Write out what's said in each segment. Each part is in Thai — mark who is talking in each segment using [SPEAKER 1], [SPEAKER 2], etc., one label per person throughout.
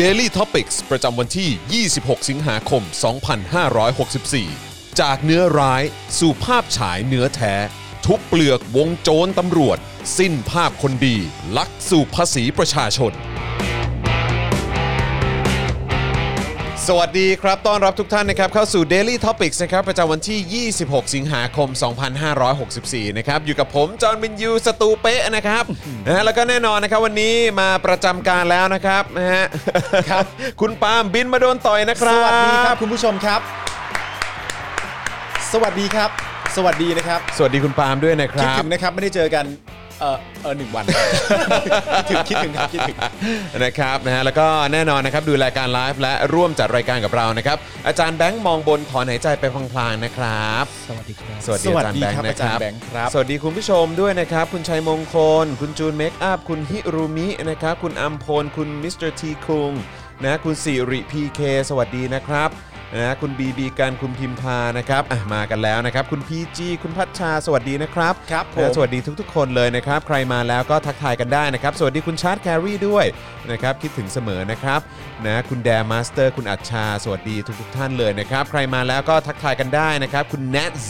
[SPEAKER 1] Daily Topics ประจำวันที่ 26 สิงหาคม 2564 จากเนื้อร้ายสู่ภาพฉายเนื้อแท้ ทุบเปลือกวงโจรตำรวจ สิ้นภาพคนดี ลักสู่ภาษีประชาชน สวัสดีครับ ต้อนรับทุกท่านนะครับ เข้าสู่ Daily Topics นะครับ ประจำวันที่ 26 สิงหาคม 2564 นะครับ อยู่กับผม จอห์นบินยู สตูเป๊ะนะครับนะฮะแล้วก็แน่นอนนะครับ วันนี้มาประจำการแล้วนะครับนะฮะครับ คุณปาล์มบินมาโดนต่อยนะค
[SPEAKER 2] ส
[SPEAKER 1] รับ
[SPEAKER 2] วัสดีครับคุณผู้ชมครับ สวัสดีครับ สวัสดีนะครับ
[SPEAKER 1] สวัสดีคุณปาล์มด้วยนะค
[SPEAKER 2] คิด
[SPEAKER 1] รับ
[SPEAKER 2] ถึงนะครับไม่ได้เจอกันเออเออห นึ่งวัน คิดถึงคิดถึงครับคิดถึง
[SPEAKER 1] นะครับนะฮะแล้วก็แน่นอนนะครับดูรายการไลฟ์และร่วมจัดรายการกับเรานะครับ อาจารย์แบงค์มองบนถอนหายใจไปพลางๆนะครับ
[SPEAKER 3] สวัสดีครับ
[SPEAKER 1] สวัสดีอาจารย์แบงค์
[SPEAKER 2] สวัสดีครั
[SPEAKER 1] นะครับ
[SPEAKER 2] บอาจารย์แบงค์ครับ
[SPEAKER 1] สวัสดีคุณผู้ชมด้วยนะครับ คุณชัยมงคล คุณจูนเมคอัพ คุณฮิรุมินะครับ คุณอัมพล คุณมิสเตอร์ทีคุงนะคุณสิริพีเคสวัสดีนะครับนะคุณบีบีการคุณพิมพานะครับอ่ะมากันแล้วนะครับ คุณพีจีคุณพัชชาสวัสดีนะครับ
[SPEAKER 2] ครับผม
[SPEAKER 1] นะสวัสดีทุกๆ คนเลยนะครับ ใครมาแล้วก็ทักทายกันได้นะครับ สวัสดีคุณชาร์ตแครีด้วยนะครับคิดถึงเสมอนะครับนะคุณแดมาสเตอร์คุณอัจฉาสวัสดีทุกๆ ท่านเลยนะครับ ใครมาแล้วก็ทักทายกันได้นะครับ คุณเนส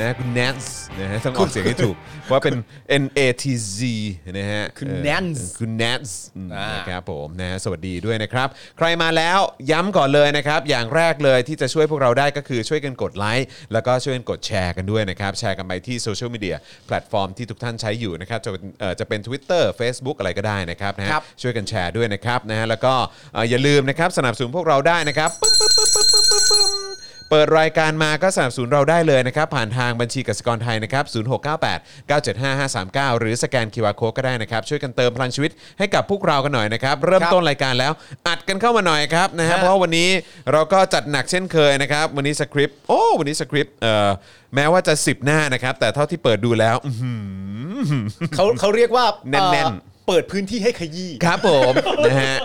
[SPEAKER 1] นะคุณแนนซ์นะฮะต้องออกเสียงให้ถูก ว่าเป็น N A T Z นะฮะ
[SPEAKER 3] คุณ
[SPEAKER 1] เออ
[SPEAKER 3] Nance
[SPEAKER 1] คุณแนนซ์อืม
[SPEAKER 2] อ่าน
[SPEAKER 1] นะครับผมนะฮะสวัสดีด้วยนะครับ ใครมาแล้วย้ำก่อนเลยนะครับ อย่างแรกเลยที่จะช่วยพวกเราได้ก็คือช่วยกันกดไลค์แล้วก็ช่วยกันกดแชร์กันด้วยนะครับ แชร์กันไปที่โซเชียลมีเดียแพลตฟอร์มที่ทุกท่านใช้อยู่นะครับ จะเป็นเอ่อจะเป็น Twitter Facebook อะไรก็ได้นะครับนะฮะ
[SPEAKER 2] ครับ
[SPEAKER 1] ช่วยกันแชร์ด้วยนะครับนะฮะแล้วก็เอ่ออย่าลืมนะครับสนับสนุนพวกเราได้นะครับ เปิดรายการมาก็สนับสนุนเราได้เลยนะครับ ผ่านทางบัญชีกสิกรไทยนะครับ 0698 975 539 หรือสแกน QR Code ก็ได้นะครับ ช่วยกันเติมพลังชีวิตให้กับพวกเรากันหน่อยนะครับ เริ่ม
[SPEAKER 2] ครับ
[SPEAKER 1] ต้นรายการแล้ว อัดกันเข้ามาหน่อยครับนะฮะ
[SPEAKER 2] ฮะ
[SPEAKER 1] เพราะวันนี้เราก็จัดหนักเช่นเคยนะครับ วันนี้สคริปต์โอ้วันนี้สคริปต์เอ่อแม้ว่าจะ 10 หน้านะครับ แต่เท่าที่เปิดดูแล้ว
[SPEAKER 2] เขาเขาเรียกว่า
[SPEAKER 1] แน่นๆ
[SPEAKER 2] เอ่อเปิดพื้นที่ให้ขยี้
[SPEAKER 1] ครับผม นะฮะ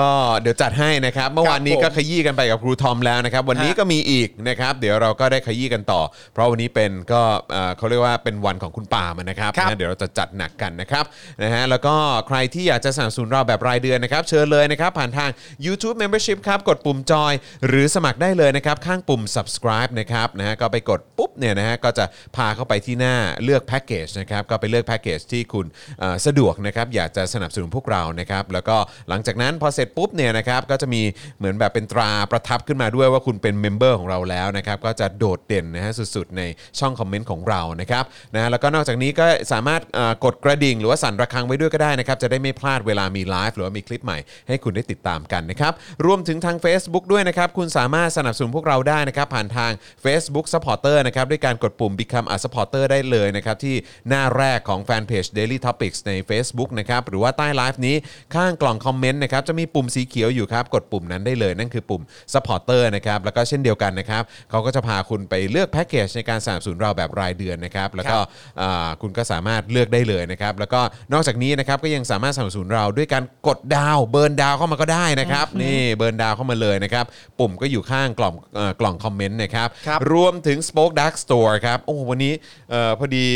[SPEAKER 1] ก็เดี๋ยวจัดให้นะครับ เมื่อวานนี้
[SPEAKER 2] ผม
[SPEAKER 1] ก็ขยี้กันไปกับครูทอมแล้วนะครับ วันนี้
[SPEAKER 2] ฮะ
[SPEAKER 1] ก็มีอีกนะครับ เดี๋ยวเราก็ได้ขยี้กันต่อ เพราะวันนี้เป็นก็เอ่อเขาเรียกว่าเป็นวันของคุณป่าล์มนะครับ
[SPEAKER 2] ครับ
[SPEAKER 1] นะเดี๋ยวเราจะจัดหนักกันนะครับนะฮะแล้วก็ใครที่อยากจะสนับสนุนเราแบบรายเดือนนะครับ เชิญเลยนะครับ ผ่านทาง YouTube Membership ครับกดปุ่มจอย หรือสมัครได้เลยนะครับ ข้างปุ่ม subscribe นะครับนะฮะก็ไปกดปุ๊บเนี่ยนะฮะก็จะพาเข้าไปที่หน้าเลือกแพ็กเกจนะครับก็ไปเลือกแพ็กเกจที่คุณเอ่อสะดวกนะครับอยากจะสนับสนุนพวกเรานะครับ แล้วก็หลังจากนั้นพอเสร็จปุ๊บเนี่ยนะครับก็จะมีเหมือนแบบเป็นตราประทับขึ้นมาด้วยว่าคุณเป็นเมมเบอร์ของเราแล้วนะครับก็จะโดดเด่นนะฮะสุดๆ ในช่องคอมเมนต์ของเรานะครับนะแล้วก็นอกจากนี้ก็สามารถเอ่อกดกระดิ่ง หรือว่าสั่นระฆังไว้ด้วยก็ได้นะครับจะได้ไม่พลาดเวลามีไลฟ์หรือว่ามีคลิปใหม่ให้คุณได้ติดตามกันนะครับรวมถึงทาง Facebook ด้วยนะครับ คุณสามารถสนับสนุนพวกเราได้นะครับ ผ่านทาง Facebook Supporter นะครับด้วยการกดปุ่ม Become a Supporter ได้เลยนะครับ ที่หน้าแรกของแฟนเพจ Daily Topics ใน Facebook นะครับหรือว่าใต้ไลฟ์นี้ข้างกล่องคอมเมนต์นะครับจะมีปุ่มสีเขียวอยู่ครับ กดปุ่มนั้นได้เลยนั่นคือปุ่ม Supporter นะครับแล้วก็เช่นเดียวกันนะครับเขาก็จะพาคุณไปเลือกแพ็กเกจในการสนับสนุนเราแบบรายเดือนนะครับแล้วก็ อ่าคุณก็สามารถเลือกได้เลยนะครับ แล้วก็นอกจากนี้นะครับก็ยังสามารถสนับสนุนเราด้วยการกดดาวน์เบิร์นดาวน์เข้ามาก็ได้นะครับ นี่เบิร์นดาวน์เข้ามาเลยนะครับ ปุ่มก็อยู่ข้างกล่องเอ่อกล่องคอมเมนต์นะครับ
[SPEAKER 2] ครับ
[SPEAKER 1] รวมถึง Spoke Dark Store ครับ โอ้วันนี้เออพอดี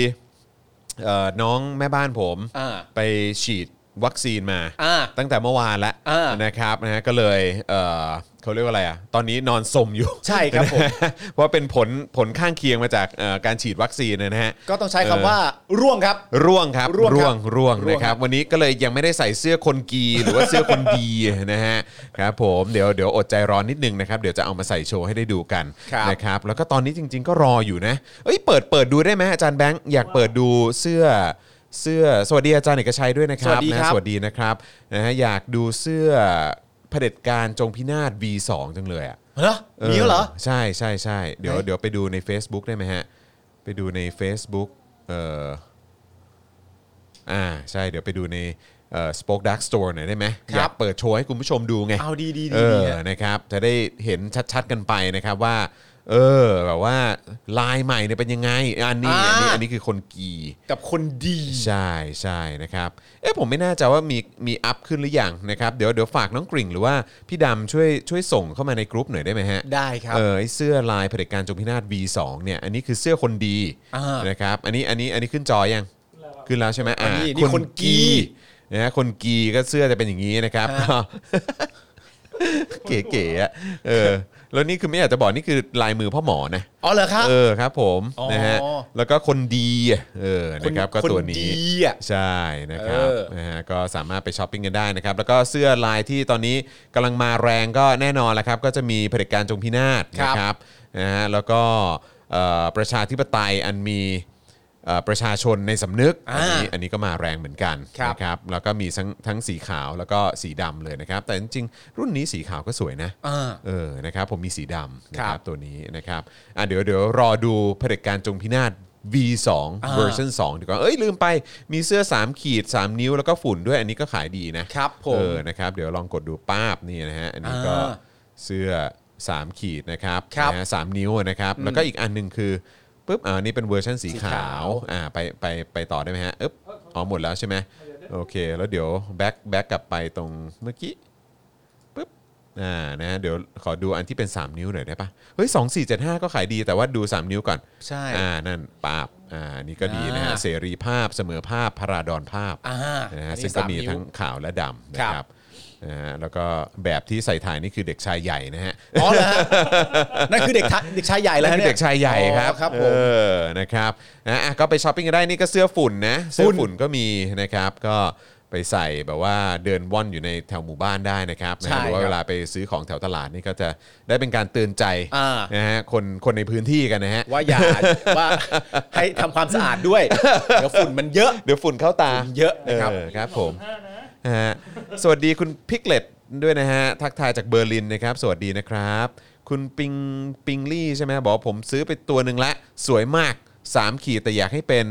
[SPEAKER 1] เอ่อน้องแม่บ้านผม
[SPEAKER 2] อ่า
[SPEAKER 1] ไปฉีดวัคซีนมา
[SPEAKER 2] อ่า
[SPEAKER 1] ตั้งแต่เมื่อวานแล้ว
[SPEAKER 2] อ่าน
[SPEAKER 1] นะครับนะฮะก็เลยเอ่อเขาเรียกว่าอะไรอ่ะตอนนี้นอนสมอยู่
[SPEAKER 2] ใช่ครับผม
[SPEAKER 1] เพราะเป็นผลผลข้างเคียงมาจากเอ่อการฉีดวัคซีนนะฮะ
[SPEAKER 2] ก็ต้องใช้คำว่าร่วงครับ
[SPEAKER 1] ร่วงครับ
[SPEAKER 2] ร่วงครับ
[SPEAKER 1] ร่วง
[SPEAKER 2] ร่วง
[SPEAKER 1] นะครับ วันนี้ก็เลยยังไม่ได้ใส่เสื้อคนกีหรือว่าเสื้อคนดี นะฮะครับผมเดี๋ยวเดี๋ยวอดใจรอนิดนึงนะครับเดี๋ยวจะเอามาใส่โชว์ให้ได้ดูกัน
[SPEAKER 2] ครับ
[SPEAKER 1] นะครับแล้วก็ตอนนี้จริง ๆ ก็รออยู่นะเอ้ยเปิดเปิดดูได้ไหมอาจารย์แบงค์อยากเปิดดูเสื้อเสื้อสวัสดีอาจารย์เอกชัยด้วยนะครั
[SPEAKER 2] สวัสดีครับ
[SPEAKER 1] นะสวัสดีนะครับนะฮะอยากดูเสื้อเผด็จการจงพินาศ V2 จังเลยอ่ะ
[SPEAKER 2] เหรอมีแล้วเหรอ
[SPEAKER 1] ใช่ใช่ใช่เดี๋ยว
[SPEAKER 2] ไหน
[SPEAKER 1] เดี๋ยวไปดูใน Facebook ได้ไหมฮะ ไปดูใน Facebook เอ่ออ่าใช่เดี๋ยวไปดูในเอ่อ Spoke Dark Store หน่อยได้ไหมอยากเปิดโชว์ให้คุณผู้ชมดูไง
[SPEAKER 2] เอาดีดี
[SPEAKER 1] เอ
[SPEAKER 2] ดีดี
[SPEAKER 1] อ
[SPEAKER 2] ฮะ
[SPEAKER 1] นะครับ จะได้เห็นชัดๆกันไปนะครับว่า เออ แบบว่าลายใหม่เนี่ยเป็นยังไง อันนี้อันนี้
[SPEAKER 2] อ่า
[SPEAKER 1] อันนี้คือคนกี
[SPEAKER 2] กับคนดี
[SPEAKER 1] ใช่ใช่นะครับ เอ๊ะผมไม่แน่ใจว่ามีมีอัพขึ้นหรือยังนะครับ เดี๋ยวเดี๋ยวฝากน้องกริ่งหรือว่าพี่ดำช่วยช่วยส่งเข้ามาในกรุ๊ปหน่อยได้ไหมฮะ
[SPEAKER 2] ได้ครับ
[SPEAKER 1] เออไอ้เสื้อลายเผด็จการจงพินาศ V2 เนี่ยอันนี้คือเสื้อคนดี
[SPEAKER 2] อ่าน
[SPEAKER 1] นะครับอันนี้อันนี้อันนี้ขึ้นจอยังขึ้นแล้วใช่ไหม
[SPEAKER 2] อัน
[SPEAKER 1] อ่า
[SPEAKER 2] นี้นี่คนกี
[SPEAKER 1] นะฮะคนกีก็เสื้อจะเป็นอย่างนี้นะครับ เก๋ๆอะเออแล้วนี่คือไม่อยากจะบอกนี่คือลายมือพ่อหมอนะ
[SPEAKER 2] อ๋อเหรอครับ
[SPEAKER 1] เออครับผม
[SPEAKER 2] อ๋อ
[SPEAKER 1] นะฮะแล้วก็คนดีอ่ะเออนะครับก็
[SPEAKER 2] ค
[SPEAKER 1] ตัว
[SPEAKER 2] ค
[SPEAKER 1] นี้
[SPEAKER 2] ดีอ่ะ
[SPEAKER 1] ใช่นะครับ
[SPEAKER 2] เออ
[SPEAKER 1] นะฮะก็สามารถไปช้อปปิ้งกันได้นะครับ แล้วก็เสื้อลายที่ตอนนี้กำลังมาแรงก็แน่นอนแหละครับ ก็จะมีเผด็จการจงพินาศ
[SPEAKER 2] ค
[SPEAKER 1] นะค
[SPEAKER 2] รับ
[SPEAKER 1] รับนะฮะแล้วก็เอ่อประชาธิปไตยอันมีเอ่อประชาชนในสำนึก
[SPEAKER 2] อ่า
[SPEAKER 1] อันนี้อันนี้ก็มาแรงเหมือนกัน
[SPEAKER 2] ครับ
[SPEAKER 1] นะครับแล้วก็มีทั้งทั้งสีขาวแล้วก็สีดำเลยนะครับ แต่จริงๆรุ่นนี้สีขาวก็สวยนะ
[SPEAKER 2] อ่า
[SPEAKER 1] เออ นะครับ ผมมีสีดำนะค
[SPEAKER 2] ครั
[SPEAKER 1] รับบ ตัวนี้นะครับ อ่ะเดี๋ยวเดี๋ยวรอดูเผด็จการจงพินาศ V2
[SPEAKER 2] อ่า
[SPEAKER 1] เวอร์ชัน2ดีกว่า เอ้ย ลืมไป มีเสื้อ 3 ขีด 3 นิ้วแล้วก็ฝุ่นด้วย อันนี้ก็ขายดีนะครับ
[SPEAKER 2] ผ
[SPEAKER 1] เอ
[SPEAKER 2] ม
[SPEAKER 1] อ นะครับ เดี๋ยวลองกดดูป้าบนี่นะฮะ อันนี้ก็
[SPEAKER 2] อ่า
[SPEAKER 1] เสื้อ 3 ขีดนะครับ
[SPEAKER 2] ครับ
[SPEAKER 1] นะฮะสามนิ้วนะครับ แล้วก็อีกอันหนึ่งคือปุ๊บ อ่า นี่เป็นเวอร์ชันสี
[SPEAKER 2] สี
[SPEAKER 1] ขาว
[SPEAKER 2] ขาว
[SPEAKER 1] อ่า ไป ไป ไปต่อได้ไหมฮะอึ๊บอ๋อ หมดแล้วใช่ไหมโอเค แล้วเดี๋ยวแบ็คแบ็คกลับไปตรงเมื่อกี้ ปึ๊บ อ่า นะฮะเดี๋ยวขอดูอันที่เป็น 3 นิ้วหน่อยได้ปะเฮ้ยสองสี่เจ็ดห้าก็ขายดีแต่ว่าดู 3 นิ้วก่อน
[SPEAKER 2] ใช่
[SPEAKER 1] อ่า นั่นปาบ อ่า นี่ก็ดีนะฮะ
[SPEAKER 2] อ่า
[SPEAKER 1] เสรีภาพ เสมอภาพ พราดอนภาพ
[SPEAKER 2] อ่า
[SPEAKER 1] นะ
[SPEAKER 2] อั
[SPEAKER 1] ฮะ
[SPEAKER 2] น
[SPEAKER 1] ซึ่
[SPEAKER 2] นี้
[SPEAKER 1] งก็
[SPEAKER 2] สาม
[SPEAKER 1] มี
[SPEAKER 2] นิ้ว
[SPEAKER 1] ทั้งขาวและดำนะ
[SPEAKER 2] ครั
[SPEAKER 1] ครับ
[SPEAKER 2] บ
[SPEAKER 1] นะฮะแล้วก็แบบที่ใส่ถ่ายนี่คือเด็กชายใหญ่นะฮะ
[SPEAKER 2] อ๋อเหรอฮะนั่นคือเด็กทะเด็กชายใหญ่แล้ว
[SPEAKER 1] นั่นคื
[SPEAKER 2] ฮะเนี่
[SPEAKER 1] อย เด็กชายใหญ่ครับ
[SPEAKER 2] อ๋อครับผ
[SPEAKER 1] เอ
[SPEAKER 2] ม
[SPEAKER 1] อนะครับนะอ่ะก็ไปช้อปปิ้งกันได้นี่ก็เสื้อฝุ่นนะเสื้อฝุ่นก็มีนะครับก็ไปใส่แบบว่าเดินว่อนอยู่ในแถวหมู่บ้านได้นะครับนะ
[SPEAKER 2] ใช่
[SPEAKER 1] ฮะหรือว่า
[SPEAKER 2] ครับ
[SPEAKER 1] เวลาไปซื้อของแถวตลาดนี่ก็จะได้เป็นการเตือนใจ
[SPEAKER 2] อ่า
[SPEAKER 1] นะฮะคนคนในพื้นที่กันนะฮะ
[SPEAKER 2] ว่าอย่าว่า ให้ทำความสะอาดด้วย เดี๋ยวฝุ่นมันเยอะ
[SPEAKER 1] เดี๋ยวฝุ่นเข้าตา
[SPEAKER 2] เยอะนะครับ
[SPEAKER 1] เออครับผม ฮะสวัสดีคุณพิกเลตด้วยนะฮะ ทักทายจากเบอร์ลินนะครับ สวัสดีนะครับ คุณปิงปิงลี่ใช่ไหมบอกว่าผมซื้อไปตัวหนึ่งละ สวยมาก 3 ขีดแต่อยากให้เป็น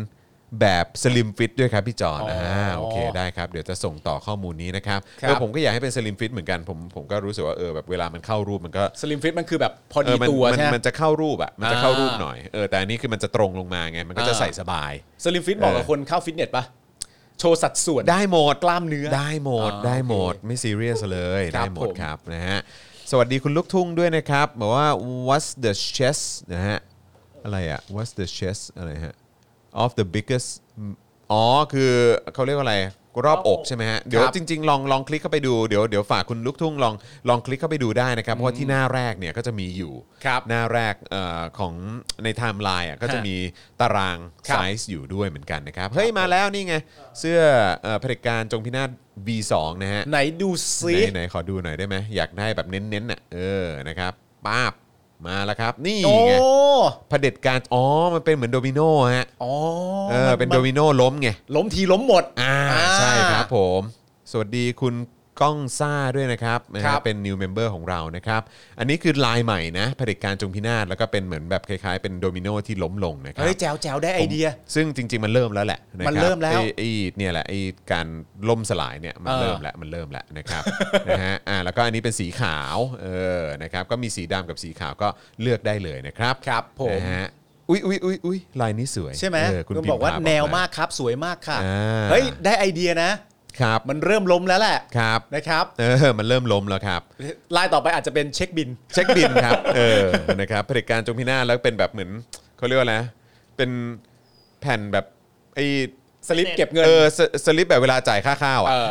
[SPEAKER 1] แบบสลิมฟิตด้วยครับพี่จอน
[SPEAKER 2] อ๋ออ่
[SPEAKER 1] อ่าโอเคได้ครับ เดี๋ยวจะส่งต่อข้อมูลนี้นะครับ
[SPEAKER 2] ครับ
[SPEAKER 1] เออผมก็อยากให้เป็นสลิมฟิตเหมือนกัน ผมผมก็รู้สึกว่าเออแบบเวลามันเข้ารูปมันก็
[SPEAKER 2] สลิมฟิตมันคือแบบพอ
[SPEAKER 1] เอ
[SPEAKER 2] ดี
[SPEAKER 1] อมัน
[SPEAKER 2] ตัว
[SPEAKER 1] มัน
[SPEAKER 2] ใช่ไหม
[SPEAKER 1] มันจะเข้ารูปอ่ะมันจะเข้ารูป
[SPEAKER 2] อ่า
[SPEAKER 1] หน่อยเออแต่อันนี้คือมันจะตรงลงมาไงมันก็จะ
[SPEAKER 2] อ่า
[SPEAKER 1] ใส่สบาย
[SPEAKER 2] สลิมฟิตเหมาะกับคนเข้าฟิตเนสปะโชว์สัดส่วน
[SPEAKER 1] ได้หมด
[SPEAKER 2] กล้ามเนื้อ
[SPEAKER 1] ได้หมด
[SPEAKER 2] อ๋อ
[SPEAKER 1] ได้หมด
[SPEAKER 2] โอเค
[SPEAKER 1] ไม่ซีเรียสเลย
[SPEAKER 2] ครั
[SPEAKER 1] ได้
[SPEAKER 2] บ
[SPEAKER 1] หมด
[SPEAKER 2] ผม
[SPEAKER 1] ครับนะฮะสวัสดีคุณลูกทุ่งด้วยนะครับบอกว่า what's the chess นะฮะอะไรอะ what's the chess อะไรฮะ of the biggest อ๋อคือเขาเรียกว่าอะไรรอบอกใช่ไหมฮะเดี๋ยว
[SPEAKER 2] ครับ
[SPEAKER 1] จริง ๆ ลองลองคลิกเข้าไปดูเดี๋ยวเดี๋ยวฝากคุณลูกทุ่งลองลองคลิกเข้าไปดูได้นะครับเพราะว่าที่หน้าแรกเนี่ยก็จะมีอยู่
[SPEAKER 2] ครับ
[SPEAKER 1] หน้าแรกเออของในไทม์ไลน์อ่ะก็จะ
[SPEAKER 2] ฮะ
[SPEAKER 1] มีตาราง
[SPEAKER 2] ครั
[SPEAKER 1] ไซ
[SPEAKER 2] บ
[SPEAKER 1] ส์อยู่ด้วยเหมือนกันนะครับ เฮ้ย มาแล้วนี่ไง เสื้อเอ่อเผด็จการจงพินาศ V2 นะฮะ
[SPEAKER 2] ไหนดูซิ
[SPEAKER 1] ไหนไหนขอดูหน่อยได้ไหมอยากได้แบบเน้นๆน่ะเออนะครับป้าบมาแล้วครับ นี่
[SPEAKER 2] โอ้
[SPEAKER 1] ไงเผด็จการอ๋อ มันเป็นเหมือนโดมิโนฮะ
[SPEAKER 2] อ๋อ
[SPEAKER 1] เออเป็นโดมิโนล้มไง
[SPEAKER 2] ล้มทีล้มหมด
[SPEAKER 1] อ่าใช่ครับผม สวัสดีคุณก้องซ่าด้วยนะครับนะ
[SPEAKER 2] ค
[SPEAKER 1] ฮะ
[SPEAKER 2] รับ
[SPEAKER 1] เป็น new member ของเรานะครับ อันนี้คือลายใหม่นะเผด็จการจงพินาศแล้วก็เป็นเหมือนแบบคล้ายๆ เป็นโดมิโนที่ล้มลงนะครั
[SPEAKER 2] เฮ้ยแจวแจวได้ไอเดีย
[SPEAKER 1] ผมซึ่งจริง ๆ มันเริ่มแล้วแหละะคบ
[SPEAKER 2] มันเริ่มแล้ว
[SPEAKER 1] ไอ้ไอ้เนี่ยแหละไอ้การล่มสลายเนี่ยมัน
[SPEAKER 2] เออ
[SPEAKER 1] เริ่มแล้วมันเริ่มแล้วนะครับ นะฮะอ่าแล้วก็อันนี้เป็นสีขาวเออนะครับก็มีสีดำกับสีขาวก็เลือกได้เลยนะครับ
[SPEAKER 2] ครับผม
[SPEAKER 1] นะฮะอุ้ยอุ้ยอุ้ยอุ้ยลายนี้สวย
[SPEAKER 2] ใช่ไหม
[SPEAKER 1] เออคุณ
[SPEAKER 2] คุณ
[SPEAKER 1] พิม
[SPEAKER 2] บอกว่า
[SPEAKER 1] พ
[SPEAKER 2] แนวมากครับสวยมากค่ะ
[SPEAKER 1] อ่า
[SPEAKER 2] เฮ้ยได้ไอเดียนะ
[SPEAKER 1] ครับ
[SPEAKER 2] มันเริ่มล้มแล้วแหละ
[SPEAKER 1] ครับ
[SPEAKER 2] นะครับ
[SPEAKER 1] เออ มันเริ่มล้มแล้วครับ
[SPEAKER 2] ลายต่อไปอาจจะเป็นเช็คบิน
[SPEAKER 1] เช็คบินครับ เออ นะครับเผด็จการจงพินาศแล้วเป็นแบบเหมือนเขาเรียกว่าอะไรนะเป็นแผ่นแบบไอ้
[SPEAKER 2] สลิปเก็บเงิน
[SPEAKER 1] เออสสลิปแบบเวลาจ่ายค่าข้าวอ่ะ
[SPEAKER 2] เออ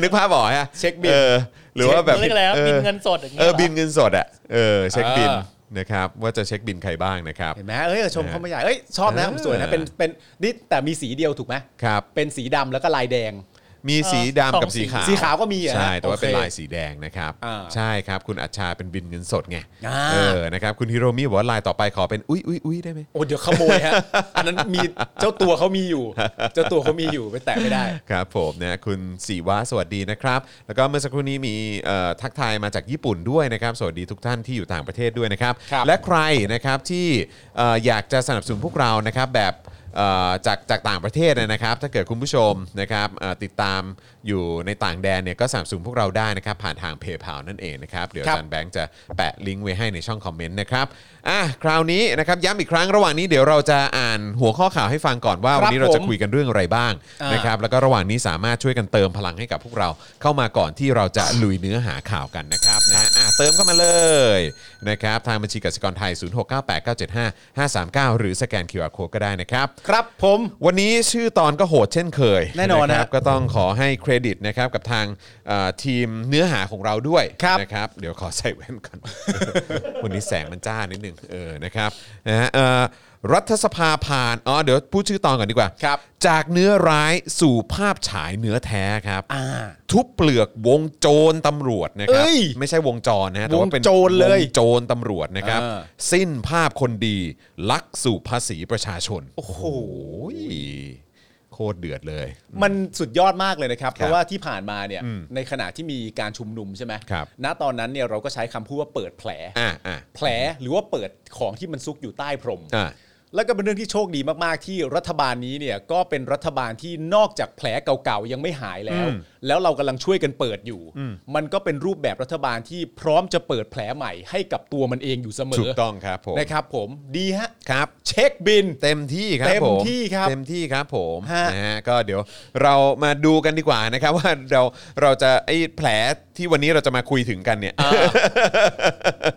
[SPEAKER 1] นึกภาพบอกฮะ
[SPEAKER 2] เช็คบิล
[SPEAKER 1] ออหรือว่าแบบ
[SPEAKER 3] เรียกอะไรนะ
[SPEAKER 1] ออ
[SPEAKER 3] บิลเงินสดอย่างเงี้ย
[SPEAKER 1] เออ
[SPEAKER 3] เหรอ
[SPEAKER 1] บินเงินสดอ่ะ เออ เช็คบิน
[SPEAKER 2] เออ
[SPEAKER 1] นะครับ ว่าจะเช็คบินใครบ้างนะครับ
[SPEAKER 2] เห็นไหมเอ้ยชมเขาไม่ใหญ่เอ้ยชอบนะ
[SPEAKER 1] เออ
[SPEAKER 2] สวยนะเป็นเป็นนี่แต่มีสีเดียวถูกไหม
[SPEAKER 1] ครับ
[SPEAKER 2] เป็นสีดำแล้วก็ลายแดง
[SPEAKER 1] มีสีดำกับสีขาว
[SPEAKER 2] สีขาวก็มีเหรอ
[SPEAKER 1] ใช่แต่ว่า
[SPEAKER 2] โอเค
[SPEAKER 1] เป็นลายสีแดงนะครับ
[SPEAKER 2] อ่า
[SPEAKER 1] ใช่ครับ คุณอัจฉาเป็นบินเงินสดไง
[SPEAKER 2] อ่า
[SPEAKER 1] เออนะครับคุณฮิโรมิบอกว่าลายต่อไปขอเป็นอุ้ยอุ้ยอุ้ยได้ไหม
[SPEAKER 2] โอ้เดี๋ยวขโมย ฮะ อันนั้นมีเจ้าตัวเขามีอยู่ เจ้าตัวเขามีอยู่ไปแตะไม่ได้
[SPEAKER 1] ครับผมนะคุณสีวะสวัสดีนะครับ แล้วก็เมื่อสักครู่นี้มีเอ่อทักทายมาจากญี่ปุ่นด้วยนะครับ สวัสดีทุกท่านที่อยู่ต่างประเทศด้วยนะครับ
[SPEAKER 2] ครับ
[SPEAKER 1] และใครนะครับที่เอ่ออยากจะสนับสนุนพวกเรานะครับแบบเอ่อจากจากต่างประเทศนะครับ ถ้าเกิดคุณผู้ชมนะครับเอ่อติดตามอยู่ในต่างแดนเนี่ยก็สนับสนุนพวกเราได้นะครับ ผ่านทางเพย์เพานั่นเองนะครับ เดี๋ยว
[SPEAKER 2] ครั
[SPEAKER 1] อา
[SPEAKER 2] บ
[SPEAKER 1] จารย์แบงค์จะแปะลิงก์ไว้ให้ในช่องคอมเมนต์นะครับอ่ะคราวนี้นะครับย้ำอีกครั้งระหว่างนี้เดี๋ยวเราจะอ่านหัวข้อข่าวให้ฟังก่อนว่าวันนี้เราจะคุย คุยกันเรื่องอะไรบ้าง
[SPEAKER 2] อ่าน
[SPEAKER 1] นะครับแล้วก็ระหว่างนี้สามารถช่วยกันเติมพลังให้กับพวกเราเข้ามาก่อนที่เราจะลุยเนื้อหาข่าวกันนะครับนะฮะอ่ะเติมเข้ามาเลยนะครับทางบัญชีกสิกรไทย 0698975539 หรือสแกน QR Code ก็ได้นะครับ
[SPEAKER 2] ครับผม
[SPEAKER 1] วันนี้ชื่อตอนก็โหดเช่นเคย
[SPEAKER 2] แน่นอน
[SPEAKER 1] ค
[SPEAKER 2] นะ
[SPEAKER 1] รัก็ต้องขอให้เครดิตนะครับกับทางเอ่อทีมเนื้อหาของเราด้วย
[SPEAKER 2] ครับ
[SPEAKER 1] นะครับ เดี๋ยวขอใส่แว่น ก่อน วันนี้แสงมันจ้านิดหนึงเออนะครับนะฮะเอ่อรัฐสภาผ่านอ๋อเดี๋ยวพูดชื่อตอนก่อนดีกว่า
[SPEAKER 2] ครับ
[SPEAKER 1] จากเนื้อร้ายสู่ภาพฉายเนื้อแท้ครับ
[SPEAKER 2] อ่า
[SPEAKER 1] ทุบเปลือกวงโจรตำรวจนะครั
[SPEAKER 2] เอ้ย
[SPEAKER 1] ไม่ใช่วงจรนะฮะแต่ว่าเป็น
[SPEAKER 2] วงโจรเลยว
[SPEAKER 1] งโจรตำรวจนะครับ
[SPEAKER 2] อ่า
[SPEAKER 1] สิ้นภาพคนดี ลักสู่ภาษีประชาชน
[SPEAKER 2] โอ้โห
[SPEAKER 1] โอ้ยโคตรเดือดเลย
[SPEAKER 2] มันสุดยอดมากเลยนะครับ เพราะว่าที่ผ่านมาเนี่ยในขณะที่มีการชุมนุมใช่ไหม
[SPEAKER 1] ครับ
[SPEAKER 2] ณตอนนั้นเนี่ยเราก็ใช้คำพูดว่าเปิดแผล
[SPEAKER 1] อ่ะอ่ะ
[SPEAKER 2] แผลหรือว่าเปิดของที่มันซุกอยู่ใต้พรม
[SPEAKER 1] อ่ะ
[SPEAKER 2] แล้วก็เป็นเรื่องที่โชคดีมาก ๆ ที่รัฐบาลนี้เนี่ยก็เป็นรัฐบาลที่นอกจากแผลเก่า ๆ ยังไม่หายแล้ว แล้วเรากำลังช่วยกันเปิดอยู่ มันก็เป็นรูปแบบรัฐบาลที่พร้อมจะเปิดแผลใหม่ให้กับตัวมันเองอยู่เสมอ
[SPEAKER 1] ถูกต้องครับผม
[SPEAKER 2] นะครับ ผมดีฮะ
[SPEAKER 1] ครับ
[SPEAKER 2] เช็คบิน
[SPEAKER 1] เต็มที่ครับ
[SPEAKER 2] เต็ม
[SPEAKER 1] ผม
[SPEAKER 2] ที่ครับ
[SPEAKER 1] เต็มที่ครับผม
[SPEAKER 2] ฮะ
[SPEAKER 1] นะฮะก็เดี๋ยวเรามาดูกันดีกว่านะครับ ว่าเราเราจะไอ้แผลที่วันนี้เราจะมาคุยถึงกันเนี่ย
[SPEAKER 2] อ่า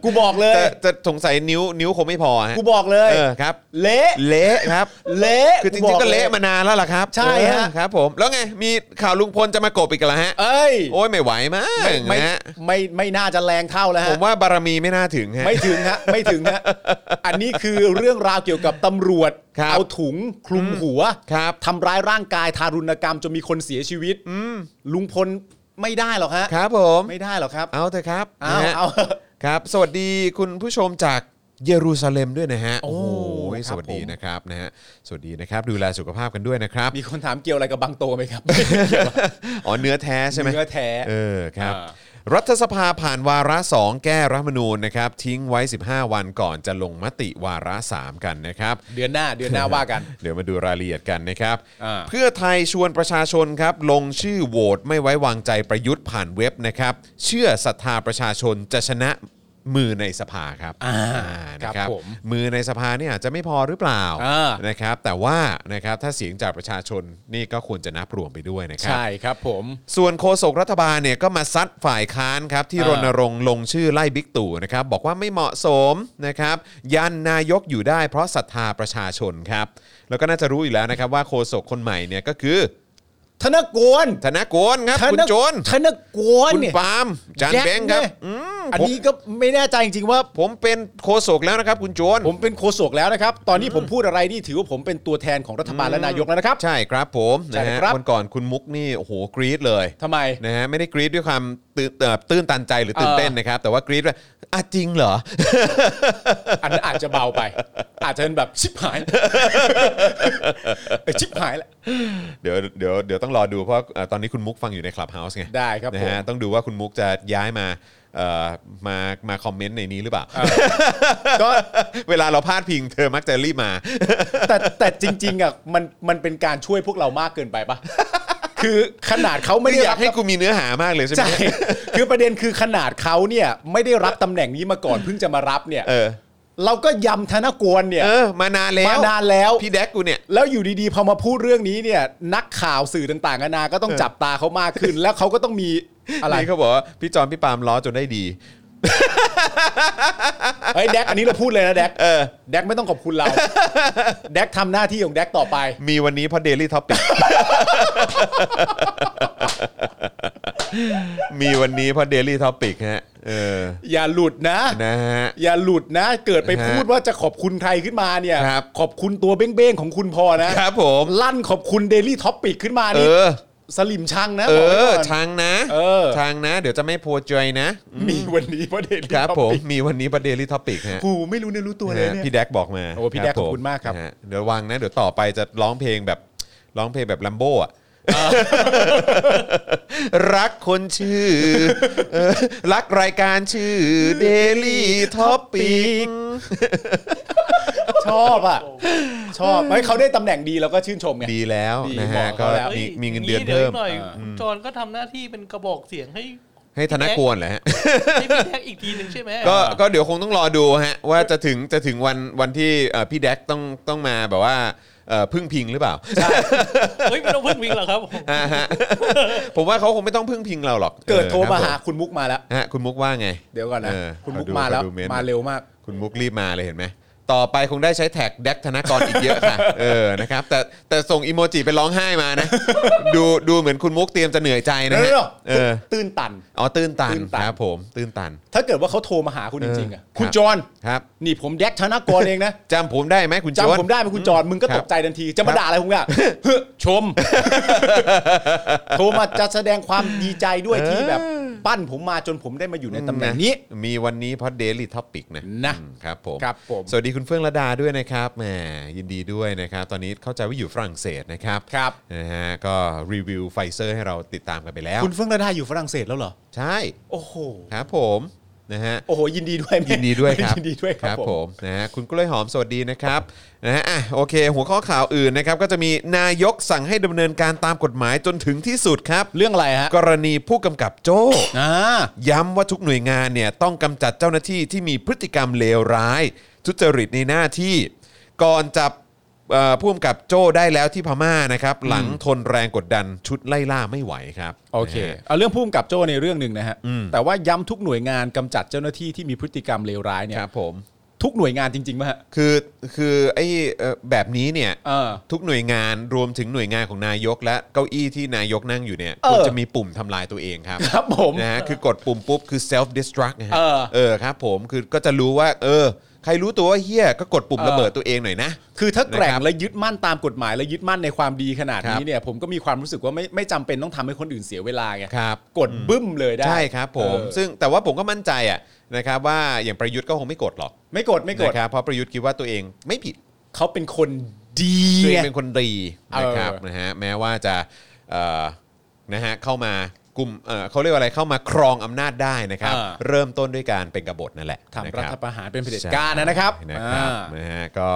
[SPEAKER 2] กูบอกเลย
[SPEAKER 1] จะจะสงสัยนิ้วนิ้วคงไม่พอฮะ
[SPEAKER 2] กูบอกเลย
[SPEAKER 1] เออครับ
[SPEAKER 2] เละ
[SPEAKER 1] เละครับ
[SPEAKER 2] เละ
[SPEAKER 1] คือจ
[SPEAKER 2] บ
[SPEAKER 1] ริงๆก็
[SPEAKER 2] ย
[SPEAKER 1] เละมานานแล้วล่ะครับ
[SPEAKER 2] ใช่ฮะ
[SPEAKER 1] เออครับ ผมแล้วไงมีข่าวลุงพลจะมากบอีกแล้วฮะ
[SPEAKER 2] เอ้ย
[SPEAKER 1] โอ้ยไม่ไหวมั้ง
[SPEAKER 2] ไม่ไม่
[SPEAKER 1] นะฮะ
[SPEAKER 2] ไม่ไม่น่าจะแรงเท่าแล้ว
[SPEAKER 1] ผ
[SPEAKER 2] ฮะ
[SPEAKER 1] มว่าบารมีไม่น่าถึงฮะ
[SPEAKER 2] ไม่ถึงฮะ ไม่ถึงฮะ อันนี้คือเรื่องราวเกี่ยวกับตำรวจ
[SPEAKER 1] ครับ
[SPEAKER 2] เอาถุงคลุมหัว
[SPEAKER 1] ครับ
[SPEAKER 2] ทำร้ายร่างกายทารุณกรรมจนมีคนเสียชีวิตลุงพลไม่ได้หรอกฮะ
[SPEAKER 1] ครับผม
[SPEAKER 2] ไม่ได้หรอกครับ
[SPEAKER 1] เอาเถอะครับ
[SPEAKER 2] เอา
[SPEAKER 1] นะฮะ
[SPEAKER 2] เอา
[SPEAKER 1] ครับ สวัสดีคุณผู้ชมจากเยรูซาเล็มด้วยนะฮะ
[SPEAKER 2] โอ้
[SPEAKER 1] ย
[SPEAKER 2] ค
[SPEAKER 1] ส
[SPEAKER 2] รับ
[SPEAKER 1] วัสดี
[SPEAKER 2] ผม
[SPEAKER 1] นะครับนะฮะสวัสดีนะครับ ดูแลสุขภาพกันด้วยนะครับ
[SPEAKER 2] มีคนถามเกี่ยวอะไรกับบางโตไหมครับ ไม่เกี่ยว
[SPEAKER 1] อ๋อเนื้อแท้ใช่ไหม
[SPEAKER 2] เนื้อแท้
[SPEAKER 1] เออครับ
[SPEAKER 2] อ่า
[SPEAKER 1] รัฐสภาผ่านวาระ 2 แก้รัฐธรรมนูญนะครับ ทิ้งไว้ 15 วันก่อนจะลงมติวาระ 3 กันนะครับ
[SPEAKER 2] เดือนหน้าเดือนหน้าว่ากัน
[SPEAKER 1] เดี๋ยวมาดูรายละเอียดกันนะครับ
[SPEAKER 2] อ่า
[SPEAKER 1] เพื่อไทยชวนประชาชนครับ ลงชื่อโหวตไม่ไว้วางใจประยุทธ์ผ่านเว็บนะครับ เชื่อศรัทธาประชาชนจะชนะมือในสภาครับ
[SPEAKER 2] อ่า
[SPEAKER 1] อ่านะครับ
[SPEAKER 2] ผม
[SPEAKER 1] มือในสภาเนี่ยอาจจะไม่พอหรือเปล่า
[SPEAKER 2] อ่า
[SPEAKER 1] นะครับ แต่ว่านะครับถ้าเสียงจากประชาชนนี่ก็ควรจะนับรวมไปด้วยนะครั
[SPEAKER 2] ใช่ครับผม
[SPEAKER 1] ส่วนโฆษกรัฐบาลเนี่ยก็มาซัดฝ่ายค้านครับที่
[SPEAKER 2] เออ
[SPEAKER 1] รณรงค์ลงชื่อไล่บิ๊กตู่นะครับบอกว่าไม่เหมาะสมนะครับยันนายกอยู่ได้เพราะศรัทธาประชาชนครับแล้วก็น่าจะรู้อยู่แล้วนะครับว่าโฆษกคนใหม่เนี่ยก็คือ
[SPEAKER 2] ธนกร
[SPEAKER 1] ธนากรครับคุณ
[SPEAKER 2] ธน
[SPEAKER 1] โจน
[SPEAKER 2] ธนกร
[SPEAKER 1] คุณ
[SPEAKER 2] เนี่ย
[SPEAKER 1] ปาล์มจาน
[SPEAKER 2] ยัษ์
[SPEAKER 1] แบงค์ครับ
[SPEAKER 2] เนี่ย
[SPEAKER 1] อืม
[SPEAKER 2] อัน
[SPEAKER 1] ผม
[SPEAKER 2] นี้ก็ไม่แน่ใจจริงๆว่า
[SPEAKER 1] ผมเป็นโฆษกแล้วนะครับคุณโจน
[SPEAKER 2] ผมเป็นโฆษกแล้วนะครับ ตอนนี้ผมพูดอะไรนี่ถือว่าผมเป็นตัวแทนของรัฐบาลและนายกแล้วนะครับ
[SPEAKER 1] ใช่ครับผม
[SPEAKER 2] ใช่
[SPEAKER 1] นะฮะ
[SPEAKER 2] ครับ
[SPEAKER 1] วันก่อนคุณมุกนี่โอ้โหกรี๊ดเลย
[SPEAKER 2] ทำไม
[SPEAKER 1] นะฮะไม่ได้กรี๊ดด้วยความตื่นเอ่อตื้นตันใจหรือตื่นเต้นนะครับ แต่ว่ากรี๊ดว่าอ่ะจริงเหรอ
[SPEAKER 2] อันนั้นอาจจะเบาไป อาจจะเป็นแบบชิบ หายเออชิบหายแหละ
[SPEAKER 1] เดี๋ยวเดี๋ยวเดี๋ยวต้องรอดูเพราะเอ่อตอนนี้คุณมุกฟังอยู่ในคลับเฮาส์ไง
[SPEAKER 2] ได้ครับ
[SPEAKER 1] นะ
[SPEAKER 2] ผม
[SPEAKER 1] ฮะต้องดูว่าคุณมุกจะย้ายมาเอ่อมามาคอมเมนต์ในนี้หรือเปล่า
[SPEAKER 2] ก็
[SPEAKER 1] เวลาเราพาดพิงเธอมักจะรีบมา
[SPEAKER 2] แต่แต่จริง ๆอ่ะมันมันเป็นการช่วยพวกเรามากเกินไปปะ คือขนาดเขาไม่ได้
[SPEAKER 1] อยา
[SPEAKER 2] รั
[SPEAKER 1] ก
[SPEAKER 2] บ
[SPEAKER 1] ให้กูมีเนื้อหามากเลยใช่ไหม
[SPEAKER 2] ใช่คือประเด็นคือขนาดเขาเนี่ยไม่ได้รับตำแหน่งนี้มาก่อนเพิ่งจะมารับเนี่ย
[SPEAKER 1] เออ
[SPEAKER 2] เราก็ยำธนกรเนี่ย
[SPEAKER 1] เออ มานานแล้ว
[SPEAKER 2] มานานแล้ว
[SPEAKER 1] พี่แดกกูเนี่ย
[SPEAKER 2] แล้วอยู่ดีๆ พอมาพูดเรื่องนี้เนี่ย นักข่าวสื่อต่างๆนานาก็ต้องจับตาเขามากขึ้น แล้วเขาก็ต้องมีอะไร
[SPEAKER 1] นี่เขาบอกว่าพี่จอนพี่ปาล์มล้อจนได้ดี
[SPEAKER 2] เฮ้ยแดกอันนี้เราพูดเลยนะแดกแดกไม่ต้องขอบคุณ เรา แดกทำหน้าที่ของแดกต่อไป
[SPEAKER 1] มีวันนี้เพราะ Daily Topic มีวันนี้เพราะ Daily Topic ฮะเออ
[SPEAKER 2] อย่าหลุดนะ
[SPEAKER 1] นะฮะ
[SPEAKER 2] อย่าหลุดนะ เกิดไป
[SPEAKER 1] ฮะ
[SPEAKER 2] พูดว่าจะขอบคุณใครขึ้นมาเนี่ย
[SPEAKER 1] ครับ
[SPEAKER 2] ขอบคุณตัวเบ้งๆของคุณพอนะครับ
[SPEAKER 1] ผม
[SPEAKER 2] ลั่นขอบคุณเดลี่ท็อปปิกขึ้นมา
[SPEAKER 1] เอ
[SPEAKER 2] นี่
[SPEAKER 1] อ
[SPEAKER 2] สลิมช่างนะ
[SPEAKER 1] เอบ
[SPEAKER 2] กไว้
[SPEAKER 1] อ
[SPEAKER 2] ก่อน
[SPEAKER 1] ชังนะ
[SPEAKER 2] เออ
[SPEAKER 1] ชังนะ เดี๋ยวจะไม่พัวจอยนะ
[SPEAKER 2] มีวันนี้เพราะเดลี่
[SPEAKER 1] ครับ
[SPEAKER 2] ท็อป
[SPEAKER 1] ผม
[SPEAKER 2] ปิก
[SPEAKER 1] มีวันนี้ประเดลี่ท็อปิกฮะ
[SPEAKER 2] กูไม่รู้เนื้อรู้ตัวเลย
[SPEAKER 1] นะ
[SPEAKER 2] เนี่ย
[SPEAKER 1] พี่แดกบอกมา
[SPEAKER 2] โอ้พี่แดก
[SPEAKER 1] รัผ
[SPEAKER 2] ขอบคุณมากครับ
[SPEAKER 1] นะฮะเดี๋ยวระวังนะ เดี๋ยวต่อไปจะร้องเพลงแบบร้องเพลงแบบลัมโบ้อะรักคนชื่อ เออรักรายการชื่อ Daily Topic
[SPEAKER 2] ชอบอ่ะช อบเฮ้ยเขาได้ตำแหน่งดีแล้วก็ชื่นชมไง
[SPEAKER 1] ดีแล้ว
[SPEAKER 2] ดี
[SPEAKER 1] นะฮะ
[SPEAKER 2] เหมาะ
[SPEAKER 1] ก็
[SPEAKER 2] เขาแล้ว
[SPEAKER 1] มี
[SPEAKER 3] ฮ้ย
[SPEAKER 1] มีเงินเดือน
[SPEAKER 3] ดี๋ยว
[SPEAKER 1] เพิ่ม
[SPEAKER 3] กหน่อยคุณจอนก็ทำหน้าที่เป็นกระบอกเสียงให้
[SPEAKER 1] ให้ธนากรเหรอฮะ
[SPEAKER 3] ให้พี่แท็กอีกทีหนึ่งใช่ไหม
[SPEAKER 1] ก็ก็เดี๋ยวคงต้องรอดูฮะว่าจะถึงจะถึงวันวันที่เอ่อพี่แดกต้องต้องมาแบบว่าเอ่อพึ่งพิงหรือเปล่า
[SPEAKER 3] เฮ้ยไม่ต้องพึ่งวิงหรอกครับผม
[SPEAKER 1] ผมว่าเขาคงไม่ต้องพึ่งพิงเราหรอก
[SPEAKER 2] เกิดโทรมาหา
[SPEAKER 1] เออคบ
[SPEAKER 2] คุณมุกมาแล้ว
[SPEAKER 1] ผมฮะคุณมุกว่าไง
[SPEAKER 2] เดี๋ยวก่อนนะ
[SPEAKER 1] ออ
[SPEAKER 2] คุณ
[SPEAKER 1] ข
[SPEAKER 2] มุก
[SPEAKER 1] ดู
[SPEAKER 2] มาแล้ว
[SPEAKER 1] ขดูนต์
[SPEAKER 2] มาเร็วมาก
[SPEAKER 1] คุณมุกรีบมาเลยเห็นไหม ต่อไปคงได้ใช้แท็กแดกธนกรอีกเยอะค่ะ เออนะครับแต่แต่ส่งอีโมจิไปร้องไห้มานะ ดูดูเหมือนคุณมุกเตรียมจะเหนื่อยใจนะฮะ
[SPEAKER 2] เดี๋ยว
[SPEAKER 1] เออ
[SPEAKER 2] ตื้นตัน
[SPEAKER 1] อ๋อตื้นตัน
[SPEAKER 2] ตื้นตัน
[SPEAKER 1] ครับผม ตื้นตัน
[SPEAKER 2] ถ้าเกิดว่าเขาโทรมาหาคุณจริงๆอ่ะ
[SPEAKER 1] เออ
[SPEAKER 2] คุณจอน
[SPEAKER 1] ครับ
[SPEAKER 2] นี่ผมแดกธนากรเองนะ
[SPEAKER 1] จำผมได้ไหมคุณโจร
[SPEAKER 2] จำผมได้ไหมคุณจอนมึงก็
[SPEAKER 1] ครั
[SPEAKER 2] ต
[SPEAKER 1] บ
[SPEAKER 2] กใจทันทีจะมาด่าอะไรผมอ่ะเฮ้อชม โทรมาจะแสดงความดีใจด้วยที่แบบปั้นผมมาจนผมได้มาอยู่ในตำแหน่งนี้
[SPEAKER 1] ะมีวันนี้เพราะ Daily Topic นะ
[SPEAKER 2] นะ
[SPEAKER 1] อืมครับผม
[SPEAKER 2] ครับผม
[SPEAKER 1] สวัสดีคุณเฟื่องระดาด้วยนะครับแหมยินดีด้วยนะครับ ตอนนี้เข้าใจว่าอยู่ฝรั่งเศสนะครับ
[SPEAKER 2] ครับ
[SPEAKER 1] นะฮะก็รีวิวไฟเซอร์ให้เราติดตามกันไปแล้ว
[SPEAKER 2] คุณเฟื่องระดาอยู่ฝรั่งเศสแล้วเหรอ
[SPEAKER 1] ใช่
[SPEAKER 2] โอ้โห
[SPEAKER 1] ครับผมนะฮะ
[SPEAKER 2] โอ้โหยินดีด้วยแม่
[SPEAKER 1] ยินดีด้วยครับ
[SPEAKER 2] ยินดีด้วยครับผม
[SPEAKER 1] มนะฮะคุณกล้วยหอมสวัสดีนะครับนะฮะอ่ะโอเค หัวข้อข่าวอื่นนะครับก็จะมีนายกสั่งให้ดำเนินการตามกฎหมายจนถึงที่สุดครับ
[SPEAKER 2] เรื่องอะไรฮะ
[SPEAKER 1] กรณีผู้กำกับโจ้
[SPEAKER 2] อ่า
[SPEAKER 1] ย้ำว่าทุกหน่วยงานเนี่ยต้องกำจัดเจ้าหน้าที่ที่มีพฤติกรรมเลวร้าย ทุจริตในหน้าที่ ก่อนจับเอ่อผู้กำกับโจ้ได้แล้วที่พม่านะครับ หลังทนแรงกดดันชุดไล่ล่าไม่ไหวครับ
[SPEAKER 2] โอเค
[SPEAKER 1] นะฮะ
[SPEAKER 2] เอาเรื่องพุ่มกับโจ้ในเรื่องหนึ่งนะฮะ แต่ว่าย้ำทุกหน่วยงานกำจัดเจ้าหน้าที่ที่มีพฤติกรรมเลวร้ายเนี่ย
[SPEAKER 1] ครับผม
[SPEAKER 2] ทุกหน่วยงานจริงๆไหมฮะ
[SPEAKER 1] คือคือไอ้เอ่อแบบนี้เนี่ย
[SPEAKER 2] เออ
[SPEAKER 1] ทุกหน่วยงานรวมถึงหน่วยงานของนายก และเก้าอี้ที่นายกนั่งอยู่เนี่ย
[SPEAKER 2] เออ
[SPEAKER 1] ควรจะมีปุ่มทำลายตัวเองครับ
[SPEAKER 2] ครับผม
[SPEAKER 1] นะฮะคือกดปุ่มปุ๊บคือ self destruct นะฮะ
[SPEAKER 2] เออ
[SPEAKER 1] เออครับผมคือก็จะรู้ว่า เออ ใครรู้ตัวว่าเฮี้ยก็กดปุ่ม
[SPEAKER 2] เออ
[SPEAKER 1] ระเบิดตัวเองหน่อยนะ
[SPEAKER 2] คือถ้าแกร่ง
[SPEAKER 1] นะครับ
[SPEAKER 2] และยึดมั่นตามกฎหมายและยึดมั่นในความดีขนาด
[SPEAKER 1] ครั
[SPEAKER 2] นี้
[SPEAKER 1] บ
[SPEAKER 2] เนี่ยผมก็มีความรู้สึกว่าไม่ไม่จำเป็นต้องทำให้คนอื่นเสียเวลาไง
[SPEAKER 1] ครับ
[SPEAKER 2] กดบึ้มเลยได้
[SPEAKER 1] ใช่ครับผม
[SPEAKER 2] เออ
[SPEAKER 1] ซึ่งแต่ว่าผมก็มั่นใจอ่ะนะครับว่าอย่างประยุทธ์ก็คงไม่กดหรอก
[SPEAKER 2] ไม่กดไม่กด
[SPEAKER 1] นะครับเพราะประยุทธ์คิดว่าตัวเองไม่ผิด
[SPEAKER 2] เขาเป็นคนดี
[SPEAKER 1] ตัวเอ
[SPEAKER 2] ไง
[SPEAKER 1] งเป็นคนดี
[SPEAKER 2] เออ
[SPEAKER 1] นะครับนะฮะแม้ว่าจะเอ่อนะฮะเข้ามากุมเอ่อเขาเรียกว่าอะไรเข้ามาครองอำนาจได้นะครับ
[SPEAKER 2] เออ
[SPEAKER 1] เริ่มต้นด้วยการเป็นกบฏนั่นแหละนะ
[SPEAKER 2] ทำ
[SPEAKER 1] ค
[SPEAKER 2] รั
[SPEAKER 1] รั
[SPEAKER 2] ฐ
[SPEAKER 1] บ
[SPEAKER 2] ประหารเป็นเผด็จการนะครับ
[SPEAKER 1] ใช่นะครับ
[SPEAKER 2] อ่า
[SPEAKER 1] นะฮะก็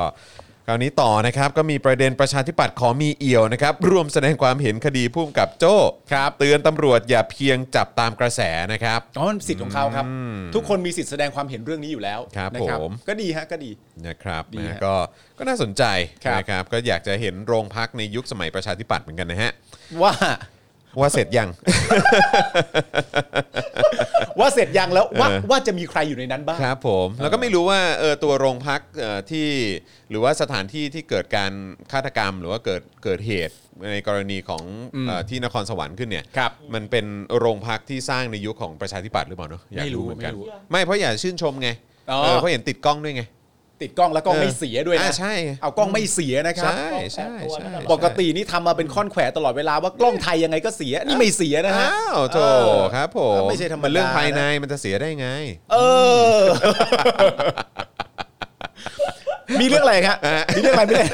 [SPEAKER 1] คราวนี้ต่อนะครับก็มีประเด็นประชาธิปัตย์ขอมีเอี่ยวนะครับร่วมแสดงความเห็นคดีพุ่มกับโจ้
[SPEAKER 2] ครับ
[SPEAKER 1] เตือนตำรวจอย่าเพียงจับตามกระแสนะครับ
[SPEAKER 2] อ๋อมันสิทธิ์ของเขาครับ ทุกคนมีสิทธิ์แสดงความเห็นเรื่องนี้อยู่แล้ว
[SPEAKER 1] ครับ
[SPEAKER 2] นะ
[SPEAKER 1] ผม
[SPEAKER 2] ก็ดีฮะก็ดี
[SPEAKER 1] นะครับ
[SPEAKER 2] ดี
[SPEAKER 1] นะ
[SPEAKER 2] ฮะ
[SPEAKER 1] ก็ก็น่าสนใจ
[SPEAKER 2] ครับ
[SPEAKER 1] นะครับก็อยากจะเห็นโรงพักในยุคสมัยประชาธิปัตย์เหมือนกันนะฮะ
[SPEAKER 2] ว่า
[SPEAKER 1] ว่าเสร็จ ยัง
[SPEAKER 2] ว่าเสร็จยังแล้วว่า
[SPEAKER 1] เออ
[SPEAKER 2] ว่าจะมีใครอยู่ในนั้นบ้าง
[SPEAKER 1] ครับผมแล้วก็ไม่รู้ว่าเออตัวโรงพักเอ่อที่หรือว่าสถานที่ที่เกิดการฆาตกรรม หรือว่าเกิดเกิดเหตุในกรณีของเอ่อที่นครสวรรค์ขึ้นเนี่ย
[SPEAKER 2] ครับ
[SPEAKER 1] มันเป็นโรงพักที่สร้างในยุคของประชาธิปัตย์หรือเปล่าเนาะอยาก
[SPEAKER 2] ไม่รู้
[SPEAKER 1] รู้เหมือนกัน
[SPEAKER 2] ไม่รู้
[SPEAKER 1] ไม่เพราะอยากชื่นชมไง
[SPEAKER 2] อ๋อ
[SPEAKER 1] เออเพราะเห็นติดกล้องด้วยไง
[SPEAKER 2] ติดกล้องแล้วกล้อง
[SPEAKER 1] เออ
[SPEAKER 2] ไม่เสียด้วย
[SPEAKER 1] อ่า
[SPEAKER 2] นะ
[SPEAKER 1] ใช่
[SPEAKER 2] เอากล้องไม่เสียนะครับ
[SPEAKER 1] ใช่ใช่ใช่
[SPEAKER 2] ปกตินี่ทำมาเป็นข้อนแขวะตลอดเวลาว่ากล้องไทยยังไงก็เสียนี่ไม่เสียนะฮะ
[SPEAKER 1] อ้าวโถครับผม
[SPEAKER 2] ไม่ใช่ธรรมดา
[SPEAKER 1] นเรื่องภายในมันจะเสียได้ไง
[SPEAKER 2] เออ มีเรื่องอะไรครับมีเรื่องอะไรไม่ได้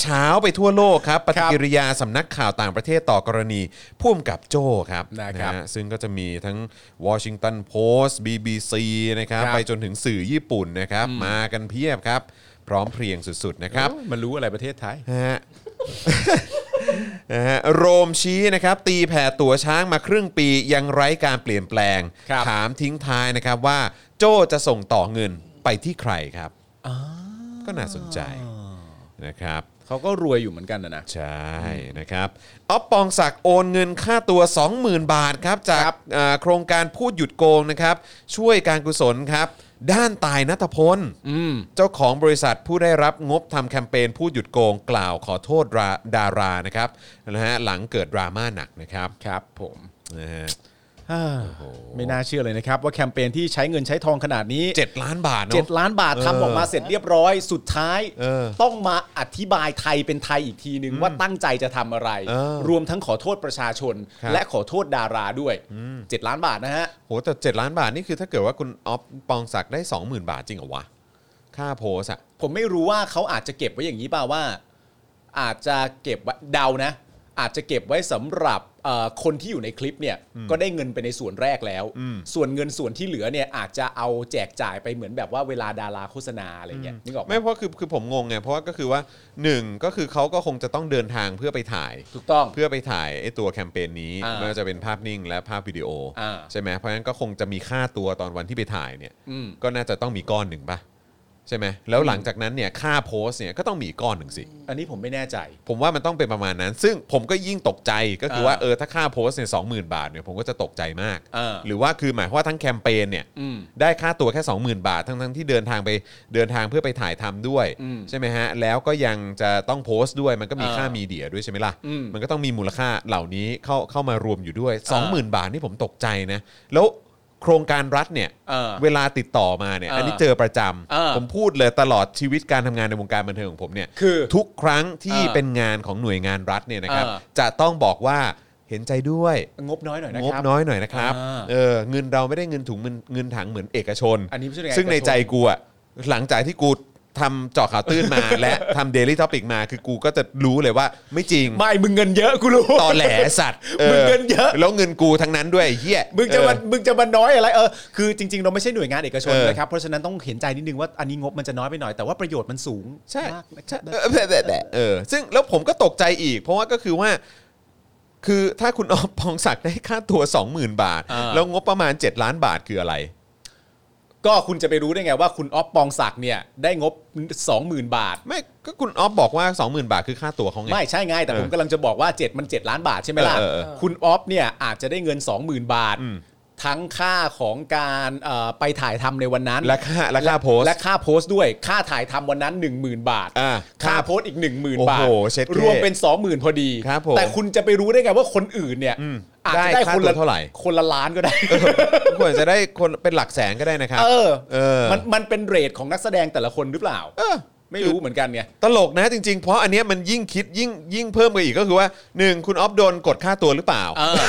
[SPEAKER 1] เช้าไปทั่วโลกครับ ปฏิกิริยาสำนักข่าวต่างประเทศต่อกรณีพ่วมกับโจ้ครับ
[SPEAKER 2] นะครับ
[SPEAKER 1] นฮซึ่งก็จะมีทั้ง Washington Post BBC นะครับ
[SPEAKER 2] ครับ
[SPEAKER 1] ไปจนถึงสื่อญี่ปุ่นนะครับ มากันเพียบครับ พร้อมเพรียงสุดๆนะครับ
[SPEAKER 2] มันรู้อะไรประเทศไทย
[SPEAKER 1] นะ ฮะ นะฮะโรมชี้นะครับ ตีแผ่ตัวช้างมาครึ่งปียังไร้การเปลี่ยนแปลง
[SPEAKER 2] ครับ
[SPEAKER 1] ถามทิ้งท้ายนะครับว่าโจ้จะส่งต่อเงินไปที่ใครครับก็น่าสนใจนะครับ
[SPEAKER 2] เขาก็รวยอยู่เหมือนกันนะนะ
[SPEAKER 1] ใช่ นะครับอ๊อฟปองศักดิ์โอนเงินค่าตัว 20,000 บาทครับ จาก
[SPEAKER 2] ครับ
[SPEAKER 1] เอ่อโครงการพูดหยุดโกงนะครับ ช่วยการกุศลครับ ด้านตายนัทพลเจ้าของบริษัทผู้ได้รับงบทำแคมเปญพูดหยุดโกงกล่าวขอโทษดราดารานะครับนะฮะหลังเกิดดราม่าหนักนะครับ
[SPEAKER 2] ครับผม
[SPEAKER 1] นะฮะ
[SPEAKER 2] ไม่น่าเชื่อเลยนะครับ ว่าแคมเปญที่ใช้เงินใช้ทองขนาดนี้
[SPEAKER 1] เจ็ดล้านบาทเน
[SPEAKER 2] เจ็ด
[SPEAKER 1] อะ
[SPEAKER 2] ล้านบาททำออกมาเสร็จเรียบร้อยสุดท้าย
[SPEAKER 1] เออ
[SPEAKER 2] ต้องมาอธิบายไทยเป็นไทยอีกทีนึงว่าตั้งใจจะทำอะไร
[SPEAKER 1] เออ
[SPEAKER 2] รวมทั้งขอโทษประชาชน
[SPEAKER 1] ครับ
[SPEAKER 2] และขอโทษดาราด้วยเจ็ดล้านบาทนะฮะ
[SPEAKER 1] โหแต่เจ็ดล้านบาทนี่คือถ้าเกิดว่าคุณอ๊อฟปองศักดิ์ได้ 20,000 บาทจริงเหรอวะ ค่าโพสอะ
[SPEAKER 2] ผมไม่รู้ว่าเขาอาจจะเก็บไว้อย่างนี้เปล่าว่า อาจจะเก็บไว้เดานะ อาจจะเก็บไว้สำหรับเอ่อคนที่อยู่ในคลิปเนี่ยก็ได้เงินไปในส่วนแรกแล้ว ส่วนเงินส่วนที่เหลือเนี่ยอาจจะเอาแจกจ่ายไปเหมือนแบบว่าเวลาดาราโฆษณาอะไรเงี้ยนึกออกไหม
[SPEAKER 1] ไม่เพราะคือคือผมงงไงเพราะว่าก็คือว่าหนึ่งก็คือเขาก็คงจะต้องเดินทางเพื่อไปถ่าย
[SPEAKER 2] ถูกต้อง
[SPEAKER 1] เพื่อไปถ่ายไอ้ตัวแคมเปญนี้
[SPEAKER 2] อ่า
[SPEAKER 1] ไม่ว่าจะเป็นภาพนิ่งและภาพวิดีโออา ใช่ไหมเพราะฉะนั้นก็คงจะมีค่าตัวตอนวันที่ไปถ่ายเนี่ย
[SPEAKER 2] อืม
[SPEAKER 1] ก็น่าจะต้องมีก้อนหนึ่งปะ ใช่ไหมแล้วหลังจากนั้นเนี่ยค่าโพสต์เนี่ยก็ต้องมีอีกก้อนหนึ่งสิ
[SPEAKER 2] อันนี้ผมไม่แน่ใจ
[SPEAKER 1] ผมว่ามันต้องเป็นประมาณนั้น ซึ่งผมก็ยิ่งตกใจก็คือว่า
[SPEAKER 2] อ่า
[SPEAKER 1] เออถ้าค่าโพสต์เนี่ยสองหมบาทเนี่ยผมก็จะตกใจมาก
[SPEAKER 2] อ่า
[SPEAKER 1] หรือว่าคือหมายความว่าทั้งแคมเปญเนี่ย
[SPEAKER 2] อืม
[SPEAKER 1] ได้ค่าตัวแค่ 20,000 บาท ทั้งทั้งๆที่เดินทางไปเดินทางเพื่อไปถ่ายทำด้วย
[SPEAKER 2] อืม
[SPEAKER 1] ใช่ไหมฮะ แล้วก็ยังจะต้องโพสต์ด้วยมันก็มี
[SPEAKER 2] อ่า
[SPEAKER 1] ค่ามีเดียด้วยใช่ไหมล่ะ
[SPEAKER 2] อืม
[SPEAKER 1] มันก็ต้องมีมูลค่าเหล่านี้เข้าเข้ามารวมอยู่ด้วย 20,000 บาทนี่ผมตกใจนะแล้วโครงการรัฐเนี่ย
[SPEAKER 2] อ่า
[SPEAKER 1] เวลาติดต่อมาเนี่ยอันนี้
[SPEAKER 2] อ่า
[SPEAKER 1] เจอประจ
[SPEAKER 2] อ่า
[SPEAKER 1] ำผมพูดเลยตลอดชีวิตการทำงานในวงการบันเทิงของผมเนี่ย
[SPEAKER 2] คือ
[SPEAKER 1] ทุกครั้งที่
[SPEAKER 2] อ่า
[SPEAKER 1] เป็น งานของหน่วยงานรัฐเนี่ยนะครับ
[SPEAKER 2] อ่า
[SPEAKER 1] จะต้องบอกว่าเห็นใจด้วย
[SPEAKER 2] งบน้อยหน่อยนะ
[SPEAKER 1] ง
[SPEAKER 2] ค
[SPEAKER 1] บ
[SPEAKER 2] รับ
[SPEAKER 1] น้อยหน่อยนะครับ
[SPEAKER 2] อ่า
[SPEAKER 1] เออเงินเราไม่ได้เงินถุงเงินเงินถังเหมือนเอกชน
[SPEAKER 2] อันนี้ไม่ใช่เอกชน
[SPEAKER 1] ซึ่งในใจกูอะหลังจากที่กูทำเจาะข่าวตื้นมา และทำเดลี่ท็อปิกมา คือกูก็จะรู้เลยว่าไม่จริง
[SPEAKER 2] ไม่มึงเงินเยอะกูรู้
[SPEAKER 1] ตอแหลสัตว์
[SPEAKER 2] มึงเงินเยอะ
[SPEAKER 1] แล้วเงินกูทั้งนั้นด้วยไอ้เฮีย
[SPEAKER 2] มึงจะ
[SPEAKER 1] เออ
[SPEAKER 2] มามึงจะมาน้อยอะไรเออคือจริง ๆ เราไม่ใช่หน่วยงานเอกชน
[SPEAKER 1] เออ
[SPEAKER 2] นะครับเพราะฉะนั้นต้องเห็นใจนิดนึงว่าอันนี้งบมันจะน้อยไปหน่อยแต่ว่าประโยชน์มันสูง
[SPEAKER 1] ใช่
[SPEAKER 2] มากนะค
[SPEAKER 1] ใช่
[SPEAKER 2] รับ
[SPEAKER 1] เออแบบแบบแบบเออซึ่งแล้วผมก็ตกใจอีก เพราะว่าก็คือว่า คือถ้าคุณออม พองศักดิ์ได้ค่าตัว 20,000 บาท
[SPEAKER 2] อ่า
[SPEAKER 1] แล้วงบประมาณ 7 ล้านบาทคืออะไร
[SPEAKER 2] ก็คุณจะไปรู้ได้ไงว่าคุณออฟปองศักดิ์เนี่ยได้งบ 20,000 บาท
[SPEAKER 1] ไม่ก็คุณออฟบอกว่า 20,000 บาทคือค่าตัวเขาไง
[SPEAKER 2] ไม่ใช่ไงแต่
[SPEAKER 1] เออ
[SPEAKER 2] ผมกำลังจะบอกว่า 7 มัน 7 ล้านบาทใช่ไหมล่ะ
[SPEAKER 1] เออเออเออ
[SPEAKER 2] คุณออฟเนี่ยอาจจะได้เงิน 20,000 บาท
[SPEAKER 1] อืม
[SPEAKER 2] ทั้งค่าของการเอ่อไปถ่ายทำในวันนั้น
[SPEAKER 1] และค่าและค่าโพสต์
[SPEAKER 2] และค่าโพสต์ด้วยค่าถ่ายทำวันนั้น 10,000 บาท
[SPEAKER 1] อ่า
[SPEAKER 2] ค่าโพสต์อีก
[SPEAKER 1] โอ้
[SPEAKER 2] 10,000 บา
[SPEAKER 1] โห
[SPEAKER 2] ท
[SPEAKER 1] เช็ดเท่
[SPEAKER 2] รวมเป็น 20,000 พอดี
[SPEAKER 1] ครับผม
[SPEAKER 2] แต่คุณจะไปรู้ได้ไงว่าคนอื่นเนี่ย
[SPEAKER 1] อืม
[SPEAKER 2] อาจจะ
[SPEAKER 1] ได้
[SPEAKER 2] ได้
[SPEAKER 1] ค่า
[SPEAKER 2] คน
[SPEAKER 1] ตั
[SPEAKER 2] ละ
[SPEAKER 1] วเท่าไหร่
[SPEAKER 2] คนละล้านก็ได้
[SPEAKER 1] ควรจะได้คนเป็นหลักแสนก็ได้นะครับ
[SPEAKER 2] เออ
[SPEAKER 1] เออ
[SPEAKER 2] มันมันเป็นเรทของนักแสดงแต่ละคนหรือเปล่า
[SPEAKER 1] เออ
[SPEAKER 2] ไม่รู้เหมือนกันไง
[SPEAKER 1] ตลกนะจริงๆ เพราะอันเนี้ยมันยิ่งคิดยิ่งยิ่งเพิ่มไปอีกก็คือว่า 1 คุณออฟโดนกดค่าตัวหรือเปล่า
[SPEAKER 2] เออ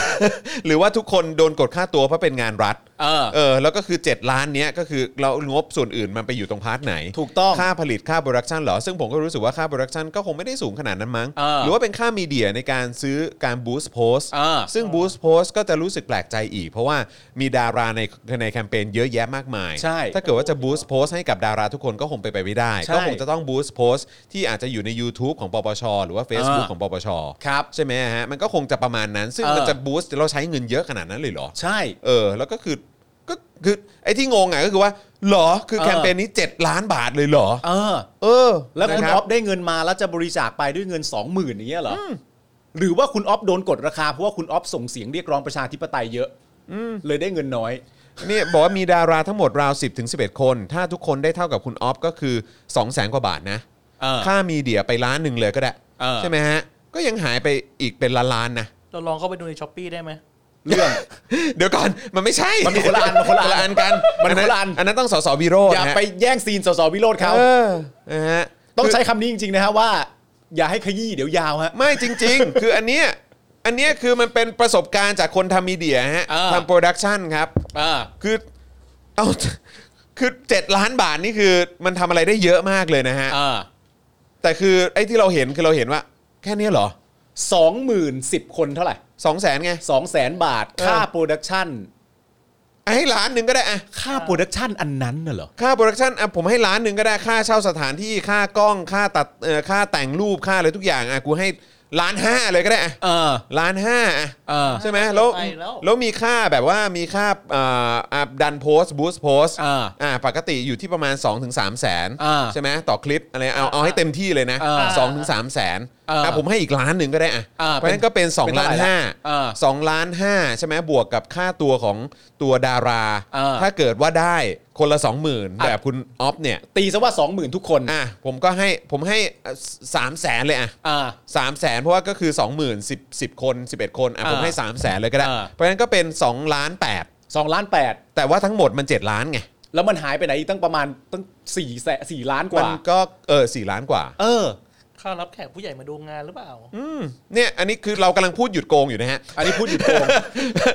[SPEAKER 1] หรือว่าทุกคนโดนกดค่าตัวเพราะเป็นงานรัฐ
[SPEAKER 2] เออ
[SPEAKER 1] เออแล้วก็คือ 7 ล้านเนี้ยก็คือเรางบส่วนอื่นมันไปอยู่ตรงพาร์ทไหน
[SPEAKER 2] ถูกต้อง
[SPEAKER 1] ค่าผลิตค่าโปรดักชันเหรอ ซึ่งผมก็รู้สึกว่าค่าโปรดักชันก็คงไม่ได้สูงขนาดนั้นมั้ง
[SPEAKER 2] เออ
[SPEAKER 1] หรือว่าเป็นค่ามีเดียในการซื้อการบูสต์โพส
[SPEAKER 2] เออ
[SPEAKER 1] ซึ่งบูสต์โพสก็จะรู้สึกแปลกใจอีก เพราะว่ามีดาราในในแคมเปญเยอะแยะมากมาย
[SPEAKER 2] ใช่
[SPEAKER 1] ถ้าเกิดว่าจะบูสต์โพสให้กับดาราทุกคนก็คงไปไปไม่ได้
[SPEAKER 2] ใช่
[SPEAKER 1] ก็คงจะต้องบูสต์โพสที่อาจจะอยู่ใน YouTube ของปปชหรือว่า Facebook
[SPEAKER 2] เออ
[SPEAKER 1] ของปปช
[SPEAKER 2] ครับ
[SPEAKER 1] ใช่ไหมฮะมันก็คงจะประมาณนั้น ซึ่งมัน
[SPEAKER 2] เออ
[SPEAKER 1] จะบูสต์เราใช้เงินเยอะขนาดนั้นเลยเหรอ
[SPEAKER 2] ใช่
[SPEAKER 1] เออแล้วก็คือก็คือไอ้ที่งงอ่ะก็คือว่าเหรอคือ
[SPEAKER 2] เออ
[SPEAKER 1] แคมเปญนี้ 7 ล้านบาทเลยเหรอ
[SPEAKER 2] เออ
[SPEAKER 1] เออ
[SPEAKER 2] แล้วคุณ
[SPEAKER 1] นะ
[SPEAKER 2] อ
[SPEAKER 1] รั
[SPEAKER 2] อบ ฟได้เงินมาแล้วจะบริจาคไปด้วยเงิน 20,000อย่างเงี้ยเหรออหรือว่าคุณออฟโดนกดราคาเพราะว่าคุณออฟส่งเสียงเรียกร้องประชาธิปไตยเยอะเลยได้เงินน้อย
[SPEAKER 1] เนี่ยบอกว่ามีดาราทั้งหมดราว 10-11ถึง11 คน ถ้าทุกคนได้เท่ากับคุณออฟก็คือ 2 0 0แสนกว่าบาทนะ
[SPEAKER 2] เออ
[SPEAKER 1] ค่ามีเดียไปล้านหนึ่งเลยก็ได้
[SPEAKER 2] เออ
[SPEAKER 1] ใช่ไหมฮะ ก็ยังหายไปอีกเป็นล้านล้านๆนะ
[SPEAKER 3] เราลองเข้าไปดูในช้อปปีได้ไหม
[SPEAKER 2] เรื่อง
[SPEAKER 1] เดี๋ยวก่อน มันไม่ใช่
[SPEAKER 2] มันคนละอันมันคนละอัน
[SPEAKER 1] กัน
[SPEAKER 2] มันคนละอัน
[SPEAKER 1] อันนั้นต้องสสวีโรจน์
[SPEAKER 2] อย่า
[SPEAKER 1] ฮะ
[SPEAKER 2] ไปแย่งซีนสสวิโรธเขา
[SPEAKER 1] เออนะฮะ
[SPEAKER 2] ต้องใช้คำนี้จริงๆนะฮะว่า อย่าให้ขยี้เดี๋ยวยาวฮะ
[SPEAKER 1] ไม่จริง ๆ คืออันเนี้ยอันเนี้ยคือมันเป็นประสบการณ์จากคนทำมีเดียฮะ
[SPEAKER 2] อ่า
[SPEAKER 1] ทำโปรดักชันครับ
[SPEAKER 2] อ่า
[SPEAKER 1] คือเอาคือเจ็ดล้านบาทนี่คือมันทำอะไรได้เยอะมากเลยนะฮะ
[SPEAKER 2] อ่า
[SPEAKER 1] แต่คือไอ้ที่เราเห็นคือเราเห็นว่า แค่เนี้ยเหรอ
[SPEAKER 2] สองหมื่นสิบคนเท่าไหร่
[SPEAKER 1] สองแสนไง
[SPEAKER 2] สองแสนบาท
[SPEAKER 1] เออ
[SPEAKER 2] ค่าโปรดักชัน
[SPEAKER 1] อ่ะให้ล้านหนึ่งก็ได้อะ
[SPEAKER 2] ค่าโปรดักชันอันนั้นน่ะเหรอ
[SPEAKER 1] ค่าโปรดักชันอ่ะผมให้ล้านหนึ่งก็ได้ค่าเช่าสถานที่ค่ากล้องค่าตัดเอ่อค่าแต่งรูปค่าอะไรทุกอย่างอ่ะกูให้ล้านห้าเลยก็ได้อ่ะ
[SPEAKER 2] เออ
[SPEAKER 1] ล้านห้าอ่ะ
[SPEAKER 2] เออ
[SPEAKER 1] ใช่ไหมแล้ว
[SPEAKER 3] ไปแล้ว
[SPEAKER 1] แล้วมีค่าแบบว่ามีค่าอ่าอ่าดันโพสบูสโพส
[SPEAKER 2] อ่า
[SPEAKER 1] อ่าปกติอยู่ที่ประมาณ 2-3ถึงสามแสน
[SPEAKER 2] อ่า
[SPEAKER 1] ใช่ไหมต่อคลิปอะไรเอาเอาให้เต็มที่เลยนะ
[SPEAKER 2] อ่า
[SPEAKER 1] สองถึงสามแสน
[SPEAKER 2] อ่า
[SPEAKER 1] อ่ะผมให้อีกล้านหนึ่งก็ได้อ่ะ
[SPEAKER 2] อ่า
[SPEAKER 1] เพราะฉะนั้นก็เป็น
[SPEAKER 2] เป็น
[SPEAKER 1] 2ล้าน
[SPEAKER 2] เท่าไหร่
[SPEAKER 1] ห้า
[SPEAKER 2] อ่า
[SPEAKER 1] สองล้านห้าใช่ไหมบวกกับค่าตัวของตัวดารา
[SPEAKER 2] อ่า
[SPEAKER 1] ถ้าเกิดว่าได้คนละ 20,000 แบบคุณออฟเนี่ย
[SPEAKER 2] ตีซะว่าสองหมื่นทุกคน
[SPEAKER 1] อ่ะผมก็ให้ผมให้สามแสนเลยอ่ะ
[SPEAKER 2] อ่า
[SPEAKER 1] สามแสนเพราะว่าก็คือ 2 0 0 0 0 10 10 คน 11 คนอ่ะ
[SPEAKER 2] อ่า
[SPEAKER 1] ผมให้ 3 0 0แสนเลยก็ได้
[SPEAKER 2] อ่า
[SPEAKER 1] เพราะฉะนั้นก็เป็น2ล้าน
[SPEAKER 2] สองล้านแปด
[SPEAKER 1] 8แต่ว่าทั้งหมดมัน 7 ล้านไง
[SPEAKER 2] แล้วมันหายไปไหนอีกตั้งประมาณตั้งสี่แสนสี่ล้านก
[SPEAKER 1] มั
[SPEAKER 2] ว่า
[SPEAKER 1] นก็เออสี่ล้านกว่า
[SPEAKER 2] เออ
[SPEAKER 3] ค่ารับแขกผู้ใหญ่มาดูงานหรือเปล่า
[SPEAKER 1] อืมเนี่ยอันนี้คือเรากำลังพูดหยุดโกงอยู่นะฮะ
[SPEAKER 2] อันนี้พูดหยุดโก ง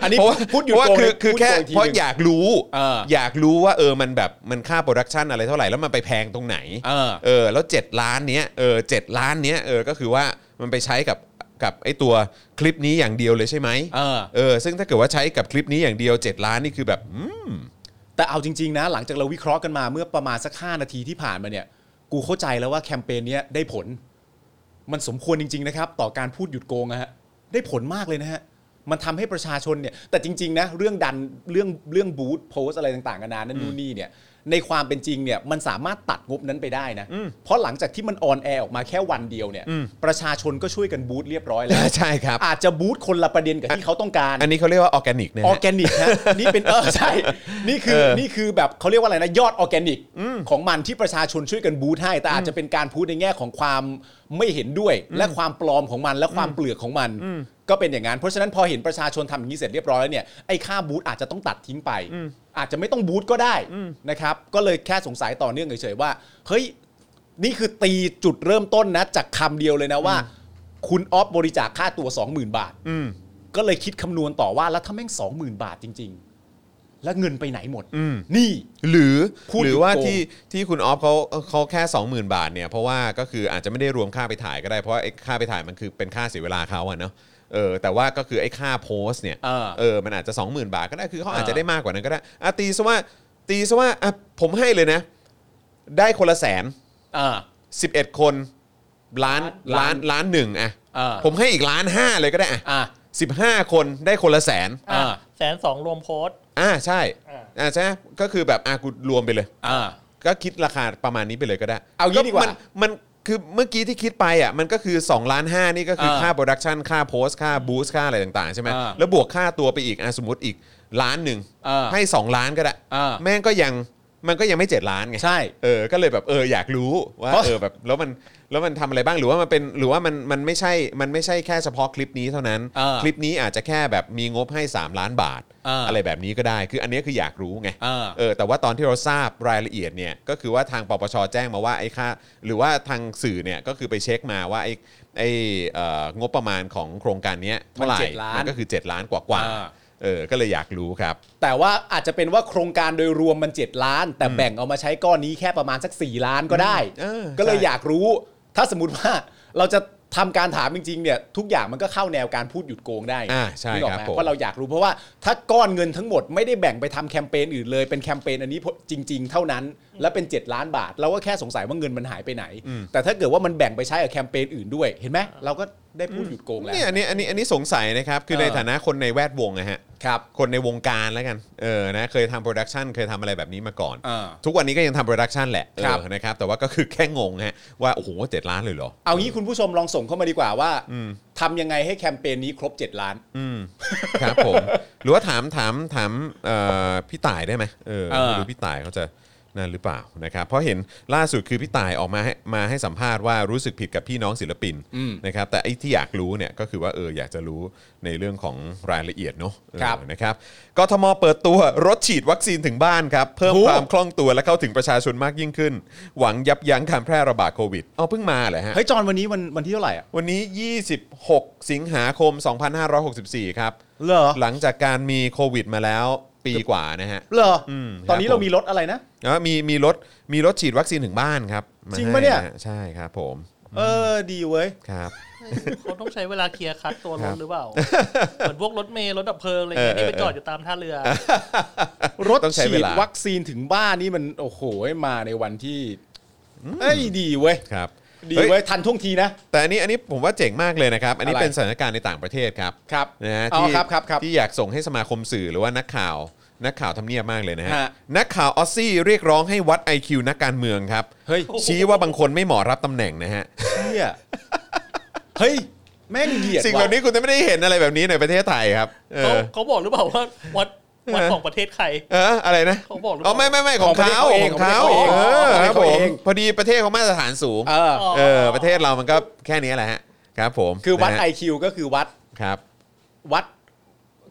[SPEAKER 2] อันนี้
[SPEAKER 1] เพราะว่า
[SPEAKER 2] พูดหยุด
[SPEAKER 1] เพราะ
[SPEAKER 2] โก
[SPEAKER 1] ว่าง คือ
[SPEAKER 2] เลย
[SPEAKER 1] คือ
[SPEAKER 2] พูด
[SPEAKER 1] แค่
[SPEAKER 2] โกงกที
[SPEAKER 1] เพราะ
[SPEAKER 2] หนึ่ง
[SPEAKER 1] อยากรู้
[SPEAKER 2] เออ
[SPEAKER 1] อยากรู้ว่าเออมันแบบมันค่าโปรดักชันอะไรเท่าไหร่แล้วมันไปแพงตรงไหน
[SPEAKER 2] เออ
[SPEAKER 1] เออแล้ว 7 ล้านเนี้ยเออเจ็ดล้านเนี้ยเออก็คือว่ามันไปใช้กับกับไอตัวคลิปนี้อย่างเดียวเลยใช่ไหม
[SPEAKER 2] เออ
[SPEAKER 1] เออซึ่งถ้าเกิดว่าใช้กับคลิปนี้อย่างเดียว 7 ล้านนี่คือแบบ
[SPEAKER 2] แต่เอาจริง ๆ นะ หลังจากเราวิเคราะห์กันมาเมื่อประมาณสักห้านาทีที่ผ่านมาเนี่ย กูเข้าใจแล้วว่าแคมเปญเนี้ยได้ผล มันสมควรจริง ๆ นะครับ ต่อการพูดหยุดโกงนะฮะ ได้ผลมากเลยนะฮะ มันทำให้ประชาชนเนี่ย แต่จริง ๆ นะ เรื่องดันเรื่องเรื่องบูธโพสอะไรต่างๆกันานานั่นนู่นนี่เนี่ย ในความเป็นจริงเนี่ยมันสามารถตัดงบนั้นไปได้นะ เพราะหลังจากที่มันออนแอร์ออกมาแค่วันเดียวเนี่ย ประชาชนก็ช่วยกันบูทเรียบร้อยแล้ว
[SPEAKER 1] ใช่ครับ
[SPEAKER 2] อาจจะบูทคนละประเด็นกับที่เขาต้องการ
[SPEAKER 1] อันนี้เขาเรียกว่าออร์แกนิกนะ
[SPEAKER 2] ออ
[SPEAKER 1] ฮะ
[SPEAKER 2] ร์แกนิกฮะ นี่เป็นเออใช่ นี่คือ
[SPEAKER 1] เออ
[SPEAKER 2] นี่คือแบบเขาเรียกว่าอะไรนะ ยอดออร์แกนิกของมันที่ประชาชนช่วยกันบูทให้ แต่อาจจะเป็นการพูดในแง่ของความไม่เห็นด้วย และความปลอมของมันและความเปลือกของมัน ก็เป็นอย่างนั้น เพราะฉะนั้นพอเห็นประชาชนทำอย่างนี้เสร็จเรียบร้อยแล้วเนี่ยไอ้ค่าบูทอาจจะต้องตัดทิ้งไป อาจจะไม่ต้องบูทก็ได้นะครับก็เลยแค่สงสัยต่อเนื่องเฉยๆว่าเฮ้ย นี่คือตีจุดเริ่มต้นนะจากคำเดียวเลยนะว่า คุณออฟบริจาคค่าตัว 20,000 บาท
[SPEAKER 1] อืม
[SPEAKER 2] ก็เลยคิดคำนวณต่อว่าแล้วถ้าแม่ง 20,000 บาทจริง ๆ แล้วเงินไปไหนหมด
[SPEAKER 1] อืม
[SPEAKER 2] นี่
[SPEAKER 1] หรือ
[SPEAKER 2] พูด
[SPEAKER 1] หรือว่า
[SPEAKER 2] โกง
[SPEAKER 1] ที่ที่คุณออฟเขาเขาแค่ 20,000 บาทเนี่ยเพราะว่าก็คืออาจจะไม่ได้รวมค่าไปถ่ายก็ได้เพราะไอ้ค่าไปถ่ายมันคือเป็นค่าเสียเวลาเขาอะเนาะเออแต่ว่าก็คือไอ้ค่าโพสต์เนี่ย
[SPEAKER 2] เออ
[SPEAKER 1] เออมันอาจจะ 20,000 บาทก็ได้คือเขาอาจ
[SPEAKER 2] เออ
[SPEAKER 1] จะได้มากกว่านั้นก็ได้อะตีซะว่าตีซะว่าอ่ะผมให้เลยนะ ได้คนละแสน
[SPEAKER 2] อ่า
[SPEAKER 1] 11 คนล้านล้านล้านหนึ่งอะ
[SPEAKER 2] เออ
[SPEAKER 1] ผมให้อีกล้านห้าเลยก็ได้อะ
[SPEAKER 2] อ่า
[SPEAKER 1] สิบห้าคนได้คนละแสน
[SPEAKER 3] อ่ะ
[SPEAKER 2] อ่า
[SPEAKER 3] แสนสองรวมโพสต์
[SPEAKER 1] อ่าใช่
[SPEAKER 3] อ่า
[SPEAKER 1] อ่าใช่ไหมก็คือแบบอ่ะกูรวมไปเลย
[SPEAKER 2] อ่า
[SPEAKER 1] ก็คิดราคาประมาณนี้ไปเลยก็ได้
[SPEAKER 2] เอางี้ดีกว่าน
[SPEAKER 1] มันคือเมื่อกี้ที่คิดไปอ่ะมันก็คือ2ล้านห้านี่ก็คืออา ค่าโปรดักชันค่าโพสต์ค่าบูสต์ค่าอะไรต่างๆ ใช่ไหม
[SPEAKER 2] อ่า
[SPEAKER 1] แล้วบวกค่าตัวไปอีกอ่ะสมมติอีกล้านหนึ่ง
[SPEAKER 2] อ่า
[SPEAKER 1] ให้ 2 ล้านก็ได้
[SPEAKER 2] อ่า
[SPEAKER 1] แม่งก็ยังมันก็ยังไม่ 7 ล้านไง
[SPEAKER 2] ใช่
[SPEAKER 1] เออก็เลยแบบเอออยากรู้ว่า
[SPEAKER 2] เพราะ
[SPEAKER 1] เออแบบแล้วมันแล้วมันทำอะไรบ้างหรือว่ามันเป็นหรือว่ามันมันไม่ใช่มันไม่ใช่แค่เฉพาะคลิปนี้เท่านั้น
[SPEAKER 2] เออ
[SPEAKER 1] คลิปนี้อาจจะแค่แบบมีงบให้ 3 ล้านบาท
[SPEAKER 2] เอออ
[SPEAKER 1] อะไรแบบนี้ก็ได้ คืออันนี้คืออยากรู้ไง
[SPEAKER 2] เออ
[SPEAKER 1] เออแต่ว่าตอนที่เราทราบรายละเอียดเนี่ยก็คือว่าทางปปชแจ้งมาว่าไอ้ค่าหรือว่าทางสื่อเนี่ยก็คือไปเช็คมาว่าไอ้ไอ้เอ่องบประมาณของโครงการเนี้ยเท่าไหร่
[SPEAKER 2] มันเจ็ดล้าน
[SPEAKER 1] มัก็คือ 7 ล้านกว่ากว่าๆ
[SPEAKER 2] อ่า
[SPEAKER 1] เออก็เลยอยากรู้ครับ
[SPEAKER 2] แต่ว่าอาจจะเป็นว่าโครงการโดยรวมมัน 7 ล้าน แต่แบ่งเอามาใช้ก้อนนี้แค่ประมาณสัก 4 ล้านก็ได้
[SPEAKER 1] เออ
[SPEAKER 2] ก็เลย
[SPEAKER 1] ใช่
[SPEAKER 2] อยากรู้ ถ้าสมมติว่าเราจะทำการถามจริงๆเนี่ยทุกอย่างมันก็เข้าแนวการพูดหยุดโกงได้
[SPEAKER 1] อ่าใช่
[SPEAKER 2] นึกออก
[SPEAKER 1] ครับ
[SPEAKER 2] ไหม
[SPEAKER 1] ผม
[SPEAKER 2] เพราะเราอยากรู้เพราะว่าถ้าก้อนเงินทั้งหมดไม่ได้แบ่งไปทำแคมเปญอื่นเลยเป็นแคมเปญอันนี้จริง ๆ เท่านั้น และเป็น 7 ล้านบาท เราก็แค่สงสัยว่าเงินมันหายไปไหน แต่ถ้าเกิดว่ามันแบ่งไปใช้กับแคมเปญอื่นด้วย เห็นไหมเราก็ได้พูดหยุดโกงแล้ว
[SPEAKER 1] เนี่ยอันนี้อันนี้อันนี้สงสัยนะครับ คือ
[SPEAKER 2] เออ
[SPEAKER 1] ในฐานะคนในแวดวงนะฮะครับคนในวงการแล้วกันเออนะเคยทำโปรดักชันเคยทำอะไรแบบนี้มาก่อน
[SPEAKER 2] อ่า
[SPEAKER 1] ทุกวันนี้ก็ยังทำโปรดักชันแหละเออ
[SPEAKER 2] ครับ
[SPEAKER 1] นะครับแต่ว่าก็คือแค่งงฮะว่า โอ้โหเจ็ดล้านเลยเหรอ
[SPEAKER 2] เอางี้คุณผู้ชมลองส่งเข้ามาดีกว่าว่าทำยังไงให้แคมเปญนี้ครบ 7 ล้าน
[SPEAKER 1] อืม ครับผม หรือว่าถามถามถามเอ่อพี่ต่ายได้ไหมเออ
[SPEAKER 2] เออ
[SPEAKER 1] ไม่รู้พี่ต่ายเขาจะนั่นหรือเปล่านะครับเพราะเห็นล่าสุดคือพี่ต่ายออกมาให้มาให้สัมภาษณ์ว่ารู้สึกผิดกับพี่น้องศิลปิน
[SPEAKER 2] อืม
[SPEAKER 1] นะครับแต่ไอ้ที่อยากรู้เนี่ยก็คือว่าเอออยากจะรู้ในเรื่องของรายละเอียดเนาะเออ
[SPEAKER 2] ครับ
[SPEAKER 1] นะครับกทมเปิดตัวรถฉีดวัคซีนถึงบ้านครับ เพิ่ม
[SPEAKER 2] โอ้
[SPEAKER 1] ความคล่องตัวและเข้าถึงประชาชนมากยิ่งขึ้น หวังยับยั้งการแพร่ระบาดโควิดเอาเพิ่งมาเหรอฮะ
[SPEAKER 2] เฮ้ยจอนวันนี้วันวันที่เท่าไหร่อ่ะ
[SPEAKER 1] วันนี้ 26 สิงหาคม 2564 ครับ
[SPEAKER 2] เหรอ
[SPEAKER 1] หลังจากการมีโควิดมาแล้วปีกว่านะฮะ
[SPEAKER 2] เหรออ
[SPEAKER 1] ม
[SPEAKER 2] ตอนนี้
[SPEAKER 1] ครับ
[SPEAKER 2] เรามีรถอะไรนะ
[SPEAKER 1] แล้วมีมีรถมีรถฉีดวัคซีนถึงบ้านครับา
[SPEAKER 2] จริงปะเนี่ย
[SPEAKER 1] ให้ฮใช่ครับผม
[SPEAKER 2] เออดีเว้ย
[SPEAKER 1] ครับ
[SPEAKER 3] เขาต้องใช้เวลาเคลียร์คัดตัวร
[SPEAKER 1] ครั
[SPEAKER 3] ถ
[SPEAKER 1] บ
[SPEAKER 3] หรือเป ล่า เหมือนพวกรถเมล์รถดับเพลิงอะไรเงี้ย
[SPEAKER 1] เออ
[SPEAKER 3] ที่ไป
[SPEAKER 1] เออ
[SPEAKER 3] จอดอยู่ตามท่าเรือ
[SPEAKER 2] รถ
[SPEAKER 1] ต้องใช้
[SPEAKER 2] ฉี
[SPEAKER 1] เว
[SPEAKER 2] ด
[SPEAKER 1] ลา
[SPEAKER 2] วัคซีนถึงบ้านนี่มันโอ้โหมาในวันที่เอ้ยดีเว้ย
[SPEAKER 1] ครับ
[SPEAKER 2] ดี
[SPEAKER 1] เฮ้ย
[SPEAKER 2] เว้ยทันท่วงทีนะ
[SPEAKER 1] แต่อันนี้อันนี้ผมว่าเจ๋งมากเลยนะครับ อันนี้
[SPEAKER 2] อะไร
[SPEAKER 1] เป็นสถานการณ์ในต่างประเทศครับ
[SPEAKER 2] ครับ
[SPEAKER 1] นะฮะ
[SPEAKER 2] อ๋อ
[SPEAKER 1] ที่
[SPEAKER 2] ครับครับครับ
[SPEAKER 1] ที่อยากส่งให้สมาคมสื่อหรือว่านักข่าวนักข่าวทำเนียบมากเลยนะฮะ
[SPEAKER 2] ฮะ
[SPEAKER 1] นักข่าวออสซี่เรียกร้องให้วัด IQ นักการเมืองครับ
[SPEAKER 2] เฮ้ย
[SPEAKER 1] ชี้ว่าบางคนไม่เหมาะรับตำแหน่งนะฮะ
[SPEAKER 2] เนี่ยเฮ้ยแม่งเหยียด
[SPEAKER 1] สิ่งเหล่า
[SPEAKER 2] ว่ะ
[SPEAKER 1] นี้คุณจะไม่ได้เห็นอะไรแบบนี้ในประเทศไทยครับ เอ
[SPEAKER 3] เขา
[SPEAKER 1] อ
[SPEAKER 3] เขาบอกหรือเปล่าว่าวัดวัด
[SPEAKER 1] เออ
[SPEAKER 3] ของประเทศใคร
[SPEAKER 1] เอออะไรนะ
[SPEAKER 3] เขาบอกหรือเป
[SPEAKER 1] อ๋
[SPEAKER 3] ล่า
[SPEAKER 1] อไม่ไม่ไม่ของเขาของเขาเออครับผมพอดีประเทศเขามาตรฐานสูง
[SPEAKER 2] เออ
[SPEAKER 1] เออประเทศเรามันก็แค่นี้แหละฮะครับ ผม
[SPEAKER 2] คือวัด
[SPEAKER 1] นะฮะ
[SPEAKER 2] IQ ก็คือวัด
[SPEAKER 1] ครับ
[SPEAKER 2] วัด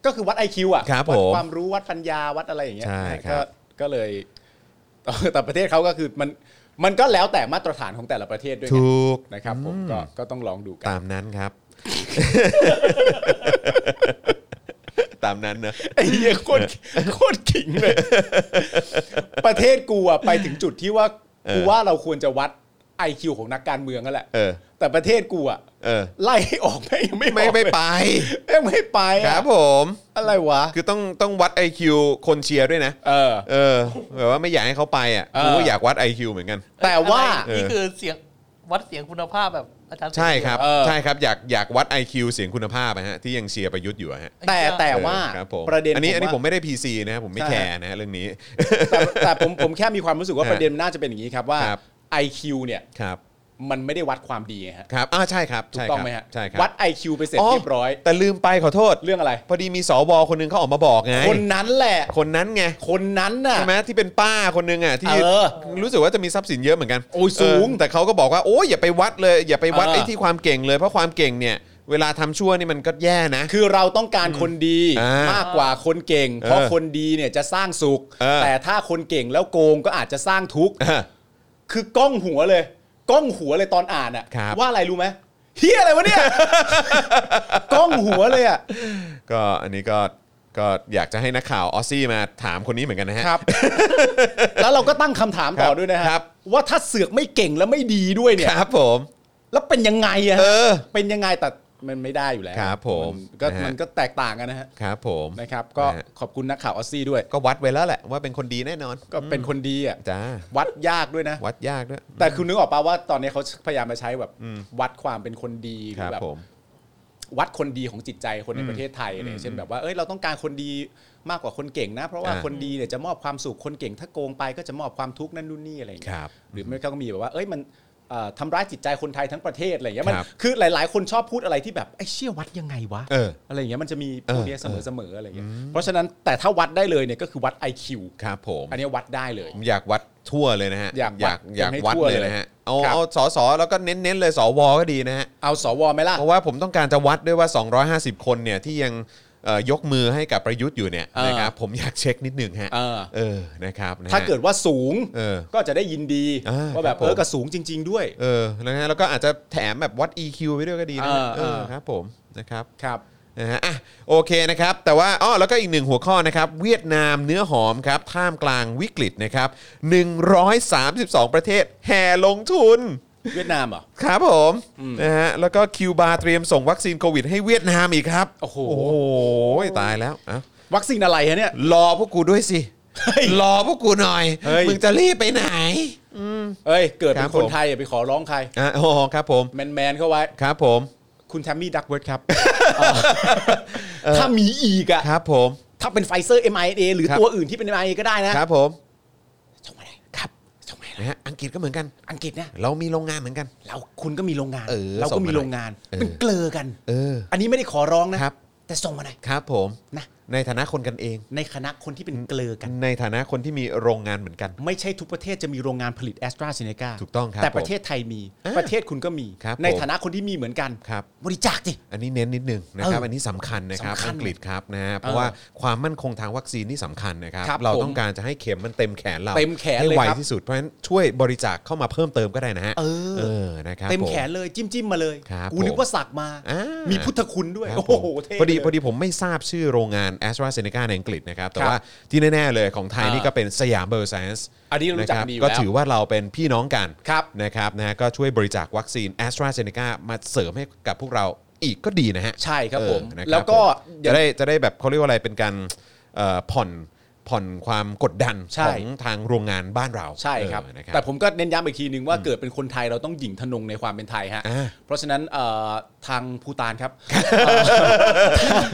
[SPEAKER 2] ก็คือวัด IQ อ่ะ
[SPEAKER 1] ครับ
[SPEAKER 2] วัด
[SPEAKER 1] ผม
[SPEAKER 2] ความรู้วัดปัญญาวัดอะไรอย่างเงี้ย
[SPEAKER 1] ใช่ครับ
[SPEAKER 2] ก็ก็เลย แต่ประเทศเขาก็คือมันมันก็แล้วแต่มาตรฐานของแต่ละประเทศด้วยไง
[SPEAKER 1] ถูก
[SPEAKER 2] นะครับผมก็ก็ต้องลองดูกัน
[SPEAKER 1] ตามนั้น ครับ ตามนั้นเนอะ
[SPEAKER 2] ไอ้เหี้ยโคตรโคตรขิง เลย ประเทศกูอะไปถึงจุดที่ว่ากูว่าเราควรจะวัด IQ ของนักการเมืองนั่นแหละ
[SPEAKER 1] เออ
[SPEAKER 2] แต่ประเทศกูอะ
[SPEAKER 1] เออ
[SPEAKER 2] ไล่ให้ออกไม่ยังไม่
[SPEAKER 1] ไม่
[SPEAKER 2] ออก
[SPEAKER 1] ไม่ไป
[SPEAKER 2] แม่งไม่ไปอะ
[SPEAKER 1] ครับผม
[SPEAKER 2] อะไรวะ
[SPEAKER 1] คือต้องต้องวัด IQ คนเชียร์ด้วยนะ
[SPEAKER 2] เออ
[SPEAKER 1] เออแบบว่าไม่อยากให้เขาไปอ่ะ
[SPEAKER 2] เออ
[SPEAKER 1] กูก็อยากวัด IQ เหมือนกัน
[SPEAKER 2] แต่ว่า
[SPEAKER 3] อะไรนี่คือเสียง วัดเสียงคุณภาพแบบอาจารย์
[SPEAKER 1] ใช่ครับ
[SPEAKER 2] เออ
[SPEAKER 1] ใช่ครับอยากอยากวัด IQ เสียงคุณภาพนะฮะที่ยังเชียร์ประยุทธ์อยู่อะฮะ
[SPEAKER 2] แต่แต่ว่า
[SPEAKER 1] ออครับผม
[SPEAKER 2] ประเด็น
[SPEAKER 1] อันนี้
[SPEAKER 2] ผ
[SPEAKER 1] อันนี้
[SPEAKER 2] ว่า
[SPEAKER 1] ผมไม่ได้ PC นะฮะผมไม่
[SPEAKER 2] ใช่
[SPEAKER 1] แคร์นะฮะเรื่องนี้
[SPEAKER 2] แต่แต่ผมผมแค่มีความรู้สึกว่า
[SPEAKER 1] ฮะ
[SPEAKER 2] ประเด็นมันน่าจะเป็นอย่างนี้ครับว่า
[SPEAKER 1] ครับ
[SPEAKER 2] IQ เนี่ย
[SPEAKER 1] ครับ
[SPEAKER 2] มันไม่ได้วัดความดีไงฮะ
[SPEAKER 1] ครับอ่าใช่ครับ
[SPEAKER 2] ถูก
[SPEAKER 1] ใช่
[SPEAKER 2] ต้อ
[SPEAKER 1] ค
[SPEAKER 2] ง
[SPEAKER 1] รับ
[SPEAKER 2] ไหมฮะ
[SPEAKER 1] ใช่ครับ
[SPEAKER 2] วัด IQ ไปเสร็จเรียบร้อย
[SPEAKER 1] แต่ลืมไปขอโทษ
[SPEAKER 2] เรื่องอะไร
[SPEAKER 1] พอดีมีสวคนหนึงเขาออกมาบอกไง
[SPEAKER 2] คนนั้นแหละ
[SPEAKER 1] คนนั้นไง
[SPEAKER 2] คนนั้นน่ะ
[SPEAKER 1] ใช่ไหมที่เป็นป้าคนหนึงอ่ะที่
[SPEAKER 2] เออ
[SPEAKER 1] รู้สึกว่าจะมีทรัพย์สินเยอะเหมือนกัน
[SPEAKER 2] โอ้ยสูง
[SPEAKER 1] เออแต่เขาก็บอกว่าโอ้ยอย่าไปวัดเลยอย่าไปวัด
[SPEAKER 2] เออ
[SPEAKER 1] ไอ้ที่ความเก่งเลยเพราะความเก่งเนี่ย เวลาทำชั่วนี่มันก็แย่นะ
[SPEAKER 2] คือเราต้องการคนดี
[SPEAKER 1] อ่าม
[SPEAKER 2] มากกว่าคนเก่ง เพราะ
[SPEAKER 1] เออ
[SPEAKER 2] คนดีเนี่ยจะสร้างสุข
[SPEAKER 1] เออ
[SPEAKER 2] แต่ถ้าคนเก่งแล้วโกงก็อาจจะสร้างทุกข์
[SPEAKER 1] เออ
[SPEAKER 2] คือก้องหัวเลย ก้องหัวเลยตอนอ่านอะ
[SPEAKER 1] ครับ
[SPEAKER 2] ว่าอะไรรู้ไหมเฮียอะไรวะเนี่ย ก้องหัวเลยอะ
[SPEAKER 1] ก็อันนี้ก็ก็อยากจะให้นักข่าวออสซี่มาถามคนนี้เหมือนกันนะฮะ
[SPEAKER 2] ครับ แล้วเราก็ตั้งคำถามต่อด้วยนะฮะ
[SPEAKER 1] ครับ
[SPEAKER 2] ว่าถ้าเสือกไม่เก่งแล้วไม่ดีด้วยเนี่ย
[SPEAKER 1] ครับผม
[SPEAKER 2] แล้วเป็นยังไงอะ
[SPEAKER 1] เออ
[SPEAKER 2] เป็นยังไงแต่มันไม่ได้อยู่แล้ว
[SPEAKER 1] ครับผม
[SPEAKER 2] นก็
[SPEAKER 1] นะฮะ
[SPEAKER 2] มันก็แตกต่างกันนะฮะ
[SPEAKER 1] ครับผม
[SPEAKER 2] นะครับ ก็
[SPEAKER 1] นะฮะ
[SPEAKER 2] ขอบคุณนักข่าวออสซี่ด้วย
[SPEAKER 1] ก็วัดไว้แล้วแหละว่าเป็นคนดีแน่นอน
[SPEAKER 2] ก็เป็นคนดีอะ
[SPEAKER 1] จ้า
[SPEAKER 2] วัดยากด้วยนะ
[SPEAKER 1] วัดยากด้วย
[SPEAKER 2] แต่คุณนึกออกป่าว่าตอนนี้เขาพยายามมาใช้แบบวัดความเป็นคนดีห
[SPEAKER 1] ค
[SPEAKER 2] รือ
[SPEAKER 1] รับ
[SPEAKER 2] แบบ
[SPEAKER 1] ผม
[SPEAKER 2] วัดคนดีของจิตใจคนในประเทศไทยเนี่ยเช่นแบบว่าเอ้ยเราต้องการคนดีมากกว่าคนเก่งนะ เพราะว่า
[SPEAKER 1] อ่า
[SPEAKER 2] คนดีเนี่ยจะมอบความสุขคนเก่งถ้าโกงไปก็จะมอบความทุกข์นั่นนู่นนี่อะไรอย่างเงี้
[SPEAKER 1] ครั
[SPEAKER 2] ย
[SPEAKER 1] บ
[SPEAKER 2] หรือไม่ก็มีแบบว่าเอ้ยมันเอ่อทำร้ายจิตใจคนไทยทั้งประเทศอะไรอย่างเงี้ยมัน
[SPEAKER 1] ครับ
[SPEAKER 2] คือหลาย ๆ คนชอบพูดอะไรที่แบบไอ้เชี่ยวัดยังไงวะ
[SPEAKER 1] เอออ
[SPEAKER 2] อะไรอย่างเงี้ยมันจะมี
[SPEAKER 1] เออ
[SPEAKER 2] พวกเนี้ยเสมอ
[SPEAKER 1] เออ
[SPEAKER 2] เสมออะไรอย่างเงี้ยเพราะฉะนั้นแต่ถ้าวัดได้เลยเนี่ยก็คือวัด IQ
[SPEAKER 1] ครับผม
[SPEAKER 2] อันเนี้ยวัดได้เลย
[SPEAKER 1] ผมอยากวัดทั่วเลยนะฮะ
[SPEAKER 2] อยาก
[SPEAKER 1] อยาก
[SPEAKER 2] วัด
[SPEAKER 1] อยาก
[SPEAKER 2] ให้
[SPEAKER 1] วัด
[SPEAKER 2] ทั่ว
[SPEAKER 1] เลย
[SPEAKER 2] เลย
[SPEAKER 1] นะฮะเอา
[SPEAKER 2] ครับ
[SPEAKER 1] เอาสสแล้วก็เน้นๆเลยสวก็ดีนะฮะ
[SPEAKER 2] เอาสวไหมล่ะ
[SPEAKER 1] เพราะว่าผมต้องการจะวัดด้วยว่า 250 คนเนี่ยที่ยังเอ่อยกมือให้กับประยุทธ์อยู่เนี่ย
[SPEAKER 2] เออ
[SPEAKER 1] นะครับผมอยากเช็คนิดหนึ่งฮะ
[SPEAKER 2] เออ
[SPEAKER 1] เออนะครับนะฮะ
[SPEAKER 2] ถ้าเกิดว่าสูง
[SPEAKER 1] เออ
[SPEAKER 2] ก็จะได้ยินดี
[SPEAKER 1] อ่า
[SPEAKER 2] ว่าแบบ
[SPEAKER 1] ครับผม
[SPEAKER 2] เออก็สูงจริง ๆ ด้วย
[SPEAKER 1] เออนะฮะแล้วก็อาจจะแถมแบบวัด EQ ไปด้วยก็ดีนะฮะ
[SPEAKER 2] เออเออ
[SPEAKER 1] เออครับผมนะครับ
[SPEAKER 2] ครับ
[SPEAKER 1] นะฮะอ่ะโอเคนะครับ แต่ว่าอ้อแล้วก็อีกหนึ่งหัวข้อนะครับ เวียดนามเนื้อหอมครับท่ามกลางวิกฤตนะครับ132 ประเทศแห่ลงทุน
[SPEAKER 2] เวียดนามเหรอ
[SPEAKER 1] ครับผมนะฮะแล้วก็คิวบาเตรียมส่งวัคซีนโควิดให้เวียดนามอีกครับ
[SPEAKER 2] โอ้โห
[SPEAKER 1] ยตายแล้วอ่ะ
[SPEAKER 2] วัคซีนอะไรฮะเนี่ย
[SPEAKER 1] รอพวกกูด้วยสิ รอพวกกูหน่อย
[SPEAKER 2] เฮ้ย
[SPEAKER 1] มึงจะรีบไปไหน
[SPEAKER 2] เอ้ย เกิดเป็
[SPEAKER 1] ครั
[SPEAKER 2] น
[SPEAKER 1] บ
[SPEAKER 2] คน
[SPEAKER 1] ผม
[SPEAKER 2] ไทยอย่าไปขอร้องใคร
[SPEAKER 1] อ่ะโอ้โหครับผม
[SPEAKER 2] แมนแมนๆเข้าไว้
[SPEAKER 1] ครับผม
[SPEAKER 2] คุณแทมมี่ดักเวิร์ดครับ ถ้ามีอีกอะ
[SPEAKER 1] ครับผม
[SPEAKER 2] ถ้าเป็นไฟเซอร์ mRNA หรือ
[SPEAKER 1] ครับ
[SPEAKER 2] ตัวอื่นที่เป็น mRNA ก็ได้นะครับ
[SPEAKER 1] ผม
[SPEAKER 2] ส่งมาเลยครับส่งมาเลย
[SPEAKER 1] นะฮะอังกฤษก็เหมือนกัน
[SPEAKER 2] อังกฤษนะ
[SPEAKER 1] เรามีโรงงานเหมือนกัน
[SPEAKER 2] เราคุณก็มีโรงงาน
[SPEAKER 1] เออ
[SPEAKER 2] ก็มีโรงงาน
[SPEAKER 1] ส่งมาหน่อย
[SPEAKER 2] เป็นเกลือกัน
[SPEAKER 1] เออ
[SPEAKER 2] อันนี้ไม่ได้ขอร้องนะ
[SPEAKER 1] ครับ
[SPEAKER 2] แต่ส่งมาหน่อย
[SPEAKER 1] ครับผม
[SPEAKER 2] นะ
[SPEAKER 1] ในฐานะคนกันเอง
[SPEAKER 2] ในคณะคนที่เป็นเกลือกัน
[SPEAKER 1] ในฐานะคนที่มีโรงงานเหมือนกัน
[SPEAKER 2] ไม่ใช่ทุกประเทศจะมีโรงงานผลิตแอสตราเซเนกา
[SPEAKER 1] ถูกต้องครับ
[SPEAKER 2] แต่ประเทศไทยมี
[SPEAKER 1] อ่า
[SPEAKER 2] ประเทศคุณก็มี
[SPEAKER 1] ครับ
[SPEAKER 2] ใน
[SPEAKER 1] ผม
[SPEAKER 2] ฐานะคนที่มีเหมือนกัน
[SPEAKER 1] ครับ
[SPEAKER 2] บริจาคสิ
[SPEAKER 1] อันนี้เน้นนิดนึงนะครับ
[SPEAKER 2] เออ
[SPEAKER 1] อันนี้สำคัญนะครับ
[SPEAKER 2] สำคัญ
[SPEAKER 1] อังกฤษครับนะฮะเพราะว่าความมั่นคงทางวัคซีนนี่สำคัญนะครับ
[SPEAKER 2] ครับ
[SPEAKER 1] เรา
[SPEAKER 2] ผม
[SPEAKER 1] ต้องการจะให้เข็มมันเต็มแขนเรา
[SPEAKER 2] เต็มแขน
[SPEAKER 1] ให้
[SPEAKER 2] เลย
[SPEAKER 1] ไว
[SPEAKER 2] ครับ
[SPEAKER 1] ที่สุดเพราะฉะนั้นช่วยบริจาคเข้ามาเพิ่มเติมก็ได้นะฮะ
[SPEAKER 2] เออ
[SPEAKER 1] นะครับ
[SPEAKER 2] เต็ม
[SPEAKER 1] ผ
[SPEAKER 2] แขนเลยจิ้มจิ้มๆมาเลย
[SPEAKER 1] ครับ
[SPEAKER 2] กูนึ
[SPEAKER 1] ผ
[SPEAKER 2] ก
[SPEAKER 1] ม
[SPEAKER 2] ว่าสักมา
[SPEAKER 1] อ่ามี
[SPEAKER 2] มีพุทธคุณด้วย
[SPEAKER 1] ครับ
[SPEAKER 2] โอ้
[SPEAKER 1] ผม
[SPEAKER 2] โหเท่
[SPEAKER 1] พอดี
[SPEAKER 2] เลย
[SPEAKER 1] พอดีผมไม่ทราบชื่อโรงงาน a s t r a z e ซ e c a ในอังกฤษนะครับ แต่
[SPEAKER 2] ครับ
[SPEAKER 1] ว่าที่แน่ ๆ เลยของไทย
[SPEAKER 2] อ่า
[SPEAKER 1] นี่ก็เป็นสยามเบอร์ไซเอนซ์
[SPEAKER 2] อันนี้เรารู้จักกันดีอยู่แล้ว
[SPEAKER 1] ก็ถือว่าเราเป็นพี่น้องกัน
[SPEAKER 2] ครับ
[SPEAKER 1] นะครับนะฮะก็ช่วยบริจาควัคซีน a s t r a z e ซ e c a มาเสริมให้กับพวกเราอีกก็ดีนะฮะ
[SPEAKER 2] ใช่ครับผม
[SPEAKER 1] เออนะครับ
[SPEAKER 2] แล้วก็
[SPEAKER 1] ผมจะได้จะได้แบบเขาเรียกว่าอะไรเป็นการเอ่อผ่อนผ่อนความกดดัน
[SPEAKER 2] ใช่
[SPEAKER 1] ของทางโรงงานบ้านเรา
[SPEAKER 2] ใช่ครับ
[SPEAKER 1] เออนะ
[SPEAKER 2] แต่ผมก็เน้นย้ำอีกทีนึงว่าเกิดเป็นคนไทยเราต้องหยิ่งทะนงในความเป็นไทยฮะ
[SPEAKER 1] อ่ า
[SPEAKER 2] เพราะฉะนั้นเอ่อทางภูตานครับ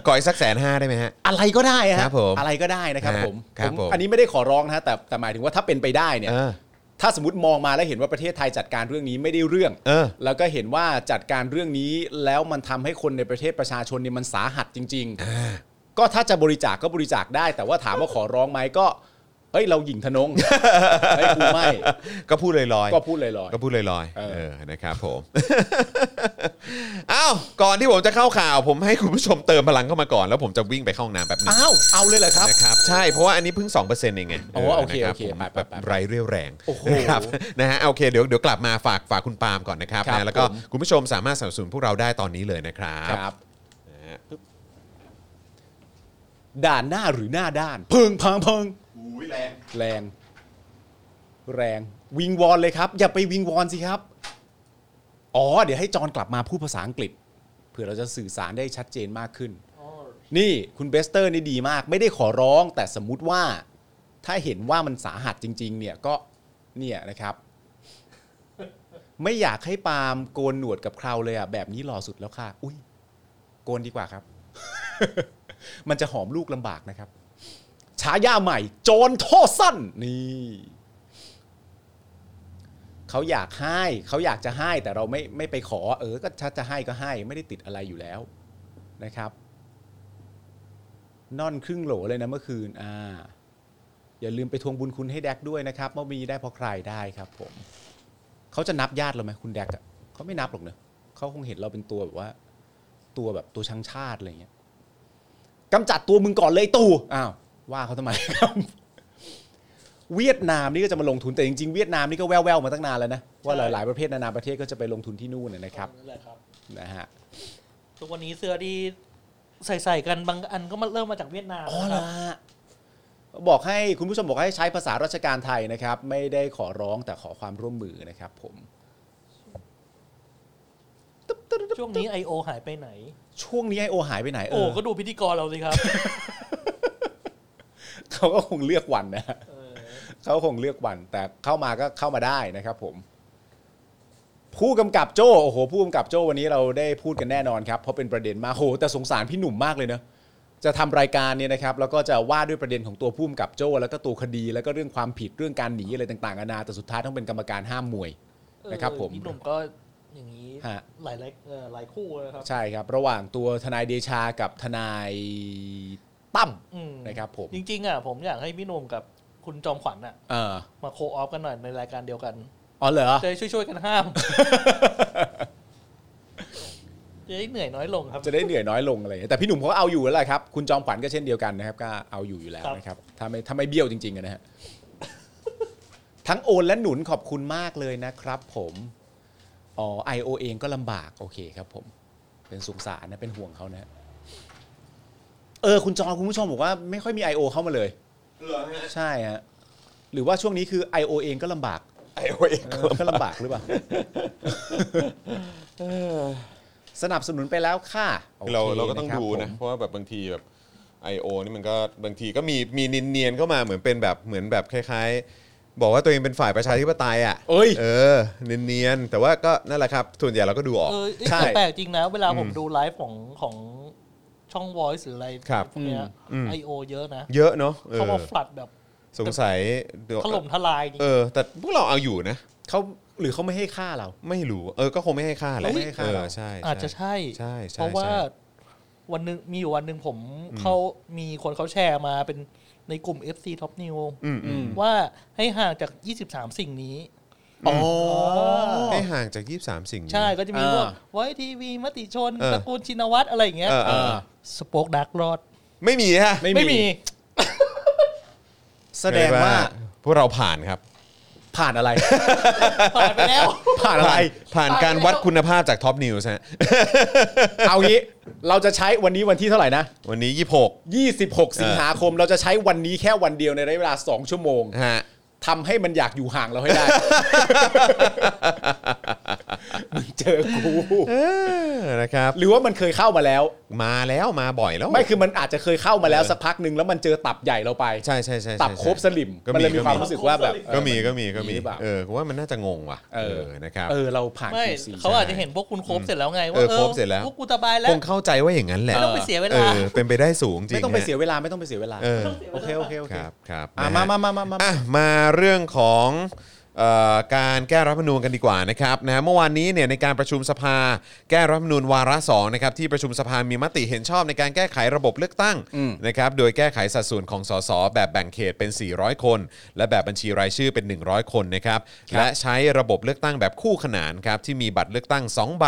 [SPEAKER 1] ก่อยสักแสนห้าได้ไหมฮะ
[SPEAKER 2] อะไรก็ได้ฮะ
[SPEAKER 1] ครับผม
[SPEAKER 2] อะไรก็ได้นะครับ
[SPEAKER 1] ฮะ
[SPEAKER 2] ผม
[SPEAKER 1] ครับผม
[SPEAKER 2] อันนี้ไม่ได้ขอร้องนะฮะแต่แต่หมายถึงว่าถ้าเป็นไปได้เนี่ย
[SPEAKER 1] เออ
[SPEAKER 2] ถ้าสมมติมองมาแล้วเห็นว่าประเทศไทยจัดการเรื่องนี้ไม่ได้เรื่อง
[SPEAKER 1] เออ
[SPEAKER 2] แล้วก็เห็นว่าจัดการเรื่องนี้แล้วมันทำให้คนในประเทศประชาชนเนี่ยมันสาหัสจริง ๆ ก็ถ้าจะบริจาคก็บริจาคได้ แต่ว่าถามว่าขอร้องไหมก็เฮ้ยเราหยิ่งทะน ง เฮ้ยกูไม่
[SPEAKER 1] ก็พูดลอยๆ
[SPEAKER 2] ก็พูดลอย
[SPEAKER 1] ก็พูดลอยๆ
[SPEAKER 2] เออ
[SPEAKER 1] เออ นะครับผม อ้าว ก่อนที่ผมจะเข้าข่าว ผมให้คุณผู้ชมเติมพลังเข้ามาก่อน แล้วผมจะวิ่งไปเข้าห้องน้ำแบบ
[SPEAKER 2] ๆ
[SPEAKER 1] นึง
[SPEAKER 2] อ้าวเอาเลยเหรอครับ
[SPEAKER 1] นะครับ ใช่ เพราะว่าอันนี้เพิ่ง 2%เองไง
[SPEAKER 2] อ๋อโอเค
[SPEAKER 1] นะรับ
[SPEAKER 2] โอเค
[SPEAKER 1] ผม
[SPEAKER 2] ไปไป
[SPEAKER 1] แบบ
[SPEAKER 2] ไปไป
[SPEAKER 1] ไร้เรี่ยวแรง
[SPEAKER 2] โอ้โห
[SPEAKER 1] นะครับ นะฮะ โอเค เดี๋ยว เดี๋ยวกลับมาฝาก ฝากคุณปาล์มก่อนนะครับ
[SPEAKER 2] ครับ
[SPEAKER 1] นะแล้วก็
[SPEAKER 2] ผม
[SPEAKER 1] คุณผู้ชมสามารถสนับสนุนพวกเราได้ตอนนี้เลยนะครับ
[SPEAKER 2] ครับด่านหน้าหรือหน้าด้าน เพิงพังเพิงแรง แรง แรง วิงวอนเลยครับ อย่าไปวิงวอนสิครับ อ๋อ เดี๋ยวให้จอนกลับมาพูดภาษาอังกฤษเผื่อเราจะสื่อสารได้ชัดเจนมากขึ้น
[SPEAKER 3] อ๋อ
[SPEAKER 2] นี่คุณเบสเตอร์นี่ดีมาก ไม่ได้ขอร้องแต่สมมุติว่า ถ้าเห็นว่ามันสาหัสจริง ๆ เนี่ยก็เนี่ยนะครับ ไม่อยากให้ปาล์มโกนหนวดกับเคราวเลยอ่ะแบบนี้หล่อสุดแล้วค่ะ อุ้ยโกนดีกว่าครับ มันจะหอมลูกลำบากนะครับฉายาใหม่ โจรท่อสั้นนี่เขาอยากให้เขาอยากจะให้แต่เราไม่ไม่ไปขอ เออ ก็ถ้าจะให้ก็ให้ ไม่ได้ติดอะไรอยู่แล้วนะครับ นอนครึ่งโหลเลยนะเมื่อคืน อ่า อย่าลืมไปทวงบุญคุณให้แดกด้วยนะครับเมื่อมีได้เพราะใครได้ครับ ผม เขาจะนับญาติเราไหมคุณแดกอะเขาไม่นับหรอกเนอะเขาคงเห็นเราเป็นตัวแบบว่า ตัวแบบตัวชังชาติอะไรอย่างเงี้ยกำจัดตัวมึงก่อนเลยตู่อ้าวว่าเขาทำไมครับ เวียดนามนี่ก็จะมาลงทุนแต่จริงๆเวียดนามนี่ก็แว่วๆมาตั้งนานแล้วนะว่าหลายๆประเภทนานาประเทศก็จะไปลงทุนที่นู่นนะนะครับ
[SPEAKER 3] นั่นแหละครับ
[SPEAKER 2] นะฮะ
[SPEAKER 3] ทุกวันนี้เสื้อที่ใส่ใส่ๆกันบางอันก็มาเริ่มมาจากเวียดนาม
[SPEAKER 2] อ๋อ
[SPEAKER 3] นะค
[SPEAKER 2] เหรอ
[SPEAKER 3] รั
[SPEAKER 2] บ ฮะบอกให้คุณผู้ชมบอกให้ใช้ภาษาราชการไทยนะครับ ไม่ได้ขอร้องแต่ขอความร่วมมือนะครับผม
[SPEAKER 3] ช่วงนี้ I.O. หายไปไหน
[SPEAKER 2] ช่วงนี้ไอโอหายไปไหนเอ
[SPEAKER 3] โอ้
[SPEAKER 2] อ
[SPEAKER 3] ก็ดูพิธีกรเราสิครับ
[SPEAKER 2] เขาก็คงเลือกวันนะ
[SPEAKER 3] เออ
[SPEAKER 2] เขาคงเลือกวัน แต่เข้ามาก็เข้ามาได้นะครับผม ผู้กำกับโจ้โอ้โห ผู้กำกับโจ้วันนี้เราได้พูดกันแน่นอนครับเพราะเป็นประเด็นมากโอ้โหแต่สงสารพี่หนุ่มมากเลยเนอะจะทำรายการเนี่ยนะครับ แล้วก็จะว่าด้วยประเด็นของตัวผู้กำกับโจ้แล้วก็ตัวคดีแล้วก็เรื่องความผิดเรื่องการหนีอะไรต่างๆนานาแต่สุดท้ายต้องเป็นกรรมการห้ามมวย นะครับผม
[SPEAKER 3] พี่หนุ่มก็อย่างนี้
[SPEAKER 2] ฮะ
[SPEAKER 3] หลายหลายเอ่อหลายคู่นะครับ
[SPEAKER 2] ใช่ครับ ระหว่างตัวทนายเดชากับทนายตั้ม
[SPEAKER 3] อืม
[SPEAKER 2] นะครับ ผม
[SPEAKER 3] จริงๆอ่ะผมอยากให้พี่หนุ่มกับคุณจอมขวัญอ่ะ
[SPEAKER 2] เออ
[SPEAKER 3] มาโคออฟกันหน่อยในรายการเดียวกัน
[SPEAKER 2] อ๋อเหรอ
[SPEAKER 3] จะได้ช่วยๆกันห้าม จะได้เหนื่อยน้อยลงครับ
[SPEAKER 2] จะได้เหนื่อยน้อยลงอะไรอย่างเงี้ยแต่พี่หนุ่มเขาก็เอาอยู่แล้วแหละครับคุณจอมขวัญก็เช่นเดียวกันนะครับ ก็เอาอยู่อยู่แล้ว
[SPEAKER 3] ครับ
[SPEAKER 2] นะครับถ้าไม่ถ้าไม่เบี้ยวจริงๆอะนะฮะทั้งโอนและหนุนขอบคุณมากเลยนะครับ ผมอ๋อไอโอเองก็ลำบากโอเคครับ ผม เป็นสงสารนะเป็นห่วงเขานะฮะเออคุณจอมคุณผู้ชมบอกว่าไม่ค่อยมี I.O. เข้ามาเลย
[SPEAKER 1] เหรอฮะ
[SPEAKER 2] ใช่ฮะหรือว่าช่วงนี้คือ I.O. เองก็ลำบาก
[SPEAKER 1] ไอโอเอง
[SPEAKER 2] เออก็ลำบากหรือเปล่าสนับสนุนไปแล้วค่ะโอค
[SPEAKER 1] เราเราก็ต้อง
[SPEAKER 2] คบ
[SPEAKER 1] ดู
[SPEAKER 2] ผม
[SPEAKER 1] นะ เพราะว่าแบบบางทีแบบ I.O. นี่มันก็บางทีก็มีมีนินเนียนๆเข้ามาเหมือนเป็นแบบเหมือนแบบคล้ายๆ บอกว่าตัวเองเป็นฝ่ายประชาธิปไตยอ่ะ
[SPEAKER 2] เอ้ย
[SPEAKER 1] เออเนียนๆแต่ว่าก็นั่นแหละครับส่วนใหญ่เราก็ดูออก
[SPEAKER 3] เออ
[SPEAKER 2] ใช่
[SPEAKER 3] ใช่แปลกจริงนะ เวลาผมดูไลฟ์ของของช่อง Voice หรืออะไร
[SPEAKER 1] ครับ
[SPEAKER 3] พวกเนี้ย
[SPEAKER 1] อืม
[SPEAKER 3] ไอโอเยอะนะ
[SPEAKER 1] เยอะเนาะเออ
[SPEAKER 3] เขาบอกฟลัดแบบ
[SPEAKER 1] สงสัย
[SPEAKER 3] ถล่มทลายจริง
[SPEAKER 1] เออ แต่พวกเราเอาอยู่นะ
[SPEAKER 2] เขาหรือเขาไม่ให้ค่าเรา
[SPEAKER 1] ไม่รู้เออก็คงไม่ให้ค่าแหละ
[SPEAKER 2] เขาไม่ให้ค่า
[SPEAKER 1] เออ
[SPEAKER 2] เรา
[SPEAKER 1] ใช่ใช่
[SPEAKER 3] อาจจะใช่
[SPEAKER 1] ใช่ใช่
[SPEAKER 3] เพราะว่า
[SPEAKER 1] ใช่
[SPEAKER 3] วันหนึงมีอยู่วันหนึ่งผมเขามีคนเขาแชร์มาเป็นในกลุ่ม FC Top New
[SPEAKER 1] อืมอืม
[SPEAKER 3] ว่าให้ห่างจาก 23 สิ่งนี้
[SPEAKER 2] อ๋อ
[SPEAKER 1] ให้ห่างจาก 23 สิ่งนี้
[SPEAKER 3] ใช่ก็จะมี
[SPEAKER 2] อ่า
[SPEAKER 3] พวกไว้ทีวีมติชน
[SPEAKER 1] เออ
[SPEAKER 3] ตระกูลชินวัตรอะไรอย่างเงี้ย
[SPEAKER 1] เออเออ
[SPEAKER 3] สป็อกดักรอด
[SPEAKER 1] ไม่มีฮะ
[SPEAKER 2] ไม่
[SPEAKER 3] ไม่
[SPEAKER 2] มี
[SPEAKER 3] มี
[SPEAKER 2] แสดงว่า
[SPEAKER 1] พวกเราผ่านครับ
[SPEAKER 2] ผ่านอะไร
[SPEAKER 3] ผ่านไป แล้ว
[SPEAKER 2] ผ่านอะไร
[SPEAKER 1] ผ่านการวัดคุณภาพจากท็อปนิวส์ฮะ
[SPEAKER 2] เอางี้ เราจะใช้วันนี้วันที่เท่าไหร่นะ
[SPEAKER 1] วันนี้
[SPEAKER 2] 26 สิงหาคม เราจะใช้วันนี้แค่วันเดียวในระยะเวลา 2 ชั่วโมง
[SPEAKER 1] 26ฮะ
[SPEAKER 2] ทำให้มันอยากอยู่ห่างเรา ให้ได้ มึงเจอกู
[SPEAKER 1] เออนะครับ
[SPEAKER 2] หรือว่ามันเคยเข้ามาแล้ว
[SPEAKER 1] มาแล้วมาบ่อยแล้ว
[SPEAKER 2] ไม่คือมันอาจจะเคยเข้ามาแล้ว
[SPEAKER 1] เออ
[SPEAKER 2] สักพักหนึ่งแล้วมันเจอตับใหญ่เราไป
[SPEAKER 1] ใช่ใช่ใช่ใช่
[SPEAKER 2] ตับโครบสลิม
[SPEAKER 1] ก็
[SPEAKER 2] มัน
[SPEAKER 1] มี
[SPEAKER 2] เลยมี
[SPEAKER 1] ก็
[SPEAKER 2] ความ
[SPEAKER 1] มี
[SPEAKER 2] รู้สึกว่าแบบ
[SPEAKER 1] ก็มีก็มีก็
[SPEAKER 2] มี
[SPEAKER 1] มี
[SPEAKER 2] หรือเปล่า
[SPEAKER 1] เออกูว่ามันน่าจะงงว่ะ
[SPEAKER 2] เออ
[SPEAKER 1] นะครับ
[SPEAKER 2] เออเราผ่าน
[SPEAKER 3] ไม่
[SPEAKER 2] QC
[SPEAKER 3] เขาอาจจะ
[SPEAKER 2] ใช่
[SPEAKER 3] เห็นพวกคุณโครบเสร็จแล้วไง ว่า
[SPEAKER 1] เออครบเสร็จแล้ว
[SPEAKER 3] พวกกูสบายแล้ว
[SPEAKER 1] คงเข้าใจว่าอย่างนั้นแหละ
[SPEAKER 3] ไม่ต้องไปเสียเวลา
[SPEAKER 1] ออเป็นไปได้สูงจริง
[SPEAKER 2] ไม่ต้องไป
[SPEAKER 1] ฮะ
[SPEAKER 2] เสียเวลาไม่ต้องไปเสียเวลา
[SPEAKER 1] เออ
[SPEAKER 2] โอเคโอเคโอ
[SPEAKER 1] ค
[SPEAKER 2] เครับ
[SPEAKER 1] ครับ
[SPEAKER 2] อ่ะ
[SPEAKER 1] นะ
[SPEAKER 2] มา
[SPEAKER 1] ฮะ
[SPEAKER 2] มามามามา
[SPEAKER 1] อ่ะมาเรื่องของเออการแก้รัฐธรรมนูญกันดีกว่านะครับนะเมื่อวานนี้เนี่ยในการประชุมสภาแก้รัฐธรรมนูญวาระสองนะครับที่ประชุมสภามีมติเห็นชอบในการแก้ไขระบบเลือกตั้ง
[SPEAKER 2] อืม
[SPEAKER 1] นะครับโดยแก้ไขสัดส่วนของสสแบบแบ่งเขตเป็น 400 คน และแบบบัญชีรายชื่อเป็น 100 คนนะครับและใช้ระบบเลือกตั้งแบบคู่ขนานครับที่มีบัตรเลือกตั้งสองใบ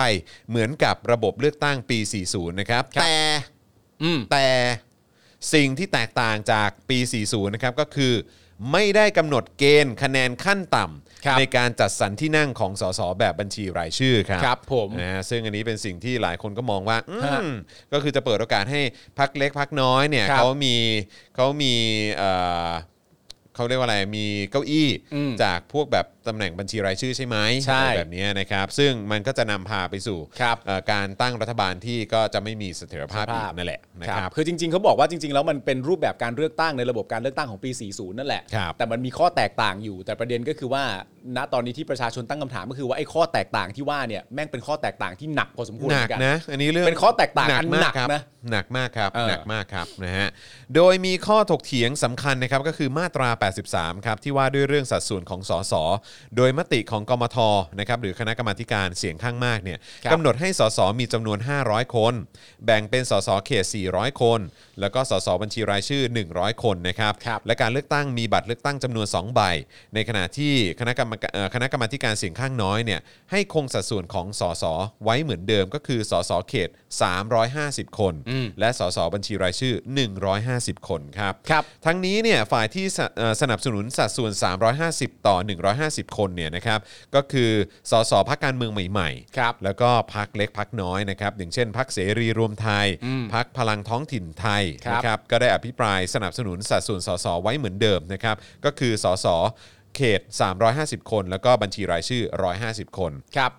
[SPEAKER 1] เหมือนกับระบบเลือกตั้งปี 40 นะครับแต่
[SPEAKER 2] อืม
[SPEAKER 1] แต่สิ่งที่แตกต่างจากปี 40 นะครับก็คือ ไม่ได้กำหนดเกณฑ์คะแนนขั้นต่
[SPEAKER 2] ครั
[SPEAKER 1] ำ
[SPEAKER 2] บ
[SPEAKER 1] ในการจัดสรรที่นั่งของสสแบบบัญชีรายชื่อครับ
[SPEAKER 2] ครับผม
[SPEAKER 1] นะฮะซึ่งอันนี้เป็นสิ่งที่หลายคนก็มองว่าอืม
[SPEAKER 2] ฮะ
[SPEAKER 1] ก็คือจะเปิดโอกาสให้พักเล็กพักน้อยเนี่ย
[SPEAKER 2] ครับ
[SPEAKER 1] เขามีเขามีเอ่อเขาเรียกว่าอะไรมีเก้าอี้
[SPEAKER 2] อืม
[SPEAKER 1] จากพวกแบบตำแหน่งบัญชีรายชื่อใช่ไหมอะ
[SPEAKER 2] ใช่
[SPEAKER 1] ไรแบบนี้นะครับ ซึ่งมันก็จะนำพาไปสู่
[SPEAKER 2] ครับ
[SPEAKER 1] เอ่อการตั้งรัฐบาลที่ก็จะไม่มีเสถียรภาพอีก
[SPEAKER 2] ภาพ
[SPEAKER 1] นั่นแหละนะ
[SPEAKER 2] ค
[SPEAKER 1] ครับ
[SPEAKER 2] รับคือจริง ๆเขาบอกว่าจริง ๆ แล้วมันเป็นรูปแบบการเลือกตั้งในระบบการเลือกตั้งของปี 40 นั่นแหละ
[SPEAKER 1] ครับ
[SPEAKER 2] แต่มันมีข้อแตกต่างอยู่ แต่ประเด็นก็คือว่า ณตอนนี้ที่ประชาชนตั้งคำถามก็คือว่าไอ้ข้อแตกต่างที่ว่าเนี่ยแม่งเป็นข้อแตกต่างที่หนักพอสมควร
[SPEAKER 1] ห
[SPEAKER 2] เห
[SPEAKER 1] นัก
[SPEAKER 2] มือนกัน
[SPEAKER 1] นะอันนี้เรื่อง
[SPEAKER 2] เป็นข้อแตกต่างอันหนัก
[SPEAKER 1] ครับ
[SPEAKER 2] นะ
[SPEAKER 1] หนักมากครับ
[SPEAKER 2] เออ
[SPEAKER 1] หนักมากครับนะฮะโดยมีข้อถกเถียงสำคัญนะครับก็คือมาตรา 83 ครับที่ว่าด้วยเรื่องสัดส่วนของสสโดยมติของกมทนะครับหรือคณะกรรมาธิการเสียงข้างมากเนี่ย
[SPEAKER 2] ครับ
[SPEAKER 1] กำหนดให้สสมีจำนวน 500 คน แบ่งเป็นสสเขต 400 คน แล้วก็สสบัญชีรายชื่อ 100 คนนะครับ
[SPEAKER 2] ครับ
[SPEAKER 1] และการเลือกตั้งมีบัตรเลือกตั้งจำนวน 2 ใบ ในขณะที่คณะกรรมการเอ่อคณะกรรมาธิการเสียงข้างน้อยเนี่ยให้คงสัดส่วนของสสไว้เหมือนเดิมก็คือสสเขต 350 คน และสสบัญชีรายชื่อ 150 คนครับ
[SPEAKER 2] ครับ
[SPEAKER 1] ทั้งนี้เนี่ยฝ่ายที่สะเอ่อสนับสนุนสัดส่วน 350 ต่อ 150 คนเนี่ยนะครับก็คือสสพักการเมืองใหม่ๆ
[SPEAKER 2] ครับ
[SPEAKER 1] แล้วก็พักเล็กพักน้อยนะครับอย่างเช่นพักเสรีรวมไทย พักพลังท้องถิ่นไทย
[SPEAKER 2] ครับ
[SPEAKER 1] นะครับก็ได้อภิปรายสนับสนุนสัดส่วนสสไว้เหมือนเดิมนะครับก็คือสสเขต 350 คน แล้วก็บัญชีรายชื่อ 150 คน
[SPEAKER 2] ครับ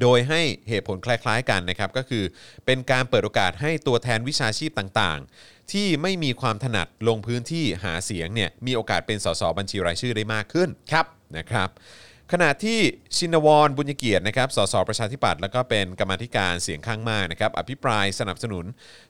[SPEAKER 1] โดยให้เหตุผลคล้าย ๆ กันนะครับก็คือเป็นการเปิดโอกาสให้ตัวแทนวิชาชีพต่างๆ ที่ไม่มีความถนัดลงพื้นที่หาเสียงเนี่ยมีโอกาสเป็นสสบัญชีรายชื่อได้มากขึ้น
[SPEAKER 2] ครับ
[SPEAKER 1] นะครับขณะที่ชินวรบุญยเกียรตินะครับสสประชาธิปัตย์แล้วก็เป็นกรรมาธิการเสียงข้างมากนะครับอภิปรายสนับสนุน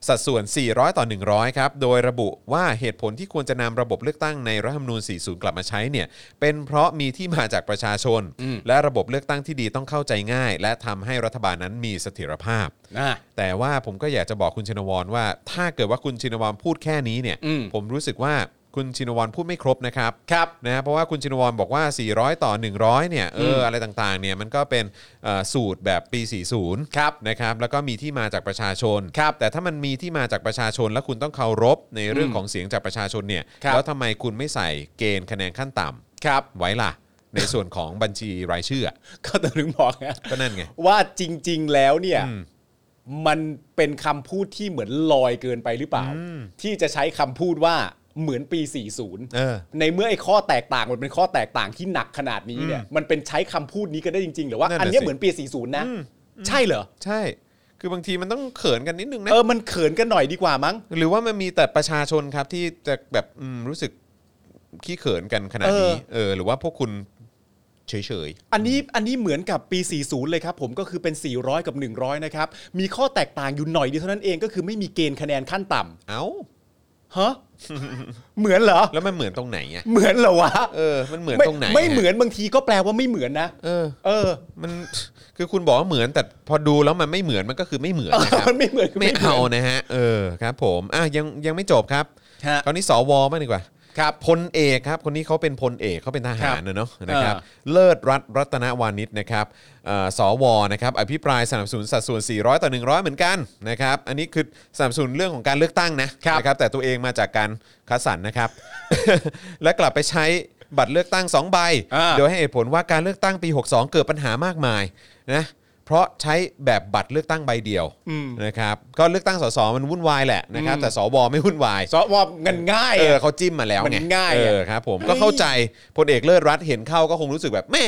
[SPEAKER 1] สัดส่วน 400 ต่อ 100 ครับ โดยระบุว่าเหตุผลที่ควรจะนำระบบเลือกตั้งในรัฐธรรมนูญ 40 กลับมาใช้เนี่ยเป็นเพราะมีที่มาจากประชาชน และระบบเลือกตั้งที่ดีต้องเข้าใจง่าย และทำให้รัฐบาลนั้นมีเสถียรภาพ
[SPEAKER 2] อ่า
[SPEAKER 1] แต่ว่าผมก็อยากจะบอกคุณชินวรว่า ถ้าเกิดว่าคุณชินวรพูดแค่นี้เนี่ย
[SPEAKER 2] อืม
[SPEAKER 1] ผมรู้สึกว่าคุณชินวรพูดไม่ครบนะครับ
[SPEAKER 2] ครับ
[SPEAKER 1] นะฮะเพราะว่าคุณชินวรบอกว่า 400 ต่อ 100 เนี่ยเออออะไรต่างๆ เนี่ยมันก็เป็นเอ่อสูตรแบบปี 40
[SPEAKER 2] ครับ
[SPEAKER 1] นะครับแล้วก็มีที่มาจากประชาชน
[SPEAKER 2] ครับ
[SPEAKER 1] แต่ถ้ามันมีที่มาจากประชาชน แล้วคุณต้องเคารพในเรื่องของเสียงจากประชาชนเนี่ย
[SPEAKER 2] ครับ
[SPEAKER 1] แล้วทำไมคุณไม่ใส่เกณฑ์คะแนนขั้นต่ำ
[SPEAKER 2] ครับ
[SPEAKER 1] ไว้ล่ะ ในส่วนของบัญชีรายชื่ออะ
[SPEAKER 2] ก็ถึงบอกไง
[SPEAKER 1] ก็นั่นไง
[SPEAKER 2] ว่าจริง ๆ แล้วเนี่ย มันเป็นคำพูดที่เหมือนลอยเกินไปหรือเปล่า ที่จะใช้คำพูดว่าเหมือนปี 40
[SPEAKER 1] เออ
[SPEAKER 2] ในเมื่อไอ้ข้อแตกต่างมันเป็นข้อแตกต่างที่หนักขนาดนี้เนี่ย มันเป็นใช้คำพูดนี้กันได้จริง ๆ หรือว่า
[SPEAKER 1] นั่นน่ะ
[SPEAKER 2] อันเนี้ย
[SPEAKER 1] สิ
[SPEAKER 2] เหมือนปี 40 นะ ใช่เหรอ
[SPEAKER 1] ใช่ คือบางทีมันต้องเขินกันนิดนึงนะ
[SPEAKER 2] เออ มันเขินกันหน่อยดีกว่ามั้ง
[SPEAKER 1] หรือว่ามันมีแต่ประชาชนครับที่จะแบบอืมรู้สึกขี้เขินกันขนาดนี้เออหรือว่าพวกคุณเฉยๆ
[SPEAKER 2] อันนี้อันนี้เหมือนกับปี 40 เลยครับ ผมก็คือเป็น 400 กับ 100 นะครับ มีข้อแตกต่างอยู่หน่อยเดียวเท่านั้นเองก็คือไม่มีเกณฑ์คะแนนขั้นต่
[SPEAKER 1] เอ้า
[SPEAKER 2] ำฮะ เหมือนเหรอ
[SPEAKER 1] แล้วมันเหมือนตรงไหนอ่ะ
[SPEAKER 2] เหมือนเหรอวะ
[SPEAKER 1] เออ มันเหมือน
[SPEAKER 2] ไม่
[SPEAKER 1] ตรงไหน
[SPEAKER 2] ไม่เหมือนบางทีก็แปลว่าไม่เหมือนนะ
[SPEAKER 1] เออ
[SPEAKER 2] เออ
[SPEAKER 1] มัน คือคุณบอกว่าเหมือนแต่พอดูแล้วมันไม่เหมือนมันก็คือไม่เหมือนนะครับ
[SPEAKER 2] มันไม่เหมือน ก็
[SPEAKER 1] ไม่
[SPEAKER 2] หน
[SPEAKER 1] เอานะฮะ เออครับ ผมอ่ะยังยังไม่จบครับ
[SPEAKER 2] ฮะ
[SPEAKER 1] คราวนี้สวมากดีกว่า
[SPEAKER 2] ครับ
[SPEAKER 1] พลเอกครับ คนนี้เขาเป็นพลเอกเขาเป็นทหาร
[SPEAKER 2] ครับ
[SPEAKER 1] นะเนาะนะครับ
[SPEAKER 2] เอ
[SPEAKER 1] เลิศรัตน์รัตนวานิชนะครับเอ่อสวนะครับอภิปรายสนับสนุนสัดส่วน 400 ต่อ 100 เหมือนกันนะครับ อันนี้คือสนับสนุนเรื่องของการเลือกตั้งนะครับ นะครับ แต่ตัวเองมาจากการคัดสรรนะครับ และกลับไปใช้บัตรเลือกตั้ง 2 ใบ
[SPEAKER 2] อ่า
[SPEAKER 1] โดยให้เหตุผลว่าการเลือกตั้งปี 62 เกิดปัญหามากมายนะเพราะใช้แบบบัตรเลือกตั้งใบเดียวนะครับก็เลือกตั้งสสมันวุ่นวายแหละนะครับแต่สวไม่วุ่นวาย
[SPEAKER 2] สวเงินง่าย
[SPEAKER 1] เออ
[SPEAKER 2] อะ
[SPEAKER 1] เขาจิ้มมาแล้วไง
[SPEAKER 2] มันง่าย
[SPEAKER 1] เออ
[SPEAKER 2] อะ
[SPEAKER 1] ครับผมก็เข้าใจพลเอกเลิศรัตน์เห็นเข้าก็คงรู้สึกแบบแม่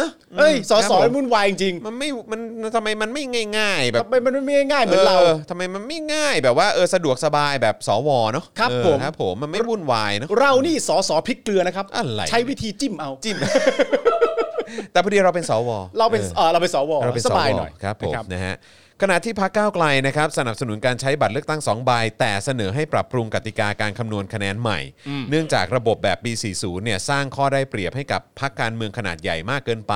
[SPEAKER 1] นะ
[SPEAKER 2] เอ้ยสอสอ
[SPEAKER 1] ครับผม
[SPEAKER 2] วุ่นวายจริง
[SPEAKER 1] มันไม่มันทำไมมันไม่ง่าย ๆ แบบ
[SPEAKER 2] ทำไมมันไม่ง่ายเหมือนเรา
[SPEAKER 1] ทำไมมันไม่ง่ายแบบว่าเออสะดวกสบายแบบสวเนาะ
[SPEAKER 2] ครับ
[SPEAKER 1] เออ
[SPEAKER 2] ผม
[SPEAKER 1] ครับผมมันไม่วุ่นวายเนาะ
[SPEAKER 2] เรานี่สอสอพริกเกลือนะครับ
[SPEAKER 1] อะไร
[SPEAKER 2] ใช้วิธีจิ้มเอา
[SPEAKER 1] จิ้ม แต่พอดีเราเป็นสว
[SPEAKER 2] เราเป็น
[SPEAKER 1] ออ
[SPEAKER 2] เออเราเป็นสว
[SPEAKER 1] เราเป็น
[SPEAKER 2] ส
[SPEAKER 1] สว
[SPEAKER 2] บายหน่อย
[SPEAKER 1] ครับผม
[SPEAKER 2] นะ
[SPEAKER 1] นะฮะขณะที่พรรคก้าวไกลนะครับสนับสนุนการใช้บัตรเลือกตั้ง 2 ใบ แต่เสนอให้ปรับปรุงกติกาการคำนวณคะแนนใหม่ เนื่องจากระบบแบบปี 40 เนี่ยสร้างข้อได้เปรียบให้กับพรรคการเมืองขนาดใหญ่มากเกินไป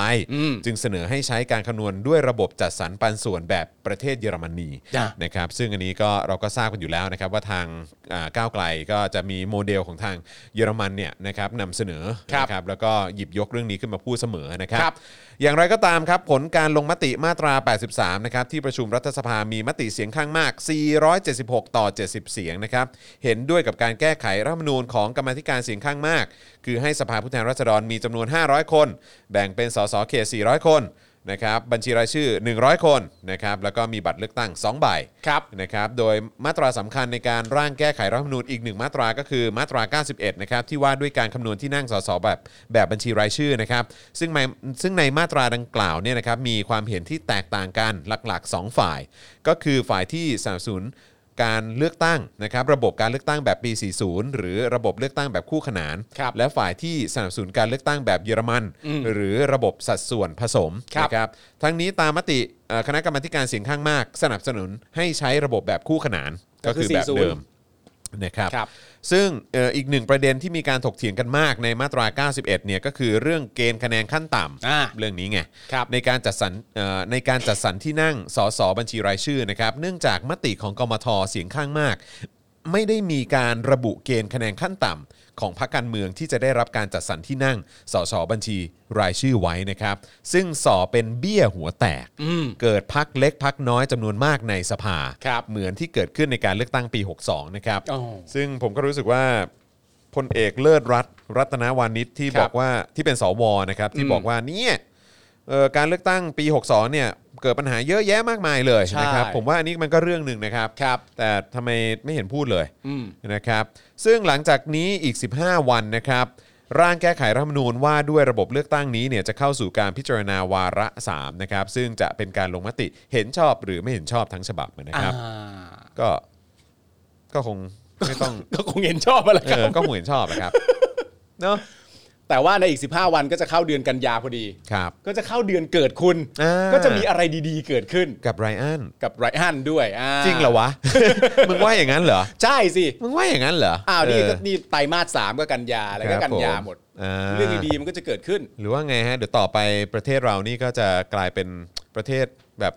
[SPEAKER 1] จึงเสนอให้ใช้การคำนวณด้วยระบบจัดสรรปันส่วนแบบประเทศเยอรมนี
[SPEAKER 2] จ้ะ
[SPEAKER 1] นะครับซึ่งอันนี้ก็เราก็ทราบกันอยู่แล้วนะครับว่าทางอ่าก้าวไกลก็จะมีโมเดลของทางเยอรมันเนี่ยนะครับนำเสนอ
[SPEAKER 2] ครับ
[SPEAKER 1] นะครับแล้วก็หยิบยกเรื่องนี้ขึ้นมาพูดเสมอนะครับ
[SPEAKER 2] ครับ
[SPEAKER 1] อย่างไรก็ตามครับ ผลการลงมติมาตรา 83 นะครับ ที่ประชุมรัฐสภามีมติเสียงข้างมาก 476 ต่อ 70 เสียงนะครับ เห็นด้วยกับการแก้ไขรัฐธรรมนูญของกรรมาธิการเสียงข้างมาก คือให้สภาผู้แทนราษฎรมีจำนวน 500 คน แบ่งเป็นสสเขต 400 คนนะครับบัญชีรายชื่อ 100 คนนะครับแล้วก็มีบัตรเลือกตั้ง 2 ใบ
[SPEAKER 2] ครับ
[SPEAKER 1] นะครับโดยมาตราสำคัญในการร่างแก้ไขรัฐธรรมนูญอีกหนึ่งมาตราก็คือมาตรา 91 นะครับที่ว่าด้วยการคำนวณที่นั่งสสแบบแบบบัญชีรายชื่อนะครับซึ่งในซึ่งในมาตราดังกล่าวเนี่ยนะครับมีความเห็นที่แตกต่างกันหลักๆ 2 ฝ่าย ก็คือฝ่ายที่สนับสนุน การเลือกตั้งนะครับระบบการเลือกตั้งแบบปี 40 หรือระบบเลือกตั้งแบบคู่ขนาน
[SPEAKER 2] ครับ
[SPEAKER 1] และฝ่ายที่สนับสนุนการเลือกตั้งแบบเยอรมัน หรือระบบสัดส่วนผสม
[SPEAKER 2] ครับ
[SPEAKER 1] นะครับทั้งนี้ตามมติเอ่อคณะกรรมาธิการเสียงข้างมาก สนับสนุนให้ใช้ระบบแบบคู่ขนานก็คือแบบเดิม นะครับ
[SPEAKER 2] ครับ
[SPEAKER 1] ซึ่งเอ่ออีกหนึ่งประเด็นที่มีการถกเถียงกันมากในมาตรา 91 เนี่ยก็คือเรื่องเกณฑ์คะแนนขั้นต่
[SPEAKER 2] อ่า
[SPEAKER 1] ำเรื่องนี้ไง
[SPEAKER 2] ครับ
[SPEAKER 1] ในการจัดสรรเอ่อในการจัดสรรที่นั่งสสบัญชีรายชื่อนะครับเนื่องจากมติของกมทเสียงข้างมาก ไม่ได้มีการระบุเกณฑ์คะแนนขั้นต่ำของพรรคการเมืองที่จะได้รับการจัดสรรที่นั่งสสบัญชีรายชื่อไว้นะครับ ซึ่งส่อเป็นเบี้ยหัวแตก
[SPEAKER 2] อืม
[SPEAKER 1] เกิดพักเล็กพักน้อยจำนวนมากในสภา
[SPEAKER 2] ครับ
[SPEAKER 1] เหมือนที่เกิดขึ้นในการเลือกตั้งปี 62 นะครับ
[SPEAKER 2] อ๋อ
[SPEAKER 1] ซึ่งผมก็รู้สึกว่าพลเอกเลิศรัตน์รัตนวานิชที่
[SPEAKER 2] ครับ บ
[SPEAKER 1] อกว่าที่เป็นสวนะครับ ที่บอกว่าเนี่ยเอ่อการเลือกตั้งปี 62 เนี่ยเกิดปัญหาเยอะแยะมากมายเลย
[SPEAKER 2] ใช่
[SPEAKER 1] นะครับ ผมว่าอันนี้มันก็เรื่องหนึ่งนะครับ
[SPEAKER 2] ครับ
[SPEAKER 1] แต่ทำไมไม่เห็นพูดเลย
[SPEAKER 2] อืม
[SPEAKER 1] นะครับซึ่งหลังจากนี้อีก 15 วันนะครับ ร่างแก้ไขรัฐธรรมนูญว่าด้วยระบบเลือกตั้งนี้เนี่ยจะเข้าสู่การพิจารณาวาระ3นะครับซึ่งจะเป็นการลงมติเห็นชอบหรือไม่เห็นชอบทั้งฉบับนะครับ
[SPEAKER 2] อ่า
[SPEAKER 1] ก็ก็คงไม่ต้อง
[SPEAKER 2] ก็คงเห็นชอบมาแล้ว
[SPEAKER 1] เอ
[SPEAKER 2] ครั
[SPEAKER 1] อบ ก็คงเห็นชอบ นะครับเนาะ
[SPEAKER 2] แต่ว่าในอีก 15 วันก็จะเข้าเดือนกันยาพอดี
[SPEAKER 1] ครับ
[SPEAKER 2] ก็จะเข้าเดือนเกิดคุณ
[SPEAKER 1] อ่า
[SPEAKER 2] ก็จะมีอะไรดีๆ เกิดขึ้น
[SPEAKER 1] กับไรอัน
[SPEAKER 2] กับไรอันด้วยา
[SPEAKER 1] จริงเหรอ วะ มึงว่าอย่างนั้นเหรอ
[SPEAKER 2] ใช่สิ
[SPEAKER 1] มึงว่าอย่างนั้นเหรอ
[SPEAKER 2] อ้าวนี่
[SPEAKER 1] เ
[SPEAKER 2] ก็นี่ไตรมาสสามก็กันยาแล้วก็
[SPEAKER 1] ค
[SPEAKER 2] กับ นยา
[SPEAKER 1] ผ
[SPEAKER 2] หมด
[SPEAKER 1] อ่า
[SPEAKER 2] เรื่องดีๆมันก็จะเกิดขึ้น
[SPEAKER 1] หรือว่าไงฮะ เดี๋ยวต่อไปประเทศเรานี่ก็จะกลายเป็นประเทศแบบ